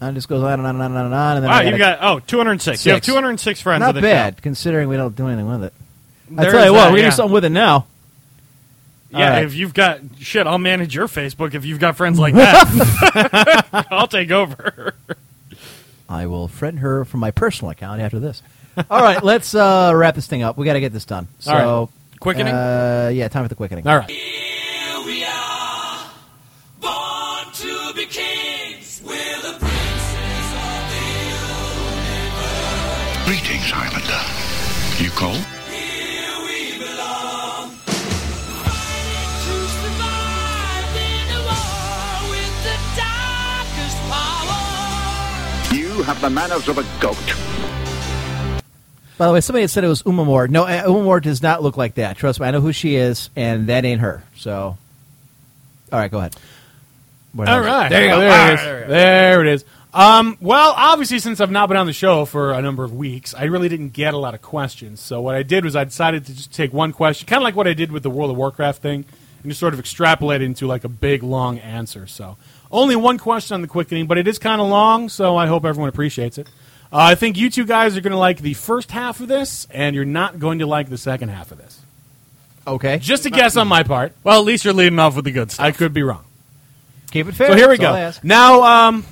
C: And it just goes on and on and on and on. And then
D: wow,
C: I
D: you've got oh 206. You have
C: Six.
D: 206 friends.
C: Not
D: of the
C: bad, considering we don't do anything with it. I
D: There
C: tell
D: is
C: you what,
D: that,
C: we're
D: yeah.
C: gonna do something with it now.
D: Show. Yeah,
C: All right.
D: if you've got shit, I'll manage your Facebook. If you've got friends like that, I'll take over.
C: I will friend her from my personal account after this. All right, let's uh, wrap this thing up. We got to get this done. So,
D: All right. Quickening?
C: Uh, yeah, time for the quickening.
D: All right.
Q: to be kings. We're the
F: Greetings, Highlander. You call?
A: You have the manners of a goat.
C: By the way, somebody had said it was Uma Moore. No, uh, Uma Moore does not look like that. Trust me, I know who she is, and that ain't her. So, all right, go ahead. Where
E: All
C: is it?
E: right.
C: there you go.
E: There it is.
C: There you go.
E: There it is. Um, well, obviously, since I've not been on the show for a number of weeks, I really didn't get a lot of questions. So what I did was I decided to just take one question, kind of like what I did with the World of Warcraft thing, and just sort of extrapolate it into like a big long answer. So only one question on the quickening, but it is kind of long, so I hope everyone appreciates it. Uh, I think you two guys are going to like the first half of this, and you're not going to like the second half of this.
C: Okay.
E: Just a guess on my part.
D: Well, at least you're leading off with the good stuff.
E: I could be wrong.
C: Keep it fair.
E: So here we
C: That's all I
E: go.
C: ask.
E: Now, um,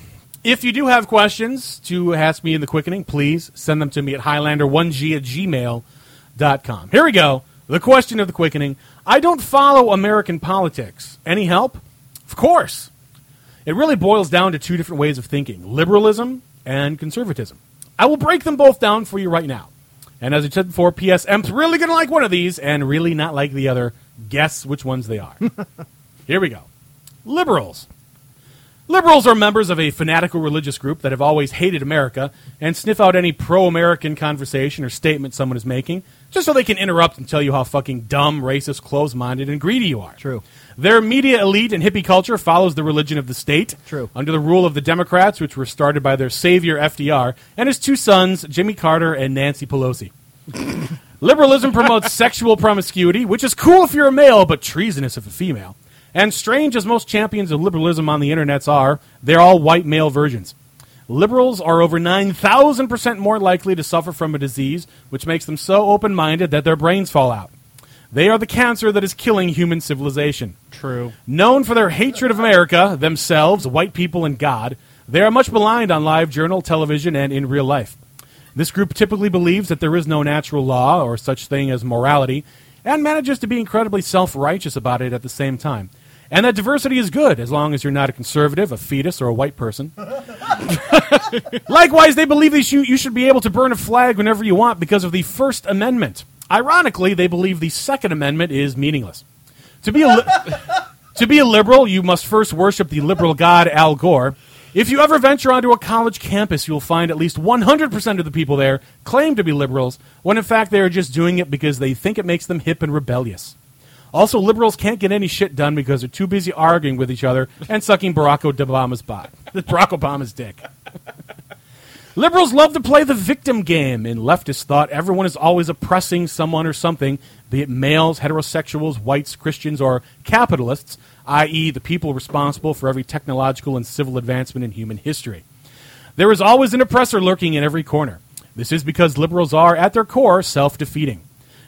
E: if you do have questions to ask me in the quickening, please send them to me at Highlander1G at gmail.com. Here we go. The question of the quickening. I don't follow American politics. Any help? Of course. It really boils down to two different ways of thinking liberalism and conservatism. I will break them both down for you right now. And as I said before, PS M's really going to like one of these and really not like the other. Guess which ones they are. Here we go. Liberals. Liberals are members of a fanatical religious group that have always hated America and sniff out any pro American conversation or statement someone is making just so they can interrupt and tell you how fucking dumb, racist, close minded, and greedy you are. True. Their media elite and hippie culture follows the religion of the state. True. Under the rule of the Democrats, which were started by their savior FDR and his two sons, Jimmy Carter and Nancy Pelosi. Liberalism promotes sexual promiscuity, which is cool if you're a male, but treasonous if a female. And strange as most champions of liberalism on the internets are, they're all white male versions. Liberals are over 9,000% more likely to suffer from a disease which makes them so open minded that their brains fall out. They are the cancer that is killing human civilization.
D: True.
E: Known for their hatred of America, themselves, white people, and God, they are much maligned on live journal, television, and in real life. This group typically believes that there is no natural law or such thing as morality, and manages to be incredibly self righteous about it at the same time. And that diversity is good as long as you're not a conservative, a fetus, or a white person. Likewise, they believe that you, you should be able to burn a flag whenever you want because of the First Amendment. Ironically, they believe the Second Amendment is meaningless. To be a li- to be a liberal, you must first worship the liberal god Al Gore. If you ever venture onto a college campus, you'll find at least 100% of the people there claim to be liberals, when in fact they are just doing it because they think it makes them hip and rebellious. Also, liberals can't get any shit done because they're too busy arguing with each other and sucking Barack Obama's bot. Barack Obama's dick. Liberals love to play the victim game. In leftist thought, everyone is always oppressing someone or something, be it males, heterosexuals, whites, Christians, or capitalists, i.e., the people responsible for every technological and civil advancement in human history. There is always an oppressor lurking in every corner. This is because liberals are, at their core, self defeating.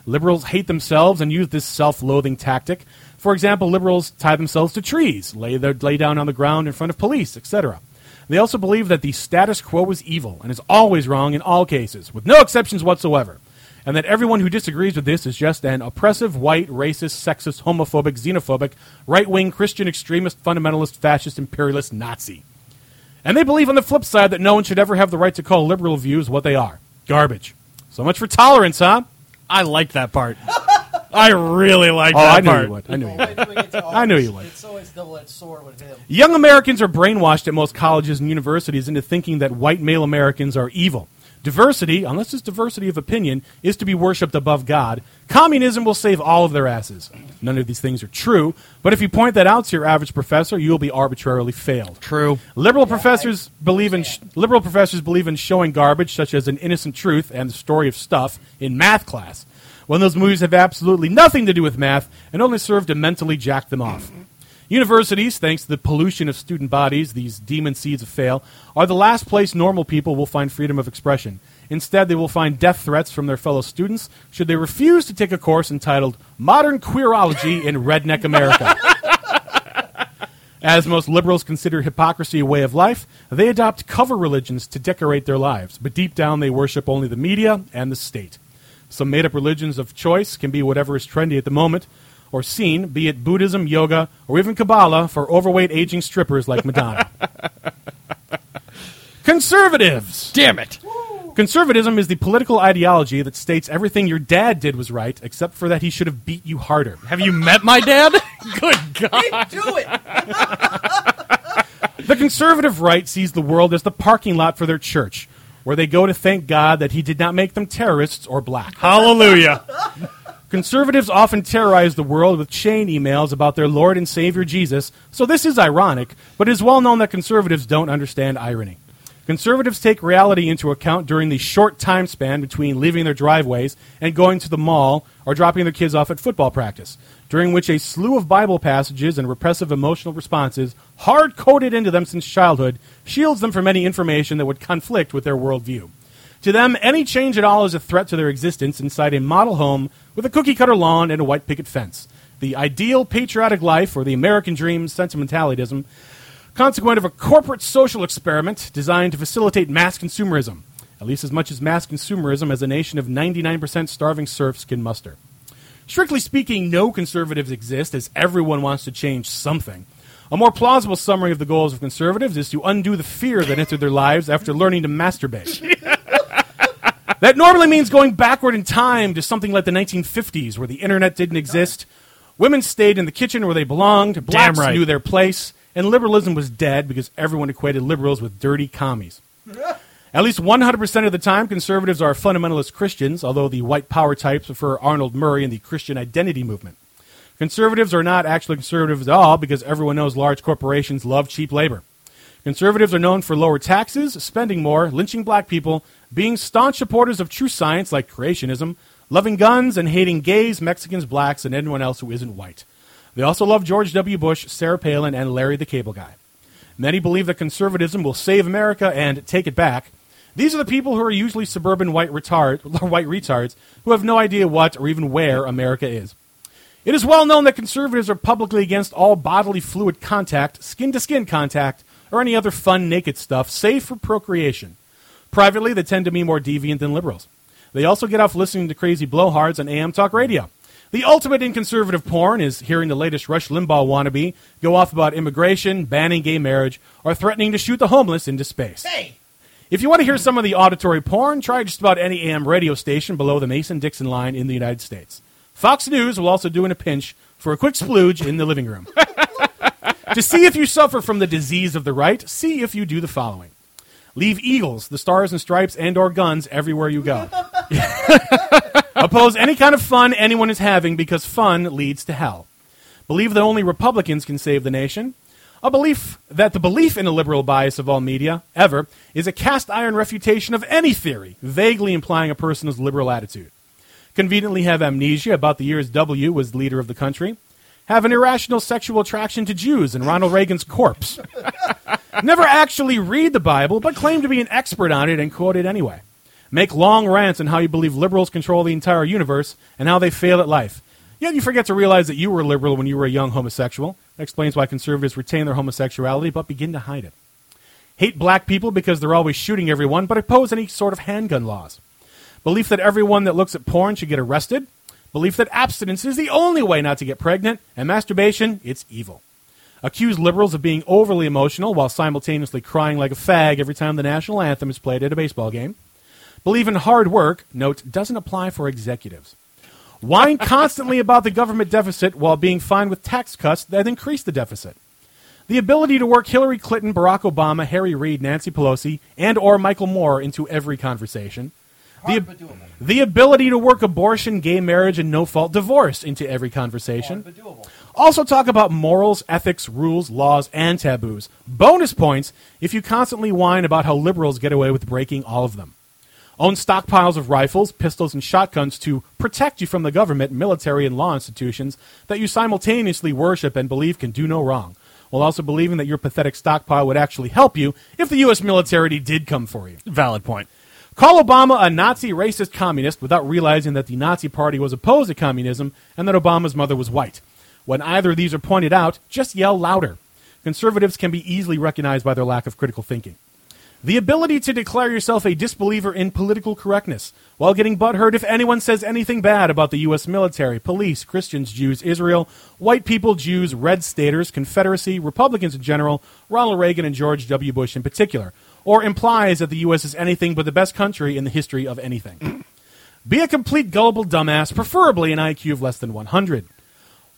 E: Liberals hate themselves and use this self loathing tactic. For example, liberals tie themselves to trees, lay, their, lay down on the ground in front of police, etc. They also believe that the status quo is evil and is always wrong in all cases, with no exceptions whatsoever, and that everyone who disagrees with this is just an oppressive, white, racist, sexist, homophobic, xenophobic, right wing Christian extremist, fundamentalist, fascist, imperialist Nazi. And they believe on the flip side that no one should ever have the right to call liberal views what they are garbage. So much for tolerance, huh?
D: I like that part. I really like
E: oh,
D: that
E: I knew
D: part.
E: You would. I knew you would. I knew you would.
C: It's always double-edged sword with him.
E: Young Americans are brainwashed at most colleges and universities into thinking that white male Americans are evil. Diversity, unless it's diversity of opinion, is to be worshipped above God. Communism will save all of their asses. None of these things are true, but if you point that out to your average professor, you will be arbitrarily failed. True. Liberal professors believe in sh- liberal professors believe in showing garbage such as an innocent truth and the story of stuff in math class. When those movies have absolutely nothing to do with math and only serve to mentally jack them off. Universities, thanks to the pollution of student bodies, these demon seeds of fail, are the last place normal people will find freedom of expression. Instead, they will find death threats from their fellow students should they refuse to take a course entitled Modern Queerology in Redneck America. As most liberals consider hypocrisy a way of life, they adopt cover religions to decorate their lives, but deep down they worship only the media and the state. Some made up religions of choice can be whatever is trendy at the moment or seen, be it Buddhism, yoga, or even Kabbalah for overweight aging strippers like Madonna. Conservatives! Damn it! Conservatism is the political ideology that states everything your dad did was right, except for that he should have beat you harder. Have you met my dad? Good God.
A: Do it.
E: The conservative right sees the world as the parking lot for their church, where they go to thank God that He did not make them terrorists or black. Hallelujah. Conservatives often terrorize the world with chain emails about their Lord and Savior Jesus, so this is ironic, but it is well known that conservatives don't understand irony. Conservatives take reality into account during the short time span between leaving their driveways and going to the mall or dropping their kids off at football practice, during which a slew of Bible passages and repressive emotional responses, hard coded into them since childhood, shields them from any information that would conflict with their worldview. To them, any change at all is a threat to their existence inside a model home with a cookie cutter lawn and a white picket fence. The ideal patriotic life, or the American dream sentimentalism, consequent of a corporate social experiment designed to facilitate mass consumerism, at least as much as mass consumerism as a nation of 99% starving serfs can muster. Strictly speaking, no conservatives exist, as everyone wants to change something. A more plausible summary of the goals of conservatives is to undo the fear that entered their lives after learning to masturbate. that normally means going backward in time to something like the 1950s, where the internet didn't exist, women stayed in the kitchen where they belonged, blacks
R: right.
E: knew their place, and liberalism was dead because everyone equated liberals with dirty commies. At least 100% of the time, conservatives are fundamentalist Christians, although the white power types prefer Arnold Murray and the Christian identity movement. Conservatives are not actually conservatives at all because everyone knows large corporations love cheap labor. Conservatives are known for lower taxes, spending more, lynching black people, being staunch supporters of true science like creationism, loving guns, and hating gays, Mexicans, blacks, and anyone else who isn't white. They also love George W. Bush, Sarah Palin, and Larry the Cable Guy. Many believe that conservatism will save America and take it back. These are the people who are usually suburban white, retard, white retards who have no idea what or even where America is. It is well known that conservatives are publicly against all bodily fluid contact, skin to skin contact, or any other fun naked stuff, save for procreation. Privately, they tend to be more deviant than liberals. They also get off listening to crazy blowhards on AM talk radio. The ultimate in conservative porn is hearing the latest Rush Limbaugh wannabe go off about immigration, banning gay marriage, or threatening to shoot the homeless into space. If you want to hear some of the auditory porn, try just about any AM radio station below the Mason Dixon line in the United States. Fox News will also do in a pinch for a quick splooge in the living room. to see if you suffer from the disease of the right, see if you do the following. Leave eagles, the stars and stripes, and or guns everywhere you go. Oppose any kind of fun anyone is having because fun leads to hell. Believe that only Republicans can save the nation. A belief that the belief in a liberal bias of all media, ever, is a cast iron refutation of any theory, vaguely implying a person's liberal attitude. Conveniently have amnesia about the years W was leader of the country. Have an irrational sexual attraction to Jews and Ronald Reagan's corpse. Never actually read the Bible, but claim to be an expert on it and quote it anyway. Make long rants on how you believe liberals control the entire universe and how they fail at life. Yet you forget to realize that you were a liberal when you were a young homosexual. That explains why conservatives retain their homosexuality but begin to hide it. Hate black people because they're always shooting everyone, but oppose any sort of handgun laws. Belief that everyone that looks at porn should get arrested. Belief that abstinence is the only way not to get pregnant, and masturbation, it's evil accuse liberals of being overly emotional while simultaneously crying like a fag every time the national anthem is played at a baseball game, believe in hard work, note doesn't apply for executives, whine constantly about the government deficit while being fine with tax cuts that increase the deficit. the ability to work Hillary Clinton, Barack Obama, Harry Reid, Nancy Pelosi, and or Michael Moore into every conversation. The, ab- the ability to work abortion, gay marriage, and no fault divorce into every conversation. Also, talk about morals, ethics, rules, laws, and taboos. Bonus points if you constantly whine about how liberals get away with breaking all of them. Own stockpiles of rifles, pistols, and shotguns to protect you from the government, military, and law institutions that you simultaneously worship and believe can do no wrong, while also believing that your pathetic stockpile would actually help you if the U.S. military did come for you. Valid point. Call Obama a Nazi racist communist without realizing that the Nazi Party was opposed to communism and that Obama's mother was white. When either of these are pointed out, just yell louder. Conservatives can be easily recognized by their lack of critical thinking. The ability to declare yourself a disbeliever in political correctness while getting butthurt if anyone says anything bad about the U.S. military, police, Christians, Jews, Israel, white people, Jews, red staters, Confederacy, Republicans in general, Ronald Reagan and George W. Bush in particular, or implies that the U.S. is anything but the best country in the history of anything. Be a complete gullible dumbass, preferably an IQ of less than 100.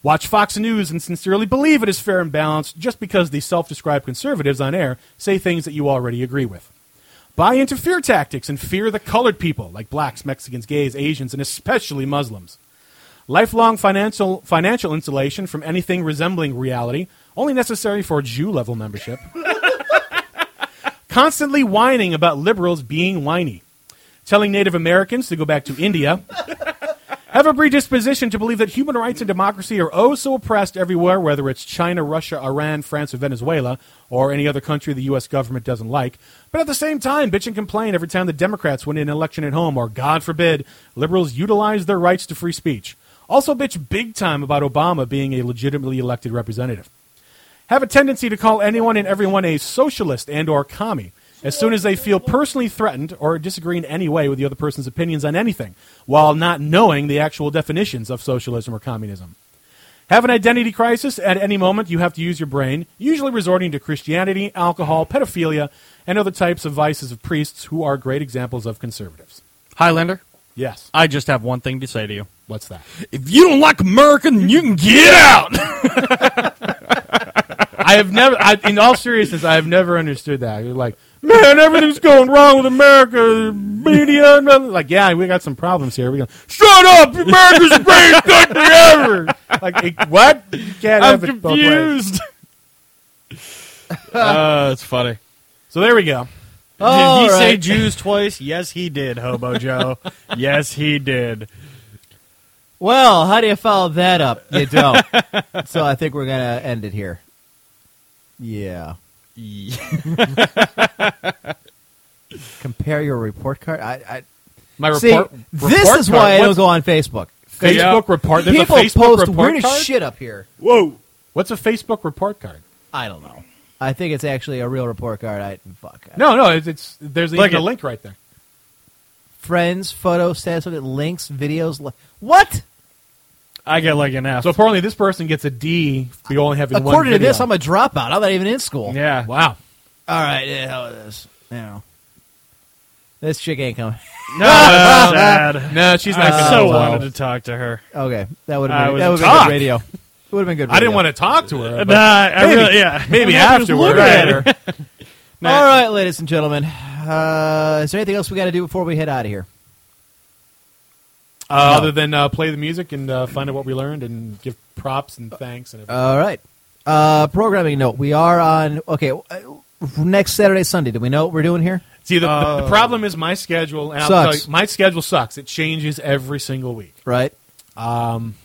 E: Watch Fox News and sincerely believe it is fair and balanced just because the self described conservatives on air say things that you already agree with. Buy into fear tactics and fear the colored people, like blacks, Mexicans, gays, Asians, and especially Muslims. Lifelong financial, financial insulation from anything resembling reality, only necessary for Jew level membership. Constantly whining about liberals being whiny. Telling Native Americans to go back to India have a predisposition to believe that human rights and democracy are oh so oppressed everywhere, whether it's China, Russia, Iran, France, or Venezuela, or any other country the U.S. government doesn't like. But at the same time, bitch and complain every time the Democrats win an election at home, or God forbid, liberals utilize their rights to free speech. Also, bitch big time about Obama being a legitimately elected representative. Have a tendency to call anyone and everyone a socialist and/or commie as soon as they feel personally threatened or disagree in any way with the other person's opinions on anything, while not knowing the actual definitions of socialism or communism. Have an identity crisis at any moment, you have to use your brain, usually resorting to Christianity, alcohol, pedophilia, and other types of vices of priests who are great examples of conservatives.
S: Highlander?
E: Yes.
S: I just have one thing to say to you.
E: What's that?
S: If you don't like America, then you can get out!
E: I have never, I, in all seriousness, I have never understood that. You're like, man, everything's going wrong with America, media, and nothing." like, yeah, we got some problems here. We go, shut up, America's the greatest country ever. Like, it- what? You can't
D: I'm
E: have it both ways.
D: confused.
E: Uh, it's funny. So there we go.
D: did he say Jews twice? Yes, he did, Hobo Joe. yes, he did.
C: Well, how do you follow that up? You don't. so I think we're gonna end it here. Yeah. Compare your report card. I, I
E: My
C: See,
E: report-
C: This
E: report
C: is
E: card?
C: why I don't
E: What's-
C: go on Facebook.
E: Facebook report. There's
C: People
E: a Facebook
C: post
E: report
C: weirdest
E: card?
C: shit up here.
E: Whoa. What's a Facebook report card?
C: I don't know. I think it's actually a real report card. I fuck.
E: No, no, it's, it's there's
C: Look
E: even a
C: it.
E: link right there.
C: Friends, photos, status, of it, links, videos. Li- what?
E: I get like an F. So apparently, this person gets a D. We only have one.
C: According to
E: video.
C: this, I'm a dropout. I'm not even in school.
E: Yeah. Wow.
C: All right. Yeah, hell with this. Now, this chick ain't coming.
D: No, that's sad.
E: No, she's not
D: I
E: gonna
D: so
E: allow it.
D: wanted to talk to her.
C: Okay, that would
D: I
C: have been,
D: was
C: that would have been
D: talk.
C: good radio. It would have been good. Radio.
E: I didn't want to talk to her.
D: Uh,
E: but
D: nah, I
E: maybe-
D: really- yeah.
E: Maybe
D: I'm just
E: afterward.
D: looking at
E: Right.
C: All right, ladies and gentlemen, uh, is there anything else we got to do before we head out of here?
E: Uh, Other than uh, play the music and uh, find out what we learned and give props and thanks and everything.
C: All right. Uh, programming note: We are on. Okay, uh, next Saturday, Sunday. Do we know what we're doing here?
E: See, the, the, the problem is my schedule, and I'll tell
C: Sucks.
E: you, my schedule sucks. It changes every single week.
C: Right.
E: Um,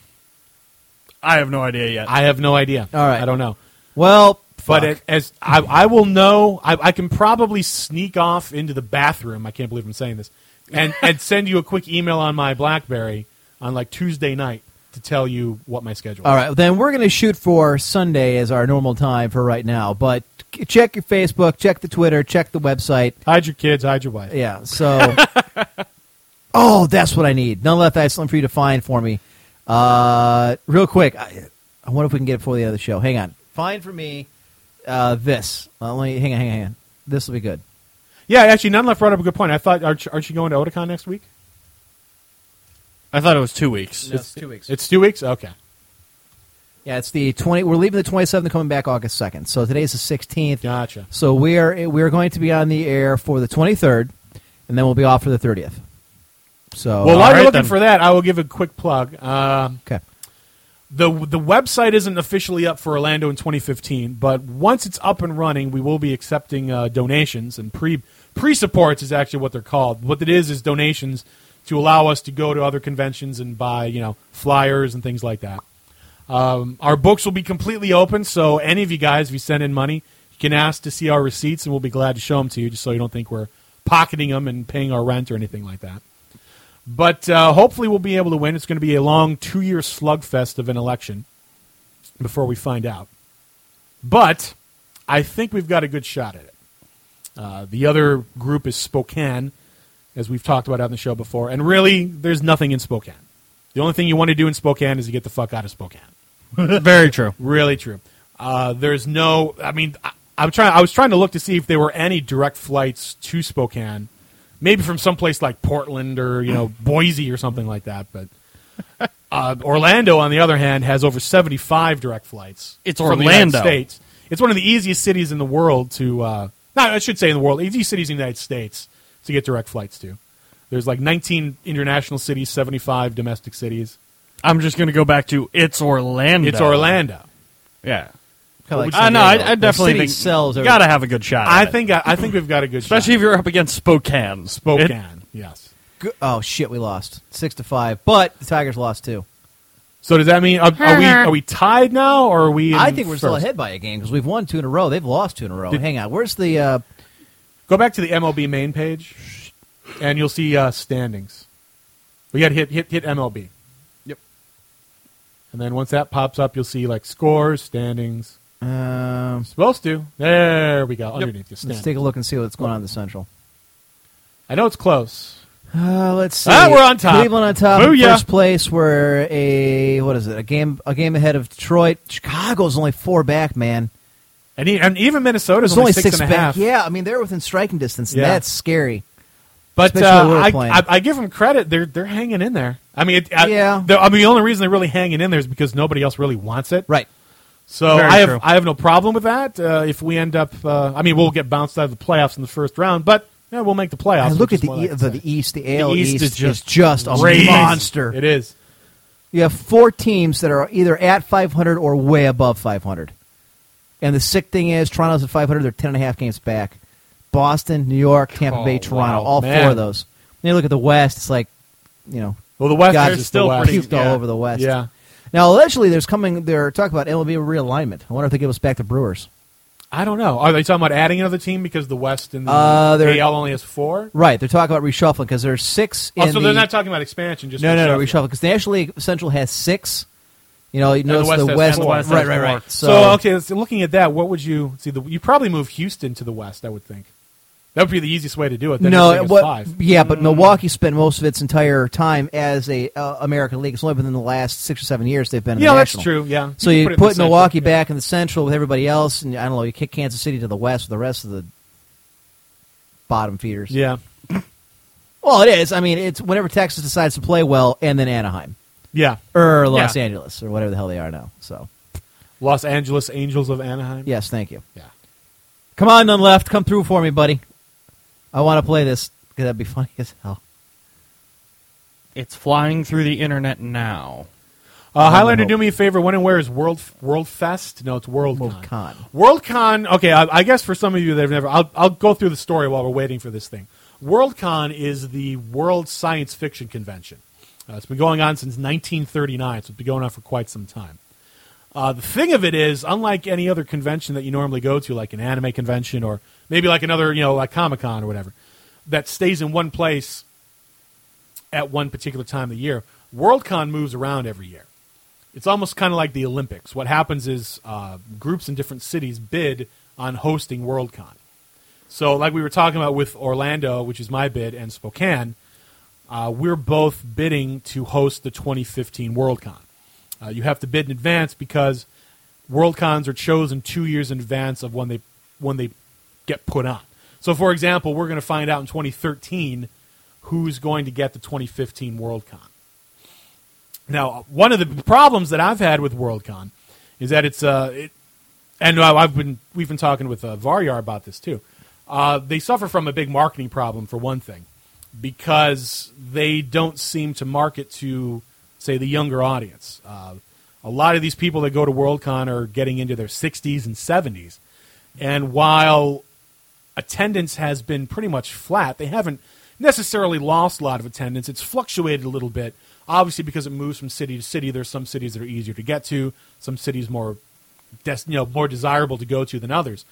D: I have no idea yet.
E: I have no idea. All right, I don't know.
C: Well,
E: but it, as I, I will know, I, I can probably sneak off into the bathroom. I can't believe I'm saying this, and and send you a quick email on my BlackBerry on like Tuesday night to tell you what my schedule.
C: All
E: is.
C: right, then we're going to shoot for Sunday as our normal time for right now. But c- check your Facebook, check the Twitter, check the website.
E: Hide your kids, hide your wife.
C: Yeah. So, oh, that's what I need. None left excellent for you to find for me. Uh, real quick, I, I wonder if we can get it before the other show. Hang on. Find for me uh, this. Uh, let me hang on, hang on, hang on. This will be good.
E: Yeah, actually, none left brought up a good point. I thought, aren't, you- aren't you going to Otakon next week?
D: I thought it was two weeks.
C: No, it's two weeks.
E: It's two weeks. Okay.
C: Yeah, it's the twenty. We're leaving the twenty seventh, coming back August second. So today's the sixteenth.
E: Gotcha.
C: So we are we are going to be on the air for the twenty third, and then we'll be off for the thirtieth. So
E: Well, while you're looking for that, I will give a quick plug. Okay. The the website isn't officially up for Orlando in 2015, but once it's up and running, we will be accepting uh, donations and pre pre supports is actually what they're called. What it is is donations to allow us to go to other conventions and buy you know flyers and things like that. Um, our books will be completely open, so any of you guys, if you send in money, you can ask to see our receipts, and we'll be glad to show them to you, just so you don't think we're pocketing them and paying our rent or anything like that. But uh, hopefully, we'll be able to win. It's going to be a long two year slugfest of an election before we find out. But I think we've got a good shot at it. Uh, the other group is Spokane, as we've talked about on the show before. And really, there's nothing in Spokane. The only thing you want to do in Spokane is to get the fuck out of Spokane.
D: Very true.
E: Really true. Uh, there's no. I mean, I, I'm trying. I was trying to look to see if there were any direct flights to Spokane, maybe from someplace like Portland or you know Boise or something like that. But uh, Orlando, on the other hand, has over 75 direct flights.
D: It's
E: from the United
D: Orlando.
E: States. It's one of the easiest cities in the world to. Uh, not, I should say in the world, easiest cities in the United States to get direct flights to. There's like 19 international cities, 75 domestic cities.
D: I'm just going to go back to it's Orlando.
E: It's Orlando.
D: Yeah. Uh,
E: Kinda like
D: I know.
E: San
D: I,
E: Diego.
D: I
E: The
D: definitely
E: city
D: think
E: sells
D: you
E: everything.
D: gotta have a good shot.
E: I
D: at it.
E: think I, I think we've got a good
D: especially if you're up against Spokane.
E: Spokane, yes.
C: oh shit, we lost six to five, but the Tigers lost too.
E: So does that mean are, are we are we tied now or are we? in
C: I think we're still
E: first?
C: ahead by a game because we've won two in a row. They've lost two in a row.
E: Did-
C: Hang on, where's the? Uh,
E: Go back to the MLB main page, and you'll see uh, standings. We got to hit hit hit MLB.
D: Yep.
E: And then once that pops up, you'll see like scores, standings.
C: Um,
E: Supposed to. There we go.
C: Yep.
E: Underneath the
C: Let's
E: standings.
C: take a look and see what's going on in the Central.
E: I know it's close.
C: Uh, let's see.
E: Ah, we're on top.
C: Cleveland on top. in
E: Booyah.
C: First place. We're a what is it? A game. A game ahead of Detroit. Chicago's only four back, man.
E: And, e- and even Minnesota's
C: It's
E: only,
C: only
E: six and a
C: back.
E: half.
C: Yeah, I mean they're within striking distance. and
E: Yeah.
C: That's scary.
E: But uh,
C: Especially where we're
E: I,
C: playing.
E: I, I give them credit; they're they're hanging in there. I mean, it, I,
C: Yeah.
E: the- I mean, the only reason they're really hanging in there is because nobody else really wants it,
C: right?
E: So
D: Very
E: I have
D: true.
E: I have no problem with that. Uh, if we end up, uh, I mean, we'll get bounced out of the playoffs in the first round, but yeah, we'll make the playoffs.
C: I look at
E: which is
C: the,
E: what
C: e-
E: I-
C: the, the East. The AL
E: East
C: East,
E: is
C: is
E: just
C: just, a
E: crazy.
C: monster.
E: It is.
C: You have four teams that are either at 500 or way above 500. And the sick thing is, Toronto's at 500. They're 10 and a half games back. Boston, New York, Tampa
D: Oh,
C: Bay, Toronto,
D: wow,
C: all
D: man.
C: four of those. And you look at the West, it's like, you know,
E: well, the West
C: guys
E: is
C: just
E: still pretty-
C: puked all
E: yeah.
C: over the West.
E: Yeah.
C: Now, allegedly, there's coming. They're talking about MLB realignment. I wonder if they give us back the Brewers.
E: I don't know. Are they talking about adding another team because the West and the
C: Uh, they're-
E: AL only has four?
C: Right. They're talking about reshuffling because there's six.
E: Oh,
C: in
E: so
C: the,
E: they're not talking about expansion. Just
C: no, no, no,
E: reshuffling.
C: reshuffle because the National League Central has six. You know, you
E: And
C: notice the
E: has
C: West,
E: four.
C: right, right, right.
E: So, okay, so looking at that, what would you see? The, you probably move Houston to the West, I would think. That would be the easiest way to do it. Then
C: no,
E: everything is
C: what-
E: five. Hmm.
C: yeah, but Milwaukee spent most of its entire time as a uh, American League. It's only within the last six or seven years they've been. in
E: Yeah,
C: the
E: that's
C: National.
E: true, yeah.
C: so
E: You
C: you
E: can put it
C: put,
E: in the Central,
C: Milwaukee back in the Central with everybody else, and I don't know. You kick Kansas City to the West with the rest of the bottom feeders.
E: Yeah.
C: Well, it is. I mean, it's whenever Texas decides to play well, and then Anaheim.
E: Yeah.
C: Or Los
E: Yeah.
C: Angeles, or whatever the hell they are now. So
E: Los Angeles Angels of Anaheim.
C: yes, thank you. Yeah. Come on, none left. Come through for me, buddy. I want to play this because that'd be funny as hell.
D: It's flying through the internet now.
E: Uh, Highlander, do me a favor. When and where is World World Fest? No, it's World WorldCon. WorldCon. Okay, I, I guess for some of you that have never, I'll, I'll go through the story while we're waiting for this thing. WorldCon is the World Science Fiction Convention. Uh, it's been going on since 1939, so it's been going on for quite some time. Uh, the thing of it is, unlike any other convention that you normally go to, like an anime convention or maybe like another, you know, like Comic Con or whatever, that stays in one place at one particular time of the year. WorldCon moves around every year. It's almost kind of like the Olympics. What happens is uh, groups in different cities bid on hosting WorldCon. So, like we were talking about with Orlando, which is my bid, and Spokane, uh, we're both bidding to host the 2015 WorldCon. Uh, you have to bid in advance because WorldCons are chosen two years in advance of when they when they get put on. So, for example, we're going to find out in 2013 who's going to get the 2015 WorldCon. Now, one of the problems that I've had with WorldCon is that it's uh, it, and uh, I've been we've been talking with uh, Varyar about this too. Uh, they suffer from a big marketing problem for one thing, because they don't seem to market to say the younger audience. Uh, a lot of these people that go to Worldcon are getting into their 60s and 70s, and while attendance has been pretty much flat, they haven't necessarily lost a lot of attendance. It's fluctuated a little bit, obviously because it moves from city to city. There's some cities that are easier to get to, some cities more des- you know more desirable to go to than others.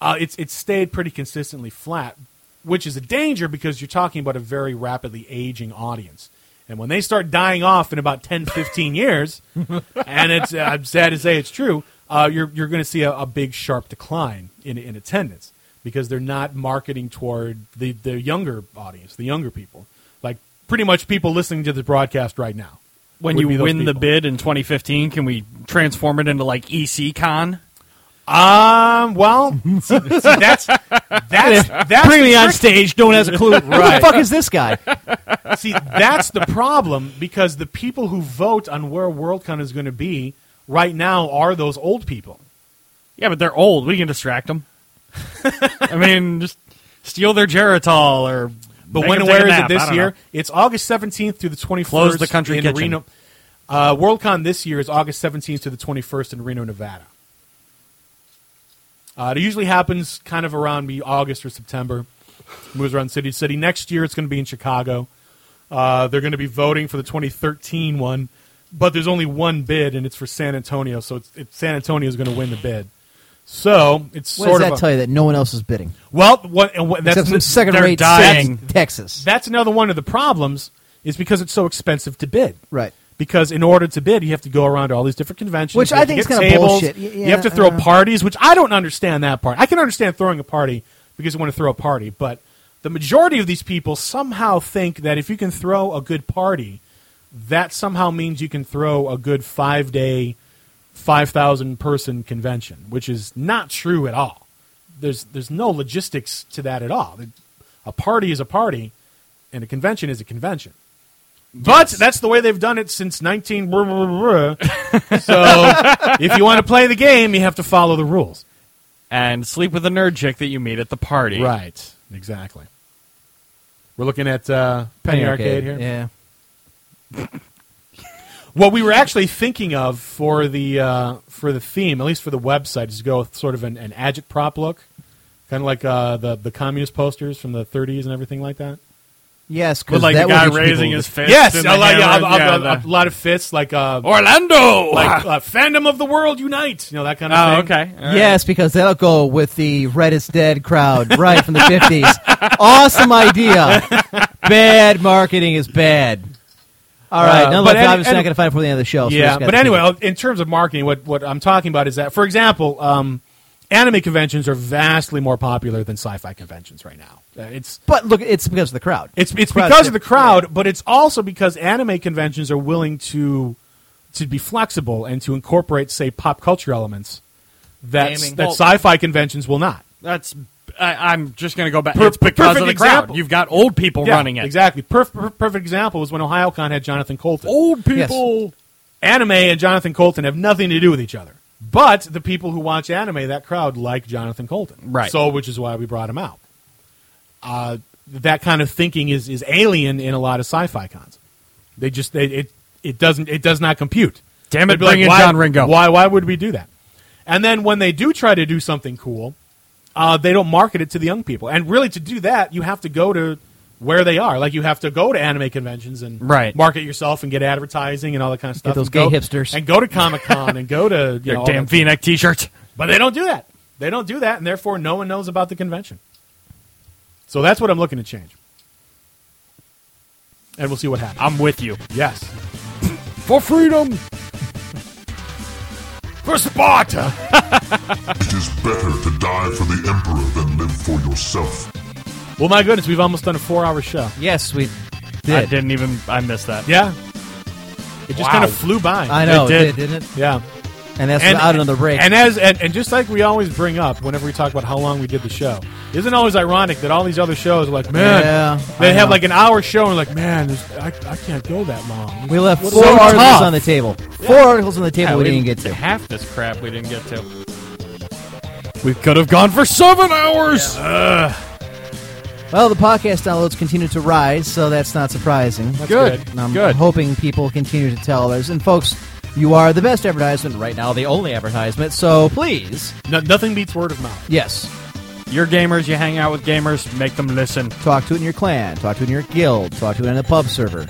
E: Uh, it's it's stayed pretty consistently flat, which is a danger because you're talking about a very rapidly aging audience. And when they start dying off in about 10, 15 years, and it's I'm sad to say it's true, uh, you're you're going to see a, a big sharp decline in in attendance because they're not marketing toward the the younger audience, the younger people, like pretty much people listening to this broadcast right now.
D: When
E: would
D: you
E: be those
D: win the
E: people.
D: bid in 2015, can we transform it into like EC Con?
E: Um. Well, see, see, that's that's that's
D: Bring
E: the
D: me on
E: trick-
D: stage, no one has a clue.
E: Right.
D: Who the fuck is
M: this guy?
E: See, that's the problem because the people who vote on where Worldcon is going to be right now are those old people.
D: Yeah, but they're old. We can distract them. I mean, just steal their Geritol or.
E: But
D: make
E: when and
D: them take a
E: where is
D: nap.
E: it this
D: I don't
E: year?
D: know.
E: It's August 17th through the 21st.
D: Close the country
E: in
D: kitchen.
E: Reno. Uh, Worldcon this year is August 17th to the 21st in Reno, Nevada. Uh, it usually happens kind of around me August or September. Moves around city to city. Next year it's going to be in Chicago. Uh, they're going to be voting for the 2013 one, but there's only one bid and it's for San Antonio, so it's, it's San Antonio is going to win the bid. So it's
M: What
E: sort
M: does
E: of
M: that
E: a-
M: tell you that no one else is bidding?
E: well, what, and what
M: Except
E: that's
M: some second-rate
E: they're dying.
M: Tex- Texas.
E: That's another one of the problems is because it's so expensive to bid.
M: Right.
E: Because in order to bid, you have to go around to all these different conventions,
M: Which
E: you
M: I
E: have to
M: think is
E: get
M: kinda
E: tables,
M: bullshit. Y-
E: you have to
M: yeah,
E: throw
M: uh,
E: parties, which I don't understand that part. I can understand throwing a party because you want to throw a party, but the majority of these people somehow think that if you can throw a good party, that somehow means you can throw a good five day, five thousand person convention, which is not true at all. There's there's no logistics to that at all. A party is a party, and a convention is a convention. But that's the way they've done it since 19. Blah, blah, blah, blah. so if you want to play the game, you have to follow the rules.
D: And sleep with the nerd chick that you meet at the party.
E: Right. Exactly. We're looking at uh, Penny,
M: Penny
E: Arcade,
M: Arcade,
E: here. Yeah. what we were actually thinking of for the uh, for the theme, at least for the website, is to go with sort of an, an agitprop look, kind of like uh, the the communist posters from the 30s and everything like that.
M: Yes,
D: With,
M: because
D: like, the
M: that
D: guy
M: would get
D: raising
M: people-
D: his fist.
E: Yes,
D: and
E: a
D: the
E: lot, yeah,
D: hammer,
E: a- a-
D: yeah,
E: a-
D: the-
E: a
D: Oh,
E: lot of fists like uh,
D: Orlando!
E: like uh, fandom of the world unite, you know that kind of
D: Oh,
E: thing.
D: okay.
M: Yes, because that'll go with the Red is Dead crowd right from the 50s. awesome idea. Bad marketing is bad. All right,
E: Uh,
M: now
E: but
M: look,
E: any-
M: obviously
E: any-
M: not going to find it before the end of the show. so we
E: yeah,
M: just gotta
E: but
M: keep
E: anyway,
M: it.
E: uh, in terms of marketing, what what I'm talking about is that, for example, um, anime conventions are vastly more popular than sci-fi conventions right now. Uh, It's
M: but look, it's because of the crowd.
E: It's it's
M: Crowd's
E: because of the
M: different.
E: crowd, but it's also because anime conventions are willing to to be flexible and to incorporate, say, pop culture elements that
D: Gaming.
E: that
D: Well-
E: sci-fi conventions will not.
D: That's. I, I'm just going to go back.
E: Per-
D: it's because of
E: perfect
D: the
E: example.
D: crowd. You've got old people
E: Yeah,
D: running it.
E: exactly. Perf- per- perfect example was when OhioCon had Jonathan Colton.
D: Old
M: Yes.
D: people.
E: Anime and Jonathan Colton have nothing to do with each other, but the people who watch anime, that crowd, like Jonathan Colton,
D: Right.
E: So, which is why we brought him out. Uh, that kind of thinking is is alien in a lot of sci-fi cons. They just they, it it doesn't it does not compute.
D: Damn it,
E: They'd be
D: bring in
E: why,
D: John Ringo.
E: Why why would we do that? And then when they do try to do something cool, uh, they don't market it to the young people. And really, to do that, you have to go to where they are. Like you have to go to anime conventions and
D: Right.
E: market yourself and get advertising and all that kind of stuff.
M: those
E: and go-
M: gay hipsters.
E: and go to Comic Con and go to you
D: Your
E: know, all
D: damn
E: that-
D: V neck t shirt.
E: But they don't do that. They don't do that, and therefore no one knows about the convention. So that's what I'm looking to change. And we'll see what happens.
D: I'm with you.
E: Yes.
D: For freedom!
E: For Sparta!
T: It is better to die for the Emperor than live for yourself.
E: Well, my goodness, we've almost done a four hour show.
M: Yes, we did.
D: I didn't even. I missed that.
E: Yeah. It just
D: Wow.
E: kind of flew by.
M: I know,
D: It
M: it
D: did.
M: did, didn't it?
E: Yeah.
M: And that's without another break.
E: And as and, and just like we always bring up whenever we talk about how long we did the show, Isn't it always ironic that all these other shows are like, man,
C: Yeah, I
E: they have
C: know.
E: like an hour show and like, man, this, I, I can't go that long.
C: We left
E: What-
C: four
E: so
C: articles
E: tough.
C: on the table. Four articles on the table
D: Yeah,
C: we, didn't get to.
D: Half this crap we didn't get to.
C: We could have gone for seven hours. Well, the podcast downloads continue to rise, so that's not surprising.
D: That's Good. good.
C: And I'm
D: Good.
C: hoping people continue to tell others. And folks, you are the best advertisement right now, the only advertisement. So please,
E: nothing beats word of mouth.
C: Yes.
D: You're gamers. You hang out with gamers. Make them listen.
C: Talk to it in your clan. Talk to it in your guild. Talk to it in a pub server,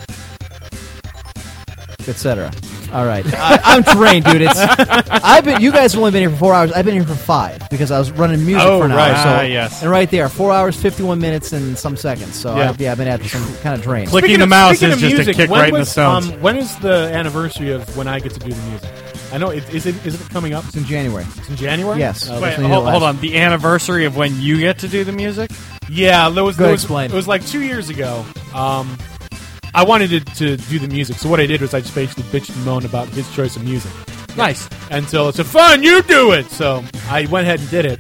C: etc. All right, I, I'm drained, dude. It's I've been. You guys have only been here for four hours. I've been here for five because I was running music
D: Oh,
C: for an
D: right.
C: hour. So,
D: Ah, yes.
C: And right there, four hours, fifty-one minutes, and some seconds. So
E: Yeah.
C: I, yeah I've been at this. I'm kind of drained.
E: Speaking of- speaking of music, when was, Um, when is the anniversary of when I get to do the music? I know it is. It, is it coming up? It's
C: in January.
E: It's in January.
C: Yes.
E: Oh,
D: Wait, hold, hold on. The anniversary of when you get to do the music?
E: Yeah, there was,
D: Go
E: there was-
D: explain.
E: it was like two years ago. Um, I wanted to, to do the music, so what I did was I just basically bitched and moaned about his choice of music.
D: Nice.
E: Until it's a fun, you do it. So I went ahead and did it.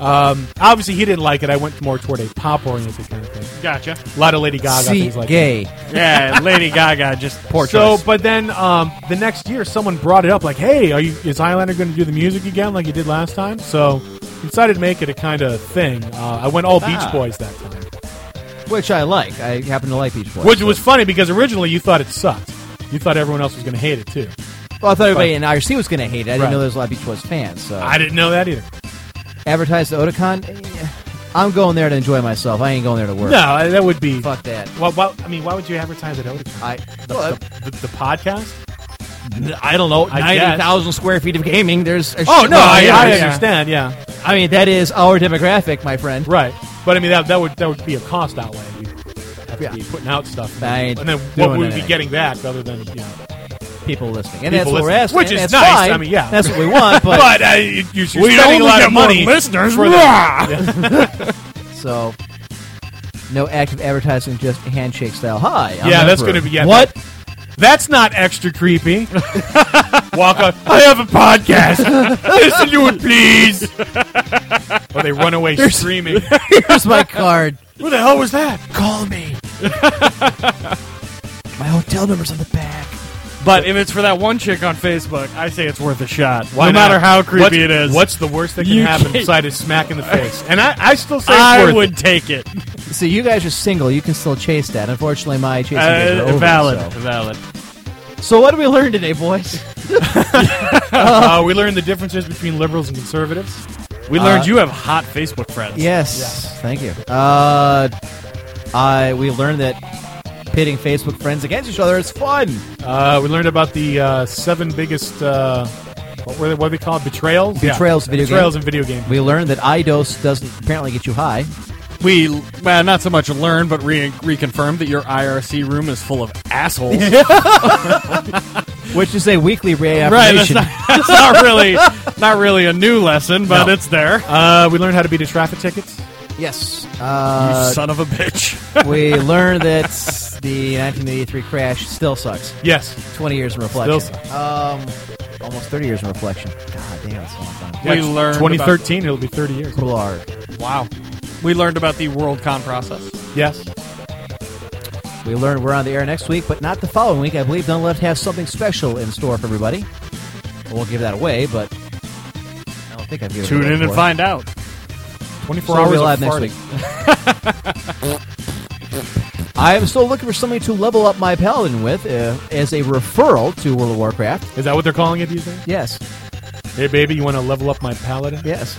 E: Um, obviously, he didn't like it. I went more toward a pop oriented kind of thing.
D: Gotcha.
E: A lot of Lady Gaga
D: See,
E: things like
D: gay.
E: that.
D: Yeah, Lady Gaga, just poor
E: So,
D: choice.
E: but then um, the next year, someone brought it up, like, "Hey, are you is Highlander going to do the music again like you did last time?" So we decided to make it a kind of thing. Uh, I went all
C: Ah.
E: Beach Boys that time.
C: which I like. I happen to like Beach Boys.
E: Which was funny because originally you thought it sucked. You thought everyone else was going to hate it too.
C: Well, I thought everybody
E: But-
C: in IRC was going to hate it. I didn't
E: Right.
C: know there was a lot of Beach Boys fans. So
E: I didn't know that either.
C: advertise the Otakon. I'm going there to enjoy myself. I ain't going there to work.
E: No, I- that would be
C: fuck that.
E: Well, why, I mean, why would you advertise it out?
C: I
E: the, the, the, the podcast.
C: I don't know.
E: Uh, I guess.
C: Ninety thousand square feet of gaming. There's a
E: Oh no, I,
C: shitload of
E: I
C: gamers.
E: understand. Yeah,
C: I mean that is our demographic, my friend.
E: Right, but I mean that that would that would be a cost outlay. We'd have
C: Yeah.
E: to be putting out stuff,
C: I ain't
E: and then
C: doing
E: what would we
C: anything.
E: be getting back other than you know
C: People listening, and
E: people
C: that's what we're
E: listening?
C: asking,
E: which
C: and
E: is
C: that's
E: nice.
C: fine.
E: I mean, yeah,
C: that's what we want. But,
E: but uh, you- you're spending a lot of money for the- Yeah.
C: so no active advertising, just handshake style. Hi, I'm
E: yeah, that's
C: Emperor.
E: going to be yeah,
C: what?
E: that- that's not extra creepy. Walk up. I have a podcast. Listen to it, please. or they run away
C: Here's-
E: screaming.
C: here's my card.
E: Who the hell was that? Call me.
C: My hotel number's on the back.
D: But if it's for that one chick on Facebook, I say it's worth a shot.
E: Why
D: no
E: not?
D: matter how creepy
E: What's-
D: it is.
E: What's the worst that can
D: You
E: happen
D: can't-
E: besides a smack in the face? And I, I still say it's
D: I
E: worth
D: would
E: it.
D: take it.
C: So you guys are single. You can still chase that. Unfortunately, my chasing days are
D: Uh,
C: over.
D: valid.
C: So.
D: Valid.
C: so what did we learn today, boys?
E: uh, we learned the differences between liberals and conservatives.
D: We
C: Uh,
D: learned you have hot Facebook friends.
C: Yes, thank you. Uh, I we learned that pitting Facebook friends against each other is fun.
E: Uh, we learned about the uh, seven biggest. Uh, what were they, what do they call it? Betrayals.
C: Betrayals,
E: yeah.
C: video
E: Betrayals
C: game.
E: in video games.
C: We learned that iDose doesn't apparently get you high.
D: We, well, not so much learned, but re- reconfirmed that your IRC room is full of assholes.
C: Which is a weekly
D: right. That's
C: reaffirmation.
D: not, that's not really not really a new lesson, but
E: No.
D: it's there.
E: Uh, we learned how to beat a traffic tickets.
C: Yes. Uh,
D: You son of a bitch.
C: we learned that the 1983 crash still sucks.
E: Yes.
C: 20 years in reflection.
E: Still
C: um, almost 30 years in reflection. God damn, that's a long time.
D: We learned
E: 2013. it'll be 30 years.
C: Blarg.
D: Wow. We learned about the Worldcon process.
E: Yes.
C: We learned we're on the air next week, but not the following week. I believe Dunleft has something special in store for everybody. I won't give that away, but I don't think I've given it
D: Tune
C: away
D: in and
C: before.
D: find out.
E: 24
C: So we'll
E: hours
C: be
E: of
C: live next
E: farting.
C: I am still looking for somebody to level up my paladin with uh, as a referral to World of Warcraft.
E: Is that what they're calling it these days?
C: Yes.
E: Hey, baby, you want to level up my paladin?
C: Yes.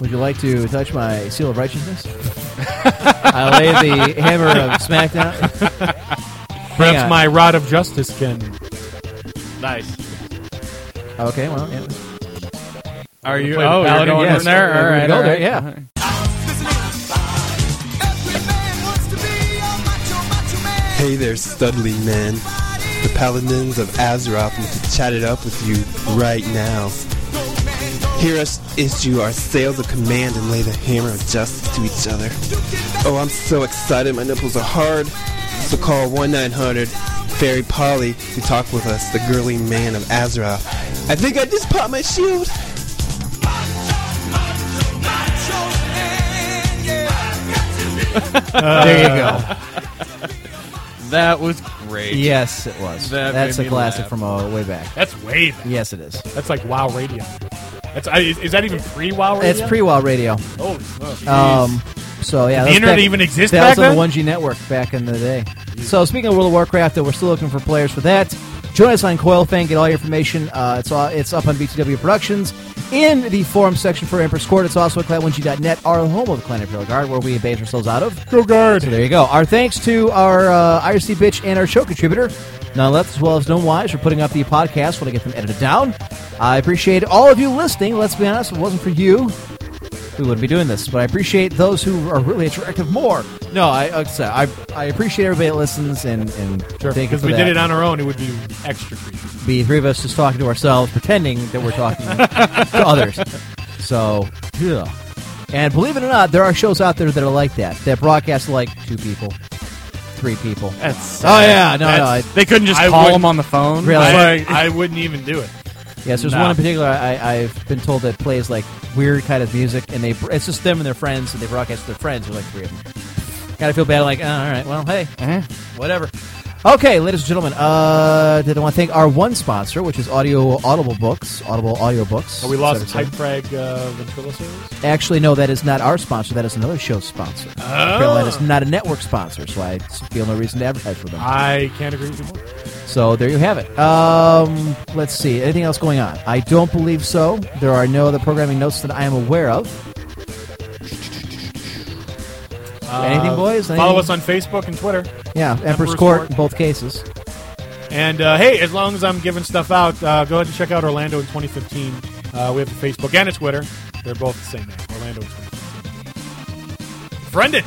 C: Would you like to touch my seal of righteousness? I lay the hammer of SmackDown. Hang
E: Perhaps
C: on.
E: my rod of justice can.
D: Nice.
C: Okay, well, yeah.
D: Are you?
E: Play the
D: Oh, you're
E: paladin,
D: going
E: yes.
D: in there.
E: We're
D: All
E: gonna
D: right,
E: go
D: all
E: there,
D: right.
E: yeah.
O: Hey there, studly men. The paladins of Azeroth want to chat it up with you right now. Hear us issue our sales of command and lay the hammer of justice to each other. Oh, I'm so excited. My nipples are hard. So call 1-900 Fairy Polly to talk with us, the girly man of Azeroth. I think I just popped my shield.
U: Macho Man, yeah.
C: there you go.
D: That was great.
C: Yes, it was.
D: That
C: That's
D: made
C: a
D: me
C: classic
D: laugh.
C: from uh, way back.
E: That's way back.
C: Yes, it is.
E: That's like WoW Radio. That's I- is, is that even pre WoW Radio?
C: It's pre-wild radio.
E: Holy smokes.
C: Um, so yeah, that
E: Did the
C: was
E: internet
C: back-
E: even exist
C: That
E: back
C: was on
E: then?
C: the 1G network back in the day. So speaking of World of Warcraft, that we're still looking for players for that. Join us on Coil Fan. Get all your information. Uh, it's all, it's up on BTW Productions in the forum section for Empress Court. It's also at clan1g.net, our home of the Clan Imperial Guard, where we base ourselves out of. Go Guard. So there you go. Our thanks to our uh, IRC bitch and our show contributor, None Left, as well as Gnome Wise, for putting up the podcast when I get them edited down. I appreciate all of you listening. Let's be honest, if it wasn't for you, we wouldn't be doing this. But I appreciate those who are really attractive more. No, I like I, said, I, I appreciate everybody that listens and and thank you
E: Because
C: for
E: we
C: that.
E: did it on our own, it would be extra creepy.
C: Be three of us just talking to ourselves, pretending that we're talking to others. So, yeah. And believe it or not, there are shows out there that are like that. That broadcast like two people, three people.
D: That's
C: oh yeah, no, no, I-
D: They couldn't just
C: I
D: call
C: wouldn't-
D: him on the phone.
C: Really?
E: I, I wouldn't even do it.
C: Yes, there's
D: Nah.
C: one in particular I, I've been told that plays like weird kind of music, and they br- it's just them and their friends, and they broadcast to their friends. There's like three of them. Gotta feel bad. Like, oh, all right, well, hey, eh, whatever. Okay, ladies and gentlemen, uh, did I want to thank our one sponsor, which is Audio Audible Books, Audible Audio Books.
E: Oh, we lost
C: etc.
E: Type Frag uh, Ventriloquist.
C: Actually, no, that is not our sponsor. That is another show sponsor.
E: Oh.
C: Apparently, that is not a network sponsor, so I feel no reason to advertise for them.
E: I can't agree with you more.
C: So there you have it. Um, let's see. Anything else going on? I don't believe so. There are no other programming notes that I am aware of. Anything, boys?
E: Uh,
C: Anything?
E: Follow us on Facebook and Twitter.
C: Yeah, Emperor's, Court, in both cases.
E: And uh, hey, as long as I'm giving stuff out, uh, go ahead and check out Orlando in 2015. Uh, we have a Facebook and a Twitter. They're both the same name, Orlando in 2015. Friend it.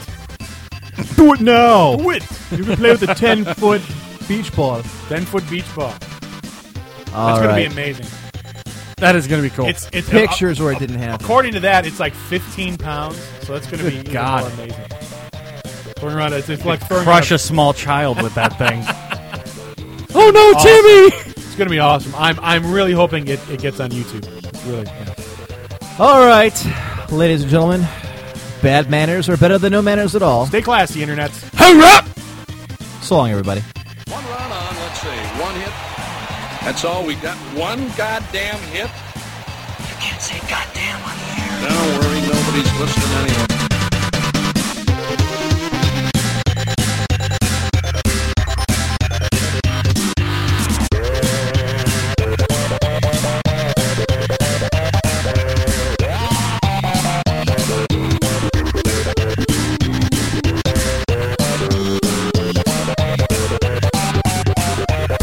C: Do it now.
E: Do it. You can play with a 10 foot
C: beach ball.
E: 10 foot beach ball.
C: All
E: That's going
C: right.
E: to be amazing.
D: That is going to be cool.
E: It's, it's
C: Pictures where it didn't happen.
E: According to that, it's like 15 pounds, so that's going to be
D: Good
E: even
D: God.
E: more amazing. Throwing around, it's, it's
D: You
E: like
D: could
E: throwing
D: crush
E: around-
D: a small child with that thing.
E: Oh
D: no,
E: Timmy! It's gonna be awesome. I'm I'm really hoping it, it gets on YouTube. It's really yeah.
C: All right, ladies and gentlemen, bad manners are better than no manners at all.
E: stay classy, internet.
C: So long, everybody.
J: One run on, let's see, one hit. That's all we got. One goddamn hit. You can't say goddamn on the air. Don't worry, nobody's listening anyway.